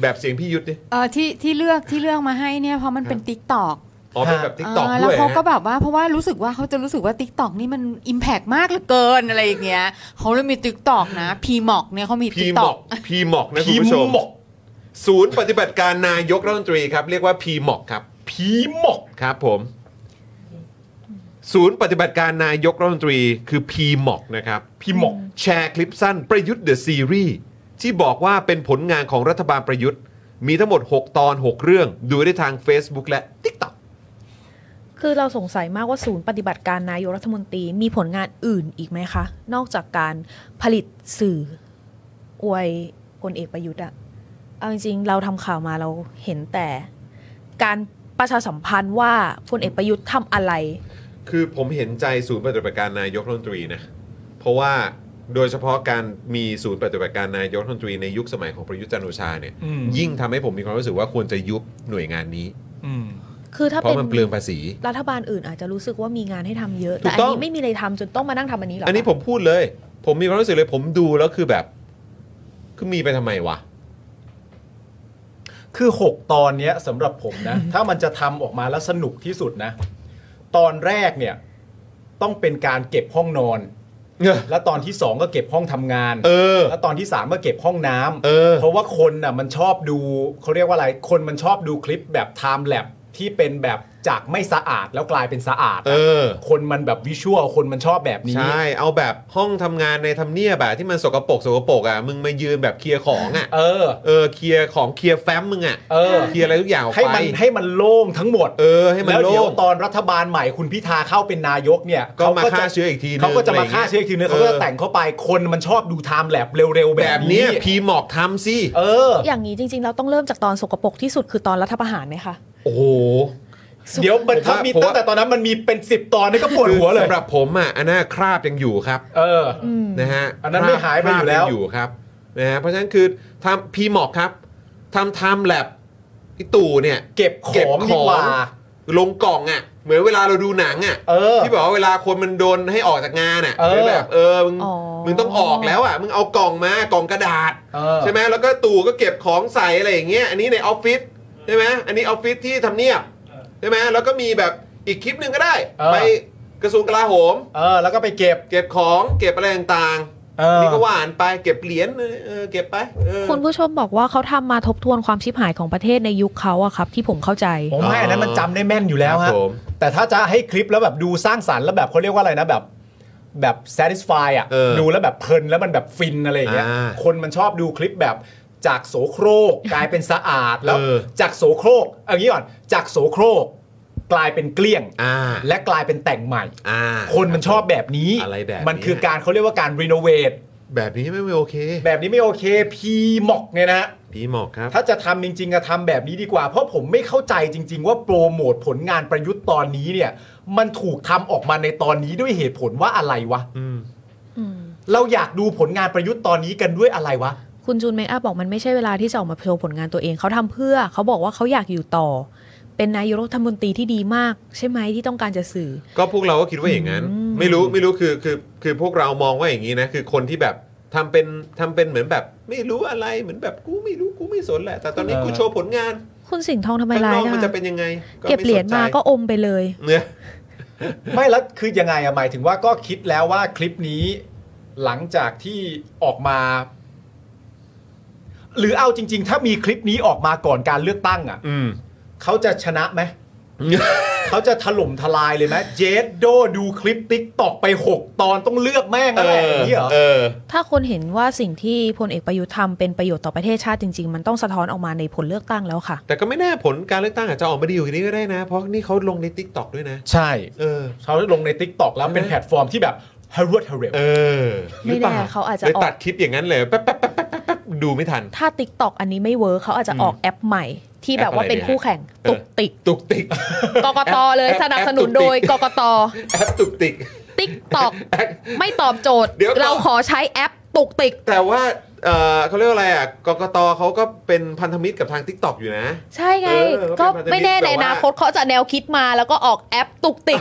D: แบบเสียงพี่ยุทธดิ
F: เออที่ที่เลือกที่เลือกมาให้เนี่ยเพราะมันเป็นติ๊กตอก
D: อ๋อเป็นแบบทิกตอก
F: แล้
D: ด้
F: ว
D: วย
F: เขาก็
D: ฮะ
F: แบบว่าเพราะว่ารู้สึกว่าเขาจะรู้สึกว่าติ๊กตอกนี่มันอิมแพกมากเหลือเกินอะไรอย่างเงี้ยเขาเลยมีติ๊กตอกนะพีหมอกเนี่ยเขามี
D: พี
F: ติ๊ก
D: หม
F: ต
D: อ
F: อก ก
D: พีหมอกนะคุณผู้ชม
E: พีหมอก
D: ศูนย์ปฏิบัติการนายกรัฐมนตรีครับ เรียกว่าพีหมอกครับ
E: ผีหมก
D: ครับผม ศูนย์ปฏิบัติการนายกรัฐมนตรีคือพีหมอกนะครับ
E: พีหมอก
D: แชร์คลิปสั้นประยุทธ์เดอะซีรีส์ที่บอกว่าเป็นผลงานของรัฐบาลประยุทธ์ มีทั้งหมด 6 ตอน 6 เรื่อง ดูได้ทาง Facebook และ TikTok
G: คือเราสงสัยมากว่าศูนย์ปฏิบัติการนายกรัฐมนตรีมีผลงานอื่นอีกไหมคะ นอกจากการผลิตสื่ออวยพลเอกประยุทธ์อะเอาจริงๆเราทำข่าวมาเราเห็นแต่ การประชาสัมพันธ์ว่าพลเอกประยุทธ์ทำอะไร
D: คือผมเห็นใจศูนย์ปฏิบัติการนายกรัฐมนตรีนะ เพราะว่า โดยเฉพาะการมีศูนย์ปฏิบัติการนายกรัฐมนตรีในยุคสมัยของประยุทธ์จันทร์โอชาเนี่ย
M: อืม
D: ยิ่งทำให้ผมมีความรู้สึกว่าควรจะยุบหน่วยงานนี้
G: คือถ้า
D: เพ
G: เป็น
D: ราะมันเปลืองภาษี
G: รัฐบาลอื่นอาจจะรู้สึกว่ามีงานให้ทำเยอะ
D: ถู
G: แต่
D: ก
G: อั
D: ต้
G: น
D: อง
G: นี้ไม่มีอะไรทำจนต้องมานั่งทำอันนี้เหรอ
D: อันนี้
G: คะ
D: ผมพูดเลย ผมมีความรู้สึกเลย ผมดูแล้วคือแบบคือมีไปทำไมวะ
E: คือ 6 ตอนเนี้ยสำหรับผมนะ ถ้ามันจะทำออกมาแล้วสนุกที่สุดนะ ตอนแรกเนี่ย ต้องเป็นการเก็บห้องนอน แล้วตอนที่ 2 ก็เก็บห้องทำงาน
D: เออ
E: แล้วตอนที่ 3 ก็เก็บห้องน้ำ
D: เออ
E: เพราะว่าคนน่ะมันชอบดูเขาเรียกว่าอะไร คนมันชอบดูคลิปแบบไทม์แลปที่เป็นแบบจากไม่สะอาดแล้วกลายเป็นสะอาด
D: เออ
E: คนมันแบบวิชวลคนมันชอบแบบนี้
D: ใช่ เอาแบบห้องทำงานในทำเนียบอะที่มันสกปรกสกปรกอะมึงมายืนแบบเคลียร์ของอะ
E: เออ
D: เออเคลียร์ของเคลียร์แฟ้มมึงอะ
E: เออ
D: เคลียร์อะไรทุกอย่างออกไป
E: ให้มันให้มันโล่งทั้งหมด
D: เออให้มัน
E: แล้วเดี๋ยว
D: โล่ง
E: ตอนรัฐบาลใหม่คุณพิธาเข้าเป็นนายกเนี่ย
D: ก็มา
E: ข
D: ฆ่าเชื้ออีกทีนึง
E: เขาก็จะ
D: อะไรอ
E: มา
D: ย่างเงี้ย
E: ฆ่าเชื้ออีกทีนึง
D: เออ
E: เขาก็จะแต่งเข้าไปคนมันชอบดูไทม์แลปเร็วๆ
D: แบ
E: แบบ บ
D: เนี้
E: นี้
D: ยพีหมอกทำสิ
E: เออ
G: อย่างนี้จริงๆ เราต้องเริ่มจากตอนสกปรกที่สุดคือตอนรัฐประหารไหมคะ
D: โอ้โห
E: เดี๋ยวมัน
D: ผม
E: ถ้า
D: ว่า
E: มี
D: ผมว่า
E: ตั้งแต่ตอนนั้นมันมีเป็น 10 ตอนนี่ก็ปวดหัวเลย
D: สำหรับผมอ่ะอันน่าคราบยังอยู่ครับ
E: เออ
D: นะฮะ
E: อันนั้นไม่หายไปอยู่แล้ว
D: คราบงอยู่ครับนะฮะเพราะฉะนั้นคือทำพีหมอกครับทำไทม์แลบพี่ตู่เนี่ย
E: เก็บของดีกว่า
D: ลงกล่องอ่ะ เหมือนเวลาเราดูหนังอ่ะที่บอกว่าเวลาคนมันโดนให้ออกจากงานอ่ะ
E: เออ
D: หรือแบบเออมึงมึงต้องออกแล้วอ่ะมึงเอากล่องมากล่องกระดาษ ใช่ไหมแล้วก็ตู่ก็เก็บของใส่อะไรอย่างเงี้ยอันนี้ในออฟฟิศใช่ไหมอันนี้ออฟฟิศที่ทำเนียบใช่ไหมแล้วก็มีแบบอีกคลิปหนึ่งก็ได้ ไปกระทรวงกลาโหม
E: เออแล้วก็ไปเก็บ
D: เก็บของเก็บอะไรต่างๆ
E: ออ
D: นี่ก็หวานไปเก็บเหรียญเออเก็บไปเออ
G: คุณผู้ชมบอกว่าเขาทำมาทบทวนความชิบหายของประเทศในยุคเขาอะครับ ที่ผมเข้าใจ
E: ผมให้อันนั้นมันจำได้แม่นอยู่แล้ว
D: ครั
E: ฮะ
D: บผม
E: แต่ถ้าจะให้คลิปแล้วแบบดูสร้างสรรค์แล้วแบบเขาเรียกว่าอะไรนะแบบ แบบ satisfy อ่ะดูแล้วแบบเพลินแล้วมันแบบฟินอะไรอย่างเงี้ย
D: อ่า
E: คนมันชอบดูคลิปแบบจากโสโครก กลายเป็นสะอาดแล้ว
D: เออ
E: จากโสโครกเอางี้ก่อนจากโสโครก กลายเป็นเกลี้ยงและกลายเป็นแต่งใหม่
D: อ่า
E: คนมันชอบแบบนี้
D: อะไรแบบนี้
E: มันคือการเขาเรียกว่าการรีโนเวท
D: แบบนี้ไม่โอเค
E: แบบนี้ไม่โอเคพีหมอกเนี่ยนะ
D: พีหมอกครับ
E: ถ้าจะทำจริงๆอะทำแบบนี้ดีกว่า เพราะผมไม่เข้าใจจริง ๆ ว่าโปรโมทผลงานประยุทธ์ตอนนี้เนี่ย มันถูกทำออกมาในตอนนี้ด้วยเหตุผลว่าอะไรวะเราอยากดูผลงานประยุทธ์ตอนนี้กันด้วยอะไรวะ
G: คุณจูนเมคอัพบอกมันไม่ใช่เวลาที่จะออกมาโชว์ผลงานตัวเองเขาทำเพื่อ เขาบอกว่าเขาอยากอยู่ต่อ เป็นนายกรัฐมนตรีที่ดีมาก ใช่ไหมที่ต้องการจะสื่อ
D: ก็พวกเราก็คิดว่าอย่างนั้น ไม่รู้ไม่รู้คือคือคือพวกเรามองว่าอย่างนี้นะ คือคนที่แบบทำเป็นทำเป็นเหมือนแบบ ไม่รู้อะไรเหมือนแบบกูไม่รู้กูไม่สนแหละ แต่ตอนนี้
E: เออ
D: กูโชว์ผลงาน
G: คุณสิงห์ทองทำไม
D: ข้าง
G: ร้านย
D: อกมัน
G: นะ
D: จะเป็นยังไง
G: เก็บเหรียญมาก็อมไปเลย
D: เนี่ย
E: ไม่แล้วคือยังไงอะหมายถึงว่าก็คิดแล้วว่าคลิปนี้ หลังจากที่ออกมา หรือเอาจริง ๆ ถ้ามีคลิปนี้ออกมาก่อนการเลือกตั้งอะ
D: อืม
E: เขาจะชนะ ไหม เขาจะถล่มทลายเลยไหมเจดโดดูคลิปติ๊กตอกไป 6 ตอนต้องเลือกแม่งอะไรอย่างนี้เหรอ
D: เออ
G: ถ้าคนเห็นว่าสิ่งที่พลเอกประยุทธ์ทำเป็นประโยชน์ต่อประเทศชาติจริง ๆ มันต้องสะท้อนออกมาในผลเลือกตั้งแล้วค่ะ
D: แต่ก็ไม่แน่ผลการเลือกตั้งอาจจะออกมาดีอยู่างนี้ก็ได้นะ เพราะนี่เขาลงในทิกตอกด้วยนะ
E: ใช่
D: เออ
E: เขาลงในติ๊กตอกแล้วเป็นแพลตฟอร์มที่แบบฮารวดฮารว
D: เออหรือเปล่า
G: ไม่แน่เขาอาจจะ
D: เลย
G: ออก
D: ตัดคลิปอย่างนั้นเลยแป๊บแป๊บแป๊บแป๊บแป๊บดูไม่ทัน
G: ถ้า t ิ k t o k อันนี้ไม่เวิร์คเขาอาจจะออกแอปใหม่ ที่แบบว่าเป็น
D: แอปอะไรดีฮะ
G: คู่แข่ง ตุกติก
D: ตุกติก
G: กกตเลย
D: แอป
G: สนับสนุนโดย
D: แอป
G: ก
D: ตุก
G: ก
D: ติก
G: ต
D: แอปตุกติก
G: ติ๊กต อกไม่ตอบโจทย์
D: เดี๋ยวก่อน
G: เราขอใช้แอปตุกติก
D: แต่ว่าเอ่อเขาเรียกว่าอะไรอ่ะกกตเขาก็เป็นพันธมิตรกับทาง t ิ k t o k อยู่นะ
G: ใช่ไง
D: เออก็
G: ก็
D: เป็น
G: ไม่แน่
D: แบบ
G: ใน
D: ว่า
G: อนาคตเขาจะแนวคิดมาแล้วก็ออกแอปตุกติ ก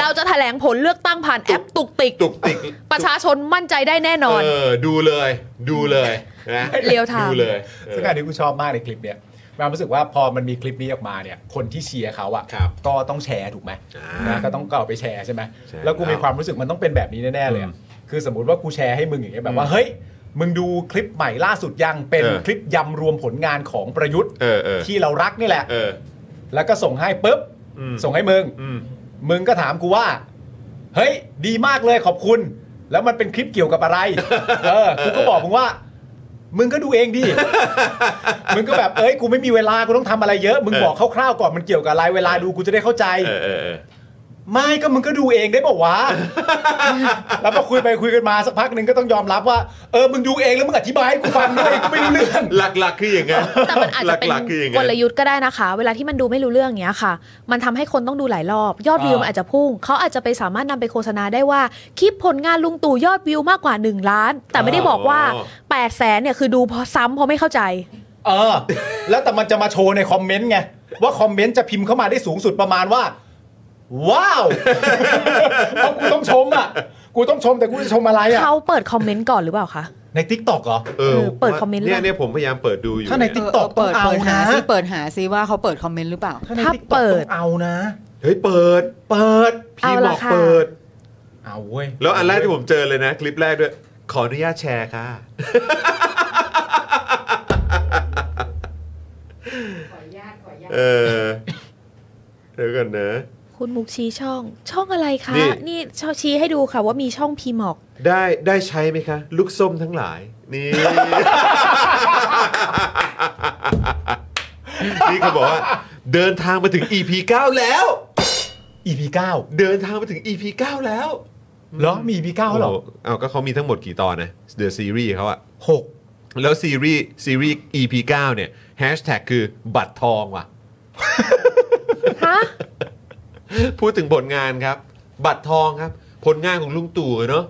G: เราจะแถลงผลเลือกตั้งผ่านแอปตุกติก
D: ตุกติก
G: ประชาชนมั่นใจได้แน่นอน
D: เออดูเลยดูเลยนะ
G: เรียลไท
D: ดู
G: ม์
D: เลยเอ
E: ซึ่ง
D: อ
E: อันนี้กูชอบมากในคลิปเนี้ยเรารู้สึกว่าพอมันมีคลิปนี้ออกมาเนี่ย คนที่เชียร์เขาอะก็ต้องแชร์ถูกไหมนะก็ต้องก็เอาไปแชร์ใช่ไหม
D: ใช่
E: แล้วกูมีความรู้สึกมันต้องเป็นแบบนี้แน่ๆเลยอะคือสมมติว่ากูแชร์ให้มึงอย่างเงี้ยแบบว่าเฮ้ยมึงดูคลิปใหม่ล่าสุดยังเป็นคลิปยำรวมผลงานของประยุทธ์
D: เออเออ
E: ที่เรารักนี่แหละ
D: เออ
E: แล้วก็ส่งให้ปุ๊บ
D: อืม
E: ส่งให้มึง มึงก็ถามกูว่า เฮ้ย ดีมากเลยขอบคุณ แล้วมันเป็นคลิปเกี่ยวกับ อะไร เออ กูก็บอกมึงว่า มึงก็ดูเองดิ มึงก็แบบ เอ้ย กูไม่มีเวลา กูต้องทำอะไรเยอะ มึงบอกคร่าวๆก่อนมันเกี่ยวกับอะไร เวลาดูกูจะได้เข้าใจ
D: เออเออเออ
E: ไม่ก็มึงก็ดูเองได้บอกวะ แล้วพอคุยไปคุยกันมาสักพักหนึ่งก็ต้องยอมรับว่าเออมึงดูเองแล้วมึงอธิบายให้กูฟังด้วยกูไม่รู้เรื่อง
D: หลักๆคืออย่างนั้น
G: แต่มันอาจจะเป็น
D: หลักๆคืออย่าง
G: ก
D: นั้น
G: ลยุทธ์ก็ได้นะคะ เวลาที่มันดูไม่รู้เรื่องเงี้ยค่ะ มันทำให้คนต้องดูหลายรอบ ยอดวิวมันอาจจะพุ่ง เขาอาจจะไปสามารถนำไปโฆษณาได้ว่า คลิปผลงานลุงตู่ยอดวิวมากกว่า 1 ล้าน แต่ไม่ได้บอกว่า
E: อ๋อ
G: 8ปดแสนเนี่ยคือดูเพราะซ้ำเพราะไม่เข้าใจ
E: เออ แล้วแต่มันจะมาโชว์ในคอมเมนต์ไง ว่าคอมเมนต์จะพิมพ์เข้ามาได้สูงสุดประมาณว่า ว้าว เพราะกูต้องชมอ่ะ กูต้องชมแต่กูจะชมอะไรอ่ะ
G: เขาเปิดคอมเมนต์ก่อนหรือเปล่าคะ
E: ในทิกตอกเหรอ
D: เออ
G: เปิดคอมเมนต์
D: เนี่ย
G: เลย
D: เนี่ยผมพยายามเปิดดูอยู่
E: ถ้าใน
D: เย
E: TikTok
F: เปิด
E: ต้องเอา
F: เปิดหา
E: นะ
F: ซิเปิดหาซิว่าเขาเปิดคอมเมนต์หรือเปล่า
G: ถ้าเปิด
E: เอานะ
D: เฮ้ยเปิด
E: เปิด
D: พี่
G: เอา
D: บ
G: ละ
D: อก
G: ค่ะ
D: เปิด
E: เอาเว้ย
D: แล้วอันแรกที่ผมเจอเลยนะ คลิปแรกด้วย ขออนุญาตแชร์ค่ะ เออเดี๋ยวก่อนนะ
G: คุณมุกชี้ช่อง ช่องอะไรคะ
D: นี่
G: นี่ชอชี้ให้ดูค่ะว่ามีช่องพีหมอก
D: ได้ได้ใช้ไหมคะ ลูกส้มทั้งหลาย นี่ นี่เขาบอกว่า เดินทางมาถึง EP 9 แล้ว
E: EP 9
D: เดินทางมาถึง EP 9 แล้ว
E: เหรอมี EP 9เหรอ
D: โโเอาก็เขามีทั้งหมดกี่ตอนนะ The Series เขาอะ
E: หก
D: แล้วซีรีส์ซีรีส์ EP 9 เนี่ยแฮชแท็กคือบัตรทองว่ะ
G: ฮะ
D: พูดถึงผลงานครับ บัตรทองครับ ผลงานของลุงตู่เนอะ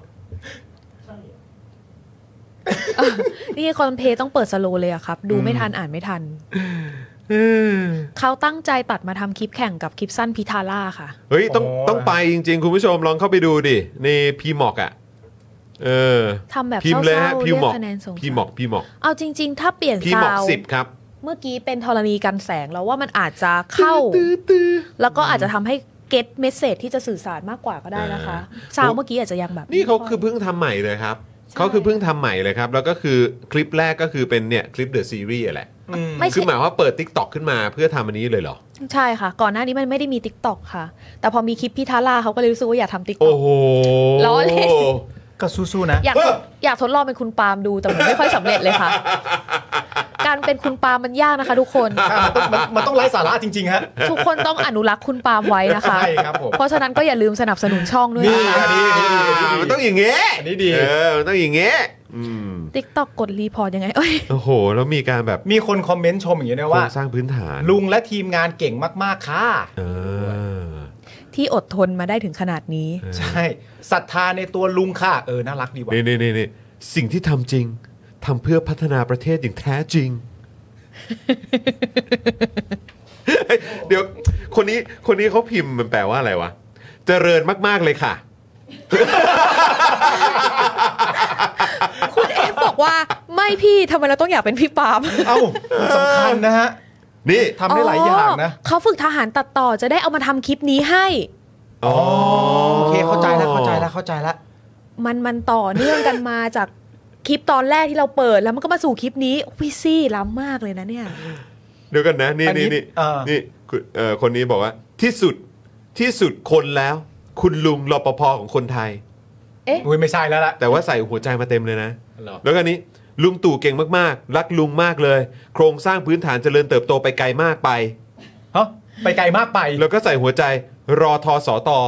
G: นี่คอนเพย์ต้องเปิดสโลว์เลยอะครับ ดูไม่ทันอ่านไม่ทัน เขาตั้งใจตัดมาทำคลิปแข่งกับคลิปสั้นพิธาล่าค่ะ
D: เฮ้ย ต้องต้องไปจริง ๆ คุณผู้ชมลองเข้าไปดูดิ ในพีหมอกอ่ะ เออ
G: ทำแบบ
D: พิมพ์เลยฮะ
G: เศร้าๆ
D: พีหมอก
G: เรียกคะแนนสงสาร
D: พีหมอกพีหมอก
G: เอาจริง ๆ ถ้าเปลี่ยน
D: พีหมอก
G: ซาวด์
D: สิบครับ
G: เมื่อกี้เป็นธรณีกันแสงแล้วว่ามันอาจจะเข้า แล้วก็อาจจะทำให้เก็ตเมสเซจที่จะสื่อสารมากกว่าก็ได้นะคะ ซาวด์เมื่อกี้อาจจะยังแบบ
D: นี่เขาคือเพิ่งทำใหม่เลยครับ เขาคือเพิ่งทำใหม่เลยครับ แล้วก็คือคลิปแรกก็คือเป็นเนี่ยคลิปเดอะซีรีส์แหละ
G: ไม่ใช่
D: คือหมายว่าเปิด t ิ k t o k ขึ้นมาเพื่อทำอันนี้เลยเหรอ
G: ใช่ค่ะ ก่อนหน้านี้มันไม่ได้มีติ๊กต็อกค่ะ แต่พอมีคลิปพิธาล่าเขาก็เลยรู้สึกว่าอยากทำติ๊กต็อ
D: โอ้
G: ก
D: โห
G: ล้อเล่น
E: ก็สู้ๆนะ
G: อยากอยากทดลองเป็นคุณปาล์มดูแต่มันไม่ค่อยสำเร็จ เลยค่ะ การเป็นคุณปาล์มมันยากนะคะ ทุกคน
E: มันมันต้องไร้สาระจริง ๆ ฮะ
G: ทุกคนต้องอนุรักษ์คุณปาล์มไว้นะคะ
E: ใช่ครับผม
G: เพราะฉะนั้นก็อย่าลืมสนับสนุนช่องด้วยนะ
D: อั
G: คะ
D: นนี้ดีอันนี้ดีมันต้องอย่างเงี้ย
E: อันนี้ดี
D: เออมันต้องอย่างเงี้ยอืม
G: ติ๊กต็อกกดรีพอร์ตยังไงเอ้ย
D: โอ้โห แล้วมีการแบบ
E: มีคนคอมเมนต์ชมอย่างนี้ยนะ
D: โคร
E: ว่า
D: งสร้างพื้นฐาน
E: ลุงและทีมงานเก่งมาก ๆ ค่ะ
D: เออ
G: ที่อดทนมาได้ถึงขนาดนี้
E: ใช่ศรัทธาในตัวลุงค่ะ เออ น่ารักดีว่ะ
D: นี่นี่นี่นี่สิ่งที่ทำจริงทำเพื่อพัฒนาประเทศอย่างแท้จริง เดี๋ยว คนนี้คนนี้เขาพิมพ์มันแปลว่าอะไรวะ เจริญมาก ๆ เลยค่ะ
G: คุณเอฟบอกว่าไม่พี่ทำไมเราต้องอยากเป็นพี่ปาล์ม
E: เอ้าสำคัญนะฮะ
D: นี่
E: ทำได้หลายอย่างนะ
G: เขาฝึกทหารตัดต่อจะได้เอามาทำคลิปนี้ให้
D: อ๋อ
E: โอเค เข้าใจแล้ว เข้าใจแล้ว เข้าใจแล้ว
G: มันมันต่อเนื่องกันมาจากคลิปตอนแรกที่เราเปิดแล้วมันก็มาสู่คลิปนี้วิซี่ล้ำมากเลยนะเนี่ย
D: เดี๋ยวกันนะ นี่
E: อันนี้
D: นี่นี่
E: เออ
D: นี่คุณเอ่อคนนี้บอกว่า ที่สุดที่สุดคนแล้ว คุณลุงรปภของคนไทย
E: อุ้ยไม่ใช่แล้วล่ะ
D: แต่ว่าใส่หัวใจมาเต็มเลยนะ
E: เหรอ
D: แล้วก็นี้ลุงตู่เก่งมากๆ รักลุงมากเลย โครงสร้างพื้นฐานเจริญเติบโตไปไกลมากไป
E: ฮะไปไกลมากไป
D: แล้วก็ใส่หัวใจรอทอสอตอ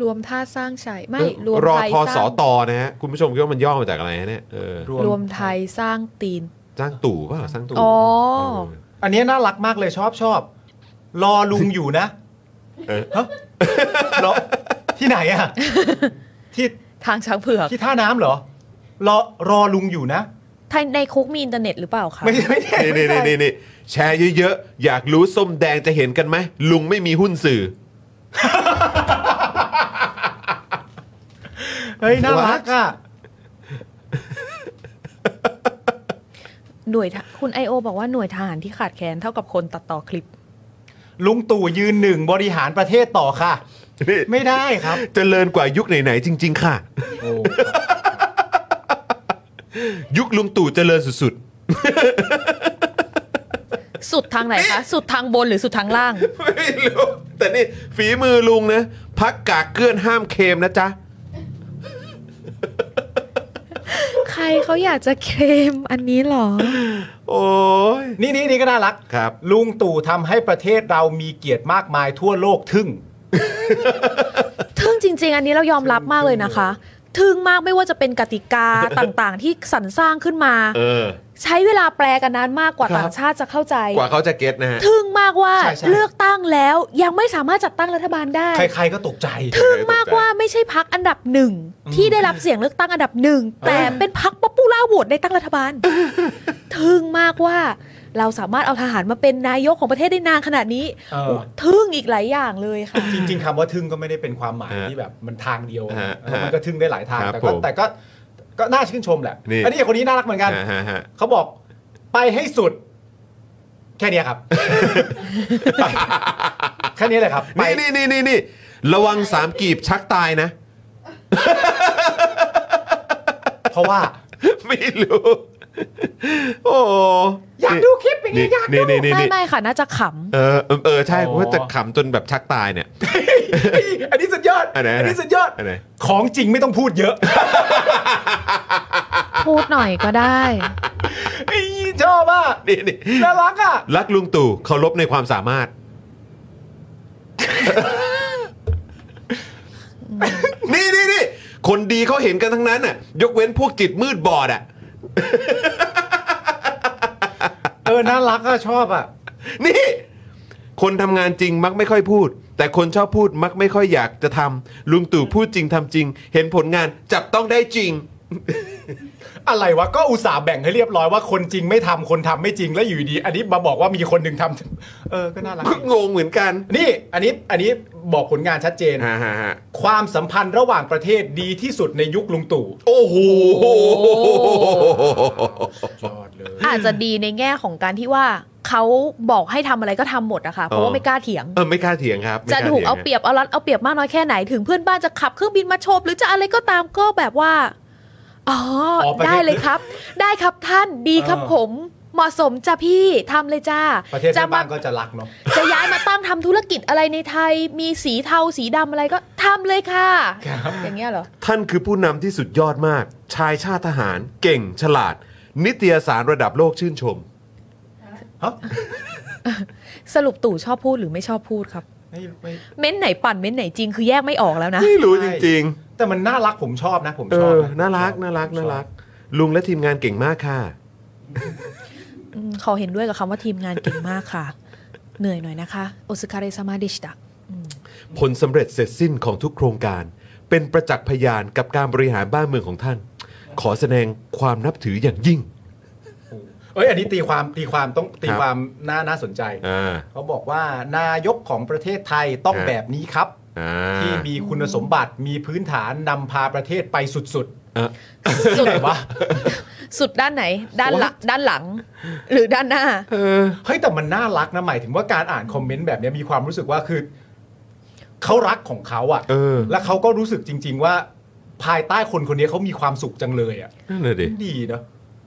G: รวมท่าสร้างชัยไม่รวม
D: รอ
G: ไทย
D: ทอ
G: ส
D: สอ
G: ร้าง
D: ตอนะฮะ คุณผู้ชมคิดว่ามันย่อมาจากอะไรฮะเนี่ยเออ
E: รวม
G: รวมไทยสร้างตีน
D: จ้างตู่เปล่าสร้างตู่
G: อ๋อ
E: อันเนี้ยน่ารักมากเลยชอบชอบ รอลุงอยู่นะ
D: เออ
E: ฮะรอที่ไหนอะที่
G: ทางช้างเผือก
E: ที่ท่าน้ำเหรอ รอรอลุงอยู่นะ
G: ไทยในคุกมีอินเทอร์เน็ตหรือเปล่าคะ
E: ไม่ใช่ไม่ใช่
D: นี่นี่นี่นี่แชร์เยอะๆ อยากรู้ส้มแดงจะเห็นกันไหมลุงไม่มีหุ้นสื่อ
E: เฮ้ย น่ารักอะ
G: หน่วยทะคุณไอโอบอกว่าหน่วยทหารที่ขาดแคลนเท่ากับคนตัดต่อคลิป
E: ลุงตู่ยืนหนึ่งบริหารประเทศต่อค่ะ
D: นี่
E: ไม่ได้ครับ
D: เจริญกว่ายุคไหนๆจริง ๆ ค่ะ ยุคลุงตู่เจริญสุดๆ
G: สุดทางไหนคะ สุดทางบนหรือสุดทางล่าง
D: ไม่รู้แต่นี่ฝีมือลุงนะพักกากเกื้อนห้ามเค็มนะจ๊ะ
G: ใครเขาอยากจะเคลมอันนี้หรอ
D: โอ้ย
E: นี่นี่นี่ก็น่ารัก
D: ครับ
E: ลุงตู่ทำให้ประเทศเรามีเกียรติมากมายทั่วโลกทึ่ง
G: ทึ่งจริง ๆ อันนี้เรายอมรับมากเลยนะคะ ทึ่งมากไม่ว่าจะเป็นกติกา ต่างๆ ที่สรรสร้างขึ้นมา
D: เออ
G: ใช้เวลาแปลกันนานมากกว่า
D: ครับ
G: ต่างชาติจะเข้าใจ
D: กว่าเขาจะเก็ตนะฮะ
G: ทึ่งมากว่า
D: ใช่ใช่
G: เลือกตั้งแล้วยังไม่สามารถจัดตั้งรัฐบาลได้
E: ใครๆก็ตกใจ
G: ทึ่งมากว่าไม่ใช่พักอันดับหนึ่งที่ได้รับเสียงเลือกตั้งอันดับหนึ่งแต่เป็นพักป๊อปปูล่าโหวตได้ตั้งรัฐบาล ทึ่งมากว่าเราสามารถเอาทหารมาเป็นนายกของประเทศได้นานขนาดนี้
E: เออ
G: โอ้ทึ่งอีกหลายอย่างเลยค่ะ
E: จริง ๆคำว่าทึ่งก็ไม่ได้เป็นความหมายที่แบบมันทางเดียวอะ
D: ฮะ
E: เออมันก็ทึ่งได้หลายทาง
D: ครับ
E: แต่
D: ผ
E: ก็
D: ม
E: แต่ก็ก็น่าชื่นชมแหละ
D: นี่
E: อันนี้คนนี้น่ารักเหมือนกัน
D: ฮะฮะฮะ
E: เขาบอกไปให้สุด แค่เนี้ย ครับ แค่นี้เลยครับ
D: นี่นี่นี่นี่นี่ระวังสามกีบชักตายนะ
E: เพราะว่า
D: ไม่รู้ โอ้
E: อยากดูคลิปอย่าง
D: นี่
E: นี้อยาก
D: นี่นี่นี่
G: ไม่
D: นี่
G: ไม่ค่ะน่าจะข
D: เออเออเออใช่เพราะว่าจะขำจนแบบชักตายเนี่ย
E: อันนี้สุดยอด
D: อันไหนอั
E: อั
D: น
E: น
D: ไหน
E: นี้สุดยอด
D: อันไหน
E: ของจริงไม่ต้องพูดเยอะ
G: ำ พูดหน่อยก็ได้
E: ไอ้ชอบอ่ะ
D: นี่นี่
E: น่ารักอ่ะ
D: รักลุงตู่เคารพในความสามารถ นี่นี่นี่คนดีเขาเห็นกันทั้งนั้นน่ะ ยกเว้นพวกจิตมืดบอดอ่ะ
E: เออน่ารักอ่ะชอบอ่ะ
D: นี่ คนทำงานจริงมักไม่ค่อยพูด แต่คนชอบพูดมักไม่ค่อยอยากจะทำลุงตู่พูดจริงทำจริง เห็นผลงานจับต้องได้จริง
E: อะไรวะก็อุตส่าห์แบ่งให้เรียบร้อยว่าคนจริงไม่ทำคนทำไม่จริงแล้วอยู่ดี อันนี้มาบอกว่ามีคนหนึ่งทำเออก็น่ารัก
D: งงเหมือนกัน
E: นี่อันนี้อันนี้บอกผลงานชัดเจน
D: ฮะฮะฮะ
E: ความสัมพันธ์ระหว่างประเทศดีที่สุดในยุคลุงตู่
D: โอ้โห
G: อาจจะดีในแง่ของการที่ว่าเขาบอกให้ทำอะไรก็ทำหมดอะค่ะเพราะว่าไม่กล้าเถียง
D: เออไม่กล้าเถียงครับไม่
G: จะ
D: ล้ถียง
G: ถูกเอาเปรียบเอารัดเอาเปรียบมากน้อยแค่ไหนถึงเพื่อนบ้านจะขับเครื่องบินมาโฉบหรือจะอะไรก็ตามก็แบบว่าอ๋อ
E: อ๋อประเทศ
G: ได้เลย ครับ ได้ครับท่านดีครับ
E: เออ
G: ผมเหมาะสมจ้ะพี่ทำเลยจ้า
E: ประเทศเพื่
G: จะ
E: อน
G: มา
E: บ้านก็จะรักเนาะ
G: จะย้ายมาตั้งทำธุรกิจอะไรในไทย มีสีเทาสีดำอะไรก็ทำเลยค่ะ อย่างเงี้ยเหรอ
D: ท่านคือผู้นำที่สุดยอดมาก ชายชาติทหาร เก่งฉลาด นิตยสารระดับโลกชื่นชม
G: สรุปตู่ชอบพูดหรือไม่ชอบพูดครับ เม้นท์ไหนปั่นเม้นท์ไหนจริงคือแยกไม่ออกแล้ว นะ
D: ไม่รู้จริง
E: ๆ แต่มันน่ารักผมชอบนะ ผม
D: เอ
E: ชอบ
D: อ
E: นะ
D: น่ารักน่ารักน่ารัก ลุงและทีมงานเก่งมากค่ะ
G: อืมขอเห็นด้วยกับคำว่าทีมงานเก่งมากค่ะ เหนื่อยหน่อยนะคะ โอสคาเรซามาดิช ตะ
D: ผลสำเร็จเสร็จสิ้นของทุกโครงการ เป็นประจักษ์พยานกับการบริหารบ้านเมืองของท่าน ขอแสดงความนับถืออย่างยิ่ง
E: เอ้ยอันนี้ตีความตีความต้องตี
D: ครับ
E: ความน่าน่าสนใจ
D: อ่า
E: เขาบอกว่านายกของประเทศไทยต้อง
D: ฮะ
E: แบบนี้ครับ
D: อ่า
E: ที่มีคุณสมบัติมีพื้นฐานนำพาประเทศไปสุด
D: อ่ะ
E: ๆสุดวะ
G: สุดด้านไหน ด้านหลังด้านหลัง หรือด้านหน้า
E: เฮ้ยแต่มันน่ารักนะหมายถึงว่าการอ่านคอมเมนต์แบบเนี้ยมีความรู้สึกว่าคือเขารักของเขาอะ
D: เออ
E: แล้วเขาก็รู้สึกจริง ๆ ว่า ภายใต้คนคนนี้เขามีความสุขจังเลยอะ
D: นั่นเลยดิ
E: ดีเนาะ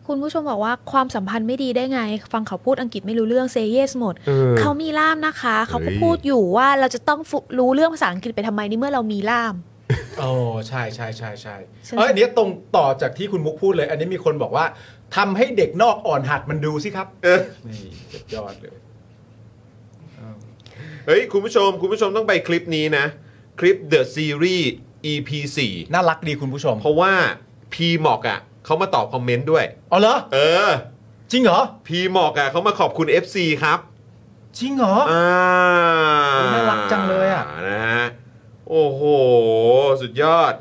G: คุณผู้ชมบอกว่าความสัมพันธ์ไม่ดีได้ไง ฟังเขาพูดอังกฤษไม่รู้เรื่องเซเยสหมด
D: เออ
G: เขามีล่ามนะคะ เขาก็
D: เฮ้ย
G: พูดอยู่ว่าเราจะต้องฟุรู้เรื่องภาษาอังกฤษไปทำไมในเมื่อเรามีล่าม
E: โอ้ใช่ใช่ใช่ใช่
G: ใช่
E: เอยอันเนี้ยตรงต่อจากที่คุณมุกพูดเลย อันนี้มีคนบอกว่าทำให้เด็กนอกอ่อนหัดมันดูสิครับ
D: เออ
E: นี่สุดยอดเลย
D: เฮ้ย คุณผู้ชม คุณผู้ชมต้องไปคลิปนี้นะ คลิป The Series EP 4
E: น่ารักดีคุณผู้ชม
D: เพราะว่าพีหมอกอ่ะเขามาตอบคอมเมนต์ด้วย
E: อ๋อเหรอ
D: เออ
E: จริงเหรอ
D: พีหมอกอ่ะเขามาขอบคุณ FC ครับ
E: จริงเหรอ
D: อ่า
E: น่ารักจังเลยอ่ะ
D: นะฮะโอ้โห สุดยอด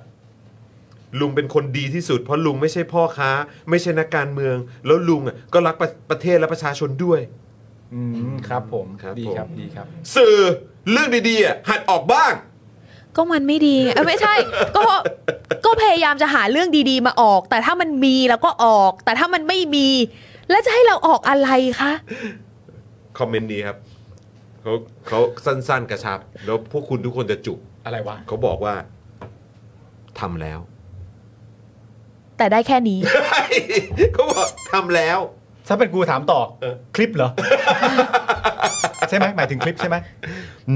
D: ลุงเป็นคนดีที่สุด เพราะลุงไม่ใช่พ่อค้า ไม่ใช่นักการเมือง แล้วลุงอ่ะก็รักประประเทศและประชาชนด้วย
E: อืมครับผมดีครับ
D: ผม
E: ดีครับ
D: สื่อเรื่องดีๆอ่ะหัดออกบ้าง
G: ก็มันไม่ดีไงเอ้ยไม่ใช่ ก็ก็พยายามจะหาเรื่องดีๆมาออก แต่ถ้ามันมีเราก็ออก แต่ถ้ามันไม่มี แล้วจะให้เราออกอะไรคะ
D: คอมเมนต์นี้ครับเขาเขาสั้นๆกระชับ แล้วพวกคุณทุกคนจะจุก
E: อะไรวะ
D: เขาบอกว่าทำแล้ว
G: แต่ได้แค่นี้
D: เขาบอกทำแล้ว
E: ถ้าเป็นกูถามต่อ
D: เออ
E: คลิป เหรอ ใช่ไหมหมายถึงคลิปใช่ไหม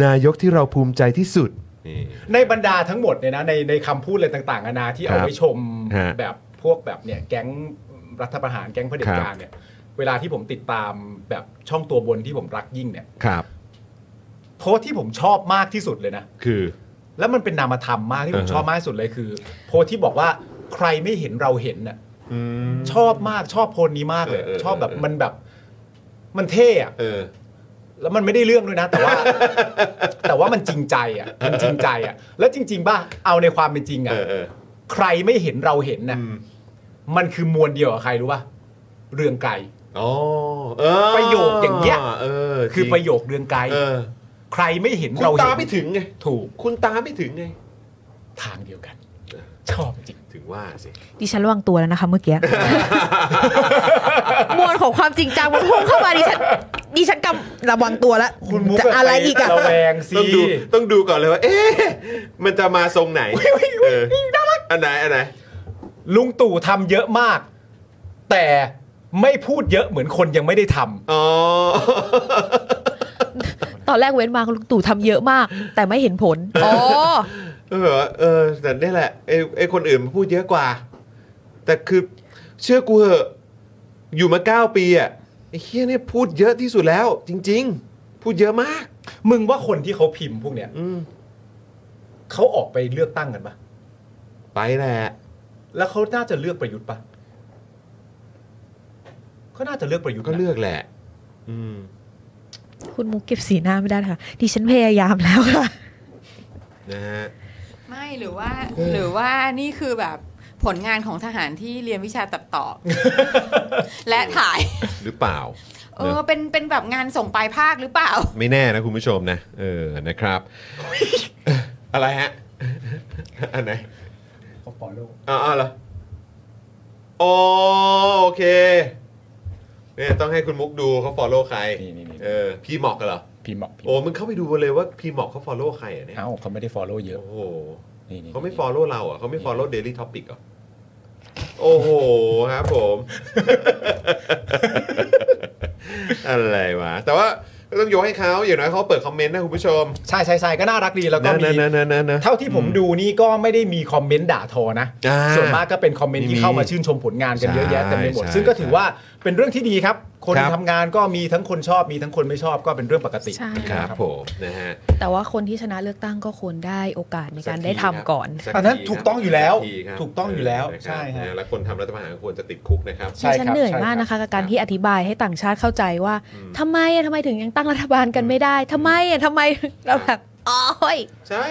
D: นายกที่เราภูมิใจที่สุดนี่
E: ในบรรดาทั้งหมดเนี่ยนะในในคำพูดอะไรต่างๆนานาที่
D: ครั
E: เอา
D: บ
E: ไว้ชม
D: ฮะ
E: แบบพวกแบบเนี่ยแก๊งรัฐประหารแก๊งเผด็จ
D: ครับ
E: การเนี่ย เวลาที่ผมติดตามแบบช่องตัวบนที่ผมรักยิ่งเนี่ย
D: ครับ
E: โพสต์ที่ผมชอบมากที่สุดเลยนะ
D: คือ
E: แล้วมันเป็นนามธรรมมากที่ผม
D: อ่าฮะ
E: ชอบมากที่สุดเลยคือ โพสต์ที่บอกว่าใครไม่เห็นเราเห็นน่ะชอบมากชอบโพสต์นี้มากเลย ชอบแบบมันแบบ มันเท่อะแล้วมันไม่ได้เรื่องด้วยนะ แต่ว่า แต่ว่ามันจริงใจอ่ะมันจริงใจอ่ะ แล้วจริง ๆ ป่ะเอาในความเป็นจริงอ่ะใครไม่เห็นเราเห็นน่ะมันคือมวลเดียวกับใครรู้ป่ะเรืองไกล
D: เออ
E: ประโยคอย่างเงี้ย
D: เออจริง
E: คือประโยคเรืองไกลใครไม่เห็น
D: คุณ
E: เราเห็น
D: ตามไม่ถึงไง
E: ถูก
D: คุณตามไม่ถึงไง
E: ทางเดียวกัน ชอบจริง
D: ถึงว่าสิ
G: ดิฉันระวังตัวแล้วนะคะ เมื่อกี้ มวลของความจริงจังมันพุ่งเข้ามาดิฉันดิฉันกำระวังตัวแล้วจะอะไรอีกอะ
D: ระแวงสิ ต้องดูต้องดูก่อนเลยว่า เอ๊ะ มันจะมาทรงไหนเอออันไหนอันไหน
E: ลุงตู่ทำเยอะมาก แต่ไม่พูดเยอะเหมือนคนยังไม่ได้ทำ
D: อ๋อ
G: ตอนแรกเว้นมาลุงตู่ทำเยอะมาก แต่ไม่เห็นผลอ๋อ
D: ก็แบบว่าเออแต่นี่แหละไอ้ไอ้คนอื่นมันพูดเยอะกว่า แต่คือเชื่อกูเหอะ อยู่มาเก้าปีอ่ะไอ้เฮียเนี่ยพูดเยอะที่สุดแล้ว จริง ๆ พูดเยอะมาก
E: มึงว่าคนที่เขาพิมพ์พวกเนี้ยเขาออกไปเลือกตั้งกันปะ
D: ไปแหละ
E: แล้วเขาน่าจะเลือกประยุทธ์ปะเขาน่าจะเลือกประยุทธ์
D: ก็เลือกแหละ อืม
G: คุณมุกเก็บสีหน้าไม่ได้ค่ะ ดิฉันพยายามแล้วค่ะ
D: นะฮะ
F: ไม่หรือว่า
D: เออ
F: หรือว่านี่คือแบบผลงานของทหารที่เรียนวิชาตัด ต่อ และถ่าย
D: หรือเปล่า
F: เออเป็นเป็นแบบงานส่งปลายภาคหรือเปล่า
D: ไม่แน่นะคุณผู้ชมนะ เออ นะครับ อะไรฮะ อันไหน
E: เขาปล่อยโลก
D: อ้าวเหรออ๋อโอเค เนี่ยต้องให้คุณมุกดูเขา follow ใคร เออ พี่หมอกกันเหรอ
E: พี่หมอก
D: โอ้ มึงเข้าไปดูเลยว่าพี่หมอกเขา follow ใครอ่ะเนี่ย
E: เอ้าเขาไม่ได้ follow เยอะ
D: โอ้โหเขาไม่ follow เราเหรอ่ะเขาไม่ follow daily topic เหรอ่ะโอ้โห ครับผม อะไรวะ แต่ว่าก็ต้องยกให้เขาอย่างน้อยเขาเปิดคอมเมนต์นะคุณผู้ชม
E: ใช่ใช่ใช่ก็น่ารักดีแล้วก็มี
D: นะนะนะนะนะ
E: เท่าที่ผมดูนี่ก็ไม่ได้มีคอมเมนต์ด่าทอนะ
D: อ่า
E: ส่วนมากก็เป็นคอมเมนต์
D: มี
E: ที่เข้ามาชื่นชมผลงานกันเยอะแยะ
D: ใช่
E: เต็มไปหมด
D: ใช่
E: ซึ่งก็ถือว่าเป็นเรื่องที่ดีครับ คน
D: ครับ
E: ทำงานก็มีทั้งคนชอบมีทั้งคนไม่ชอบก็เป็นเรื่องปกติ
G: ใช่
D: ครับผมนะฮะ
G: แต่ว่าคนที่ชนะเลือกตั้งก็ควรได้โอกาสในการได้ทำก่อน
D: สัที
E: อันนั้นถูกต้องอยู่แล้ว
D: สัทีครับ
E: ถูกต้องอยู่แล้ว
D: เนะครับ
E: ใช่ฮะ
D: นะแล้วคนทำรัฐประหารควรจะติดคุกนะครับ
G: ดิฉันเหนื่อยมากนะคะกับการที่อธิบายให้ต่างชาติเข้าใจว่าทำไมอะทำไมถึงยังตั้งรัฐบาลกันไม่ได้ทำไมอะทำไมเราแบบอ๋อย
D: ใช่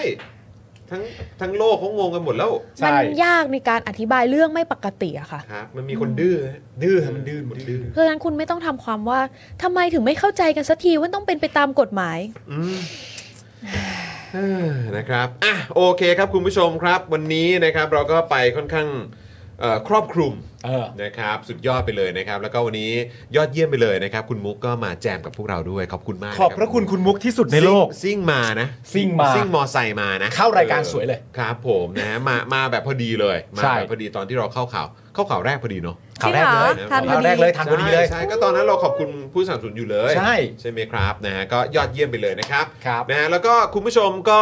D: ทั้งทั้งโลกเขางงกันหมดแล้ว
G: มันยากในการอธิบายเรื่องไม่ปกติอะค่ะ
D: ครับ มันมีคนดื้อฮะดื้อฮะมันดื้อมันดื้อ
G: เพราะฉะนั้นคุณไม่ต้องทำความว่าทำไมถึงไม่เข้าใจกันสักทีว่าต้องเป็นไปตามกฎหมาย
D: อืม เออนะครับอ่ะโอเคครับคุณผู้ชมครับ วันนี้นะครับเราก็ไปค่อนข้างเอ่อครอบคลุมนะครับ สุดยอดไปเลยนะครับ แล้วก็วันนี้ยอดเยี่ยมไปเลยนะครับ คุณมุกก็มาแจมกับพวกเราด้วยขอบคุณมากน
E: ขอบพระคุณคุณมุกที่สุดในโลก
D: ซิ่งมานะ
E: ซิ่งมา
D: ซิ่งมอไซค์มานะ
E: เข้ารายการสวยเลย
D: ออครับผมนะฮะมามาแบบพอดีเลยมา
E: ใช่
D: แบบพอดีตอนที่เราเข้าข่าวเข้าข่าวแรกพอดีเนาะ
E: ข่าวแรกเลย
D: นะ
E: ข่าวแรกเลยทางพอดีเลย
D: ใช่ใช่ก็ตอนนั้นเราขอบคุณผู้สนับสนุนอยู่เลย
E: ใช่
D: ใช่ไหมครับนะฮะก็ยอดเยี่ยมไปเลยนะครับ
E: ครับ
D: นะฮะแล้วก็คุณผู้ชมก็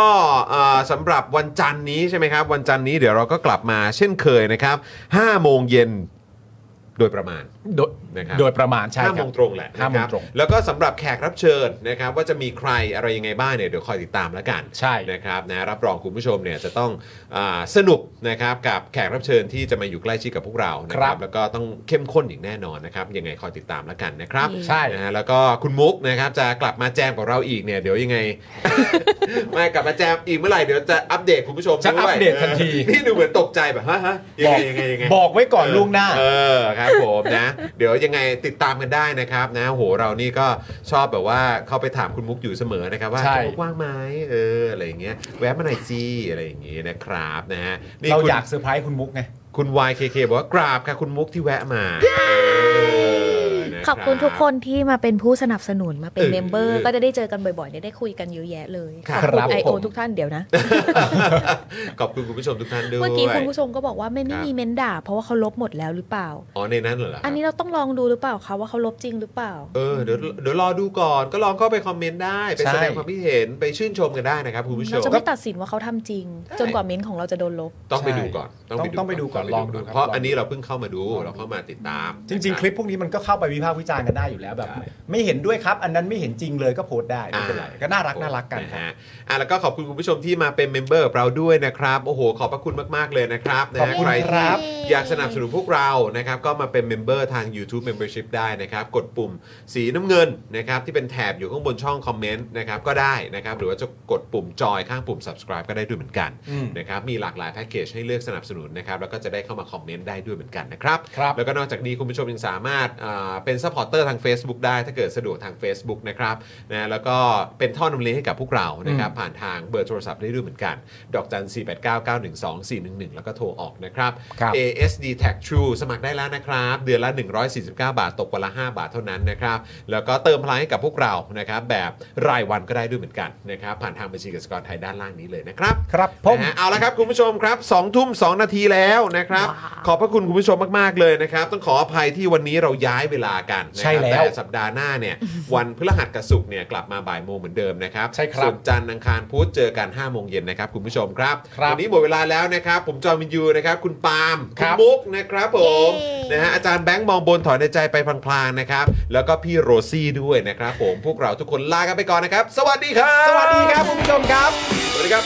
D: เอ่อสำหรับวันจันทร์นี้ใช่ไหมครับ วันจันทร์นี้เดี๋ยวเราก็กลับมาเช่นเคยนะครับ5โมงเย็นโดยประมาณ
E: โดย
D: นะครับ
E: โดยประมาณใช่ครับ
D: ห้าโมงตรงแหละ
E: ห้าโมง
D: นะครับ
E: ตรง
D: แล้วก็สำหรับแขกรับเชิญนะครับว่าจะมีใครอะไรยังไงบ้างเนี่ยเดี๋ยวคอยติดตามแล้วกันใช่นะครับนะรับรองคุณผู้ชมเนี่ยจะต้องอาสนุกนะครับกับแขกรับเชิญที่จะมาอยู่ใกล้ชิดกับพวกเรานะค
E: ครั
D: รับ
E: บ
D: แล้วก็ต้องเข้มข้นอย่างแน่นอนนะครับยังไงคอยติดตามแล้วกันนะครับ
E: ใช่
D: นะฮะแล้วก็คุณมุกนะครับจะกลับมาแจมกับเราอีกเนี่ยเดี๋ยวยังไง ไม่กลับมาแจมอีกเมื่อไหร่เดี๋ยวจะอัปเดตคุณผู้ชมว
E: จะ
D: ย
E: อัปเดตทันที
D: นี่ดูเหมือนตกใจแบบฮะฮะยั
E: บ
D: ง
E: อก
D: ไงยังไงยังไง
E: บอกไว้ก่อนล่วงหน้า
D: เออครับผมนะ เดี๋ยวยังไงติดตามกันได้นะครับนะโหเรานี่ก็ชอบแบบว่าเข้าไปถามคุณมุกอยู่เสมอนะครับว่า
E: ใช่
D: คุณมุกว่างไหมเอออะไรอย่างเงี้ยแวะมาหน่อยสิอะไรอย่างงี้นะครับนะฮะนี่
E: เรา
D: คุณ
E: อยากเซอร์ไพรส์คุณมุกไง
D: คุณ YKK บอกว่ากราบค่ะคุณมุกที่แวะมาเออนะ
G: ขอบคุณ
D: รั
G: ทุกคนที่มาเป็นผู้สนับสนุนมาเป็น
D: เออ
G: เมมเบอร์ก็จะได้เจอกันบ่อยๆ ได้คุยกันเยอะแยะเลย
D: ครั
G: ข
D: บ
G: อบคุณไอ
D: ผ
G: โอ
D: ม
G: ทุกท่านเดี๋ยวนะ
D: ขอบคุณคุณผู้ชมทุกท่านด้วย
G: เมื่อกี้คุณผู้ชมก็บอกว่า
D: ค
G: ไม่
D: รั
G: ได้
D: บ
G: มีเมนด่า เพราะว่าเขาลบหมดแล้วหรือเปล่า
D: อ๋อในนั้นเหรอครับ
G: อันนี้เราต้องลองดูหรือเปล่าคะว่าเขาลบจริงหรือเปล่า
D: เออเดี๋ยวเดี๋ยวรอดูก่อนก็ลองเข้าไปคอมเมนต์ได้ไปแสดงความคิดเห็นไปชื่นชมกันได้นะครับคุณผู้ช
G: เรา
D: ม
G: จะไม่ตัดสินว่าเขาทำจริง จนกว่าเม้นท์ของเราจะโดนลบ
D: ต้องไป
E: ใช่
D: ดูก่อน
E: ต้องต้องไปดูก่อนลองดูครับ
D: เพราะ
E: ลองดู
D: อันนี้เราเพิ่งเข้ามาดูเราเข้ามาติดตาม
E: จริง ๆ คลิปพวกนี้มันก็เข้าไปวิพาก
I: าก
E: ษ์
I: ษ์วิจารณ์กันได้อยู่แล้วแบบ ไม่เห็นด้วยครับ อันนั้นไม่เห็นจริงเลยก็โพสต์ได้ไม่เป็นไรก็น่ารักน่ารักกัน
D: นะฮะอ่ะแล้วก็ขอบคุณคุณผู้ชมที่มาเป็นเมมเบอร์กับเราด้วยนะครับ โอ้โห ขอบพระคุณมาก ๆ เลยนะครับนะ
I: ขอบ
D: ฮะ
I: คุณ
D: ใคร
I: ครั
D: ที่
I: บ
D: อยากสนับสนุนพวกเรานะครับ ก็มาเป็นเมมเบอร์ทาง YouTube Membership ได้นะครับ กดปุ่มสีน้ำเงินนะครับ ที่เป็นแถบอยู่ข้างบนช่องคอมเมนต์นะครับ ก็ได้นะครับ หรือว่าจะกดปุ่มจอยข้างปุ่ม subscribe ก็ได้ด้วยเหมือนกัน
N: อืม
D: นะครับ มีหลากหลายแพ็กเกจให้เลือกสนับสนุนนะครับ แล้วก็จะได้เข้ามาคอมเมนต์ได้ด้วยเหมือนกันนะครับ แล้วก็นอกจากนี้คุณผู้ชมยังสามารถอ่าเป็นซัพพอร์เตอร์ทาง Facebook ได้ถ้าเกิดสะดวกทาง Facebook นะครับนะแล้วก็เป็นท่อนำเลี้ยงให้กับพวกเรานะครับ ผ่านทางเบอร์โทรศัพท์ได้ด้วยเหมือนกัน ดอกจัน 4 8 9 9 1 2 4 1 1 แล้วก็โทรออกนะครับ
E: ครับ
D: ASD Tag True สมัครได้แล้วนะครับ เดือนละ 149 บาท ตกวันละ 5 บาทเท่านั้นนะครับ แล้วก็เติมพลังให้กับพวกเรานะครับ แบบรายวันก็ได้ด้วยเหมือนกันนะครับ ผ่านทางบัญชีกสิกรไทยด้านล่างนี้เลยนะครับ
E: ครับผม
D: เอาละครับคุณผู้ชมครับ2ทุ่ม2นาทีแล้วนะครับ ขอบพระคุณคุณผู้ชมมาก ๆ เลยนะครับ ต้องขออภัยที่วันนี้เราย้ายเวลากันนะครับ
E: ใช่แล้ว
D: ต่สัปดาห์หน้า เนี่ย วันพฤหัสกับศุกร์เนี่ยกลับมาบ่ายโมงเหมือนเดิมนะครับ
E: ใช่ครับ
D: ส่วนจันทร์อังคารพุธเจอกัน5้าโมงเย็นนะครับคุณผู้ชมครับ
E: ครับ
D: วันนี้หมดเวลาแล้วนะครับ ผมจอห์นวินยูนะครับ คุณปาล์มคุณมุกนะครับผมนะฮะอาจารย์แบงค์มองบนถอนในใจไปพลางๆนะครับ แล้วก็พี่โรซี่ด้วยนะครับผมพวกเราทุกคนลากันไปก่อนนะครับ สวัสดีครับสวัสดีครับคุณผู้ชมครับสวัสดีครับ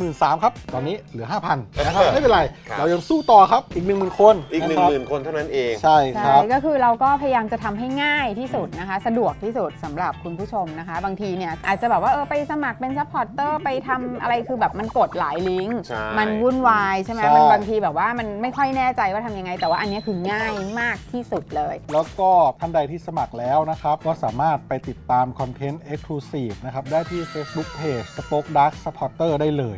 O: มื่นสามครับ ตอนนี้เหลือ 5,000นะครับ ไม่เป็นไร
D: ครับ
O: เรายังสู้ต่อครับ อีก 1 0,000 คน
D: อีก 1
O: ะครับ
D: 0,000 คนเท่านั้นเอง
O: ใช่
P: ใช่ก็คือเราก็พยายามจะทำให้ง่ายที่สุดนะคะ สะดวกที่สุดสำหรับคุณผู้ชมนะคะ บางทีเนี่ยอาจจะแบบว่าเออไปสมัครเป็นซัพพอร์ตเตอร์ไปทำอะไรคือแบบมันกดหลายลิงก์
D: ใช่
P: มันวุ่นวายใช่ไหม
O: ใช่
P: มันบางทีแบบว่ามันไม่ค่อยแน่ใจว่าทำยังไง แต่ว่าอันเนี้ยคือง่ายมากที่สุดเลย
O: แล้วก็ท่านใดที่สมัครแล้วนะครับ ก็สามารถไปติดตามคอนเทนต์ Exclusive นะครับ ได้ที่ Facebook Page Spoke Dark Supporter ได้เลย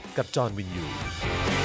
C: กับจอห์นวินยู